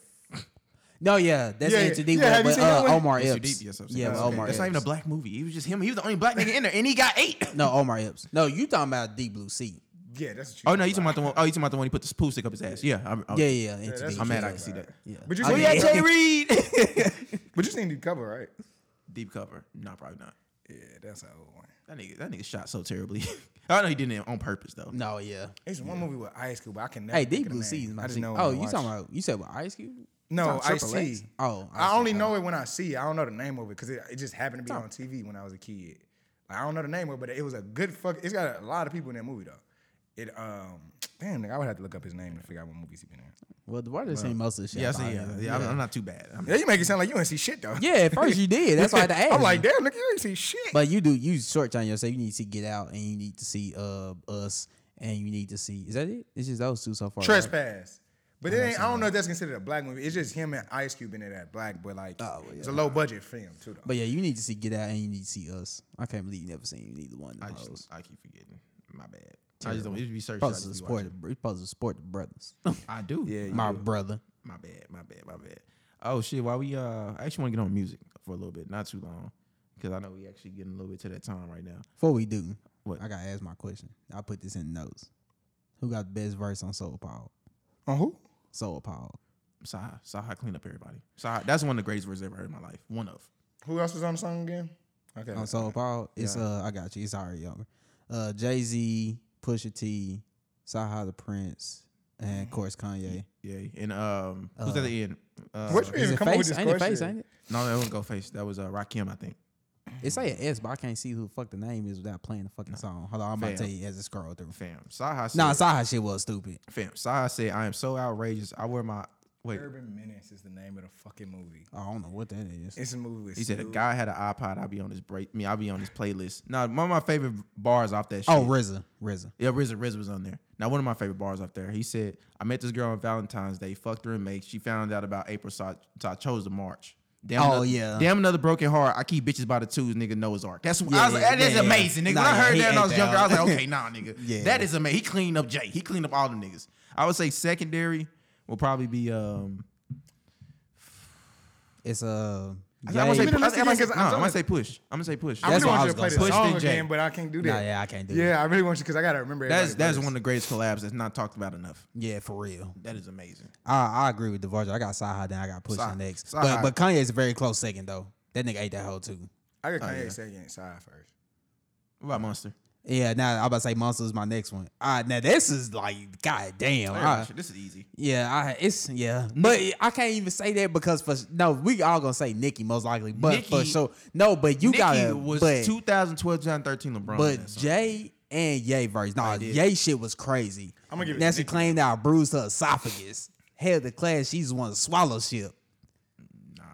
[SPEAKER 2] No, yeah, that's
[SPEAKER 1] Yeah,
[SPEAKER 2] yeah, N2D
[SPEAKER 1] yeah, have
[SPEAKER 2] yeah,
[SPEAKER 1] you
[SPEAKER 2] with
[SPEAKER 1] seen that
[SPEAKER 2] uh,
[SPEAKER 1] one?
[SPEAKER 2] Omar
[SPEAKER 3] Yes, you
[SPEAKER 2] Epps.
[SPEAKER 3] did. Yes, I've seen
[SPEAKER 2] yeah,
[SPEAKER 3] that.
[SPEAKER 2] with
[SPEAKER 3] Okay.
[SPEAKER 2] Omar
[SPEAKER 3] That's
[SPEAKER 2] Epps.
[SPEAKER 3] not even a black movie. He was just him. He was the only black nigga in there, and he got eight.
[SPEAKER 2] No, Omar Epps. No, you talking about Deep Blue Sea?
[SPEAKER 1] Yeah, that's what you.
[SPEAKER 3] Oh no, you talking about the one? Oh, you talking about the one he put the poo stick up his ass? Yeah, I'm, I'm,
[SPEAKER 2] Yeah, yeah, yeah.
[SPEAKER 1] that's
[SPEAKER 2] N2D.
[SPEAKER 3] I'm mad.
[SPEAKER 2] yeah.
[SPEAKER 3] I can see that. Oh,
[SPEAKER 2] Yeah.
[SPEAKER 1] But you
[SPEAKER 2] I
[SPEAKER 1] said-
[SPEAKER 2] mean,
[SPEAKER 1] Yeah,
[SPEAKER 3] Yeah, Jay Reed.
[SPEAKER 1] But you seen deep cover, right?
[SPEAKER 3] Deep cover. No, probably not.
[SPEAKER 1] Yeah, that's an old one.
[SPEAKER 3] That nigga, that nigga shot so terribly. I know he didn't on purpose though.
[SPEAKER 2] No, yeah.
[SPEAKER 1] It's one movie with Ice Cube, but I can never.
[SPEAKER 2] Hey,
[SPEAKER 1] think
[SPEAKER 2] Deep
[SPEAKER 1] of the
[SPEAKER 2] Blue
[SPEAKER 1] name.
[SPEAKER 2] Sea is my
[SPEAKER 1] I just
[SPEAKER 2] shit.
[SPEAKER 1] know. it
[SPEAKER 2] Oh,
[SPEAKER 1] when I
[SPEAKER 2] you
[SPEAKER 1] watch
[SPEAKER 2] talking
[SPEAKER 1] it.
[SPEAKER 2] about you said what Ice Cube?
[SPEAKER 1] No,
[SPEAKER 2] talking
[SPEAKER 1] I
[SPEAKER 2] Triple X?
[SPEAKER 1] see.
[SPEAKER 2] Oh, I
[SPEAKER 1] I
[SPEAKER 2] see.
[SPEAKER 1] only know it when I see it. I don't know the name of it because it, it just happened to be on TV when I was a kid. Like, I don't know the name of it, but it was a good fuck. It's got a lot of people in that movie though. It um damn, nigga, I would have to look up his name to figure out what movies he been in.
[SPEAKER 2] Well, the word seen most of the shit. Oh,
[SPEAKER 3] Yeah, I
[SPEAKER 2] about
[SPEAKER 3] say, yeah,
[SPEAKER 2] it.
[SPEAKER 3] yeah, I'm, I'm not too bad. I'm,
[SPEAKER 1] Yeah, you make it sound like you ain't see shit though.
[SPEAKER 2] Yeah, at first you did. That's why I had to ask.
[SPEAKER 1] I'm like,
[SPEAKER 2] you.
[SPEAKER 1] damn, nigga, you ain't see shit.
[SPEAKER 2] but you do you short time yourself. You need to see Get Out, and you need to see uh Us, and you need to see. Is that it? It's just those two so far. right?
[SPEAKER 1] Trespass. But it ain't, I don't know if that's considered a black movie. It's just him and Ice Cube in it at black, but like
[SPEAKER 2] Oh,
[SPEAKER 1] it's a low budget film too though.
[SPEAKER 2] But yeah, you need to see Get Out, and you need to see Us. I can't believe you never seen neither one
[SPEAKER 3] I
[SPEAKER 2] of those.
[SPEAKER 3] just, I keep forgetting. My bad. I just don't. It be searched. I
[SPEAKER 2] Supposed
[SPEAKER 3] just
[SPEAKER 2] to
[SPEAKER 3] be
[SPEAKER 2] support,
[SPEAKER 3] watching.
[SPEAKER 2] the, supposed to support the brothers.
[SPEAKER 3] I do. Yeah.
[SPEAKER 2] My brother.
[SPEAKER 3] My bad, my bad, my bad. Oh shit, why we uh I actually want to get on music for a little bit, not too long. Cause I know we actually getting a little bit to that time right now.
[SPEAKER 2] Before we do,
[SPEAKER 3] What?
[SPEAKER 2] I gotta ask my question. I put this in notes. Who got the best verse on Soul Power? uh,
[SPEAKER 1] On who?
[SPEAKER 2] Soul Power.
[SPEAKER 3] Saha, Saha clean up everybody. Saha, that's one of the greatest words I've ever heard in my life. One of.
[SPEAKER 1] Who else was on the song again? Okay.
[SPEAKER 2] on Soul Paul. It's uh I got you. It's already younger. Uh Jay Z, Pusha T, Saha the Prince, and of course Kanye.
[SPEAKER 3] Yeah. And um who's at the end? Uh
[SPEAKER 1] What you
[SPEAKER 2] Is
[SPEAKER 1] even
[SPEAKER 2] it
[SPEAKER 1] come up with
[SPEAKER 2] face?
[SPEAKER 1] this
[SPEAKER 2] Ain't it
[SPEAKER 1] question?
[SPEAKER 2] face, ain't it?
[SPEAKER 3] no, that wasn't go face. That was uh Rakim, I think.
[SPEAKER 2] It say an S, but I can't see who the fuck the name is without playing the fucking song. Hold on, I'm about to
[SPEAKER 3] Fam.
[SPEAKER 2] tell you as it scroll through.
[SPEAKER 3] Fam. Saha said
[SPEAKER 2] Nah, Saha shit was stupid.
[SPEAKER 3] fam. Saha said, I am so outrageous. I wear my wait.
[SPEAKER 1] Urban Menace is the name of the fucking movie.
[SPEAKER 2] I don't know what that is.
[SPEAKER 1] It's a movie with
[SPEAKER 3] He said a
[SPEAKER 1] Snoop.
[SPEAKER 3] guy had an iPod, I'll be on his break me, I'll be on his playlist. Now one of my favorite bars off that shit.
[SPEAKER 2] Oh, RZA, RZA.
[SPEAKER 3] Yeah, RZA, RZA was on there. Now, one of my favorite bars up there. He said, "I met this girl on Valentine's Day. Fucked her and made. She found out about April, so I, so I chose to March. Damn
[SPEAKER 2] Oh,
[SPEAKER 3] another,
[SPEAKER 2] yeah.
[SPEAKER 3] Damn another broken heart. I keep bitches by the twos. Nigga Noah's Ark. That's I
[SPEAKER 2] Yeah,
[SPEAKER 3] was like,
[SPEAKER 2] yeah,
[SPEAKER 3] that is
[SPEAKER 2] yeah, yeah.
[SPEAKER 3] amazing. Nigga,
[SPEAKER 2] Nah,
[SPEAKER 3] when I
[SPEAKER 2] yeah,
[SPEAKER 3] heard
[SPEAKER 2] he
[SPEAKER 3] that when I
[SPEAKER 2] ate
[SPEAKER 3] was
[SPEAKER 2] that
[SPEAKER 3] younger, I was
[SPEAKER 2] up.
[SPEAKER 3] like, okay, nah, nigga.
[SPEAKER 2] Yeah.
[SPEAKER 3] That is amazing. He cleaned up Jay. He cleaned up all the niggas. I would say secondary will probably be um
[SPEAKER 2] It's uh
[SPEAKER 1] I'm gonna say,
[SPEAKER 2] Yay.
[SPEAKER 1] I'm
[SPEAKER 3] No,
[SPEAKER 1] gonna say,
[SPEAKER 3] I'm gonna
[SPEAKER 1] push.
[SPEAKER 3] say push. I'm gonna say push.
[SPEAKER 1] I
[SPEAKER 2] That's
[SPEAKER 1] really
[SPEAKER 2] what I
[SPEAKER 1] want you
[SPEAKER 2] was
[SPEAKER 1] to play the
[SPEAKER 2] gonna
[SPEAKER 3] say. Push
[SPEAKER 1] song
[SPEAKER 3] then
[SPEAKER 1] again,
[SPEAKER 3] Jay.
[SPEAKER 1] but I can't do
[SPEAKER 2] Nah,
[SPEAKER 1] that.
[SPEAKER 2] yeah, I can't do it.
[SPEAKER 1] Yeah, I really want you because I gotta remember.
[SPEAKER 3] That's that's
[SPEAKER 1] everybody's
[SPEAKER 3] one
[SPEAKER 1] verse.
[SPEAKER 3] of the greatest collabs that's not talked about enough.
[SPEAKER 2] Yeah, for real.
[SPEAKER 3] That is amazing.
[SPEAKER 2] I, I agree with DeVarge. I got Saha, then I got Push
[SPEAKER 1] Si-
[SPEAKER 2] next.
[SPEAKER 1] Si-
[SPEAKER 2] But, but Kanye's a very close second, though. That nigga ate that hoe, too.
[SPEAKER 1] I got
[SPEAKER 3] Oh, yeah.
[SPEAKER 1] Kanye second, side first.
[SPEAKER 3] What about Monster?
[SPEAKER 2] Yeah, now I'm about to say Monster is my next one. Ah, now this is like, goddamn. I-
[SPEAKER 3] Oh, This is easy.
[SPEAKER 2] Yeah, I it's yeah, but I can't even say that because for no, we all gonna say Nicki most likely, but for
[SPEAKER 3] Nicki-
[SPEAKER 2] sure, no, but you
[SPEAKER 3] Nicki
[SPEAKER 2] gotta
[SPEAKER 3] was
[SPEAKER 2] but,
[SPEAKER 3] 2012, 2013 LeBron. in
[SPEAKER 2] but
[SPEAKER 3] that song.
[SPEAKER 2] Jay and Ye verse, nah,
[SPEAKER 3] did.
[SPEAKER 2] Ye shit was crazy.
[SPEAKER 1] I'm gonna give it
[SPEAKER 2] now
[SPEAKER 1] to
[SPEAKER 2] she
[SPEAKER 1] Nicki.
[SPEAKER 2] claimed that I bruised her esophagus. Hell, the class she's one swallow shit.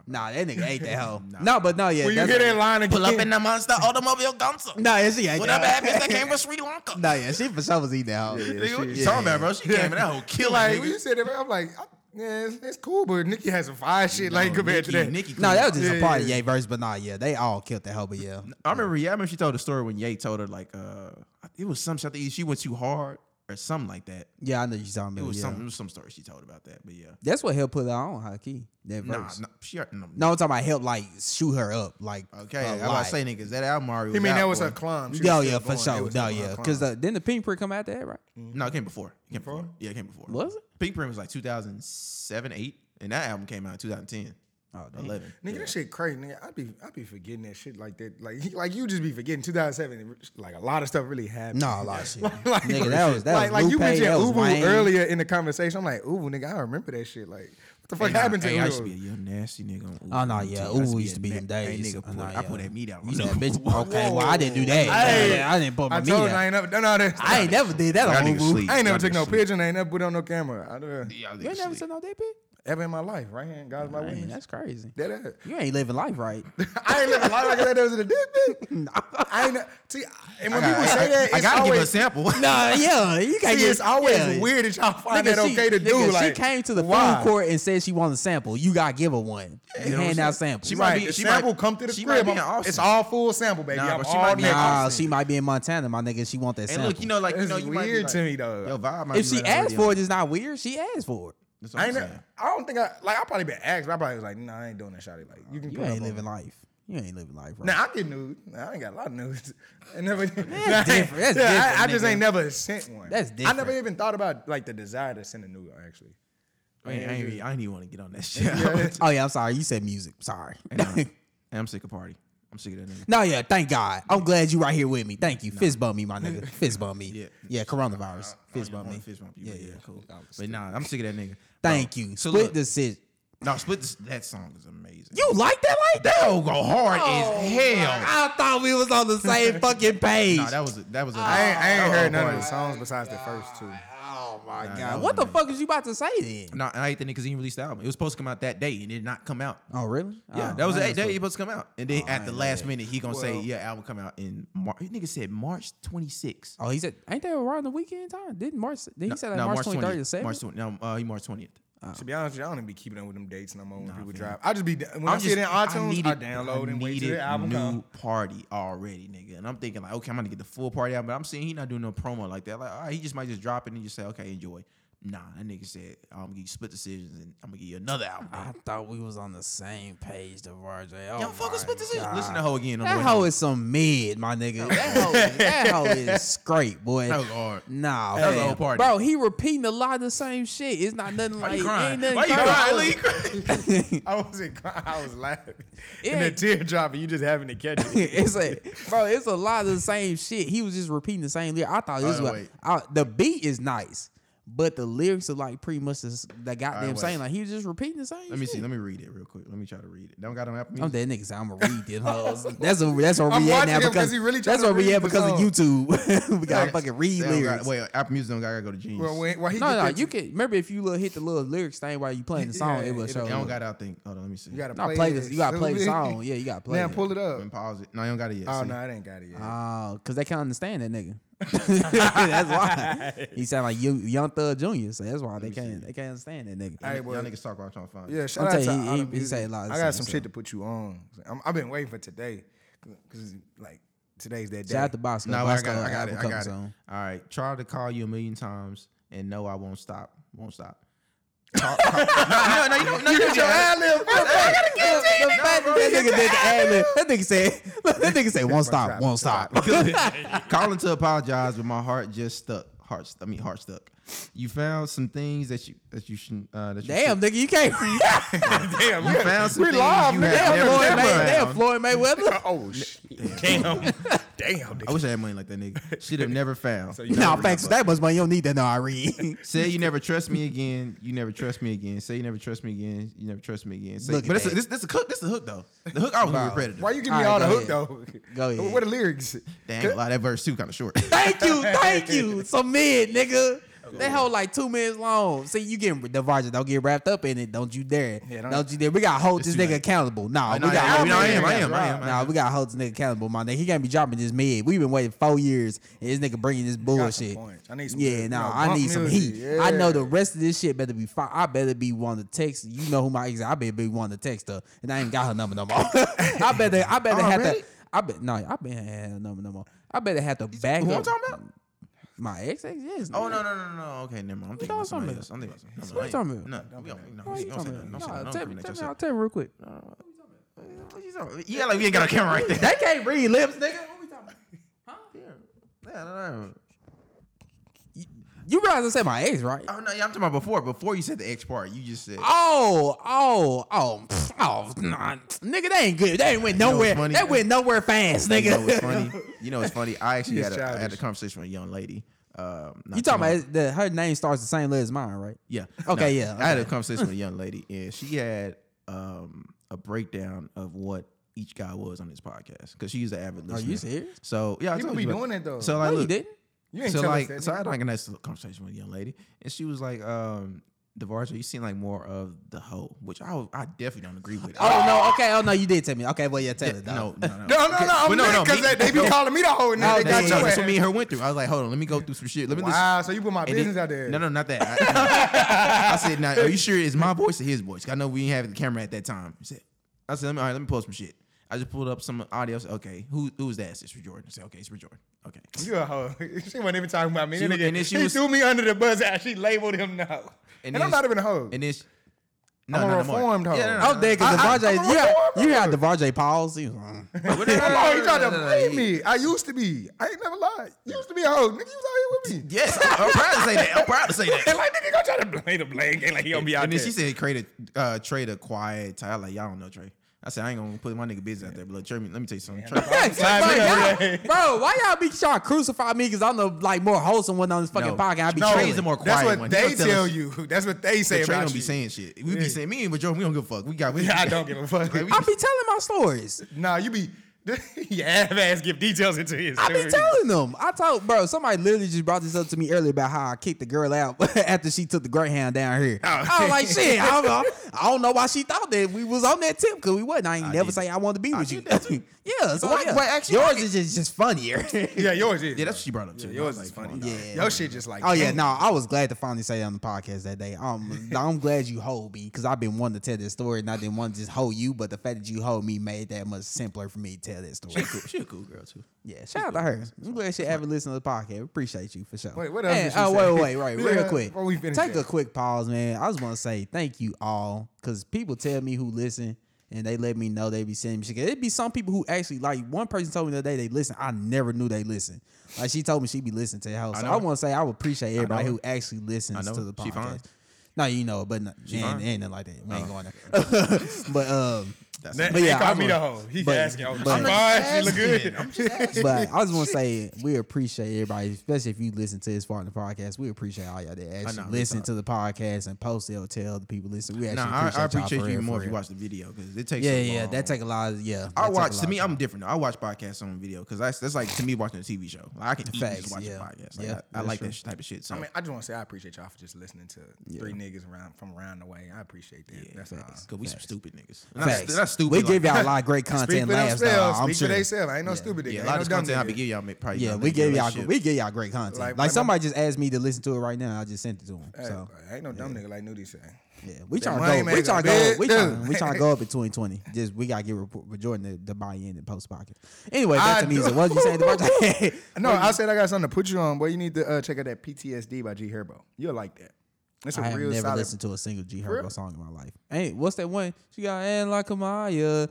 [SPEAKER 2] Nah, that nigga ate that hoe. No, but no, yeah,
[SPEAKER 1] When you
[SPEAKER 2] that's-
[SPEAKER 1] hear that line again,
[SPEAKER 3] pull up in the Monster automobile dumpster.
[SPEAKER 2] Nah, yeah, she ate
[SPEAKER 3] Whatever
[SPEAKER 2] that.
[SPEAKER 3] happens, that came from Sri Lanka.
[SPEAKER 2] Nah, yeah, she for sure was eating that hoe.
[SPEAKER 3] Nigga, what you talking about, bro? She came in that whole killer.
[SPEAKER 1] like
[SPEAKER 3] nigga.
[SPEAKER 1] when you said that, I'm like, I- yeah, it's, it's cool, but Nicki has some fire shit like
[SPEAKER 3] Oh,
[SPEAKER 1] compared
[SPEAKER 3] Nicki-
[SPEAKER 1] to that.
[SPEAKER 3] Nicki
[SPEAKER 2] No,
[SPEAKER 3] clean.
[SPEAKER 2] that was just
[SPEAKER 1] Yeah,
[SPEAKER 2] a part of
[SPEAKER 1] yeah.
[SPEAKER 2] Ye verse, but nah, yeah, they all killed that hoe, but yeah.
[SPEAKER 3] I remember, yeah, I remember she told the story when Ye told her like uh it was some something she went too hard or something like that.
[SPEAKER 2] Yeah, I know you're talking about
[SPEAKER 3] It Oh, was
[SPEAKER 2] yeah.
[SPEAKER 3] some it was some story she told about that, but yeah.
[SPEAKER 2] That's what helped put her on high key. That
[SPEAKER 3] Nah,
[SPEAKER 2] verse.
[SPEAKER 3] nah, she no.
[SPEAKER 2] No, I'm talking about help like shoot her up. Like
[SPEAKER 3] Okay, I
[SPEAKER 2] a
[SPEAKER 3] was about
[SPEAKER 2] lot.
[SPEAKER 3] to say niggas that album already.
[SPEAKER 1] He mean
[SPEAKER 3] out,
[SPEAKER 1] that was
[SPEAKER 3] boy.
[SPEAKER 1] her climb. She was
[SPEAKER 2] No,
[SPEAKER 1] still
[SPEAKER 2] yeah, for
[SPEAKER 1] going. That
[SPEAKER 2] sure.
[SPEAKER 1] was
[SPEAKER 2] No,
[SPEAKER 1] still her
[SPEAKER 2] yeah,
[SPEAKER 1] climb.
[SPEAKER 2] because the, didn't the pink print come out that right?
[SPEAKER 3] No, it came before. It came before.
[SPEAKER 1] Before?
[SPEAKER 3] Yeah, it came before.
[SPEAKER 2] Was it?
[SPEAKER 3] Pink Print was like 2007, 8, and that album came out in 2010.
[SPEAKER 2] Oh,
[SPEAKER 3] 11.
[SPEAKER 1] Nigga, that shit crazy, nigga. I'd be, I'd be forgetting that shit like that. Like, like you just be forgetting 2007. Like a lot of stuff really happened.
[SPEAKER 2] No, a lot of shit.
[SPEAKER 1] like,
[SPEAKER 2] nigga, that was that
[SPEAKER 1] like,
[SPEAKER 2] was
[SPEAKER 1] like you
[SPEAKER 2] Lupe,
[SPEAKER 1] mentioned
[SPEAKER 2] that was
[SPEAKER 1] Ubu
[SPEAKER 2] Wayne.
[SPEAKER 1] earlier in the conversation. I'm like, Ubu, nigga, I remember that shit. Like, what the fuck
[SPEAKER 3] Hey,
[SPEAKER 1] happened
[SPEAKER 3] nah,
[SPEAKER 1] to
[SPEAKER 3] hey, I used to be a
[SPEAKER 1] Ubu?
[SPEAKER 3] young nasty nigga. on Uber.
[SPEAKER 2] Oh no, yeah,
[SPEAKER 3] I
[SPEAKER 2] ooh, used to be
[SPEAKER 3] a
[SPEAKER 2] them
[SPEAKER 3] na- hey,
[SPEAKER 2] days.
[SPEAKER 3] nigga,
[SPEAKER 2] Oh,
[SPEAKER 3] pull-
[SPEAKER 2] no,
[SPEAKER 3] I
[SPEAKER 2] yeah.
[SPEAKER 3] put that meat out.
[SPEAKER 2] You said, bitch. Okay, well I didn't do that.
[SPEAKER 1] Hey,
[SPEAKER 2] I didn't put my
[SPEAKER 1] I
[SPEAKER 2] meat
[SPEAKER 1] told you I
[SPEAKER 2] out.
[SPEAKER 1] ain't never. No, no, that-
[SPEAKER 2] I ain't never did that
[SPEAKER 3] Y'all
[SPEAKER 2] on
[SPEAKER 3] niggas
[SPEAKER 2] Ubu.
[SPEAKER 3] sleep.
[SPEAKER 1] I ain't never
[SPEAKER 3] Y'all
[SPEAKER 1] took
[SPEAKER 3] niggas
[SPEAKER 1] no
[SPEAKER 3] sleep.
[SPEAKER 1] picture. and I ain't never put it on no camera. I never,
[SPEAKER 3] Y'all
[SPEAKER 2] You
[SPEAKER 3] niggas
[SPEAKER 2] ain't never
[SPEAKER 3] sleep.
[SPEAKER 2] said no that bitch.
[SPEAKER 1] ever in my life, right hand, God's my
[SPEAKER 2] Man,
[SPEAKER 1] witness.
[SPEAKER 2] that's crazy.
[SPEAKER 1] Dead ass.
[SPEAKER 2] You ain't living life right.
[SPEAKER 1] I ain't living life like that. That was in a dick pic. I ain't. See, and when
[SPEAKER 3] I,
[SPEAKER 1] people say that,
[SPEAKER 3] I, I
[SPEAKER 1] it's
[SPEAKER 3] gotta give her a
[SPEAKER 1] always,
[SPEAKER 3] sample.
[SPEAKER 2] Nah, yeah, you can't
[SPEAKER 1] see,
[SPEAKER 2] get-
[SPEAKER 1] it's always
[SPEAKER 2] yeah.
[SPEAKER 1] weird that y'all find that
[SPEAKER 2] she,
[SPEAKER 1] okay to do.
[SPEAKER 2] nigga, she
[SPEAKER 1] like,
[SPEAKER 2] came to the
[SPEAKER 1] why?
[SPEAKER 2] food court and said she wanted a sample. You gotta give her one. You
[SPEAKER 3] know what I'm
[SPEAKER 2] hand out
[SPEAKER 3] saying?
[SPEAKER 2] samples.
[SPEAKER 3] She might
[SPEAKER 1] Right,
[SPEAKER 3] be-
[SPEAKER 1] the
[SPEAKER 3] she
[SPEAKER 1] sample
[SPEAKER 3] might-
[SPEAKER 1] come to the
[SPEAKER 3] she might
[SPEAKER 1] crib.
[SPEAKER 3] be in
[SPEAKER 1] I'm-
[SPEAKER 3] Austin.
[SPEAKER 1] It's all full sample, baby.
[SPEAKER 3] Nah,
[SPEAKER 1] I'm
[SPEAKER 3] but she
[SPEAKER 1] all
[SPEAKER 3] might be in
[SPEAKER 1] naked.
[SPEAKER 2] Nah,
[SPEAKER 3] Austin.
[SPEAKER 2] she might be in Montana, my nigga. She want that
[SPEAKER 3] Hey,
[SPEAKER 2] sample.
[SPEAKER 3] look, you know, like you
[SPEAKER 1] It's
[SPEAKER 3] know, you might be
[SPEAKER 1] weird
[SPEAKER 3] like,
[SPEAKER 1] to me though.
[SPEAKER 3] Yo, vibe. might
[SPEAKER 2] if
[SPEAKER 3] be
[SPEAKER 2] she
[SPEAKER 3] like
[SPEAKER 2] asked
[SPEAKER 3] already
[SPEAKER 2] for
[SPEAKER 3] on
[SPEAKER 2] it, it's not weird. She asked for it.
[SPEAKER 3] That's what
[SPEAKER 1] I,
[SPEAKER 3] I'm
[SPEAKER 1] ain't,
[SPEAKER 3] saying.
[SPEAKER 1] I don't think I like. I probably been asked, but I probably was like, "Nah, I ain't doing that, shawty." Like, you can.
[SPEAKER 2] You
[SPEAKER 1] put up
[SPEAKER 2] ain't
[SPEAKER 1] on-
[SPEAKER 2] living life. You ain't living life, right?
[SPEAKER 1] Now I get nude. Nah, I ain't got a lot of nudes. I never. That's
[SPEAKER 2] different. That's different,
[SPEAKER 1] I, I just
[SPEAKER 2] nigga.
[SPEAKER 1] ain't never sent one.
[SPEAKER 2] That's
[SPEAKER 1] I never
[SPEAKER 2] different.
[SPEAKER 1] even thought about like the desire to send a nude. Actually,
[SPEAKER 3] I ain't, I ain't, I ain't even want to get on that shit.
[SPEAKER 2] Oh yeah, I'm sorry. You said music. Sorry.
[SPEAKER 3] Hey, I'm sick of party. I'm sick of that nigga.
[SPEAKER 2] no, yeah. Thank God. I'm glad you right here with me. Thank you. Fist bump me, my nigga. Fist bump me. Yeah.
[SPEAKER 3] Yeah.
[SPEAKER 2] Coronavirus. Fist
[SPEAKER 3] I
[SPEAKER 2] bump
[SPEAKER 3] wanna
[SPEAKER 2] me.
[SPEAKER 3] Fist bump you.
[SPEAKER 2] Yeah,
[SPEAKER 3] Yeah, yeah,
[SPEAKER 2] yeah.
[SPEAKER 3] cool.
[SPEAKER 2] That was
[SPEAKER 3] But nah, I'm sick of that nigga.
[SPEAKER 2] Thank
[SPEAKER 3] Bro,
[SPEAKER 2] you.
[SPEAKER 3] So
[SPEAKER 2] Split
[SPEAKER 3] look,
[SPEAKER 2] decision.
[SPEAKER 3] no, split. This, that song is amazing.
[SPEAKER 2] You like that like that?
[SPEAKER 3] that old go hard
[SPEAKER 2] Oh,
[SPEAKER 3] as hell.
[SPEAKER 2] I thought we was on the same fucking page.
[SPEAKER 3] Nah, that was a, that was. A,
[SPEAKER 1] I ain't, I ain't
[SPEAKER 3] that
[SPEAKER 1] heard
[SPEAKER 3] was
[SPEAKER 1] none of
[SPEAKER 3] hard.
[SPEAKER 1] the songs besides the first two.
[SPEAKER 2] oh my
[SPEAKER 3] that
[SPEAKER 2] god!
[SPEAKER 3] was
[SPEAKER 2] What the
[SPEAKER 3] amazing.
[SPEAKER 2] fuck is you about to say then?
[SPEAKER 3] No, I hate that nigga because he didn't release the album. It was supposed to come out that day and it did not come out.
[SPEAKER 2] Oh really?
[SPEAKER 3] Yeah,
[SPEAKER 2] Oh,
[SPEAKER 3] that was
[SPEAKER 2] I
[SPEAKER 3] the
[SPEAKER 2] ain't
[SPEAKER 3] day it
[SPEAKER 2] supposed-
[SPEAKER 3] was supposed to come out. And then at the last minute, he gonna say,
[SPEAKER 1] Well-
[SPEAKER 3] "Yeah, album come out in March." Nigga said March 26th.
[SPEAKER 2] Oh, he said, ain't that around the weekend time? Didn't March? Did he say like
[SPEAKER 3] No,
[SPEAKER 2] March twenty third or
[SPEAKER 3] 20th. March
[SPEAKER 2] seventh?
[SPEAKER 3] 20th. No, uh, he March 20th.
[SPEAKER 1] To be honest with you, I don't even be keeping up with them dates no more when people drop. I just be when i
[SPEAKER 3] I'm
[SPEAKER 1] see it in iTunes, I, download and wait till
[SPEAKER 3] needed
[SPEAKER 1] the album
[SPEAKER 3] new
[SPEAKER 1] come.
[SPEAKER 3] party already, nigga. And I'm thinking like, okay, I'm gonna get the full party out, but I'm seeing he not doing no promo like that. Like, all right, he just might just drop it and just say, okay, enjoy. Nah, that nigga said, I'm gonna give you split decisions and I'm gonna give you another album.
[SPEAKER 1] Oh
[SPEAKER 2] I thought we was on the same page, DeVarge. Oh,
[SPEAKER 3] Young fuck
[SPEAKER 2] my
[SPEAKER 3] with split decisions.
[SPEAKER 2] God.
[SPEAKER 3] Listen to hoe again. on the
[SPEAKER 2] That
[SPEAKER 3] way
[SPEAKER 2] hoe
[SPEAKER 3] home.
[SPEAKER 2] is some mid, my nigga. That hoe, is- that hoe is scrape, boy.
[SPEAKER 3] That was hard.
[SPEAKER 2] Nah,
[SPEAKER 3] That was
[SPEAKER 2] fam.
[SPEAKER 3] a whole party.
[SPEAKER 2] bro. He repeating a lot of the same shit. It's not nothing
[SPEAKER 3] Why
[SPEAKER 2] like
[SPEAKER 3] you crying?
[SPEAKER 2] ain't nothing
[SPEAKER 3] Why you
[SPEAKER 2] crazy.
[SPEAKER 3] crying? Why you crying?
[SPEAKER 1] I wasn't crying, I was laughing.
[SPEAKER 2] Yeah.
[SPEAKER 1] And the teardrop, and you just having to catch it.
[SPEAKER 2] it's a bro. It's a lot of the same shit. He was just repeating the same lyric. I thought this
[SPEAKER 3] Alright,
[SPEAKER 2] was
[SPEAKER 3] wait.
[SPEAKER 2] I, the beat is nice, but the lyrics are like pretty much the, s- the goddamn
[SPEAKER 3] wait.
[SPEAKER 2] same. Like he was just repeating the same.
[SPEAKER 3] Let me
[SPEAKER 2] shit.
[SPEAKER 3] see. Let me read it real quick. Let me try to read it. Don't got on Apple
[SPEAKER 2] I'm
[SPEAKER 3] Music.
[SPEAKER 2] dead niggas. I'm gonna read them hoes. That's a, that's where
[SPEAKER 1] I'm
[SPEAKER 2] we at
[SPEAKER 1] watching
[SPEAKER 2] now
[SPEAKER 1] him 'cause
[SPEAKER 2] because
[SPEAKER 1] he really
[SPEAKER 2] that's
[SPEAKER 1] tryna
[SPEAKER 2] where we
[SPEAKER 1] read
[SPEAKER 2] at
[SPEAKER 1] the
[SPEAKER 2] because of
[SPEAKER 1] song.
[SPEAKER 2] YouTube. we gotta fucking read
[SPEAKER 3] They don't got-
[SPEAKER 2] lyrics.
[SPEAKER 3] Wait, Apple Music don't got to go to Genius.
[SPEAKER 1] Well, when, while he
[SPEAKER 2] No,
[SPEAKER 1] get
[SPEAKER 2] no,
[SPEAKER 1] that,
[SPEAKER 2] you can remember if you little hit the little lyrics thing while you playing the song,
[SPEAKER 1] Yeah,
[SPEAKER 2] it will
[SPEAKER 1] it
[SPEAKER 2] show.
[SPEAKER 3] They don't
[SPEAKER 2] up.
[SPEAKER 3] got out think. Hold on, let me see.
[SPEAKER 1] you gotta
[SPEAKER 2] No,
[SPEAKER 1] play,
[SPEAKER 2] play
[SPEAKER 1] it.
[SPEAKER 2] this. You gotta play the song. Yeah, you gotta play.
[SPEAKER 1] Now
[SPEAKER 2] it.
[SPEAKER 1] pull it up.
[SPEAKER 3] Let me pause it. No, you don't got it yet.
[SPEAKER 1] Oh
[SPEAKER 3] see?
[SPEAKER 1] no, I didn't got it yet.
[SPEAKER 2] Oh, because they can't understand that nigga. that's why he sound like Yo- Young Thug Junior. So that's why they can't they can't understand that nigga.
[SPEAKER 1] Hey,
[SPEAKER 3] Y'all
[SPEAKER 1] boy.
[SPEAKER 3] niggas talk while I'm trying to find it.
[SPEAKER 1] Yeah, shout
[SPEAKER 2] I'm
[SPEAKER 1] out to
[SPEAKER 2] telling you,
[SPEAKER 1] all
[SPEAKER 2] he-
[SPEAKER 1] the
[SPEAKER 2] he
[SPEAKER 1] music.
[SPEAKER 2] say a lot of
[SPEAKER 1] I got
[SPEAKER 2] stuff,
[SPEAKER 1] some
[SPEAKER 2] so.
[SPEAKER 1] shit to put you on. I'm, I've been waiting for today because like today's that day.
[SPEAKER 2] Shout out to Bosco.
[SPEAKER 3] No, I
[SPEAKER 2] Bosco
[SPEAKER 3] got it. I got
[SPEAKER 2] album
[SPEAKER 3] it. I
[SPEAKER 2] coming
[SPEAKER 3] got it.
[SPEAKER 2] soon.
[SPEAKER 3] All right. Try to call you a million times and no, I won't stop. Won't stop. no, no, you don't. No, you
[SPEAKER 1] Get your ad lib.
[SPEAKER 2] The fact that that nigga did the ad lib. That nigga said, that nigga said, won't stop, won't stop.
[SPEAKER 3] Calling to apologize, but my heart just stuck. Heart, st- I mean, heart stuck. You found some things that you that you should uh, that you
[SPEAKER 2] Damn, nigga, you can't.
[SPEAKER 1] Damn,
[SPEAKER 3] should- found some
[SPEAKER 1] we
[SPEAKER 3] things
[SPEAKER 1] live,
[SPEAKER 3] you
[SPEAKER 1] nigga.
[SPEAKER 3] have
[SPEAKER 2] Damn,
[SPEAKER 3] never
[SPEAKER 2] Floyd,
[SPEAKER 3] found.
[SPEAKER 2] May, damn, Floyd Mayweather.
[SPEAKER 1] Oh shit! Damn, damn.
[SPEAKER 3] I
[SPEAKER 1] Nigga.
[SPEAKER 3] wish I had money like that nigga. Should have never found.
[SPEAKER 1] So you-
[SPEAKER 2] Nah, thanks. That much money you don't need that, no, Irene.
[SPEAKER 3] Say you never trust me again. You never trust me again. Say you never trust me again. You never trust me again. Say,
[SPEAKER 2] Look at
[SPEAKER 3] but this,
[SPEAKER 2] that.
[SPEAKER 3] this, this, is a hook. This is a hook though. The hook always wow. repetitive.
[SPEAKER 1] Why you give
[SPEAKER 2] All
[SPEAKER 1] me
[SPEAKER 2] right,
[SPEAKER 1] all the
[SPEAKER 2] go
[SPEAKER 1] hook though?
[SPEAKER 2] Go ahead.
[SPEAKER 1] What the lyrics?
[SPEAKER 3] Dang, a lot that verse too kind of short.
[SPEAKER 2] Thank you, thank you. Some mid, nigga. That whole like two minutes long. See, you getting divided. Don't get wrapped up in it. Don't you dare.
[SPEAKER 1] Yeah,
[SPEAKER 2] don't,
[SPEAKER 1] don't-
[SPEAKER 2] you dare. We gotta hold
[SPEAKER 3] It's
[SPEAKER 2] this
[SPEAKER 3] too
[SPEAKER 2] nigga
[SPEAKER 3] late.
[SPEAKER 2] accountable. Nah,
[SPEAKER 3] I
[SPEAKER 2] we
[SPEAKER 3] know,
[SPEAKER 2] gotta
[SPEAKER 3] I
[SPEAKER 2] hold
[SPEAKER 3] know, I
[SPEAKER 2] this
[SPEAKER 3] am,
[SPEAKER 2] nigga
[SPEAKER 3] I am, I am,
[SPEAKER 2] accountable.
[SPEAKER 3] I am.
[SPEAKER 2] Nah, we gotta hold this nigga accountable, my nigga. He can't be dropping this mid. We been waiting four years and this nigga bringing this
[SPEAKER 1] Got some
[SPEAKER 2] bullshit.
[SPEAKER 1] points. I need some.
[SPEAKER 2] Yeah,
[SPEAKER 1] you
[SPEAKER 2] no,
[SPEAKER 1] know,
[SPEAKER 2] I
[SPEAKER 1] bump
[SPEAKER 2] need some
[SPEAKER 1] music.
[SPEAKER 2] heat. I know
[SPEAKER 1] Yeah.
[SPEAKER 2] the rest of this shit better be fine. I better be one to text. You know who my ex? I better be one to text her, and I ain't got her number no more. I better, I better have
[SPEAKER 3] Already?
[SPEAKER 2] to. I bet no, I better have her number no more. I better have to back
[SPEAKER 3] who I'm
[SPEAKER 2] up.
[SPEAKER 3] talking about?
[SPEAKER 2] My ex, ex, yes.
[SPEAKER 3] Oh
[SPEAKER 2] nigga.
[SPEAKER 3] no no no no no. Okay, never mind. I'm thinking
[SPEAKER 2] y'all
[SPEAKER 3] about
[SPEAKER 2] talking
[SPEAKER 3] somebody else. I'm thinking about
[SPEAKER 2] What
[SPEAKER 3] somebody
[SPEAKER 2] you talking
[SPEAKER 3] else. No, we don't. No,
[SPEAKER 2] What
[SPEAKER 3] we
[SPEAKER 2] you
[SPEAKER 3] don't say
[SPEAKER 2] talking
[SPEAKER 3] nothing.
[SPEAKER 2] about?
[SPEAKER 3] Don't say
[SPEAKER 2] Nah, tell
[SPEAKER 3] nothing. Don't
[SPEAKER 2] me,
[SPEAKER 3] incriminate
[SPEAKER 2] tell me,
[SPEAKER 3] yourself.
[SPEAKER 2] I'll tell you real quick.
[SPEAKER 3] Yeah, like we ain't got a camera right there.
[SPEAKER 2] They can't read lips, nigga. What we talking about?
[SPEAKER 3] Yeah, I don't know.
[SPEAKER 2] You realize I said my ex, right?
[SPEAKER 3] Oh no, yeah, I'm talking about before. Before you said the X part, you just said
[SPEAKER 2] Oh, oh, oh, pff, oh, nah, nigga, they ain't good. They ain't went
[SPEAKER 3] know
[SPEAKER 2] nowhere.
[SPEAKER 3] what's funny?
[SPEAKER 2] They went nowhere fast, nigga.
[SPEAKER 3] You uh, know what's funny? You know what's funny? I actually
[SPEAKER 1] He's
[SPEAKER 3] had a, I had a
[SPEAKER 1] childish.
[SPEAKER 3] conversation with a young lady. Um, not
[SPEAKER 2] You
[SPEAKER 3] too
[SPEAKER 2] talking
[SPEAKER 3] long-
[SPEAKER 2] about that her name starts the same letter as mine, right?
[SPEAKER 3] Yeah.
[SPEAKER 2] Okay, yeah,
[SPEAKER 3] I had a conversation with a young lady, and she had um, a breakdown of what each guy was on this podcast because she's an avid
[SPEAKER 2] Are
[SPEAKER 3] listener.
[SPEAKER 2] you serious?
[SPEAKER 3] So yeah, I
[SPEAKER 1] People
[SPEAKER 3] told
[SPEAKER 1] be
[SPEAKER 3] you about-
[SPEAKER 1] doing it, though.
[SPEAKER 3] So like,
[SPEAKER 2] no, you
[SPEAKER 3] look,
[SPEAKER 2] didn't.
[SPEAKER 1] You ain't
[SPEAKER 3] so
[SPEAKER 1] tell
[SPEAKER 3] like,
[SPEAKER 1] us that.
[SPEAKER 3] so I
[SPEAKER 1] nigga.
[SPEAKER 3] had like a nice little conversation with a young lady, and she was like, um, "Devarja, you seem like more of the hoe," which I I definitely don't agree with.
[SPEAKER 2] Oh no. Okay. Oh no, you did tell me. Okay. Well, yeah, tell it.
[SPEAKER 3] no,
[SPEAKER 2] dog.
[SPEAKER 3] no, no,
[SPEAKER 1] No, no, no. I'm
[SPEAKER 3] But no, no,
[SPEAKER 1] because
[SPEAKER 3] me-
[SPEAKER 1] they, they be calling me the whole
[SPEAKER 2] No,
[SPEAKER 1] nigga. They
[SPEAKER 2] they
[SPEAKER 1] got
[SPEAKER 2] ain't.
[SPEAKER 3] That's
[SPEAKER 1] your
[SPEAKER 3] what- that's what me
[SPEAKER 1] ass.
[SPEAKER 3] and her went through. I was like, "Hold on, let me go through some shit." Let me listen.
[SPEAKER 1] Wow, so you put my
[SPEAKER 3] And then-
[SPEAKER 1] business out there.
[SPEAKER 3] No, no, not that. I, I said, now, are you sure it's my voice or his voice? 'Cause I know we didn't have the camera at that time. He said, I said, let me, all right, let me pull some shit. I just pulled up some audio. I said, okay, who who was that? I said, it's for Jordan. I said, okay, it's for Jordan. Okay.
[SPEAKER 1] You a hoe. She wasn't even talking about me.
[SPEAKER 3] She-
[SPEAKER 1] That nigga,
[SPEAKER 3] and then she
[SPEAKER 1] he
[SPEAKER 3] was-
[SPEAKER 1] threw me under the bus and she labeled him now. And,
[SPEAKER 3] then
[SPEAKER 1] I'm not even a hoe.
[SPEAKER 3] And then, she-
[SPEAKER 1] I'm a
[SPEAKER 3] no more.
[SPEAKER 1] reformed hoe.
[SPEAKER 3] Yeah, no, no,
[SPEAKER 2] I'm dead because
[SPEAKER 1] I- I-
[SPEAKER 2] Devarjay.
[SPEAKER 1] I'm
[SPEAKER 2] You had
[SPEAKER 1] wrong,
[SPEAKER 2] you had Devarjay Pauls. He was, mm.
[SPEAKER 3] no, no, no, no,
[SPEAKER 1] Come on,
[SPEAKER 3] no,
[SPEAKER 1] you Oh, tried
[SPEAKER 3] no,
[SPEAKER 1] to
[SPEAKER 3] no, no,
[SPEAKER 1] blame
[SPEAKER 3] he-
[SPEAKER 1] me. I used to be. I ain't never lied. You used to be a hoe. Nigga, you was out here with me.
[SPEAKER 3] Yes, I'm, I'm proud to say that. I'm proud to say that.
[SPEAKER 1] And like, nigga, go try to blame the blame game like he gonna be out
[SPEAKER 3] And then
[SPEAKER 1] there.
[SPEAKER 3] she said, create a, uh, trade a quiet tie. I'm like, y'all don't know Trey. I said, I ain't going to put my nigga business out there, but look, Trey, let me tell you something. Trey,
[SPEAKER 1] I'm glad
[SPEAKER 2] Bro,
[SPEAKER 1] we got
[SPEAKER 2] y'all-
[SPEAKER 1] it.
[SPEAKER 2] bro, why y'all be trying to crucify me because I'm the like more wholesome one on this fucking
[SPEAKER 3] No.
[SPEAKER 2] podcast? I be
[SPEAKER 3] No.
[SPEAKER 2] trolling.
[SPEAKER 3] Trey's the more
[SPEAKER 1] That's
[SPEAKER 3] quiet
[SPEAKER 1] what
[SPEAKER 3] one. He
[SPEAKER 1] they
[SPEAKER 3] don't tell
[SPEAKER 1] tell
[SPEAKER 3] us-
[SPEAKER 1] you. That's what they say
[SPEAKER 3] But Trey
[SPEAKER 1] about
[SPEAKER 3] don't be
[SPEAKER 1] you.
[SPEAKER 3] saying shit. We be saying me and Jordan, we don't give a fuck. We got. We,
[SPEAKER 1] I don't give a fuck.
[SPEAKER 3] Like, we-
[SPEAKER 2] I be telling my stories.
[SPEAKER 1] Nah, you be. Your ass give details into his.
[SPEAKER 2] I be telling them. I told bro, somebody literally just brought this up to me earlier about how I kicked the girl out after she took the greyhound down
[SPEAKER 3] Oh.
[SPEAKER 2] here. I was like, shit, I don't, know, I don't know why she thought that we was on that tip because we wasn't. I ain't never
[SPEAKER 3] did.
[SPEAKER 2] say I wanted to be with
[SPEAKER 3] did
[SPEAKER 2] you.
[SPEAKER 3] that too.
[SPEAKER 2] yeah, so
[SPEAKER 3] Wait,
[SPEAKER 2] yeah.
[SPEAKER 3] wait, actually,
[SPEAKER 2] yours
[SPEAKER 3] I-
[SPEAKER 2] is just, just funnier.
[SPEAKER 1] Yeah, yours is.
[SPEAKER 3] yeah, that's what she brought up too. I
[SPEAKER 1] yours
[SPEAKER 3] was
[SPEAKER 1] is
[SPEAKER 3] like,
[SPEAKER 1] funny.
[SPEAKER 3] come on, dog.
[SPEAKER 2] Yeah.
[SPEAKER 1] Your shit just like.
[SPEAKER 2] Oh yeah,
[SPEAKER 1] damn.
[SPEAKER 2] no, I was glad to finally say that on the podcast that day. Um, I'm glad you hold me because I've been wanting to tell this story and I didn't want to just hold you, but the fact that you hold me made that much simpler for me to tell that story.
[SPEAKER 3] Cool. She a cool girl too.
[SPEAKER 2] Yeah, shout out to her. I'm glad she ever listened to the podcast. We Appreciate you for sure.
[SPEAKER 1] Wait, what else
[SPEAKER 2] And-
[SPEAKER 1] did she
[SPEAKER 2] oh,
[SPEAKER 1] say?
[SPEAKER 2] wait, wait, right,
[SPEAKER 1] Yeah,
[SPEAKER 2] real quick.
[SPEAKER 1] before we finish
[SPEAKER 2] Take a
[SPEAKER 1] that.
[SPEAKER 2] quick pause, man. I just want to say thank you all because people tell me who listen and they let me know they be sending me shit. It'd be some people who actually like one person told me the other day they listen. I never knew they listen. Like she told me she be listening to the house. So I
[SPEAKER 3] know her.
[SPEAKER 2] want to say I would appreciate everybody
[SPEAKER 3] her.
[SPEAKER 2] who actually listens
[SPEAKER 3] know
[SPEAKER 2] to
[SPEAKER 3] her.
[SPEAKER 2] the
[SPEAKER 3] She fine.
[SPEAKER 2] podcast. No, you know, it, but not, ain't,
[SPEAKER 3] fine.
[SPEAKER 2] ain't nothing like that. We ain't
[SPEAKER 1] Oh.
[SPEAKER 2] going there. but um,
[SPEAKER 3] That's
[SPEAKER 1] That,
[SPEAKER 2] But
[SPEAKER 1] he
[SPEAKER 2] yeah, I
[SPEAKER 1] called me
[SPEAKER 2] was-
[SPEAKER 1] the hoe. He
[SPEAKER 2] but-
[SPEAKER 1] asking, "Oh, she
[SPEAKER 2] but- I'm
[SPEAKER 1] fine? She look
[SPEAKER 3] asking.
[SPEAKER 1] good."
[SPEAKER 3] I'm
[SPEAKER 2] but I just want to say we appreciate everybody, especially if you listen to this far in the podcast. We appreciate all y'all that actually
[SPEAKER 3] know, real
[SPEAKER 2] listen
[SPEAKER 3] talk.
[SPEAKER 2] to the podcast and post it or tell the people listen. We actually
[SPEAKER 3] Nah, I,
[SPEAKER 2] appreciate,
[SPEAKER 3] I
[SPEAKER 2] y'all
[SPEAKER 3] appreciate
[SPEAKER 2] for
[SPEAKER 3] you
[SPEAKER 2] real,
[SPEAKER 3] more
[SPEAKER 2] for
[SPEAKER 3] if you
[SPEAKER 2] real.
[SPEAKER 3] watch the video because it takes.
[SPEAKER 2] Yeah,
[SPEAKER 3] so
[SPEAKER 2] yeah,
[SPEAKER 3] long.
[SPEAKER 2] that take a lot. Of, yeah,
[SPEAKER 3] I
[SPEAKER 2] that take a
[SPEAKER 3] watch.
[SPEAKER 2] lot
[SPEAKER 3] To me,
[SPEAKER 2] of
[SPEAKER 3] I'm
[SPEAKER 2] time.
[SPEAKER 3] different. I watch podcasts on video because that's that's like to me watching a TV show. Like, I can eat and
[SPEAKER 2] Facts,
[SPEAKER 3] just watch
[SPEAKER 2] yeah.
[SPEAKER 3] a podcast. Like,
[SPEAKER 2] Yeah,
[SPEAKER 3] I, I
[SPEAKER 2] that's
[SPEAKER 3] like
[SPEAKER 2] true.
[SPEAKER 3] that sh- type of shit. So
[SPEAKER 1] I mean, I just want to say I appreciate y'all for just listening to three niggas around from around the way. I appreciate that. That's all.
[SPEAKER 3] because uh, we some stupid niggas. Not,
[SPEAKER 2] Facts.
[SPEAKER 3] not stupid.
[SPEAKER 2] We
[SPEAKER 3] like-
[SPEAKER 2] give y'all a lot of great
[SPEAKER 1] Speak
[SPEAKER 2] content
[SPEAKER 1] for
[SPEAKER 2] last time.
[SPEAKER 1] themselves.
[SPEAKER 2] I'm
[SPEAKER 1] Speak
[SPEAKER 2] sure.
[SPEAKER 1] for themselves. I ain't no stupid nigga.
[SPEAKER 3] Yeah, a
[SPEAKER 1] Ain't
[SPEAKER 3] lot
[SPEAKER 1] no
[SPEAKER 3] of
[SPEAKER 1] dumb
[SPEAKER 3] content I be
[SPEAKER 1] nigga.
[SPEAKER 3] give y'all may- probably.
[SPEAKER 2] Yeah,
[SPEAKER 3] not
[SPEAKER 2] we
[SPEAKER 3] make
[SPEAKER 2] gave y'all
[SPEAKER 3] relationship.
[SPEAKER 2] we gave y'all great content. Like,
[SPEAKER 1] Like, when
[SPEAKER 2] somebody just asked me to listen to it right now. I just sent it to him.
[SPEAKER 1] Hey,
[SPEAKER 2] So
[SPEAKER 1] ain't no dumb nigga like Nudie said.
[SPEAKER 2] yeah, we
[SPEAKER 1] that
[SPEAKER 2] trying
[SPEAKER 1] money
[SPEAKER 2] to go. We
[SPEAKER 1] maker,
[SPEAKER 2] trying to go.
[SPEAKER 1] bitch,
[SPEAKER 2] We trying
[SPEAKER 1] dude.
[SPEAKER 2] we trying to go up in 2020. Just we gotta get report, Jordan the, the buy in and post pocket. Anyway,
[SPEAKER 1] I
[SPEAKER 2] that's amazing.
[SPEAKER 1] do-
[SPEAKER 2] What you saying? Devontae?
[SPEAKER 1] No, I said I got something to put you on, boy. You need to uh, check out that PTSD by G Herbo. You'll like that. It's a
[SPEAKER 2] I have
[SPEAKER 1] real
[SPEAKER 2] never
[SPEAKER 1] solid.
[SPEAKER 2] listened to a single G
[SPEAKER 1] For real?
[SPEAKER 2] Herbo song in my life. Hey, what's that one? She got and like a Maya,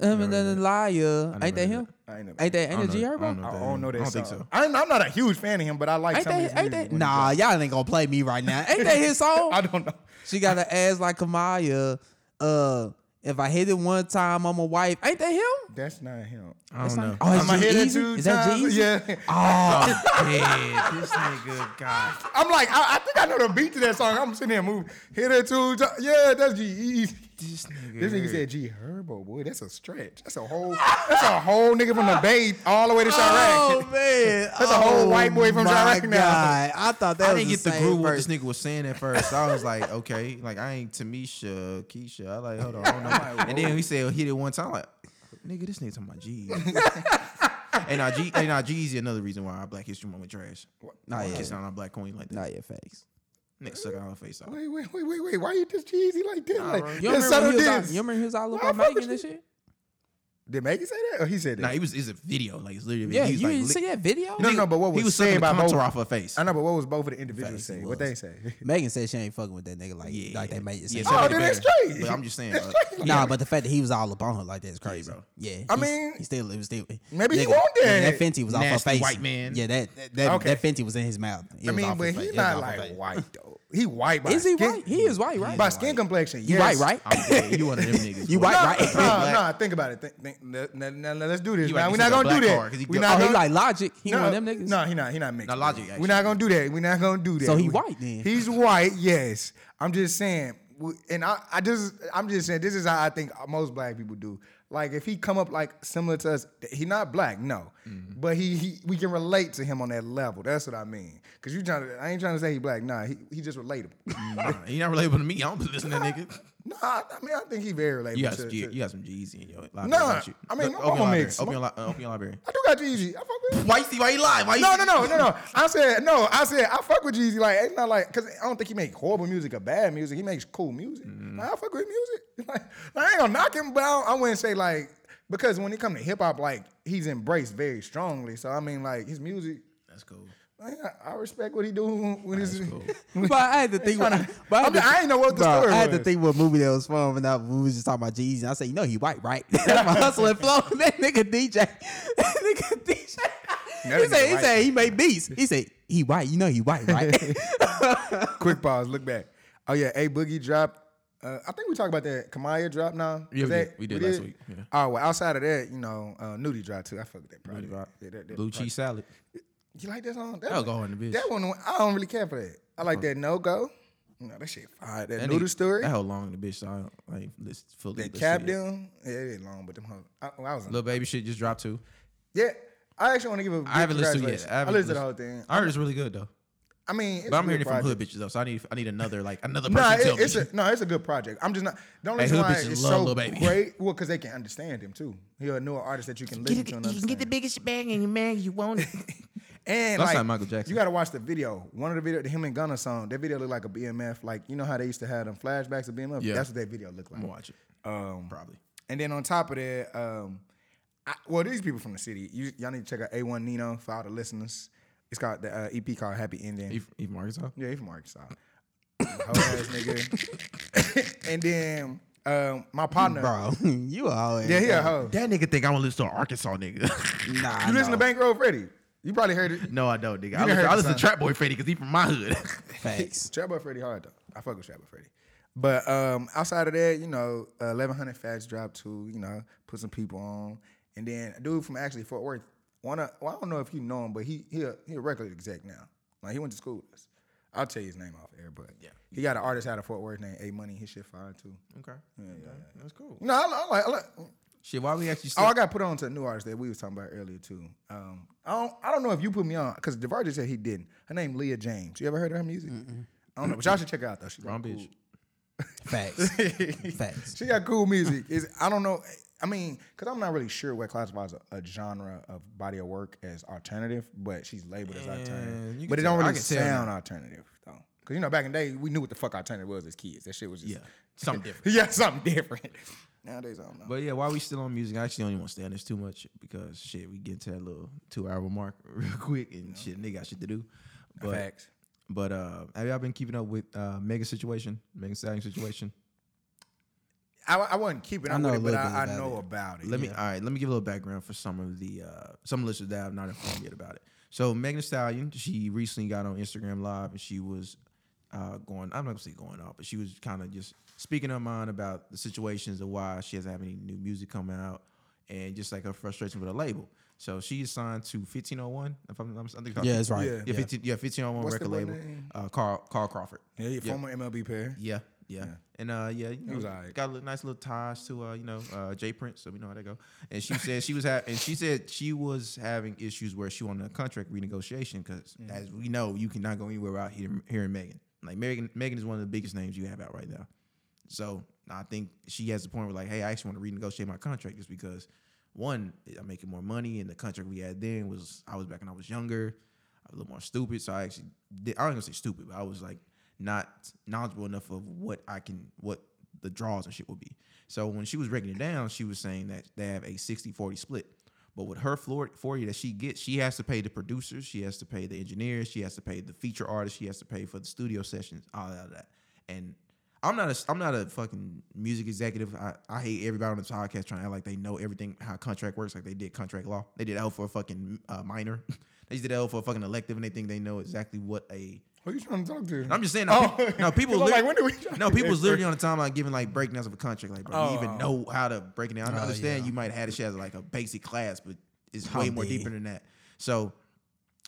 [SPEAKER 2] um, and then liar.
[SPEAKER 3] never
[SPEAKER 2] Ain't that
[SPEAKER 3] heard
[SPEAKER 2] him?
[SPEAKER 1] I ain't never.
[SPEAKER 2] Ain't that
[SPEAKER 3] I
[SPEAKER 2] ain't that
[SPEAKER 3] don't
[SPEAKER 2] G
[SPEAKER 3] know- I
[SPEAKER 2] Herbo?
[SPEAKER 3] don't know.
[SPEAKER 1] I don't know that.
[SPEAKER 3] I don't think
[SPEAKER 1] song.
[SPEAKER 3] so.
[SPEAKER 1] I'm, I'm not a huge fan of him, but I like
[SPEAKER 2] Ain't
[SPEAKER 1] some of
[SPEAKER 2] that?
[SPEAKER 1] his
[SPEAKER 2] Ain't
[SPEAKER 1] music
[SPEAKER 2] that?
[SPEAKER 1] when he
[SPEAKER 2] Nah, y'all ain't gonna play me right now. Ain't that his
[SPEAKER 1] does. I
[SPEAKER 2] song?
[SPEAKER 1] don't know.
[SPEAKER 2] She got an ass like a Maya. Uh, if I hit it one time, I'm a wife. Ain't that him?
[SPEAKER 1] That's not him.
[SPEAKER 3] I don't
[SPEAKER 2] That's not-
[SPEAKER 3] know.
[SPEAKER 2] Oh, it's
[SPEAKER 1] I'm gonna hit it
[SPEAKER 2] G-Eazy?
[SPEAKER 1] two
[SPEAKER 2] Is that
[SPEAKER 1] times.
[SPEAKER 2] G-Eazy?
[SPEAKER 1] Yeah.
[SPEAKER 2] Oh,
[SPEAKER 3] Yeah, this nigga God.
[SPEAKER 1] I'm like, I, I think I know the beat to that song. I'm sitting here moving. Hit it two times. Yeah, that's G Easy.
[SPEAKER 3] This nigga.
[SPEAKER 1] This nigga said G Herbo, boy. That's a stretch. That's a whole. That's a whole nigga from the Bay all the way to Chirac.
[SPEAKER 2] oh man, Oh
[SPEAKER 1] That's a whole white boy from
[SPEAKER 2] my
[SPEAKER 1] Chirac now.
[SPEAKER 2] God. I thought that
[SPEAKER 3] I
[SPEAKER 2] was
[SPEAKER 3] didn't get the
[SPEAKER 2] the
[SPEAKER 3] groove
[SPEAKER 2] group.
[SPEAKER 3] what this nigga was saying at first. I was like, okay, like I ain't Tamisha, Keisha. I like, hold on, I don't know. and then he said hit it one time. like, nigga, this nigga talking about G. and now G, and now G's another reason why our Black History Month was trash.
[SPEAKER 2] Nah,
[SPEAKER 3] Why
[SPEAKER 2] yeah.
[SPEAKER 3] kissing on our black queen like that.
[SPEAKER 2] Not your face.
[SPEAKER 3] Nigga suck our face
[SPEAKER 2] Oh.
[SPEAKER 3] off.
[SPEAKER 1] Wait, wait, wait, wait, wait. Why you just cheesy like this? like,
[SPEAKER 2] You
[SPEAKER 1] this
[SPEAKER 2] remember,
[SPEAKER 1] subtle
[SPEAKER 2] when he was out,
[SPEAKER 1] diss.
[SPEAKER 2] you remember he was out
[SPEAKER 1] Nah, I
[SPEAKER 2] looking
[SPEAKER 1] fuck
[SPEAKER 2] Megan
[SPEAKER 1] with
[SPEAKER 2] and
[SPEAKER 1] you.
[SPEAKER 2] shit?
[SPEAKER 1] Did Megan say that? Or he said that?
[SPEAKER 3] Nah, it was it's a video. Like it's literally.
[SPEAKER 2] Yeah,
[SPEAKER 3] he was
[SPEAKER 2] you
[SPEAKER 3] like,
[SPEAKER 2] didn't
[SPEAKER 3] lick-
[SPEAKER 2] see that video?
[SPEAKER 1] No, no, no, but what
[SPEAKER 3] he
[SPEAKER 1] was
[SPEAKER 3] was
[SPEAKER 1] said
[SPEAKER 3] sucking the
[SPEAKER 1] by both-
[SPEAKER 3] contour off her face.
[SPEAKER 1] I know, but what was both of the individuals
[SPEAKER 2] Facts, he
[SPEAKER 1] saying? What
[SPEAKER 2] was.
[SPEAKER 1] they say?
[SPEAKER 2] Megan said she ain't fucking with that nigga like, like they made it
[SPEAKER 3] Yeah,
[SPEAKER 2] seem.
[SPEAKER 3] so
[SPEAKER 1] Oh,
[SPEAKER 3] many
[SPEAKER 1] then it's
[SPEAKER 3] better.
[SPEAKER 1] straight.
[SPEAKER 3] But I'm just saying.
[SPEAKER 1] It's
[SPEAKER 3] uh,
[SPEAKER 1] straight.
[SPEAKER 2] Nah, but the fact that he was all up on her like that is crazy.
[SPEAKER 3] bro.
[SPEAKER 2] Yeah,
[SPEAKER 1] Oh, I
[SPEAKER 2] he's-
[SPEAKER 1] mean,
[SPEAKER 2] he still it was still.
[SPEAKER 1] maybe he
[SPEAKER 2] nigga,
[SPEAKER 1] wanted
[SPEAKER 2] nigga,
[SPEAKER 1] it.
[SPEAKER 2] That Fenty was off her
[SPEAKER 3] Nasty
[SPEAKER 2] face.
[SPEAKER 3] white man.
[SPEAKER 2] Yeah, that that that,
[SPEAKER 1] Okay.
[SPEAKER 2] that Fenty was in his mouth. It
[SPEAKER 1] I
[SPEAKER 2] was
[SPEAKER 1] mean,
[SPEAKER 2] off her
[SPEAKER 1] but
[SPEAKER 2] face.
[SPEAKER 1] he's
[SPEAKER 2] It was
[SPEAKER 1] not
[SPEAKER 2] off her
[SPEAKER 1] like
[SPEAKER 2] face.
[SPEAKER 1] white though. He white. By
[SPEAKER 2] Is he
[SPEAKER 1] skin,
[SPEAKER 2] white? He is white, right?
[SPEAKER 1] By skin complexion, yes.
[SPEAKER 2] You right, right?
[SPEAKER 3] I'm dead. You one of them niggas.
[SPEAKER 2] You
[SPEAKER 3] bro.
[SPEAKER 2] white,
[SPEAKER 1] No,
[SPEAKER 2] right?
[SPEAKER 1] no, no. Think about it. Think, think, now, now, now, let's do this.
[SPEAKER 3] You
[SPEAKER 1] Now
[SPEAKER 3] like
[SPEAKER 1] we're
[SPEAKER 3] this
[SPEAKER 1] not gonna
[SPEAKER 3] nigga
[SPEAKER 1] do
[SPEAKER 3] black card,
[SPEAKER 1] that.
[SPEAKER 3] 'cause he
[SPEAKER 1] We're
[SPEAKER 3] built-
[SPEAKER 1] not
[SPEAKER 2] Oh, he
[SPEAKER 1] gonna-
[SPEAKER 2] like Logic. He
[SPEAKER 1] no,
[SPEAKER 2] one of them niggas.
[SPEAKER 1] No, he not. He not mixed.
[SPEAKER 3] Now, Logic,
[SPEAKER 1] We're not
[SPEAKER 3] actually.
[SPEAKER 1] gonna do that. We're not gonna do that.
[SPEAKER 2] So he
[SPEAKER 1] We-
[SPEAKER 2] white then?
[SPEAKER 1] He's white. Yes. I'm just saying. we- And I, I just, I'm just saying. This is how I think most black people do. Like if he come up like similar to us, he not black, no,
[SPEAKER 3] Mm-hmm.
[SPEAKER 1] but he, he, we can relate to him on that level. That's what I mean. Cause you trying to, I ain't trying to say he black. Nah, he, he just relatable.
[SPEAKER 3] Nah, He not relatable to me. I don't be listening to that nigga.
[SPEAKER 1] nah, I I mean I think he very relatable.
[SPEAKER 3] You got,
[SPEAKER 1] to-
[SPEAKER 3] some,
[SPEAKER 1] to-
[SPEAKER 3] you got some Jeezy in your library.
[SPEAKER 1] Nah,
[SPEAKER 3] don't you?
[SPEAKER 1] I mean,
[SPEAKER 3] Look,
[SPEAKER 1] my
[SPEAKER 3] open your
[SPEAKER 1] mama
[SPEAKER 3] library.
[SPEAKER 1] mix.
[SPEAKER 3] Open your, li- uh, open your library.
[SPEAKER 1] I do got Jeezy. I fuck with. him.
[SPEAKER 3] Why you see? Why you lie? Why you
[SPEAKER 1] No, no, no, no, no. I said no. I said I fuck with Jeezy. Like it's not like because I don't think he make horrible music or bad music. He makes cool music.
[SPEAKER 3] Mm-hmm.
[SPEAKER 1] Like, I fuck with music. Like I ain't gonna knock him, but I, don't- I wouldn't say like because when it come to hip hop, like he's embraced very strongly. So I mean, like his music,
[SPEAKER 3] That's cool.
[SPEAKER 1] like, I, I respect what he do when it's.
[SPEAKER 3] That's cool.
[SPEAKER 2] but I had to think. What, but
[SPEAKER 1] I
[SPEAKER 2] had
[SPEAKER 1] mean,
[SPEAKER 2] to-
[SPEAKER 1] I ain't know what the
[SPEAKER 2] bro,
[SPEAKER 1] story
[SPEAKER 2] I had to
[SPEAKER 1] was.
[SPEAKER 2] think what movie that was from, and I, we was just talking about Jeezy. And I said, you know, he white, right? That's my hustle and flow. That nigga DJ, that nigga DJ.
[SPEAKER 1] That
[SPEAKER 2] he
[SPEAKER 1] nigga
[SPEAKER 2] said, he
[SPEAKER 1] white.
[SPEAKER 2] said he made beats. He said he white. You know, he white, right?
[SPEAKER 1] Quick pause. Look back. Oh yeah, a boogie drop. Uh, I think we talked about that Kamaya drop now. Was
[SPEAKER 3] Yeah, we
[SPEAKER 1] that-
[SPEAKER 3] did. We did last week, yeah.
[SPEAKER 1] Oh well, outside of that, you know, uh, Nudie drop too. I fuck with that project.
[SPEAKER 3] drop.
[SPEAKER 1] Yeah, that- that
[SPEAKER 3] Blue
[SPEAKER 1] project.
[SPEAKER 3] cheese salad.
[SPEAKER 1] You like that song? That,
[SPEAKER 3] That'll Oh, go in the bitch. Uh-huh.
[SPEAKER 1] That one, I don't really care for that. I like that no go. No, that shit fire. That,
[SPEAKER 3] That
[SPEAKER 1] noodle
[SPEAKER 3] nigga-
[SPEAKER 1] story.
[SPEAKER 3] That
[SPEAKER 1] That,
[SPEAKER 3] how long the bitch. So I don't like listen fully. listen
[SPEAKER 1] cap
[SPEAKER 3] to it.
[SPEAKER 1] them. Yeah, it ain't long, but them. Hoes, I, well, I was.
[SPEAKER 3] Little baby shit just dropped too.
[SPEAKER 1] yeah, I actually want to give a.
[SPEAKER 3] I haven't listened to it
[SPEAKER 1] congratulations.
[SPEAKER 3] yet.
[SPEAKER 1] I,
[SPEAKER 3] haven't
[SPEAKER 1] listened to the whole
[SPEAKER 3] listened-
[SPEAKER 1] thing.
[SPEAKER 3] I heard it's really good though.
[SPEAKER 1] I mean, it's
[SPEAKER 3] But
[SPEAKER 1] a
[SPEAKER 3] I'm
[SPEAKER 1] good
[SPEAKER 3] hearing it from
[SPEAKER 1] project.
[SPEAKER 3] hood bitches though, so I need I need another like another person
[SPEAKER 1] No,
[SPEAKER 3] to tell
[SPEAKER 1] it, it's
[SPEAKER 3] me.
[SPEAKER 1] a no, it's a good project. I'm just not. Don't
[SPEAKER 3] Hey,
[SPEAKER 1] listen
[SPEAKER 3] hood
[SPEAKER 1] why
[SPEAKER 3] bitches
[SPEAKER 1] it's
[SPEAKER 3] love
[SPEAKER 1] so
[SPEAKER 3] Lil Baby.
[SPEAKER 1] great. Well, because they can understand him too. He's a newer artist that you can listen to and understand.
[SPEAKER 3] biggest bag and your man you want it.
[SPEAKER 1] And
[SPEAKER 3] That's
[SPEAKER 1] like,
[SPEAKER 3] not Michael Jackson.
[SPEAKER 1] You gotta watch the video. One of the video, the him and Gunna song. That video looked like a BMF. Like you know how they used to have them flashbacks of BMF.
[SPEAKER 3] Yeah.
[SPEAKER 1] That's what that video looked like.
[SPEAKER 3] I'm gonna watch it.
[SPEAKER 1] Um,
[SPEAKER 3] Probably.
[SPEAKER 1] and then on top of that, um, I, well, these people from the city, you, y'all need to check out A1 Nino for all the listeners. It's called the uh, EP called Happy Ending.
[SPEAKER 3] Eve, Eve Arkansas.
[SPEAKER 1] yeah, he from Arkansas. Whole ass nigga. and then um, my partner,
[SPEAKER 2] bro, you always.
[SPEAKER 1] yeah, he a hoe.
[SPEAKER 3] That nigga think I want to listen to an Arkansas nigga.
[SPEAKER 2] Nah,
[SPEAKER 1] You listen to
[SPEAKER 2] no.
[SPEAKER 1] Bankroll Freddy? You probably heard it.
[SPEAKER 3] no, I don't, nigga. I
[SPEAKER 1] done
[SPEAKER 3] listen,
[SPEAKER 1] heard
[SPEAKER 3] I
[SPEAKER 1] the
[SPEAKER 3] listen to
[SPEAKER 1] song.
[SPEAKER 3] Trap Boy Freddy because he from my hood.
[SPEAKER 2] facts.
[SPEAKER 1] Trap Boy Freddy hard though. I fuck with Trap Boy Freddy. But um, outside of that, you know, uh, 1100 Facts dropped too. You know, put some people on, and then a dude from actually Fort Worth. Wanna? Well, I don't know if you know him, but he he a, he a record exec now. Like he went to school with us. I'll tell you his name off air, but yeah, he got an artist out of Fort Worth named A Money. His shit fire too.
[SPEAKER 3] okay. That's cool.
[SPEAKER 1] No, I, I like. I like
[SPEAKER 3] Shit, why we actually
[SPEAKER 1] Oh,
[SPEAKER 3] still
[SPEAKER 1] I got put on to a new artist that we was talking about earlier too. Um, I don't, I don't know if you put me on because DeVarge said he didn't. Her name Leah James. You ever heard of her music? I don't know, but y'all should check her out though. She got
[SPEAKER 3] wrong
[SPEAKER 1] cool.
[SPEAKER 3] bitch?
[SPEAKER 2] Facts. Facts.
[SPEAKER 1] She got cool music. It's, I don't know. I mean, because I'm not really sure what classifies a, a genre of body of work as alternative, but she's labeled as
[SPEAKER 3] Man, you
[SPEAKER 1] alternative.
[SPEAKER 3] can
[SPEAKER 1] But it
[SPEAKER 3] tell-
[SPEAKER 1] don't
[SPEAKER 3] I
[SPEAKER 1] really
[SPEAKER 3] can tell now.
[SPEAKER 1] sound alternative though. Because you know, back in the day, we knew what the fuck alternative was as kids. That shit was just
[SPEAKER 3] Yeah. Something different.
[SPEAKER 1] yeah, something different. Nowadays, I don't know.
[SPEAKER 3] But yeah, while we still on music, I actually don't even want to stay on this too much because shit, we get to that little two hour mark real quick and shit, nigga got shit to do. But
[SPEAKER 1] Facts.
[SPEAKER 3] But uh, have y'all been keeping up with uh, Megan's situation? Megan Stallion's situation?
[SPEAKER 1] I, I wasn't keeping
[SPEAKER 2] I
[SPEAKER 1] up
[SPEAKER 2] know
[SPEAKER 1] with
[SPEAKER 2] a
[SPEAKER 1] it, but
[SPEAKER 2] little bit
[SPEAKER 1] I, I
[SPEAKER 2] about
[SPEAKER 1] know
[SPEAKER 2] it.
[SPEAKER 1] about it.
[SPEAKER 3] Let me all right. Let me give a little background for some of the uh, some listeners that have not informed yet about it. So Megan Thee Stallion, she recently got on Instagram Live and she was uh, going. I'm not gonna say going off, but she was kind of just speaking her mind about the situations of why she doesn't have any new music coming out and just like her frustration with her label. So she is signed to 1501. If I'm, I'm I think
[SPEAKER 2] Yeah, that's right.
[SPEAKER 1] Yeah.
[SPEAKER 2] Yeah,
[SPEAKER 3] yeah, 15, yeah 1501
[SPEAKER 1] What's the
[SPEAKER 3] record
[SPEAKER 1] boy
[SPEAKER 3] label.
[SPEAKER 1] name?
[SPEAKER 3] Uh, Carl Carl Crawford.
[SPEAKER 1] Yeah, your former MLB player.
[SPEAKER 3] Yeah, yeah. And uh, yeah, you know,
[SPEAKER 1] was all right.
[SPEAKER 3] got a little, nice little ties to uh, you know, uh, Jay Prince, so we know how that go. And she said she was ha- and she said she was having issues where she wanted a contract renegotiation because,
[SPEAKER 1] Mm.
[SPEAKER 3] as we know, you cannot go anywhere without hearing, hearing Megan. Like Megan, Megan is one of the biggest names you have out right now. So I think she has the point where like, hey, I actually want to renegotiate my contract just because one, I'm making more money, and the contract we had then was I was back when I was younger, I was a little more stupid. So I actually did, I don't even say stupid, but I was like not knowledgeable enough of what I can what the draws and shit would be. So when she was breaking it down, she was saying that they have a 60-40 split. But with her floor 40 that she gets, she has to pay the producers, she has to pay the engineers, she has to pay the feature artists, she has to pay for the studio sessions, all of that. And I'm not a I'm not a fucking music executive. I, I hate everybody on this podcast trying to act like they know everything how contract works, like they did contract law. They did L for a fucking uh, minor. they just did L for a fucking elective, and they think they know exactly what a.
[SPEAKER 1] Who you trying to talk to?
[SPEAKER 3] I'm just saying. Now,
[SPEAKER 1] Oh.
[SPEAKER 3] peop- now people,
[SPEAKER 1] I'm
[SPEAKER 3] lit-
[SPEAKER 1] like, when do we try
[SPEAKER 3] no
[SPEAKER 1] to-
[SPEAKER 3] people's literally on the timeline giving like breakdowns of a contract. Like, bro, do you
[SPEAKER 1] Oh.
[SPEAKER 3] even know how to break it down. I
[SPEAKER 2] Oh,
[SPEAKER 3] understand
[SPEAKER 2] yeah.
[SPEAKER 3] you might have had a shit as like a basic class, but it's
[SPEAKER 2] How
[SPEAKER 3] way more
[SPEAKER 2] big?
[SPEAKER 3] deeper than that. So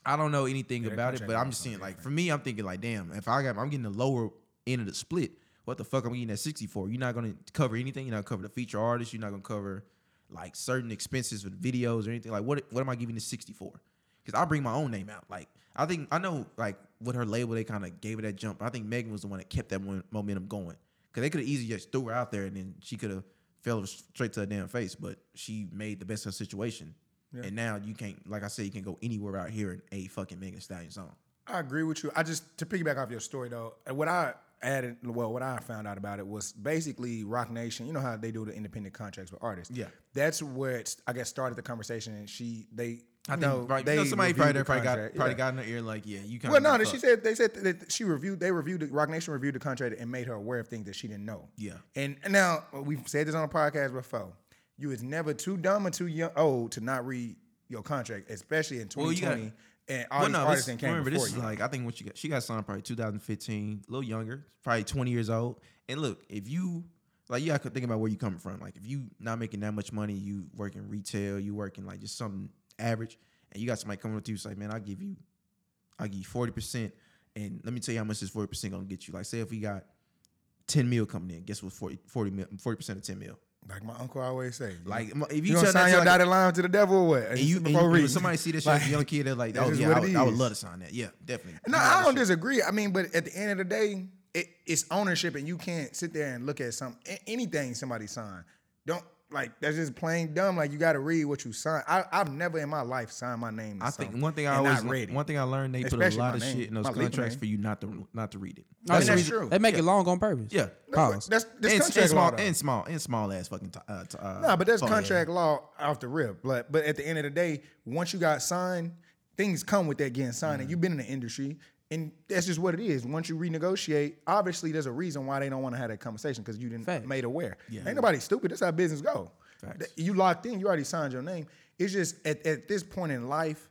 [SPEAKER 3] I don't know anything
[SPEAKER 1] Yeah, that
[SPEAKER 3] about it,
[SPEAKER 1] contract
[SPEAKER 3] but I'm
[SPEAKER 1] law
[SPEAKER 3] just
[SPEAKER 1] is
[SPEAKER 3] saying,
[SPEAKER 1] something
[SPEAKER 3] like, for me, I'm thinking, like, damn, if I got, I'm getting the lower end of the split, what the fuck am I getting at 64? You're not going to cover anything. You're not gonna cover the feature artist. You're not going to cover, like, certain expenses with videos or anything. Like, what what am I giving to 64? Because I bring my own name out. Like, I think, I know, like, with her label, they kind of gave her that jump. I think Megan was the one that kept that mo- momentum going. Because they could have easily just threw her out there and then she could have fell straight to her damn face, but she made the best of her situation. And now you can't, like I said, you can go anywhere out here in a fucking Megan Thee Stallion song.
[SPEAKER 1] I agree with you. I just to piggyback off your story though, what I added, well, what I found out about it was basically Rock Nation. You know how they do the independent contracts with artists.
[SPEAKER 3] Yeah.
[SPEAKER 1] that's what I guess started the conversation. And she, they,
[SPEAKER 3] I
[SPEAKER 1] you
[SPEAKER 3] think
[SPEAKER 1] know,
[SPEAKER 3] probably,
[SPEAKER 1] they
[SPEAKER 3] you know, somebody
[SPEAKER 1] reviewed
[SPEAKER 3] probably,
[SPEAKER 1] the
[SPEAKER 3] there probably got
[SPEAKER 1] contract.
[SPEAKER 3] probably
[SPEAKER 1] Yeah.
[SPEAKER 3] got in their ear like, yeah, you kind
[SPEAKER 1] Well, no, she said they said that she reviewed. They reviewed the Rock Nation reviewed the contract and made her aware of things that she didn't know.
[SPEAKER 3] Yeah.
[SPEAKER 1] And and now we've said this on a podcast before. You is never too dumb or too young old to not read your contract, especially in
[SPEAKER 3] Well, you
[SPEAKER 1] 2020.
[SPEAKER 3] gotta-
[SPEAKER 1] and all
[SPEAKER 3] Well,
[SPEAKER 1] these
[SPEAKER 3] no,
[SPEAKER 1] artists
[SPEAKER 3] this,
[SPEAKER 1] that came
[SPEAKER 3] remember
[SPEAKER 1] before
[SPEAKER 3] this is
[SPEAKER 1] you.
[SPEAKER 3] like I think what she got. She got signed probably 2015, a little younger, probably 20 years old. And look, if you like, you got to think about where you coming from. Like, if you not making that much money, you work in retail, you work in like just something average, and you got somebody coming up to you, it's like, man, I'll give you I give you forty percent, and let me tell you how much this forty percent gonna get you. Like, say if we got ten mil coming in, guess what? 40 40 percent of ten mil.
[SPEAKER 1] Like my uncle always say,
[SPEAKER 3] Like, m- if
[SPEAKER 1] you,
[SPEAKER 3] you,
[SPEAKER 1] gonna
[SPEAKER 3] tell that
[SPEAKER 1] sign
[SPEAKER 3] to,
[SPEAKER 1] your
[SPEAKER 3] like,
[SPEAKER 1] dotted line to the devil or what?
[SPEAKER 3] and you, and
[SPEAKER 1] Before
[SPEAKER 3] you-
[SPEAKER 1] reading.
[SPEAKER 3] when somebody see this shit
[SPEAKER 1] Like,
[SPEAKER 3] as a young kid, they're like,
[SPEAKER 1] that's
[SPEAKER 3] oh
[SPEAKER 1] just
[SPEAKER 3] yeah,
[SPEAKER 1] what
[SPEAKER 3] I would,
[SPEAKER 1] it
[SPEAKER 3] I would
[SPEAKER 1] is.
[SPEAKER 3] love to sign that. Yeah, definitely.
[SPEAKER 1] No,
[SPEAKER 3] You know
[SPEAKER 1] I
[SPEAKER 3] that
[SPEAKER 1] don't
[SPEAKER 3] shit.
[SPEAKER 1] disagree. I mean, but at the end of the day, it, it's ownership, and you can't sit there and look at some a- anything somebody signed. Don't like that's just plain dumb. Like you got to read what you sign. I, I've never in my life signed my name. To
[SPEAKER 3] I think
[SPEAKER 1] something
[SPEAKER 3] one thing I
[SPEAKER 1] and not
[SPEAKER 3] always
[SPEAKER 1] read it.
[SPEAKER 3] one thing I learned they put a
[SPEAKER 1] Especially
[SPEAKER 3] lot
[SPEAKER 1] my
[SPEAKER 3] of
[SPEAKER 1] name,
[SPEAKER 3] shit in those
[SPEAKER 1] my legal
[SPEAKER 3] contracts
[SPEAKER 1] name.
[SPEAKER 3] for you not to not to read it.
[SPEAKER 1] I mean,
[SPEAKER 2] so
[SPEAKER 1] that's
[SPEAKER 2] we-
[SPEAKER 1] true.
[SPEAKER 2] They make it long on purpose.
[SPEAKER 3] Yeah.
[SPEAKER 2] Pause.
[SPEAKER 1] that's that's
[SPEAKER 3] and,
[SPEAKER 1] contract
[SPEAKER 3] and
[SPEAKER 1] law.
[SPEAKER 3] small
[SPEAKER 1] though.
[SPEAKER 3] and small and small ass fucking. T- uh, t- uh,
[SPEAKER 1] Nah, but that's
[SPEAKER 2] Oh,
[SPEAKER 3] phone.
[SPEAKER 1] contract law off the rip. But but at the end of the day, once you got signed, things come with that getting signed,
[SPEAKER 2] Mm-hmm.
[SPEAKER 1] and you've been in the industry, and that's just what it is. Once you renegotiate, obviously there's a reason why they don't want to have that conversation because you didn't
[SPEAKER 2] Fact.
[SPEAKER 1] made aware. Ain't nobody stupid. That's how business go. Th- You locked in. You already signed your name. It's just at, at this point in life.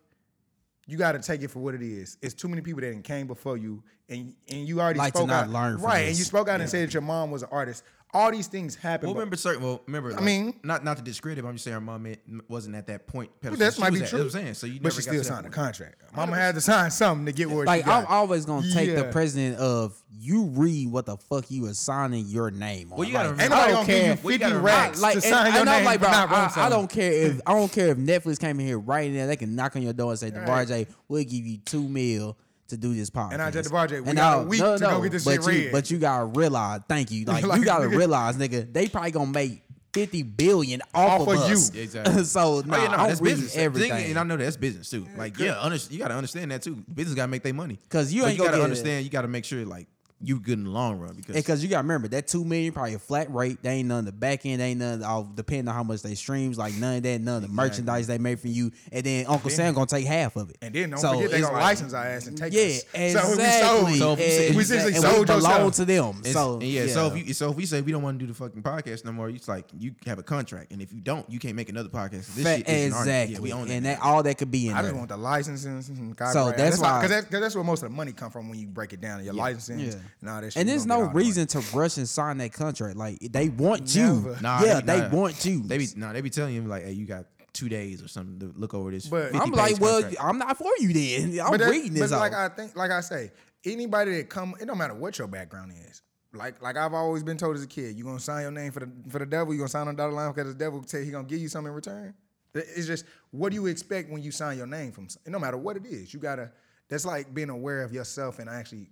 [SPEAKER 1] You got to take it for what it is. It's too many people that done came before you, and and you already
[SPEAKER 2] Like to
[SPEAKER 1] spoke
[SPEAKER 2] not
[SPEAKER 1] out,
[SPEAKER 2] learn from
[SPEAKER 1] right? And
[SPEAKER 2] this.
[SPEAKER 1] you spoke out and said that your mom was an artist. All these things happen.
[SPEAKER 3] Well,
[SPEAKER 1] but-
[SPEAKER 3] remember certain. Well, remember. I
[SPEAKER 1] mean-
[SPEAKER 3] not not to discredit. But I'm just saying her mom ain't- wasn't at that point. pedestal
[SPEAKER 1] That
[SPEAKER 3] she
[SPEAKER 1] might
[SPEAKER 3] was
[SPEAKER 1] be
[SPEAKER 3] at.
[SPEAKER 1] true.
[SPEAKER 3] That's what I'm saying. So you
[SPEAKER 1] but
[SPEAKER 3] never
[SPEAKER 1] she
[SPEAKER 3] got
[SPEAKER 1] still
[SPEAKER 3] to that
[SPEAKER 1] signed a
[SPEAKER 3] point.
[SPEAKER 1] contract. Mama had to sign something to get where
[SPEAKER 2] Like
[SPEAKER 1] she got.
[SPEAKER 2] I'm always gonna take
[SPEAKER 1] Yeah.
[SPEAKER 2] the president of you read what the fuck you assigning your name on.
[SPEAKER 3] Well, you gotta
[SPEAKER 2] Like,
[SPEAKER 3] remember-
[SPEAKER 1] Ain't
[SPEAKER 2] I
[SPEAKER 1] nobody
[SPEAKER 2] don't
[SPEAKER 1] gonna give you
[SPEAKER 2] care.
[SPEAKER 3] We
[SPEAKER 1] fifty
[SPEAKER 3] gotta-
[SPEAKER 1] racks
[SPEAKER 2] like,
[SPEAKER 1] to
[SPEAKER 2] and-
[SPEAKER 1] sign your
[SPEAKER 2] and I'm
[SPEAKER 1] name.
[SPEAKER 2] like,
[SPEAKER 1] for
[SPEAKER 2] bro,
[SPEAKER 1] not
[SPEAKER 2] I,
[SPEAKER 1] writing
[SPEAKER 2] I
[SPEAKER 1] something.
[SPEAKER 2] don't care if I don't care if Netflix came in here right now. They can knock on your door and say, "DeBarge, we'll give you two mil to do this podcast."
[SPEAKER 1] And I just- DeBarge, we
[SPEAKER 2] And
[SPEAKER 1] got a
[SPEAKER 2] I'll-
[SPEAKER 1] week to go get this
[SPEAKER 2] but
[SPEAKER 1] shit
[SPEAKER 2] you,
[SPEAKER 1] read.
[SPEAKER 2] But you gotta realize, thank you. Like,
[SPEAKER 1] Like,
[SPEAKER 2] you gotta
[SPEAKER 1] nigga-
[SPEAKER 2] realize, nigga, they probably gonna make fifty billion
[SPEAKER 1] Off
[SPEAKER 2] off, of,
[SPEAKER 1] of you.
[SPEAKER 2] us.
[SPEAKER 1] Yeah,
[SPEAKER 3] exactly.
[SPEAKER 2] so nah,
[SPEAKER 3] Oh, yeah, no,
[SPEAKER 2] I'm
[SPEAKER 3] that's
[SPEAKER 2] reading
[SPEAKER 3] business.
[SPEAKER 2] everything.
[SPEAKER 3] Thing- and I know that's business too. Like, yeah, under, you got to understand that too. Business got to make their money
[SPEAKER 2] 'Cause you
[SPEAKER 3] But
[SPEAKER 2] ain't
[SPEAKER 3] you
[SPEAKER 2] gonna get
[SPEAKER 3] gotta
[SPEAKER 2] it.
[SPEAKER 3] understand. You got to make sure like you good in the long run because
[SPEAKER 2] because you got to remember that two million probably a flat rate. They ain't none of the back end. They ain't none of the, all- depending on how much they streams. Like none of that. None of the merchandise they made for you. And then Uncle Sam gonna take half of it.
[SPEAKER 1] And then don't
[SPEAKER 2] So
[SPEAKER 1] forget they
[SPEAKER 2] it's
[SPEAKER 1] gonna
[SPEAKER 2] like-
[SPEAKER 1] license our ass and take
[SPEAKER 2] Yeah,
[SPEAKER 1] us.
[SPEAKER 2] exactly.
[SPEAKER 1] So if
[SPEAKER 3] So if
[SPEAKER 1] we
[SPEAKER 3] you
[SPEAKER 1] sold.
[SPEAKER 3] say-
[SPEAKER 1] we
[SPEAKER 2] Exactly.
[SPEAKER 1] essentially
[SPEAKER 2] And
[SPEAKER 1] sold
[SPEAKER 2] belong
[SPEAKER 1] yourself.
[SPEAKER 2] to them.
[SPEAKER 3] It's-
[SPEAKER 2] so
[SPEAKER 3] and yeah, So if you so if we say we don't want to do the fucking podcast no more, it's like you have a contract, and if you don't, you can't make another podcast. This
[SPEAKER 2] fa-
[SPEAKER 3] shit is an art. Yeah,
[SPEAKER 2] exactly,
[SPEAKER 3] we own
[SPEAKER 2] and
[SPEAKER 3] it.
[SPEAKER 2] that all that could be in
[SPEAKER 1] I
[SPEAKER 2] there.
[SPEAKER 1] just want the licenses and copyright.
[SPEAKER 2] So that's why-
[SPEAKER 1] because that's, 'cause that's where most of the money come from when you break it down. Your licensing
[SPEAKER 2] Yeah.
[SPEAKER 1] and all that. shit.
[SPEAKER 2] and
[SPEAKER 1] you
[SPEAKER 2] there's
[SPEAKER 1] gonna
[SPEAKER 2] no
[SPEAKER 1] get all the money.
[SPEAKER 2] reason to rush and sign that contract. Like they want you.
[SPEAKER 1] Never.
[SPEAKER 3] Nah,
[SPEAKER 2] yeah,
[SPEAKER 3] be-
[SPEAKER 2] they
[SPEAKER 3] nah.
[SPEAKER 2] want you.
[SPEAKER 3] They be nah, they be telling him like, hey, you got two days or something to look over this.
[SPEAKER 1] But-
[SPEAKER 3] 50
[SPEAKER 2] I'm like,
[SPEAKER 3] page
[SPEAKER 2] well,
[SPEAKER 3] contract.
[SPEAKER 2] I'm not for you then. I'm
[SPEAKER 1] that-
[SPEAKER 2] reading this
[SPEAKER 1] but like
[SPEAKER 2] out.
[SPEAKER 1] I think, like I say, anybody that come, it don't matter what your background is. Like, like I've always been told as a kid, you gonna sign your name for the for the devil. You gonna sign on the dotted line because the devil tell he gonna give you something in return. It- It's just what do you expect when you sign your name from? s- No matter what it is, you gotta. That's like being aware of yourself and actually,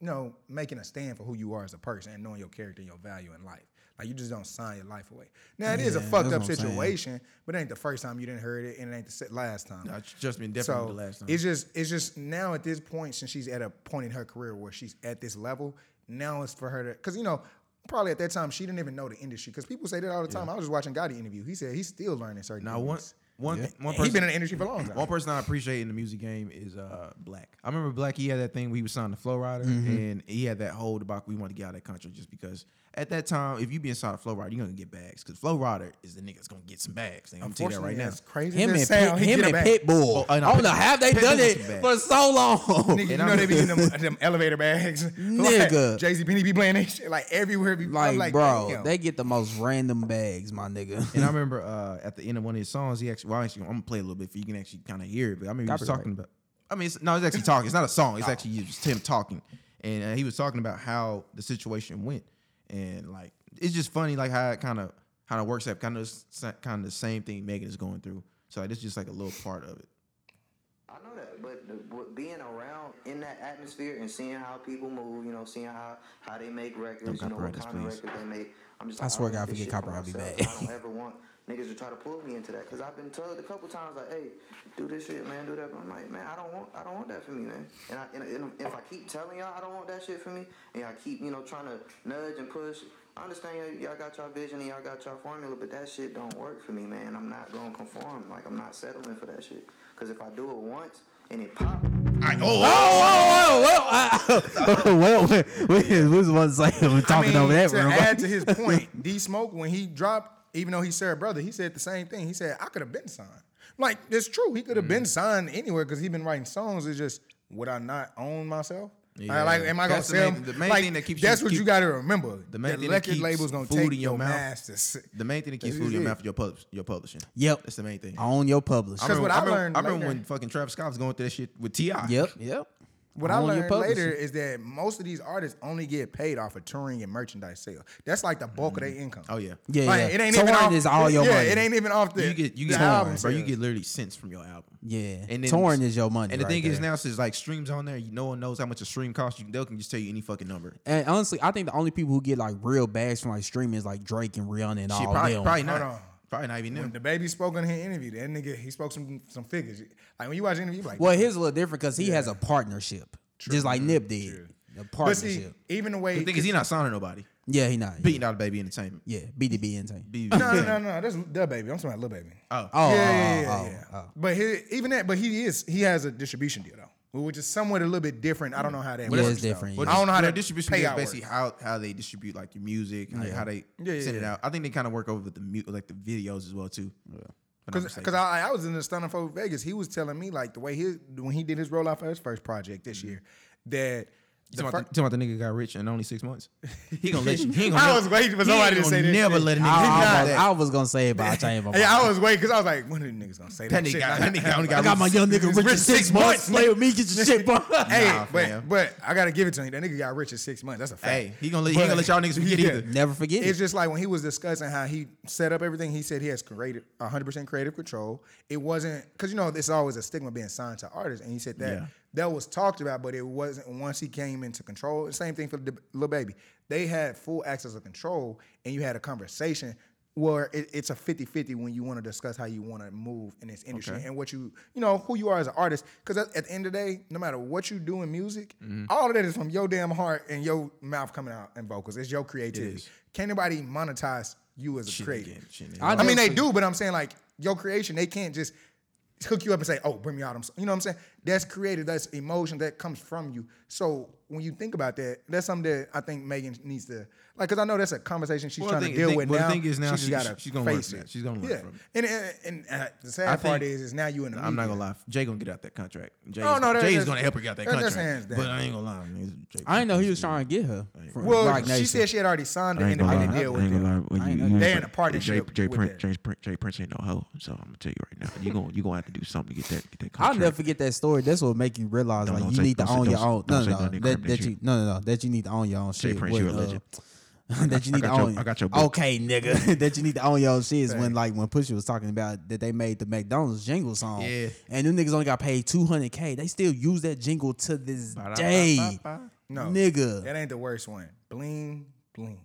[SPEAKER 1] you know, making a stand for who you are as a person and knowing your character and your value in life. Like you just don't sign your life away. Now it is a
[SPEAKER 2] Yeah,
[SPEAKER 1] fucked
[SPEAKER 2] that's
[SPEAKER 1] up
[SPEAKER 2] what I'm saying.
[SPEAKER 1] situation, but it ain't the first time you didn't heard it, and it ain't the se- last time.
[SPEAKER 3] Nah, it's just been
[SPEAKER 1] So
[SPEAKER 3] different the last time.
[SPEAKER 1] it's just it's just now at this point since she's at a point in her career where she's at this level now it's for her to because you know probably at that time she didn't even know the industry because people say that all the time I was just watching Gotti interview he said he's still learning certain
[SPEAKER 3] Now
[SPEAKER 1] things
[SPEAKER 3] one one one
[SPEAKER 1] he's
[SPEAKER 3] person
[SPEAKER 1] been in the industry for a long time
[SPEAKER 3] one person I appreciate in the music game is uh Black. I remember Black. He had that thing where he was signed to Flow Rider,
[SPEAKER 2] Mm-hmm.
[SPEAKER 3] and he had that whole debacle. We want to get out of that country just because at that time, if you being signed to Flow Rider, you're gonna get bags because Flow Rider is the nigga that's gonna get some bags. I'm telling you that
[SPEAKER 1] Unfortunately,
[SPEAKER 3] right now.
[SPEAKER 1] as crazy
[SPEAKER 2] him
[SPEAKER 1] as
[SPEAKER 2] and
[SPEAKER 1] it sound,
[SPEAKER 2] Pit,
[SPEAKER 1] he
[SPEAKER 2] him
[SPEAKER 1] get
[SPEAKER 2] and
[SPEAKER 1] back.
[SPEAKER 2] Pitbull.
[SPEAKER 3] Oh, and
[SPEAKER 2] I
[SPEAKER 3] I-
[SPEAKER 2] don't know how they
[SPEAKER 3] Pitbull
[SPEAKER 2] done
[SPEAKER 3] was
[SPEAKER 2] it
[SPEAKER 3] the best.
[SPEAKER 2] for so long.
[SPEAKER 1] Nigga, you
[SPEAKER 3] And
[SPEAKER 1] know
[SPEAKER 3] I'm-
[SPEAKER 1] they be in them, them elevator bags.
[SPEAKER 2] Nigga.
[SPEAKER 1] like, Jay Z Penny be playing that shit like everywhere. Be, I'm
[SPEAKER 2] like,
[SPEAKER 1] like
[SPEAKER 2] bro,
[SPEAKER 1] damn.
[SPEAKER 2] they get the most random bags, my nigga.
[SPEAKER 3] And I remember uh, at the end of one of his songs, he actually, well, actually, I'm gonna play a little bit for you can actually kind of hear it. But I remember he was
[SPEAKER 2] Copyright.
[SPEAKER 3] talking about. I mean, it's, no, it's actually talking. It's not a song. It's actually just him talking, and uh, he was talking about how the situation went, and like it's just funny, like how it kind of how it works out, kind of kind of the same thing Megan is going through. So like, it's just like a little part of it.
[SPEAKER 4] I know that, but the, but being around in that atmosphere and seeing how people move, you know, seeing how how they make records, you know, what
[SPEAKER 3] copyright us,
[SPEAKER 4] kind of
[SPEAKER 3] please.
[SPEAKER 4] records they make. I'm just
[SPEAKER 2] I
[SPEAKER 4] like,
[SPEAKER 2] swear
[SPEAKER 4] don't
[SPEAKER 2] to God,
[SPEAKER 4] make
[SPEAKER 2] if we get
[SPEAKER 4] this shit for
[SPEAKER 2] copyright, I'll be
[SPEAKER 4] myself.
[SPEAKER 2] mad.
[SPEAKER 4] I don't ever want niggas to try to pull me into that because I've been told a couple times like, hey, do this shit, man, do that. But I'm like, man, I don't want I don't want that for me, man. And, I, and, and if I keep telling y'all I don't want that shit for me, and I keep you know trying to nudge and push. I understand y'all, y'all got y'all vision and y'all got y'all formula, but that shit don't work for me, man. I'm not gonna conform. Like I'm not settling for that shit. Cause if I do it once and it pop,
[SPEAKER 3] I, oh,
[SPEAKER 2] oh, oh, oh, well, well, well, we was one second. We're talking
[SPEAKER 1] I mean,
[SPEAKER 2] over that
[SPEAKER 1] to
[SPEAKER 2] room.
[SPEAKER 1] add to his point, D Smoke when he dropped, even though he said brother, he said the same thing. He said I could have been signed. Like it's true, he could have
[SPEAKER 3] Mm.
[SPEAKER 1] been signed anywhere because he been writing songs. It's just would I not own myself?
[SPEAKER 3] Yeah.
[SPEAKER 1] Like, am I gonna
[SPEAKER 3] That's the
[SPEAKER 1] sell?
[SPEAKER 3] main- the main
[SPEAKER 1] like,
[SPEAKER 3] thing that keeps
[SPEAKER 1] that's
[SPEAKER 3] you-
[SPEAKER 1] what you
[SPEAKER 3] keep-
[SPEAKER 1] got to remember. The
[SPEAKER 3] main
[SPEAKER 1] main
[SPEAKER 3] thing that
[SPEAKER 1] record
[SPEAKER 3] keeps
[SPEAKER 1] label's gonna
[SPEAKER 3] food
[SPEAKER 1] take
[SPEAKER 3] in your
[SPEAKER 1] your
[SPEAKER 3] mouth.
[SPEAKER 1] masters.
[SPEAKER 3] the main thing that keeps
[SPEAKER 1] That's
[SPEAKER 3] food in your
[SPEAKER 1] it.
[SPEAKER 3] mouth is your pub, your publishing.
[SPEAKER 2] Yep.
[SPEAKER 3] that's the main thing.
[SPEAKER 2] Own your publisher.
[SPEAKER 3] I
[SPEAKER 1] 'Cause
[SPEAKER 3] remember,
[SPEAKER 1] what I
[SPEAKER 3] I remember,
[SPEAKER 1] learned
[SPEAKER 3] I remember
[SPEAKER 1] later-
[SPEAKER 3] when fucking Travis Scott was going through that shit with Ti.
[SPEAKER 2] Yep, yep.
[SPEAKER 1] What I
[SPEAKER 2] Own your
[SPEAKER 1] learned
[SPEAKER 2] publishing.
[SPEAKER 1] later is that most of these artists only get paid off of touring and merchandise sales. That's like the bulk of their income.
[SPEAKER 3] Oh yeah.
[SPEAKER 2] Yeah,
[SPEAKER 1] Like,
[SPEAKER 2] yeah.
[SPEAKER 1] it ain't
[SPEAKER 2] Touring
[SPEAKER 1] even off,
[SPEAKER 2] is all your
[SPEAKER 1] yeah,
[SPEAKER 2] money.
[SPEAKER 1] it ain't even off the
[SPEAKER 3] you get you
[SPEAKER 1] the
[SPEAKER 3] get
[SPEAKER 1] album
[SPEAKER 3] torn, bro. You
[SPEAKER 1] sales.
[SPEAKER 3] get literally cents from your album.
[SPEAKER 2] Yeah. Torn is your money
[SPEAKER 3] And the
[SPEAKER 2] right
[SPEAKER 3] thing is
[SPEAKER 2] there.
[SPEAKER 3] now since like streams on there, you- no one knows how much a stream costs. You they can just tell you any fucking number.
[SPEAKER 2] And honestly, I think the only people who get like real bags from like streaming is like Drake and Rihanna and
[SPEAKER 3] Shit,
[SPEAKER 2] all
[SPEAKER 3] probably
[SPEAKER 2] them.
[SPEAKER 3] probably
[SPEAKER 1] Hold
[SPEAKER 3] not.
[SPEAKER 1] on.
[SPEAKER 3] Probably not even
[SPEAKER 1] When
[SPEAKER 3] them.
[SPEAKER 1] the baby spoke on his interview, that nigga he spoke some some figures. Like when you watch the interview, you like
[SPEAKER 2] Well, his a little different because he has a partnership, just like Nip did.
[SPEAKER 1] but
[SPEAKER 2] A
[SPEAKER 1] see,
[SPEAKER 2] partnership.
[SPEAKER 1] even the way
[SPEAKER 3] The thing is, he not signing nobody.
[SPEAKER 2] yeah, he not.
[SPEAKER 3] Beating out a baby entertainment.
[SPEAKER 2] yeah, BDB entertainment.
[SPEAKER 3] B-
[SPEAKER 1] no, no, no, no, that's the baby. I'm talking about little baby.
[SPEAKER 3] Oh,
[SPEAKER 1] yeah,
[SPEAKER 2] Oh, oh,
[SPEAKER 1] yeah, yeah,
[SPEAKER 2] oh,
[SPEAKER 1] yeah.
[SPEAKER 2] oh, oh.
[SPEAKER 1] But he, even that, but he is he has a distribution deal though, which is somewhat a little bit different. I don't know how that.
[SPEAKER 2] Yeah,
[SPEAKER 1] works,
[SPEAKER 2] it's
[SPEAKER 1] though.
[SPEAKER 2] different,
[SPEAKER 1] I don't know how
[SPEAKER 3] their
[SPEAKER 1] that
[SPEAKER 3] distribution is
[SPEAKER 1] payout
[SPEAKER 3] basically
[SPEAKER 1] works.
[SPEAKER 3] how how they distribute like your music, how- how they
[SPEAKER 1] Yeah, yeah,
[SPEAKER 3] send it
[SPEAKER 1] yeah.
[SPEAKER 3] out. I think they kind of work over the mu- like the videos as well too.
[SPEAKER 1] Because I, I was in the stunning for Vegas. He was telling me like the way his when he did his rollout for his first project this year that.
[SPEAKER 3] Talking
[SPEAKER 1] the
[SPEAKER 3] Mm-hmm.
[SPEAKER 1] fir-
[SPEAKER 3] about, the, talking about the nigga got rich in only six months. He gonna let you. He ain't
[SPEAKER 1] I
[SPEAKER 3] gonna
[SPEAKER 1] was waiting for
[SPEAKER 3] he
[SPEAKER 1] somebody
[SPEAKER 3] ain't
[SPEAKER 1] to
[SPEAKER 3] gonna
[SPEAKER 1] say that
[SPEAKER 3] Never
[SPEAKER 1] shit.
[SPEAKER 3] let a nigga.
[SPEAKER 1] He
[SPEAKER 2] I,
[SPEAKER 1] got
[SPEAKER 2] almost,
[SPEAKER 1] that.
[SPEAKER 2] I was gonna say it, but I changed my
[SPEAKER 1] Hey,
[SPEAKER 2] mind.
[SPEAKER 1] I was waiting because I was like, one of these niggas gonna say that,
[SPEAKER 3] That nigga
[SPEAKER 1] shit.
[SPEAKER 3] got- that nigga only
[SPEAKER 2] I
[SPEAKER 3] got
[SPEAKER 2] got my young nigga
[SPEAKER 1] It's
[SPEAKER 2] rich in
[SPEAKER 1] rich
[SPEAKER 2] six
[SPEAKER 1] six months,
[SPEAKER 2] months. Play with me, get your shit, bro.
[SPEAKER 1] Hey,
[SPEAKER 3] Nah,
[SPEAKER 1] but
[SPEAKER 3] fam.
[SPEAKER 1] but I gotta give it to him. That nigga got rich at six months. That's a fact.
[SPEAKER 3] Hey, he gonna let, he ain't gonna let y'all niggas forget
[SPEAKER 1] Yeah.
[SPEAKER 3] either.
[SPEAKER 2] Never forget
[SPEAKER 1] It's
[SPEAKER 2] it.
[SPEAKER 1] just like when he was discussing how he set up everything. He said he has creative, 100 percent creative control. It wasn't because you know it's always a stigma being signed to artists, and he said that
[SPEAKER 3] Yeah.
[SPEAKER 1] that was talked about, but it wasn't once he came into control. Same thing for the little baby. They had full access of control, and you had a conversation where it, it's a 50-50 when you want to discuss how you want to move in this industry and what you you know who you are as an artist because at, at the end of the day no matter what you do in music
[SPEAKER 3] Mm-hmm.
[SPEAKER 1] all of that is from your damn heart and your mouth coming out in vocals it's your creativity can't nobody monetize you as a creator
[SPEAKER 3] Again, shit,
[SPEAKER 2] I
[SPEAKER 1] I mean,
[SPEAKER 2] know-
[SPEAKER 1] they do, but I'm saying like your creation, they can't just hook you up and say, "Oh, bring me out." I'm, so-" you know what I'm saying? That's creative. That's emotion that comes from you. So when you think about that, that's something that I think Megan needs to like, because I know that's a conversation she's
[SPEAKER 3] Well,
[SPEAKER 1] trying
[SPEAKER 3] the
[SPEAKER 1] to
[SPEAKER 3] thing-
[SPEAKER 1] deal
[SPEAKER 3] thing-
[SPEAKER 1] with
[SPEAKER 3] well, the
[SPEAKER 1] now.
[SPEAKER 3] thing is now
[SPEAKER 1] she just
[SPEAKER 3] she-
[SPEAKER 1] gotta
[SPEAKER 3] she's gonna learn
[SPEAKER 1] face
[SPEAKER 3] from
[SPEAKER 1] it.
[SPEAKER 3] that. She's gonna learn
[SPEAKER 1] yeah.
[SPEAKER 3] from it.
[SPEAKER 1] And and, and uh, the sad
[SPEAKER 3] I
[SPEAKER 1] part
[SPEAKER 3] think-
[SPEAKER 1] is, is now you in the.
[SPEAKER 3] I'm not
[SPEAKER 1] media.
[SPEAKER 3] gonna lie. Jay gonna get out that contract. Jay
[SPEAKER 1] Oh,
[SPEAKER 3] is-
[SPEAKER 1] no, that-
[SPEAKER 3] Jay is
[SPEAKER 1] that's-
[SPEAKER 3] gonna help her get out that
[SPEAKER 1] that- that's
[SPEAKER 3] contract.
[SPEAKER 1] hands down.
[SPEAKER 3] But I ain't gonna lie. nigga, Jay-
[SPEAKER 2] I didn't know he was trying to get her. From
[SPEAKER 1] Well,
[SPEAKER 2] Roc
[SPEAKER 1] she
[SPEAKER 2] Nation.
[SPEAKER 1] said she had already signed the
[SPEAKER 3] I ain't gonna
[SPEAKER 1] independent
[SPEAKER 3] lie.
[SPEAKER 1] deal
[SPEAKER 3] I
[SPEAKER 1] with
[SPEAKER 3] ain't
[SPEAKER 1] them.
[SPEAKER 3] gonna lie. Well,
[SPEAKER 2] I
[SPEAKER 3] you-
[SPEAKER 2] ain't
[SPEAKER 3] you
[SPEAKER 2] know
[SPEAKER 1] They
[SPEAKER 2] that.
[SPEAKER 1] in a partnership.
[SPEAKER 5] Jay, Jay,
[SPEAKER 1] with
[SPEAKER 5] Prince,
[SPEAKER 1] that.
[SPEAKER 5] Jay, Prince, Jay Prince ain't no hoe, so I'm gonna tell you right now. You gonna you gonna have to do something to get that get that
[SPEAKER 2] I'll
[SPEAKER 5] contract.
[SPEAKER 2] never forget that story. That's what make you realize
[SPEAKER 5] Don't-
[SPEAKER 2] like
[SPEAKER 5] don't
[SPEAKER 2] you
[SPEAKER 5] say-
[SPEAKER 2] need to
[SPEAKER 5] don't say-
[SPEAKER 2] own your
[SPEAKER 5] don't-
[SPEAKER 2] own.
[SPEAKER 5] don't
[SPEAKER 2] No,
[SPEAKER 5] say
[SPEAKER 2] no, no,
[SPEAKER 5] nothing
[SPEAKER 2] that,
[SPEAKER 5] incriminating
[SPEAKER 2] that you
[SPEAKER 5] you.
[SPEAKER 2] no, no, no, that you need to own your own shit.
[SPEAKER 5] Prince, you
[SPEAKER 2] when,
[SPEAKER 5] a
[SPEAKER 2] uh,
[SPEAKER 5] legend.
[SPEAKER 2] that you need
[SPEAKER 5] I
[SPEAKER 2] to
[SPEAKER 5] got your-
[SPEAKER 2] own.
[SPEAKER 5] I got your book.
[SPEAKER 2] Okay, nigga. that you need to own your own shit is when like when Pusha was talking about that they made the McDonald's jingle song.
[SPEAKER 3] Yeah.
[SPEAKER 2] And them niggas only got paid two hundred k. They still use that jingle to this day.
[SPEAKER 3] Ba-da-ba-ba-ba.
[SPEAKER 1] No,
[SPEAKER 2] nigga.
[SPEAKER 1] that ain't the worst one. Bling, bling.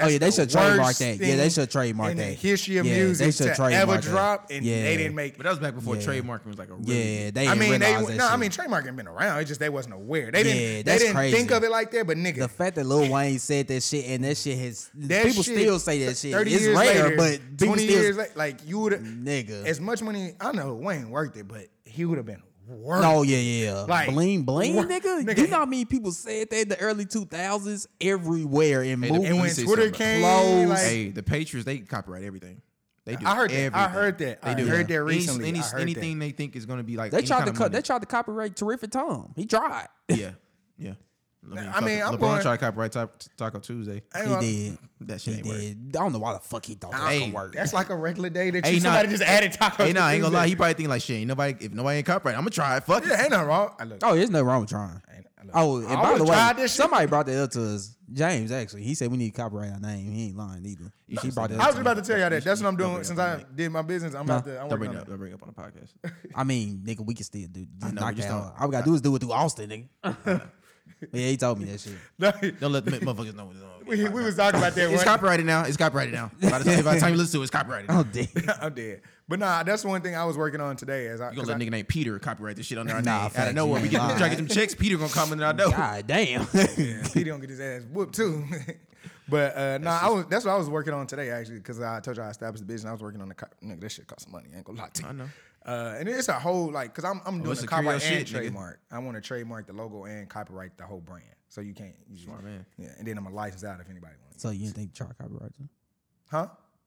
[SPEAKER 2] Oh, yeah, they
[SPEAKER 1] the
[SPEAKER 2] should trademark
[SPEAKER 1] worst
[SPEAKER 2] that. Yeah,
[SPEAKER 1] thing
[SPEAKER 2] they should trademark
[SPEAKER 1] in
[SPEAKER 2] that.
[SPEAKER 1] The history of
[SPEAKER 2] Yeah, they
[SPEAKER 1] music
[SPEAKER 2] should
[SPEAKER 1] to
[SPEAKER 2] trademark
[SPEAKER 1] ever
[SPEAKER 2] that.
[SPEAKER 1] drop, and
[SPEAKER 2] Yeah.
[SPEAKER 1] they didn't make.
[SPEAKER 3] But that was back before
[SPEAKER 2] Yeah.
[SPEAKER 3] trademarking was like a really
[SPEAKER 2] Yeah, they.
[SPEAKER 1] I
[SPEAKER 2] didn't
[SPEAKER 1] mean, they
[SPEAKER 2] realize
[SPEAKER 1] no. I
[SPEAKER 2] that shit.
[SPEAKER 1] mean, trademarking been around. It just they wasn't aware. They didn't.
[SPEAKER 2] Yeah,
[SPEAKER 1] they
[SPEAKER 2] that's
[SPEAKER 1] didn't
[SPEAKER 2] crazy.
[SPEAKER 1] think of it like that. But nigga,
[SPEAKER 2] The fact that Lil Wayne said that shit and that shit has
[SPEAKER 1] that
[SPEAKER 2] people
[SPEAKER 1] shit,
[SPEAKER 2] still say that shit.
[SPEAKER 1] Thirty
[SPEAKER 2] It's
[SPEAKER 1] years
[SPEAKER 2] rare,
[SPEAKER 1] later,
[SPEAKER 2] but people
[SPEAKER 1] twenty
[SPEAKER 2] still
[SPEAKER 1] years later, like you would
[SPEAKER 2] nigga.
[SPEAKER 1] as much money. I know Wayne worked it, but he would have been worth.
[SPEAKER 2] No, yeah, yeah.
[SPEAKER 1] Like,
[SPEAKER 2] bling, bling,
[SPEAKER 1] wha-
[SPEAKER 2] nigga.
[SPEAKER 1] nigga.
[SPEAKER 2] You know how many people said that in the early 2000s? Everywhere in
[SPEAKER 3] Hey, the-
[SPEAKER 2] movies.
[SPEAKER 1] And when
[SPEAKER 3] Let me say
[SPEAKER 1] Twitter
[SPEAKER 3] something
[SPEAKER 1] came,
[SPEAKER 2] about clothes.
[SPEAKER 1] like,
[SPEAKER 3] Hey, the Patriots, they copyright everything. They do
[SPEAKER 1] I heard that.
[SPEAKER 3] everything.
[SPEAKER 1] I heard that. I heard that recently.
[SPEAKER 3] Any,
[SPEAKER 1] I heard that.
[SPEAKER 3] anything they think is going to be like
[SPEAKER 2] they
[SPEAKER 3] any
[SPEAKER 2] tried
[SPEAKER 3] kind
[SPEAKER 2] to
[SPEAKER 3] of
[SPEAKER 2] cut,
[SPEAKER 3] money.
[SPEAKER 2] they tried to copyright Terrific Tom. He tried.
[SPEAKER 3] yeah, yeah.
[SPEAKER 1] I mean, I'm
[SPEAKER 3] LeBron
[SPEAKER 1] going-
[SPEAKER 3] tried to copyright Ta- Taco Tuesday.
[SPEAKER 1] I ain't
[SPEAKER 2] He
[SPEAKER 1] gonna-
[SPEAKER 2] did.
[SPEAKER 3] That
[SPEAKER 2] He
[SPEAKER 3] shit ain't work.
[SPEAKER 2] did. I don't know why the fuck he thought that
[SPEAKER 3] Hey,
[SPEAKER 2] could work.
[SPEAKER 1] That's like a regular day that you,
[SPEAKER 3] Hey, nah.
[SPEAKER 1] somebody just added tacos.
[SPEAKER 3] Hey, nah, I ain't gonna lie.
[SPEAKER 1] to
[SPEAKER 3] He probably think like shit. Ain't nobody. If nobody ain't copyright, I'm gonna try it. Fuck
[SPEAKER 1] Tuesday. yeah,
[SPEAKER 3] it.
[SPEAKER 1] ain't nothing wrong. I look,
[SPEAKER 2] Oh, there's nothing wrong with trying.
[SPEAKER 1] I ain't- I look.
[SPEAKER 2] Oh, and
[SPEAKER 1] I
[SPEAKER 2] by
[SPEAKER 1] would've
[SPEAKER 2] the
[SPEAKER 1] tried
[SPEAKER 2] way,
[SPEAKER 1] this shit.
[SPEAKER 2] somebody brought that up to us. James, actually. He said we need to copyright our name. He ain't lying either. He brought that
[SPEAKER 1] I was
[SPEAKER 2] up to
[SPEAKER 1] just
[SPEAKER 2] me.
[SPEAKER 1] about to tell y'all that. That's what I'm doing
[SPEAKER 3] bring
[SPEAKER 1] since
[SPEAKER 3] up
[SPEAKER 1] I did my business. I'm about to. I'm working
[SPEAKER 3] Don't bring
[SPEAKER 1] on
[SPEAKER 3] it
[SPEAKER 1] it.
[SPEAKER 3] up. Don't bring it up on the podcast.
[SPEAKER 2] I mean, nigga, we can still do just
[SPEAKER 3] know,
[SPEAKER 2] knock
[SPEAKER 3] we just
[SPEAKER 2] that out.
[SPEAKER 3] don't-
[SPEAKER 2] All we gotta do is do it through Austin, nigga. yeah, he told me that shit.
[SPEAKER 3] Don't let the motherfuckers know. it's on.
[SPEAKER 1] we, we was talking about that
[SPEAKER 3] It's
[SPEAKER 1] one.
[SPEAKER 3] copyrighted now. It's copyrighted now. By the time, by the time you listen to it, it's copyrighted.
[SPEAKER 2] Oh, damn.
[SPEAKER 1] I'm dead. But nah, that's one thing I was working on today. As I,
[SPEAKER 3] You gonna
[SPEAKER 1] 'cause
[SPEAKER 3] let a nigga named Peter copyright this shit under our
[SPEAKER 2] Nah,
[SPEAKER 3] name? Out
[SPEAKER 2] facts,
[SPEAKER 3] of nowhere,
[SPEAKER 2] you
[SPEAKER 3] we
[SPEAKER 2] ain't
[SPEAKER 3] get
[SPEAKER 2] lying.
[SPEAKER 3] try to get them checks. Peter gonna come in our door.
[SPEAKER 2] God damn.
[SPEAKER 1] I, he don't get his ass whooped too. but uh, nah, I was. That's what I was working on today actually, because I told you I established the business. I was working on the co- nigga. This shit costs some money. I ain't gonna lie to you. I
[SPEAKER 3] know.
[SPEAKER 1] Uh, and it's a whole like, cause I'm I'm doing
[SPEAKER 3] it's
[SPEAKER 1] the
[SPEAKER 3] a Creole
[SPEAKER 1] copyright and
[SPEAKER 3] shit, nigga.
[SPEAKER 1] trademark. I want to trademark the logo and copyright the whole brand, so you can't. You
[SPEAKER 3] Smart man.
[SPEAKER 1] Yeah, and then I'm gonna license out if anybody wants.
[SPEAKER 2] so you didn't think Char copyright them?
[SPEAKER 1] Huh?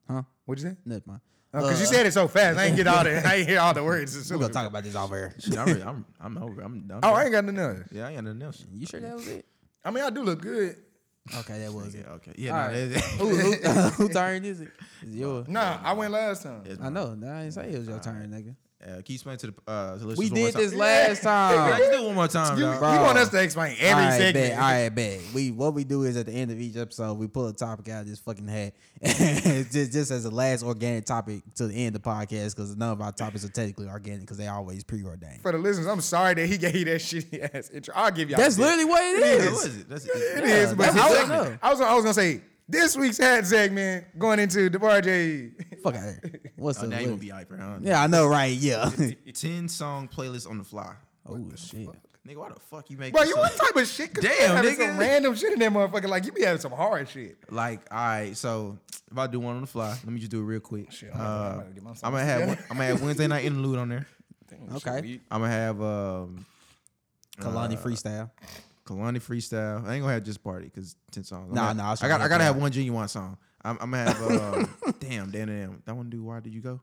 [SPEAKER 2] Huh?
[SPEAKER 1] What'd you say?
[SPEAKER 2] Never mind.
[SPEAKER 1] Because you said it so fast, I ain't get all the I ain't hear all the words. and
[SPEAKER 2] We're gonna
[SPEAKER 1] syllables.
[SPEAKER 2] talk about this off air.
[SPEAKER 3] Shit, I'm, ready. I'm, I'm over. I'm done.
[SPEAKER 1] Oh, I ain't got nothing else.
[SPEAKER 3] yeah, I ain't got nothing else.
[SPEAKER 2] You sure that was it?
[SPEAKER 1] I mean, I do look good.
[SPEAKER 2] Okay, that was
[SPEAKER 3] Yeah,
[SPEAKER 2] it.
[SPEAKER 3] okay. Yeah, no, that-
[SPEAKER 2] Who, who, who turn is it? It's yours.
[SPEAKER 1] Nah, I went last time.
[SPEAKER 3] that's
[SPEAKER 2] I
[SPEAKER 3] mine.
[SPEAKER 2] know. Nah, I didn't say it was your turn, nigga.
[SPEAKER 3] Uh, can you explain to the uh, to the
[SPEAKER 2] We
[SPEAKER 3] listeners one
[SPEAKER 2] did
[SPEAKER 3] more
[SPEAKER 2] this last
[SPEAKER 3] time? Can I
[SPEAKER 2] time.
[SPEAKER 3] just do it one more time,
[SPEAKER 1] You, you
[SPEAKER 3] dog?
[SPEAKER 1] want us to explain every
[SPEAKER 2] all right,
[SPEAKER 1] segment?
[SPEAKER 2] Bet, all right, bet. We what we do is at the end of each episode, we pull a topic out of this fucking hat, just just as a last organic topic to the end of the podcast, because none of our topics are technically organic because they always preordained.
[SPEAKER 1] For the listeners, I'm sorry that he gave you that shitty ass intro. I'll give y'all.
[SPEAKER 2] That's
[SPEAKER 1] this.
[SPEAKER 2] literally what it
[SPEAKER 3] What
[SPEAKER 2] is.
[SPEAKER 3] was it? That's
[SPEAKER 1] It
[SPEAKER 3] it.
[SPEAKER 1] is,
[SPEAKER 2] Yeah,
[SPEAKER 1] but
[SPEAKER 2] that's
[SPEAKER 1] I
[SPEAKER 2] his
[SPEAKER 1] was,
[SPEAKER 2] segment.
[SPEAKER 1] I was I was gonna say this week's hat segment going into DeBar J.
[SPEAKER 2] Fuck out here. What's
[SPEAKER 3] Oh,
[SPEAKER 2] the
[SPEAKER 3] now you
[SPEAKER 2] what-
[SPEAKER 3] gonna be hyper, huh?
[SPEAKER 2] Yeah, I know, right? Yeah.
[SPEAKER 3] Ten song playlist on the fly.
[SPEAKER 2] oh shit.
[SPEAKER 3] Nigga, why the fuck you make?
[SPEAKER 1] Bro,
[SPEAKER 3] this
[SPEAKER 1] you
[SPEAKER 3] up?
[SPEAKER 1] what type of shit? 'Cause you
[SPEAKER 3] Damn,
[SPEAKER 1] having some
[SPEAKER 3] nigga.
[SPEAKER 1] random shit in that motherfucker. Like you be having some hard shit.
[SPEAKER 3] like all right so if i do one on the fly let me just do it real quick
[SPEAKER 1] Shit,
[SPEAKER 3] uh,
[SPEAKER 1] I'm
[SPEAKER 3] i'm
[SPEAKER 1] gonna-
[SPEAKER 3] gonna,
[SPEAKER 1] I'm gonna get
[SPEAKER 3] have one- i'm gonna have wednesday night interlude on there
[SPEAKER 2] Okay.
[SPEAKER 3] i'm gonna have um
[SPEAKER 2] Kalani freestyle.
[SPEAKER 3] Kalani freestyle i ain't gonna have just party because 10 songs I'm
[SPEAKER 2] Nah,
[SPEAKER 3] gonna-
[SPEAKER 2] nah, I was
[SPEAKER 3] i
[SPEAKER 2] trying
[SPEAKER 3] got
[SPEAKER 2] to
[SPEAKER 3] i gotta
[SPEAKER 2] get
[SPEAKER 3] have one genuine song i'm, I'm gonna have um damn damn damn that one do why did you go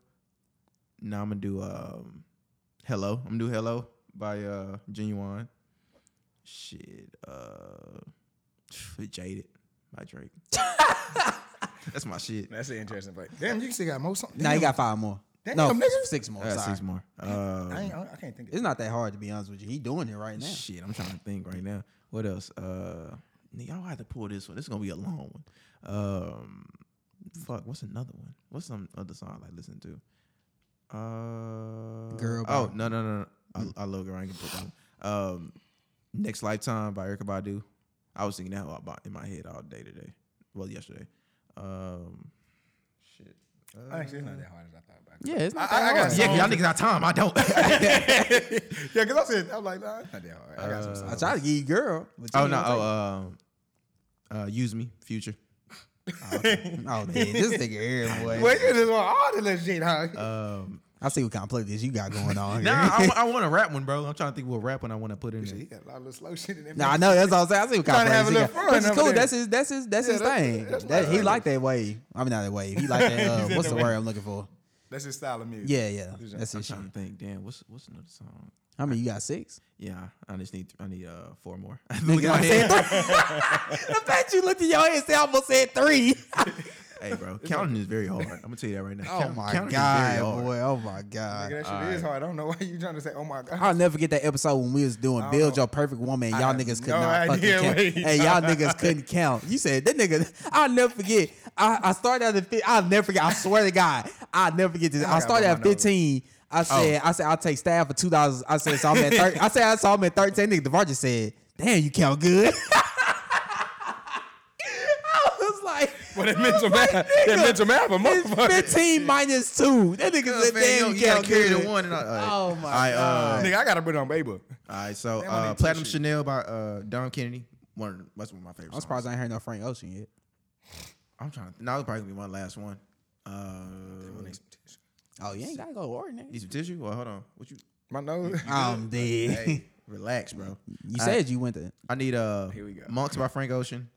[SPEAKER 3] no i'm gonna do um hello i'm gonna do hello by uh genuine shit uh jaded by drake that's my shit
[SPEAKER 1] That's an interesting play. Damn, you still got most. Songs.
[SPEAKER 2] Now you got five more.
[SPEAKER 1] Damn,
[SPEAKER 2] no,
[SPEAKER 1] nigga.
[SPEAKER 2] f- six more.
[SPEAKER 3] I got
[SPEAKER 2] sorry.
[SPEAKER 3] Uh, six more.
[SPEAKER 1] I,
[SPEAKER 3] Uh,
[SPEAKER 1] ain't, I can't think. Of
[SPEAKER 2] It's not that hard to be honest with you. He doing it right now.
[SPEAKER 3] shit, I'm trying to think right now. What else? Uh, nigga, I'll have to pull this one. This is gonna be a long one. Um, fuck, what's another one? What's some other song I like listen to? Uh,
[SPEAKER 2] Girl by-
[SPEAKER 3] Oh no no no! no. I, I love girl. I ain't gonna put that. One. Um, next lifetime by Erica Badu. I was thinking that about in my head all day today. Well, yesterday. Um, Shit.
[SPEAKER 1] Actually, it's not that hard as I thought back.
[SPEAKER 2] Yeah, it's not
[SPEAKER 1] I- I- I
[SPEAKER 2] that
[SPEAKER 1] got
[SPEAKER 2] hard.
[SPEAKER 1] some-
[SPEAKER 3] Yeah, 'cause y'all niggas got time. I don't.
[SPEAKER 1] Yeah, because I said, I'm like, nah, it's not that hard. I got some
[SPEAKER 2] Uh, I
[SPEAKER 1] songs.
[SPEAKER 2] tried to give you girl. but you
[SPEAKER 3] oh no.
[SPEAKER 2] didn't
[SPEAKER 3] Oh, um, uh, use me, future.
[SPEAKER 2] take it. oh man, this nigga here, boy.
[SPEAKER 1] Well, you just want all the little shit, huh?
[SPEAKER 2] Uh,
[SPEAKER 3] Um,
[SPEAKER 2] I see what kind of playlist you got going on.
[SPEAKER 3] nah,
[SPEAKER 2] here.
[SPEAKER 3] I, wa- I want to rap one, bro. I'm trying to think what rap one I want to put in
[SPEAKER 1] Shit, he
[SPEAKER 3] there.
[SPEAKER 1] got a lot of little slow shit in there.
[SPEAKER 2] Nah, I know that's all I'm saying. I see what kind
[SPEAKER 1] Tryna have a
[SPEAKER 2] of playlist
[SPEAKER 1] little
[SPEAKER 2] he got.
[SPEAKER 1] fun
[SPEAKER 2] Which is
[SPEAKER 1] over
[SPEAKER 2] cool.
[SPEAKER 1] there.
[SPEAKER 2] That's his. That's his. That's
[SPEAKER 1] Yeah,
[SPEAKER 2] his
[SPEAKER 1] that's-
[SPEAKER 2] thing.
[SPEAKER 1] that's
[SPEAKER 2] That-
[SPEAKER 1] my
[SPEAKER 2] he
[SPEAKER 1] thing.
[SPEAKER 2] like that wave. I mean, not that wave. He like that. Uh,
[SPEAKER 1] said
[SPEAKER 2] what's the
[SPEAKER 1] the
[SPEAKER 2] word
[SPEAKER 1] wave.
[SPEAKER 2] I'm looking for?
[SPEAKER 1] That's his style of music.
[SPEAKER 2] Yeah, yeah.
[SPEAKER 1] He's
[SPEAKER 2] That's
[SPEAKER 3] I'm
[SPEAKER 2] his shit.
[SPEAKER 3] trying to think. Damn, what's what's another song?
[SPEAKER 2] I mean, you got six.
[SPEAKER 3] Yeah, I just need I need uh four more.
[SPEAKER 2] Look
[SPEAKER 3] Look at my head.
[SPEAKER 2] the fact you looked at your head and said, I almost said three.
[SPEAKER 3] Hey, bro, counting is very hard. I'm gonna tell you that right now.
[SPEAKER 2] oh
[SPEAKER 3] Count-
[SPEAKER 2] my
[SPEAKER 3] counting is very
[SPEAKER 2] god,
[SPEAKER 3] hard.
[SPEAKER 2] boy. Oh my god.
[SPEAKER 1] Nigga, that shit is hard. I don't know why you trying to say, oh my God.
[SPEAKER 2] I'll never get that episode when we was doing
[SPEAKER 1] don't
[SPEAKER 2] build
[SPEAKER 1] know.
[SPEAKER 2] your perfect woman. and
[SPEAKER 1] I
[SPEAKER 2] Y'all
[SPEAKER 1] have
[SPEAKER 2] niggas could
[SPEAKER 1] no
[SPEAKER 2] not fucking
[SPEAKER 1] idea
[SPEAKER 2] count.
[SPEAKER 1] what he
[SPEAKER 2] Hey, y'all
[SPEAKER 1] talking
[SPEAKER 2] niggas couldn't count. You said that nigga. I'll never forget. I, I started out at fif- I'll never forget. I swear to God, I'll never forget
[SPEAKER 1] I
[SPEAKER 2] this. I,
[SPEAKER 1] gotta
[SPEAKER 2] started
[SPEAKER 1] blow
[SPEAKER 2] at
[SPEAKER 1] my nose.
[SPEAKER 2] fifteen.
[SPEAKER 1] Oh.
[SPEAKER 2] I said, I said, I'll take staff for two dollars. I said, so I'm at thir- I said, I saw him at thirteen. Nigga, DeVar just said, "Damn, you count good." I was like,
[SPEAKER 1] Well, that mental math, that
[SPEAKER 2] nigga,
[SPEAKER 1] mental math, a
[SPEAKER 2] it's
[SPEAKER 1] motherfucker.
[SPEAKER 2] fifteen minus two. That nigga said,
[SPEAKER 3] Man, you
[SPEAKER 2] "Damn,
[SPEAKER 3] don't-
[SPEAKER 2] you
[SPEAKER 3] you gotta
[SPEAKER 2] count
[SPEAKER 3] carry
[SPEAKER 2] good."
[SPEAKER 3] the one. And I, all
[SPEAKER 2] Oh
[SPEAKER 3] right.
[SPEAKER 2] my
[SPEAKER 3] I, uh,
[SPEAKER 1] Nigga, I gotta put it on paper.
[SPEAKER 3] all right, so
[SPEAKER 1] I
[SPEAKER 3] uh,
[SPEAKER 1] need
[SPEAKER 3] Platinum
[SPEAKER 1] tissue.
[SPEAKER 3] Chanel by uh, Don Kennedy. One, that's one of my favorite.
[SPEAKER 2] I'm
[SPEAKER 3] songs.
[SPEAKER 2] surprised I ain't heard no Frank Ocean yet.
[SPEAKER 3] I'm trying. To, now that probably gonna be my last one. Uh,
[SPEAKER 2] Oh, you ain't gotta go ordinary.
[SPEAKER 3] need some tissue? Well, hold on. What you?
[SPEAKER 1] My nose.
[SPEAKER 2] I'm dead.
[SPEAKER 3] Hey, relax, bro.
[SPEAKER 2] Um, you
[SPEAKER 3] I-
[SPEAKER 2] said you went to.
[SPEAKER 3] I need uh
[SPEAKER 1] Here we go.
[SPEAKER 3] Monks by Frank Ocean.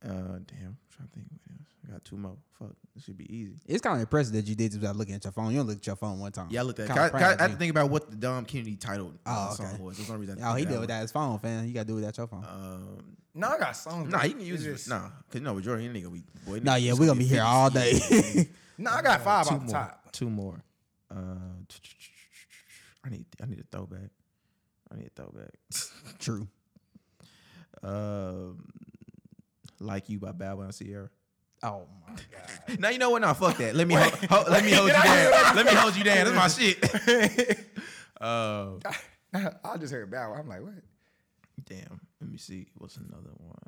[SPEAKER 3] Uh, damn. I'm trying to think. What else. I got two more. Fuck. This should be easy.
[SPEAKER 2] It's kind of impressive that you did this without looking at your phone. You don't look at your phone one time.
[SPEAKER 3] Yeah, I looked at.
[SPEAKER 2] Kinda
[SPEAKER 3] I,
[SPEAKER 2] proud
[SPEAKER 3] I,
[SPEAKER 2] of
[SPEAKER 3] I had
[SPEAKER 2] you.
[SPEAKER 3] to think about what the Dom Kennedy title
[SPEAKER 2] Oh,
[SPEAKER 3] uh,
[SPEAKER 2] okay.
[SPEAKER 3] song was. That's the only reason. I
[SPEAKER 2] Oh, he
[SPEAKER 3] did
[SPEAKER 2] did without his phone, fam. You gotta do it without your phone.
[SPEAKER 3] Um,
[SPEAKER 1] No, I got songs.
[SPEAKER 3] nah,
[SPEAKER 1] bro.
[SPEAKER 3] he can use
[SPEAKER 1] It's
[SPEAKER 3] it.
[SPEAKER 1] just-
[SPEAKER 3] Nah, cause no, Jordan, he ain't gonna be. Boy,
[SPEAKER 2] no, yeah,
[SPEAKER 3] it's
[SPEAKER 2] we're gonna be here
[SPEAKER 3] 50.
[SPEAKER 2] all day.
[SPEAKER 1] Nah, I got five
[SPEAKER 3] two
[SPEAKER 1] off the
[SPEAKER 3] more.
[SPEAKER 1] top.
[SPEAKER 3] Two more. Uh, I need I need a throwback. I need a throwback.
[SPEAKER 2] True.
[SPEAKER 3] um, like you by Bow Wow and Sierra.
[SPEAKER 2] Oh my god.
[SPEAKER 3] Now you know what? Nah, fuck that. Let me ho- ho- let me hold you down. Let me hold you down. That's my shit. uh,
[SPEAKER 1] I just heard Bow. Wow. I'm like, what?
[SPEAKER 3] damn. Let me see. What's another one?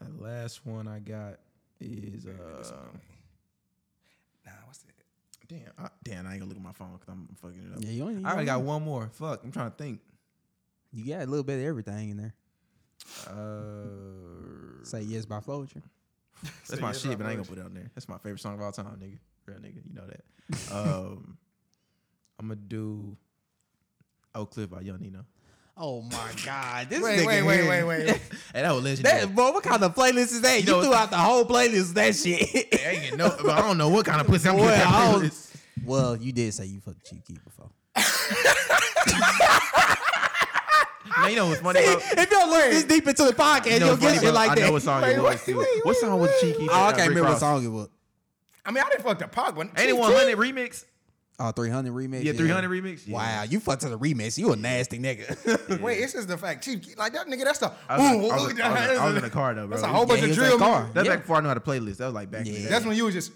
[SPEAKER 3] The last one I got is uh.
[SPEAKER 1] Nah, what's that?
[SPEAKER 3] Damn, I, damn, I ain't gonna look at my phone because I'm fucking it up.
[SPEAKER 2] Yeah, you only- you
[SPEAKER 3] I
[SPEAKER 2] only-
[SPEAKER 3] already got one more. Fuck, I'm trying to think.
[SPEAKER 2] You got a little bit of everything in there.
[SPEAKER 3] Uh,
[SPEAKER 2] Say yes by Floature.
[SPEAKER 3] That's
[SPEAKER 1] So
[SPEAKER 3] my
[SPEAKER 1] yes,
[SPEAKER 3] shit,
[SPEAKER 1] I'm
[SPEAKER 3] but I ain't
[SPEAKER 1] with
[SPEAKER 3] gonna put it on there. That's my favorite song of all time, nigga. Real nigga, you know that. um, I'm gonna do Oak Cliff by Young Nino.
[SPEAKER 2] Oh my god. This
[SPEAKER 1] Wait,
[SPEAKER 2] nigga
[SPEAKER 1] wait, wait,
[SPEAKER 2] here.
[SPEAKER 1] wait, wait, wait.
[SPEAKER 3] Hey, that was legendary.
[SPEAKER 2] That, boy, what kind of playlist is that? You,
[SPEAKER 3] know-
[SPEAKER 2] threw out the whole playlist of that shit.
[SPEAKER 3] I ain't get no, but I don't know what kind of pussy I'm
[SPEAKER 2] Boy,
[SPEAKER 3] getting. that
[SPEAKER 2] I don't-
[SPEAKER 3] playlist.
[SPEAKER 2] well, you did say you fucked Chief Keef before.
[SPEAKER 3] Man, you know what's funny?
[SPEAKER 2] See,
[SPEAKER 3] About,
[SPEAKER 2] if you don't look this deep into the podcast,
[SPEAKER 3] you know
[SPEAKER 2] you'll
[SPEAKER 3] what's funny
[SPEAKER 2] get shit
[SPEAKER 3] about-
[SPEAKER 2] like
[SPEAKER 3] I
[SPEAKER 2] that.
[SPEAKER 3] know what song it
[SPEAKER 1] Wait,
[SPEAKER 3] was.
[SPEAKER 1] wait,
[SPEAKER 3] too.
[SPEAKER 1] wait,
[SPEAKER 3] What song was
[SPEAKER 1] wait,
[SPEAKER 3] Cheeky?
[SPEAKER 1] wait.
[SPEAKER 2] Oh, I
[SPEAKER 3] Rick
[SPEAKER 2] can't remember what
[SPEAKER 3] Ross.
[SPEAKER 2] song it was.
[SPEAKER 1] I mean, I didn't fuck the pop one.
[SPEAKER 3] Ain't it 100 remix?
[SPEAKER 2] Oh, 300 remix?
[SPEAKER 3] Yeah, 300 remix. Yeah.
[SPEAKER 2] Wow, you fucked to the remix. You a nasty nigga.
[SPEAKER 1] Wait, it's just the fact, Chief. Keef- Like that nigga, that's the. Ooh,
[SPEAKER 3] I was, like- I,
[SPEAKER 1] ooh,
[SPEAKER 3] was, I, was, I was in the car though, bro.
[SPEAKER 1] That's a whole bunch
[SPEAKER 2] Yeah, he
[SPEAKER 1] of
[SPEAKER 2] was
[SPEAKER 1] drill.
[SPEAKER 2] in the car.
[SPEAKER 1] music.
[SPEAKER 3] That's
[SPEAKER 2] Yeah.
[SPEAKER 3] back before I knew how to play list. That was like back. in the
[SPEAKER 2] Yeah.
[SPEAKER 3] day.
[SPEAKER 1] That's when you was just.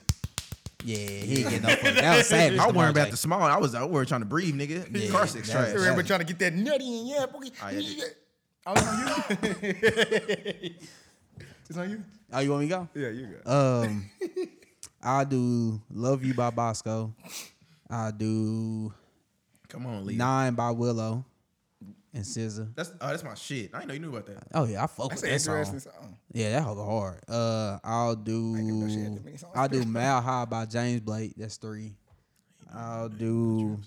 [SPEAKER 2] yeah, he ain't getting no fuck. That was savage.
[SPEAKER 3] I
[SPEAKER 2] to
[SPEAKER 3] was worried about
[SPEAKER 2] Marjay.
[SPEAKER 3] the small. I was out worried trying to breathe, nigga.
[SPEAKER 2] Yeah,
[SPEAKER 3] Car six
[SPEAKER 2] that-
[SPEAKER 3] trash.
[SPEAKER 2] that-
[SPEAKER 1] Remember trying to get that nutty and yeah, boogie.
[SPEAKER 3] I had it.
[SPEAKER 1] I was on you. it's on you.
[SPEAKER 2] Oh, you want me to
[SPEAKER 1] Yeah, you go.
[SPEAKER 2] go? Um, I do Love You by Bosco. I do
[SPEAKER 3] Come on, Lee.
[SPEAKER 2] Nine by Willow and SZA.
[SPEAKER 3] That's oh, that's my shit. I didn't know you knew about that.
[SPEAKER 2] Oh, yeah, I fuck with
[SPEAKER 1] That's an
[SPEAKER 2] that
[SPEAKER 1] interesting
[SPEAKER 2] song.
[SPEAKER 1] song.
[SPEAKER 2] Yeah, that hug hard. Uh, I'll
[SPEAKER 1] know she had
[SPEAKER 2] do
[SPEAKER 1] that many songs.
[SPEAKER 2] I'll do Mile High by James Blake. That's three. I'll do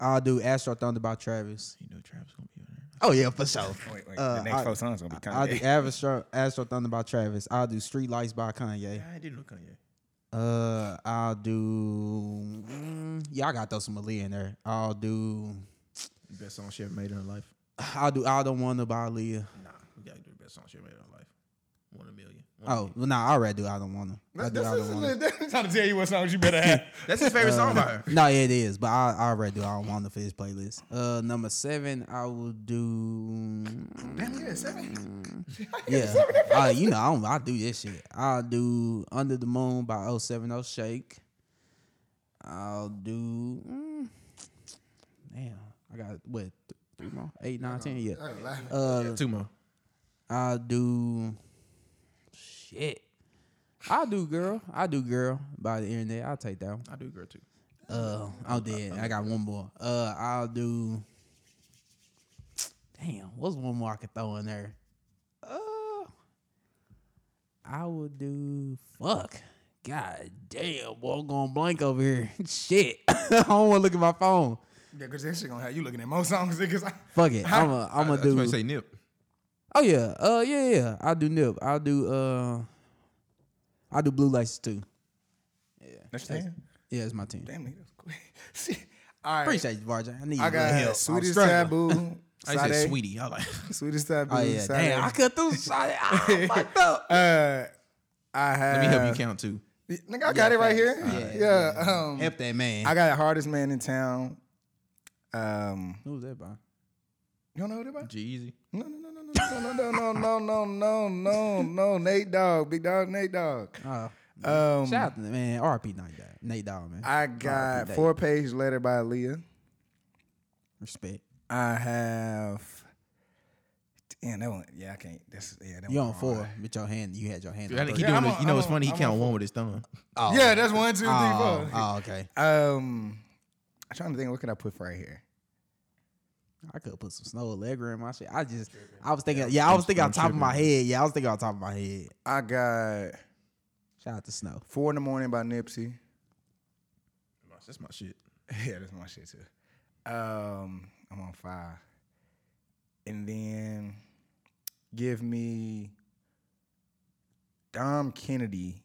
[SPEAKER 2] I'll do Astro Thunder by Travis.
[SPEAKER 3] You know Travis gonna be on there.
[SPEAKER 2] Oh yeah, for sure.
[SPEAKER 1] Wait, wait.
[SPEAKER 2] Uh,
[SPEAKER 1] the next
[SPEAKER 2] I-
[SPEAKER 1] four songs gonna be kind
[SPEAKER 2] I'll do Astro, Astro Thunder by Travis. I'll do Street Lights by Kanye.
[SPEAKER 3] I didn't know Kanye.
[SPEAKER 2] Uh, I'll do. Mm, yeah, I got to throw some Aaliyah in there. I'll do.
[SPEAKER 3] Best song she ever made in her life.
[SPEAKER 2] I'll do. I don't want to by Aaliyah.
[SPEAKER 3] Nah, we gotta do the best song she ever made in her life. One in a million. One-
[SPEAKER 2] Oh, well, nah, I already do. I don't want to. I
[SPEAKER 1] That's,
[SPEAKER 2] do. I
[SPEAKER 1] that's,
[SPEAKER 2] don't want to.
[SPEAKER 1] I'm trying to tell you what songs you better have.
[SPEAKER 3] That's his favorite song by her.
[SPEAKER 2] No, yeah, it is, but I, I already do. I don't want to for this playlist. Uh, number seven, I will do.
[SPEAKER 1] Damn, yeah, seven.
[SPEAKER 2] Yeah, uh, you know, I don't. I do this shit. I'll do Under the Moon by 070 Shake. I'll do. Mm, damn, I got what th- three more, eight, nine, ten. Yeah, uh,
[SPEAKER 3] Two more.
[SPEAKER 2] I'll do shit. I do, girl. I do, girl. By the internet, I'll take that one.
[SPEAKER 3] I do girl too.
[SPEAKER 2] Uh, I'm dead. I got one more. Uh, I'll do. Damn, what's one more I could throw in there? Uh, I would do. Fuck. God damn, boy, I'm going blank over here. Shit, I don't want to look at my phone.
[SPEAKER 1] Yeah, because that shit gonna have you looking at most songs niggas.
[SPEAKER 2] Fuck it, I'm a, I'm
[SPEAKER 3] I,
[SPEAKER 2] gonna
[SPEAKER 3] I was
[SPEAKER 2] do.
[SPEAKER 3] gonna say nip.
[SPEAKER 2] oh yeah, uh, yeah, yeah. I'll do nip. I'll do. Uh, I'll do blue lights too.
[SPEAKER 1] That's ten.
[SPEAKER 2] Yeah, it's my team.
[SPEAKER 1] Damn, nigga, that's quick. See, all right.
[SPEAKER 2] Appreciate you, Barja. I need
[SPEAKER 1] I
[SPEAKER 2] your
[SPEAKER 1] got
[SPEAKER 2] help. I'm
[SPEAKER 1] sweetest
[SPEAKER 2] struggling.
[SPEAKER 1] taboo.
[SPEAKER 3] I said
[SPEAKER 1] Sade.
[SPEAKER 3] sweetie. I like.
[SPEAKER 1] Sweetest taboo.
[SPEAKER 2] Oh yeah,
[SPEAKER 1] Sade.
[SPEAKER 2] damn! I cut through. Sorry, I fucked up.
[SPEAKER 1] Uh, I have.
[SPEAKER 3] Let me help you count too.
[SPEAKER 1] Nigga, I got it right here. Yeah. Um,
[SPEAKER 2] Help that man.
[SPEAKER 1] I got hardest man in town. Um,
[SPEAKER 2] Who was that by?
[SPEAKER 1] you don't know who that is?
[SPEAKER 3] G Easy.
[SPEAKER 1] No, no, no, no, no, no, no, no, no, no, no, no, no, Nate Dog, Big Dog, Nate Dog.
[SPEAKER 2] Oh,
[SPEAKER 1] Um,
[SPEAKER 2] shout out to the man. RP Nate Dog. Nate Dog, man.
[SPEAKER 1] I got four page letter by Leah.
[SPEAKER 2] Respect.
[SPEAKER 1] I have. Damn, that one. Yeah, I can't. That's yeah. That
[SPEAKER 2] You
[SPEAKER 1] one
[SPEAKER 2] on
[SPEAKER 1] hard.
[SPEAKER 2] four with your hand? You had your hand.
[SPEAKER 3] I
[SPEAKER 2] on
[SPEAKER 3] think
[SPEAKER 2] three.
[SPEAKER 3] he
[SPEAKER 1] Yeah, I'm
[SPEAKER 3] doing. it-
[SPEAKER 1] on-
[SPEAKER 3] you know,
[SPEAKER 1] I'm
[SPEAKER 3] it's
[SPEAKER 1] on-
[SPEAKER 3] funny. He
[SPEAKER 1] I'm
[SPEAKER 3] count
[SPEAKER 1] on
[SPEAKER 3] one with his thumb.
[SPEAKER 2] Oh,
[SPEAKER 1] Yeah, that's one, two, three,
[SPEAKER 2] Oh,
[SPEAKER 1] four.
[SPEAKER 2] oh, okay.
[SPEAKER 1] Um, I'm trying to think. What can I put right here?
[SPEAKER 2] I could put some snow Allegra in my shit. I just, I was thinking. Yeah, I was thinking on top of my head. Yeah, I was thinking on top of my head.
[SPEAKER 1] I got
[SPEAKER 2] Shout out to Snow.
[SPEAKER 1] Four in the Morning by Nipsey.
[SPEAKER 3] That's my shit.
[SPEAKER 1] Yeah, that's my shit too. Um, I'm on five, and then give me Dom Kennedy.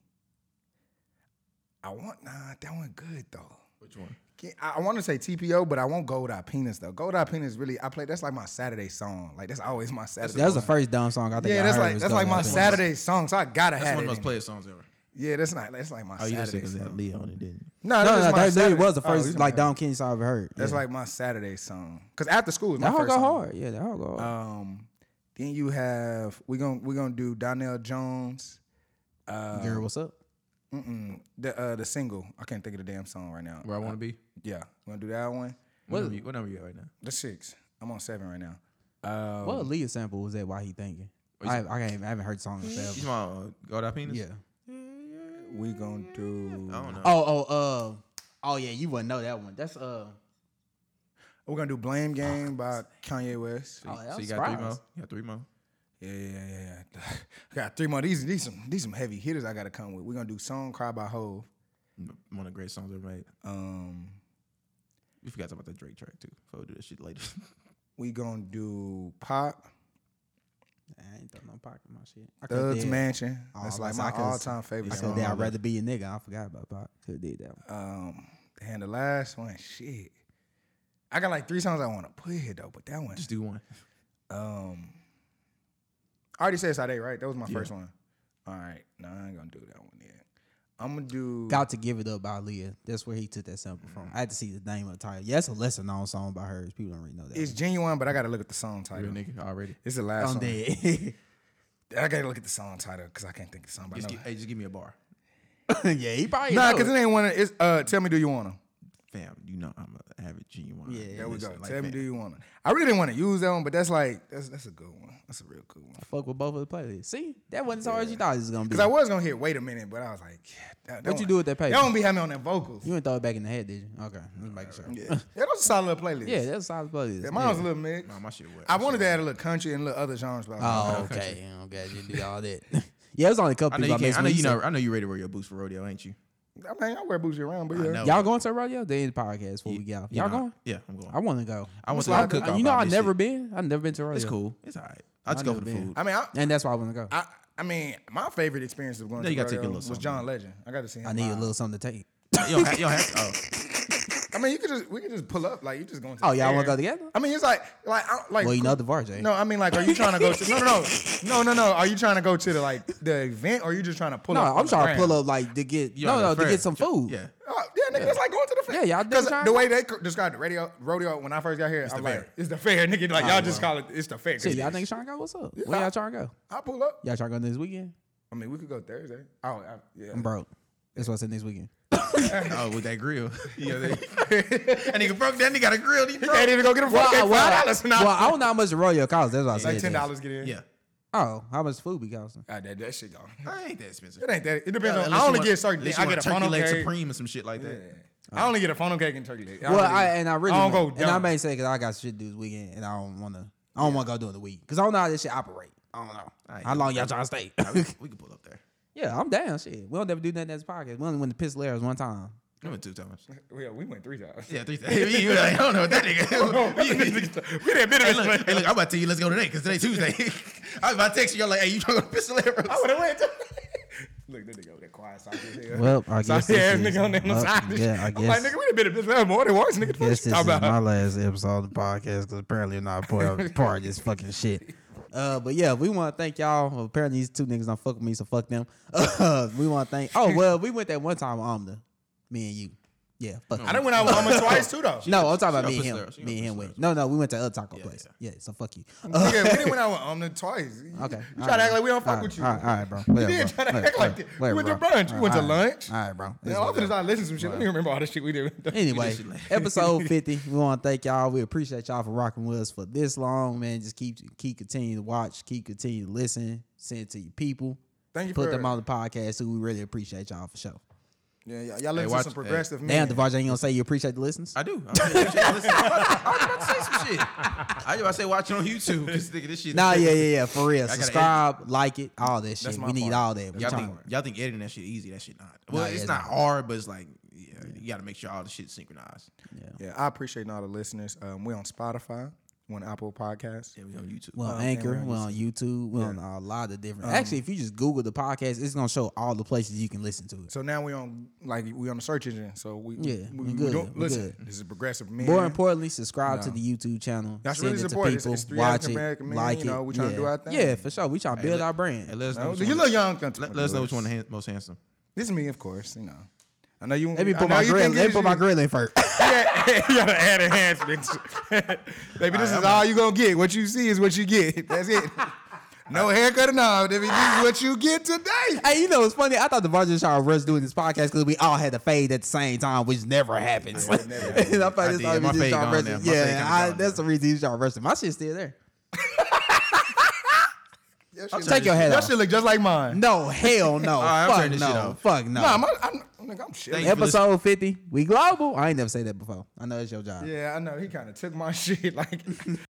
[SPEAKER 1] I want nah, that one good though.
[SPEAKER 3] Which one?
[SPEAKER 1] Can't- I want to say TPO, but I won't Gold Eye Penis though. Gold Eye Penis really, I play. That's like my Saturday song. Like that's always my Saturday.
[SPEAKER 2] That was the
[SPEAKER 1] song.
[SPEAKER 2] first dumb song I think.
[SPEAKER 1] yeah,
[SPEAKER 2] I
[SPEAKER 1] that's
[SPEAKER 2] heard
[SPEAKER 1] like
[SPEAKER 2] was
[SPEAKER 1] that's
[SPEAKER 2] Go
[SPEAKER 1] like my
[SPEAKER 2] Goddamn.
[SPEAKER 1] Saturday song. So I gotta
[SPEAKER 3] That's
[SPEAKER 1] have it.
[SPEAKER 3] one of the most
[SPEAKER 1] in.
[SPEAKER 3] played songs ever.
[SPEAKER 1] Yeah, that's not. That's like my
[SPEAKER 3] Oh, you just
[SPEAKER 1] Saturday
[SPEAKER 3] because that
[SPEAKER 1] song.
[SPEAKER 3] Leah on it, didn't you?
[SPEAKER 1] No,
[SPEAKER 2] No,
[SPEAKER 1] that's
[SPEAKER 2] no,
[SPEAKER 1] my
[SPEAKER 2] that, that
[SPEAKER 1] Saturday-
[SPEAKER 2] was the
[SPEAKER 1] Oh, you
[SPEAKER 2] first
[SPEAKER 1] talking
[SPEAKER 2] like
[SPEAKER 1] about-
[SPEAKER 2] Dom Kennedy song I ever heard.
[SPEAKER 1] That's
[SPEAKER 2] yeah.
[SPEAKER 1] like my Saturday song. Cause after school is my
[SPEAKER 2] that whole
[SPEAKER 1] first
[SPEAKER 2] go
[SPEAKER 1] song.
[SPEAKER 2] hard. Yeah, that whole go hard.
[SPEAKER 1] Um, then you have we gonna we gonna do Donnell Jones, Uh,
[SPEAKER 2] Girl, what's up?
[SPEAKER 1] mm-mm, the uh, the single. I can't think of the damn song right now.
[SPEAKER 3] Where I want to be.
[SPEAKER 1] Yeah, we gonna do that one.
[SPEAKER 3] What number you, what number you at right now?
[SPEAKER 1] The six. I'm on seven right now. Uh, oh,
[SPEAKER 2] What Leah sample was that? Why he thinking? I, I, can't, I haven't heard the song itself.
[SPEAKER 3] You my uh, God, I penis.
[SPEAKER 2] Yeah.
[SPEAKER 1] we gonna do
[SPEAKER 3] I don't know.
[SPEAKER 2] Oh, oh, uh, oh yeah, you wouldn't know that one. That's uh,
[SPEAKER 1] we're gonna do Blame Game by Kanye West.
[SPEAKER 2] oh, that
[SPEAKER 3] so
[SPEAKER 2] was
[SPEAKER 3] you got three more.
[SPEAKER 2] surprised.
[SPEAKER 3] You got three more.
[SPEAKER 1] Yeah, yeah, yeah, yeah. I got three more. These these some these some heavy hitters I gotta come with. We're gonna do Song Cry by Hove.
[SPEAKER 3] Mm, One of the great songs ever made.
[SPEAKER 1] Um
[SPEAKER 3] We forgot about that Drake track too. So we'll do that shit later.
[SPEAKER 1] we gonna do Pop,
[SPEAKER 2] I ain't throw no pocket in my shit. I could've
[SPEAKER 1] Thugs
[SPEAKER 2] did-
[SPEAKER 1] Mansion.
[SPEAKER 2] Oh,
[SPEAKER 1] That's
[SPEAKER 2] I
[SPEAKER 1] like
[SPEAKER 2] was-
[SPEAKER 1] my
[SPEAKER 2] I could've-
[SPEAKER 1] all time favorite
[SPEAKER 2] I could
[SPEAKER 1] song.
[SPEAKER 2] did. I'd rather be a nigga. I forgot about pop. Could have did that one.
[SPEAKER 1] Um, and the last one, shit. I got like three songs I want to put here though, but that one.
[SPEAKER 3] Just do one.
[SPEAKER 1] Um, I already said Sade, right? That was my first one. All right, no, I ain't gonna do that one yet. I'm gonna do.
[SPEAKER 2] Got to give it up by Leah. That's where he took that sample from. I had to see the name of the title. Yeah, that's a lesser known song by hers. People don't really know that.
[SPEAKER 1] It's genuine, but I gotta look at the song title.
[SPEAKER 3] Real nigga already.
[SPEAKER 1] It's the last
[SPEAKER 2] one. I'm
[SPEAKER 1] song.
[SPEAKER 2] dead.
[SPEAKER 1] I gotta look at the song title because I can't think of the song. But I
[SPEAKER 3] Just
[SPEAKER 1] know.
[SPEAKER 3] gi- hey, just give me a bar,
[SPEAKER 2] yeah, he probably
[SPEAKER 1] Nah,
[SPEAKER 2] know
[SPEAKER 1] because
[SPEAKER 2] it.
[SPEAKER 1] it ain't one. Of, it's uh, tell me, do you wanna?
[SPEAKER 3] fam. You know I'm a avid genuine.
[SPEAKER 2] Yeah,
[SPEAKER 1] There we go.
[SPEAKER 3] listener, like,
[SPEAKER 1] tell me,
[SPEAKER 3] fam.
[SPEAKER 1] do you wanna? I really didn't want to use that one, but that's like that's that's a good one. That's a real good one.
[SPEAKER 2] fuck with both of the playlists. See, that wasn't as hard as you thought it was gonna be.
[SPEAKER 1] Because I was gonna hit. Wait a minute, but I was like, yeah, that, that
[SPEAKER 2] What you
[SPEAKER 1] one-
[SPEAKER 2] do with that paper?
[SPEAKER 1] That don't be having me on that vocals.
[SPEAKER 2] You didn't throw it back in the head, did you? Okay, just making sure.
[SPEAKER 1] Yeah, that was a solid little playlist.
[SPEAKER 2] Yeah, that's a solid playlist.
[SPEAKER 1] Mine was a
[SPEAKER 2] Yeah.
[SPEAKER 1] little mix.
[SPEAKER 3] Nah, my shit wet.
[SPEAKER 1] I
[SPEAKER 3] My
[SPEAKER 1] wanted
[SPEAKER 3] shit
[SPEAKER 1] to add a little country and a little other genres, but I
[SPEAKER 2] Oh, okay. Okay, you do all that. yeah, it was only a
[SPEAKER 3] I
[SPEAKER 2] couple people
[SPEAKER 3] know you
[SPEAKER 2] I
[SPEAKER 3] can't,
[SPEAKER 2] missed.
[SPEAKER 3] I know
[SPEAKER 2] when
[SPEAKER 3] you
[SPEAKER 2] you
[SPEAKER 3] know.
[SPEAKER 2] said-
[SPEAKER 3] I know you ready to wear your boots for rodeo, ain't you?
[SPEAKER 1] I mean, I wear boots around, but
[SPEAKER 3] I
[SPEAKER 1] yeah.
[SPEAKER 3] know.
[SPEAKER 2] Y'all going to a rodeo? They end the podcast before we get out.
[SPEAKER 3] You
[SPEAKER 2] Y'all
[SPEAKER 3] know,
[SPEAKER 2] going?
[SPEAKER 3] Yeah, I'm going.
[SPEAKER 2] I want to go.
[SPEAKER 3] I went to
[SPEAKER 2] I-
[SPEAKER 3] the cook-off,
[SPEAKER 2] You know,
[SPEAKER 3] I
[SPEAKER 2] I've
[SPEAKER 3] missed
[SPEAKER 2] never
[SPEAKER 3] it.
[SPEAKER 2] been. I've never been to a rodeo.
[SPEAKER 3] It's cool. It's all right. I just go
[SPEAKER 2] never
[SPEAKER 3] for the
[SPEAKER 2] been.
[SPEAKER 3] food.
[SPEAKER 1] I mean, I,
[SPEAKER 2] And that's why I want to go. I,
[SPEAKER 1] I, I mean, my favorite experience of going
[SPEAKER 3] No,
[SPEAKER 1] to
[SPEAKER 3] you gotta take
[SPEAKER 1] rodeo
[SPEAKER 3] a little
[SPEAKER 1] was
[SPEAKER 3] something,
[SPEAKER 1] John Legend. I got to see him.
[SPEAKER 2] need a
[SPEAKER 1] live.
[SPEAKER 2] little something to take.
[SPEAKER 3] you don't have, you don't have to. Oh,
[SPEAKER 1] I mean, you could just we could just pull up like you just going. To
[SPEAKER 2] Oh,
[SPEAKER 1] the
[SPEAKER 2] y'all wanna
[SPEAKER 1] fair.
[SPEAKER 2] go together?
[SPEAKER 1] I mean, it's like like I, like.
[SPEAKER 2] Well, you know the
[SPEAKER 1] bar.
[SPEAKER 2] VAR, Jay.
[SPEAKER 1] No, I mean, like, are you trying to go to no, no, no, no, no, no? Are you trying to go to the like the event, or are you just trying to pull
[SPEAKER 2] No,
[SPEAKER 1] up? on
[SPEAKER 2] I'm
[SPEAKER 1] the
[SPEAKER 2] trying to
[SPEAKER 1] ground?
[SPEAKER 2] pull up like to get
[SPEAKER 3] you
[SPEAKER 2] no,
[SPEAKER 3] on the
[SPEAKER 2] no, to
[SPEAKER 3] fair.
[SPEAKER 2] get some food.
[SPEAKER 3] Yeah,
[SPEAKER 1] Oh, yeah, nigga, it's like going to the fair.
[SPEAKER 2] Yeah, y'all
[SPEAKER 1] Because
[SPEAKER 2] done tried
[SPEAKER 1] the
[SPEAKER 2] it?
[SPEAKER 1] way they cr- described the radio rodeo when I first got here, I'm
[SPEAKER 3] the
[SPEAKER 1] like,
[SPEAKER 3] fair.
[SPEAKER 1] it's the fair, nigga. Like y'all just call it, it's the fair. 'Cause
[SPEAKER 2] Shit, y'all niggas trying to go? What's up? Where y'all trying to go?
[SPEAKER 1] I'll pull up.
[SPEAKER 2] Y'all trying to go this weekend?
[SPEAKER 1] I mean, we could go Thursday. Oh, I, yeah.
[SPEAKER 2] I'm broke. That's what I said next weekend.
[SPEAKER 3] oh, with that grill. Yeah, that nigga broke. That nigga got a grill. He
[SPEAKER 1] Can't
[SPEAKER 3] broke.
[SPEAKER 1] even go get a fucking
[SPEAKER 2] well,
[SPEAKER 1] five dollars
[SPEAKER 2] well, I don't know how much the rodeo costs. That's what I said.
[SPEAKER 1] Like ten dollars get in.
[SPEAKER 3] Yeah,
[SPEAKER 2] Oh, how much food be costing?
[SPEAKER 1] Ah, that, that shit gone.
[SPEAKER 3] I ain't that expensive.
[SPEAKER 1] It ain't that. It depends
[SPEAKER 3] Yeah,
[SPEAKER 1] on.
[SPEAKER 3] unless
[SPEAKER 1] I
[SPEAKER 3] you
[SPEAKER 1] only
[SPEAKER 3] want-
[SPEAKER 1] get certain.
[SPEAKER 3] unless
[SPEAKER 1] Dish.
[SPEAKER 3] you
[SPEAKER 1] I
[SPEAKER 3] want
[SPEAKER 1] get a
[SPEAKER 3] turkey
[SPEAKER 1] funnel
[SPEAKER 3] leg
[SPEAKER 1] cake.
[SPEAKER 3] supreme or some shit like that.
[SPEAKER 1] I only get a funnel cake and turkey leg.
[SPEAKER 2] well,
[SPEAKER 1] don't
[SPEAKER 2] I
[SPEAKER 1] get-
[SPEAKER 2] and I really
[SPEAKER 1] I don't
[SPEAKER 2] want-
[SPEAKER 1] go
[SPEAKER 2] and I
[SPEAKER 1] dumb.
[SPEAKER 2] may say because I got shit to do this weekend and I don't want to. I don't want to go during the week because I don't know how this shit operate. I don't know
[SPEAKER 3] I ain't
[SPEAKER 2] how
[SPEAKER 3] doing
[SPEAKER 2] long y'all trying to stay.
[SPEAKER 3] Nah, we, we can pull up there.
[SPEAKER 2] yeah, I'm down. Shit, we don't never do nothing as a podcast. We only went to piss Larry's one time.
[SPEAKER 3] I went two times.
[SPEAKER 1] Yeah, we went three times.
[SPEAKER 3] Yeah, three times. you were like, I don't know what that
[SPEAKER 1] we
[SPEAKER 3] nigga.
[SPEAKER 1] didn't been
[SPEAKER 3] hey,
[SPEAKER 1] in
[SPEAKER 3] look, hey,
[SPEAKER 1] this.
[SPEAKER 3] look, I'm about to tell you, let's go today because today's Tuesday. I was about to text you, y'all like, hey, you trying to go to Pistolero?
[SPEAKER 1] I would have went. too. Look, that nigga over there quiet side. as hell.
[SPEAKER 2] Well, I guess
[SPEAKER 1] Saucy ass
[SPEAKER 2] this is-
[SPEAKER 1] nigga on the
[SPEAKER 2] well,
[SPEAKER 1] side. and
[SPEAKER 2] yeah,
[SPEAKER 1] shit.
[SPEAKER 2] I
[SPEAKER 1] I'm like,
[SPEAKER 2] guess-
[SPEAKER 1] nigga, we done been in business more than once, nigga. The fuck
[SPEAKER 2] Guess
[SPEAKER 1] you
[SPEAKER 2] this is
[SPEAKER 1] talking
[SPEAKER 2] my
[SPEAKER 1] about?
[SPEAKER 2] last episode of the podcast because apparently you're not part, part of this fucking shit. Uh, but yeah, we want to thank y'all. Apparently these two niggas don't fuck with me, so fuck them. Uh, we want to thank. Oh well, we went that one time with Omna, me and you. Yeah, fuck.
[SPEAKER 1] I done went out with Mama twice too, though.
[SPEAKER 2] no, I'm talking about
[SPEAKER 3] she
[SPEAKER 2] me and
[SPEAKER 3] gonna
[SPEAKER 2] him.
[SPEAKER 3] push there. She
[SPEAKER 2] Me
[SPEAKER 3] gonna
[SPEAKER 2] and him
[SPEAKER 3] push
[SPEAKER 2] went. No, no, we went to other taco place. Yeah, so fuck you. Uh,
[SPEAKER 1] Nigga, we didn't went out with Omni twice.
[SPEAKER 2] okay.
[SPEAKER 1] You
[SPEAKER 2] all
[SPEAKER 1] try to act like we don't
[SPEAKER 2] all
[SPEAKER 1] fuck with you.
[SPEAKER 2] All right, all right, bro.
[SPEAKER 1] You
[SPEAKER 2] Whatever,
[SPEAKER 1] did try
[SPEAKER 2] bro.
[SPEAKER 1] to
[SPEAKER 2] Whatever,
[SPEAKER 1] act like that.
[SPEAKER 2] whatever,
[SPEAKER 1] We went to
[SPEAKER 2] bro.
[SPEAKER 1] brunch. We went to
[SPEAKER 2] All right,
[SPEAKER 1] lunch.
[SPEAKER 2] All right, bro. It's
[SPEAKER 1] Now, often
[SPEAKER 2] whatever.
[SPEAKER 1] as I listen to some shit, I don't even remember all the shit we did.
[SPEAKER 2] Anyway,
[SPEAKER 3] shit later.
[SPEAKER 2] episode fifty. We want to thank y'all. We appreciate y'all for rocking with us for this long, man. Just keep keep continue to watch, keep continue to listen, send it to your people.
[SPEAKER 1] Thank you
[SPEAKER 2] Put
[SPEAKER 1] for-
[SPEAKER 2] them on the podcast. So we really appreciate y'all for sure.
[SPEAKER 1] Yeah, y'all, y'all listen
[SPEAKER 3] watch-
[SPEAKER 1] to some
[SPEAKER 3] hey.
[SPEAKER 1] progressive
[SPEAKER 2] Damn,
[SPEAKER 1] men.
[SPEAKER 2] Devaj ain't gonna say you appreciate the listens.
[SPEAKER 3] I do. I was about to say some shit. I was about to say watch it on YouTube. Just thinking this shit.
[SPEAKER 2] Nah, yeah, yeah, yeah, for real.
[SPEAKER 3] gotta
[SPEAKER 2] Subscribe, like it, all that shit.
[SPEAKER 1] my
[SPEAKER 2] We need
[SPEAKER 1] part.
[SPEAKER 2] all that. We
[SPEAKER 3] Y'all
[SPEAKER 2] trying-
[SPEAKER 3] think, y'all think editing that shit easy? That shit not. Well,
[SPEAKER 2] Nah,
[SPEAKER 3] it's
[SPEAKER 2] yeah,
[SPEAKER 3] not
[SPEAKER 2] nah.
[SPEAKER 3] hard, but it's like yeah, you got to make sure all the shit synchronized.
[SPEAKER 1] Yeah, I appreciate all the listeners. Um, we're on Spotify. We're on Apple Podcasts.
[SPEAKER 3] Yeah, we on YouTube.
[SPEAKER 2] We're on
[SPEAKER 1] okay,
[SPEAKER 2] Anchor,
[SPEAKER 1] we're on
[SPEAKER 2] we're on YouTube, we're on a lot of different. Actually, if you just Google the podcast, it's gonna show all the places you can listen to it.
[SPEAKER 1] So now we on like we on the search engine. So we
[SPEAKER 2] Yeah,
[SPEAKER 1] we,
[SPEAKER 2] we
[SPEAKER 1] we
[SPEAKER 2] good,
[SPEAKER 1] don't
[SPEAKER 2] we
[SPEAKER 1] listen.
[SPEAKER 2] good.
[SPEAKER 1] This is progressive men.
[SPEAKER 2] More importantly, subscribe to the YouTube channel.
[SPEAKER 1] That's
[SPEAKER 2] send
[SPEAKER 1] really
[SPEAKER 2] it to
[SPEAKER 1] important. It's-
[SPEAKER 2] people.
[SPEAKER 1] it's three
[SPEAKER 2] watch it,
[SPEAKER 1] African-American men,
[SPEAKER 2] like
[SPEAKER 1] you know,
[SPEAKER 2] it.
[SPEAKER 1] we tryna
[SPEAKER 2] yeah.
[SPEAKER 1] do our thing.
[SPEAKER 2] Yeah, for sure. We trying to build
[SPEAKER 3] let-
[SPEAKER 2] our brand.
[SPEAKER 3] Hey, let us know.
[SPEAKER 1] No,
[SPEAKER 3] which
[SPEAKER 1] you
[SPEAKER 3] one-
[SPEAKER 1] look young. Let,
[SPEAKER 3] Let, let us know which one the hand, most handsome.
[SPEAKER 1] This is me, of course. You know. I know you.
[SPEAKER 2] Let me
[SPEAKER 1] I
[SPEAKER 2] put
[SPEAKER 1] know
[SPEAKER 2] my
[SPEAKER 1] you
[SPEAKER 2] grill.
[SPEAKER 1] think
[SPEAKER 2] Let me
[SPEAKER 1] it's
[SPEAKER 2] put my
[SPEAKER 1] you.
[SPEAKER 2] grill in first.
[SPEAKER 1] Yeah, you gotta add enhancements. Baby, this is all you gonna get. What you see is what you get. That's it. No haircut and all. Baby, this is what you get today.
[SPEAKER 2] hey, you know it's funny. I thought the Virgin Shaw rush doing this podcast because we all had to fade at the same time, which never happens. and I thought
[SPEAKER 3] I
[SPEAKER 2] this
[SPEAKER 3] did.
[SPEAKER 2] all
[SPEAKER 3] My
[SPEAKER 2] Virgin
[SPEAKER 3] fade
[SPEAKER 2] Shaw
[SPEAKER 3] gone
[SPEAKER 2] rush.
[SPEAKER 3] now. My fade
[SPEAKER 2] Yeah,
[SPEAKER 3] kinda
[SPEAKER 2] I,
[SPEAKER 3] gone
[SPEAKER 2] that's the
[SPEAKER 3] now.
[SPEAKER 2] reason you Shaw rushing. My shit's still there.
[SPEAKER 1] That shit
[SPEAKER 2] Take your head
[SPEAKER 1] that
[SPEAKER 2] off.
[SPEAKER 1] shit look just like mine.
[SPEAKER 2] No, hell no.
[SPEAKER 3] right, I'm
[SPEAKER 2] Fuck
[SPEAKER 3] turning this shit
[SPEAKER 2] no.
[SPEAKER 3] off.
[SPEAKER 2] Fuck no.
[SPEAKER 1] Nah, my, I'm, nigga, I'm chilling.
[SPEAKER 3] Thank you for listening.
[SPEAKER 2] Episode fifty. We global. I ain't never say that before. I know that's your job.
[SPEAKER 1] Yeah, I know. He kind of took my shit. Like,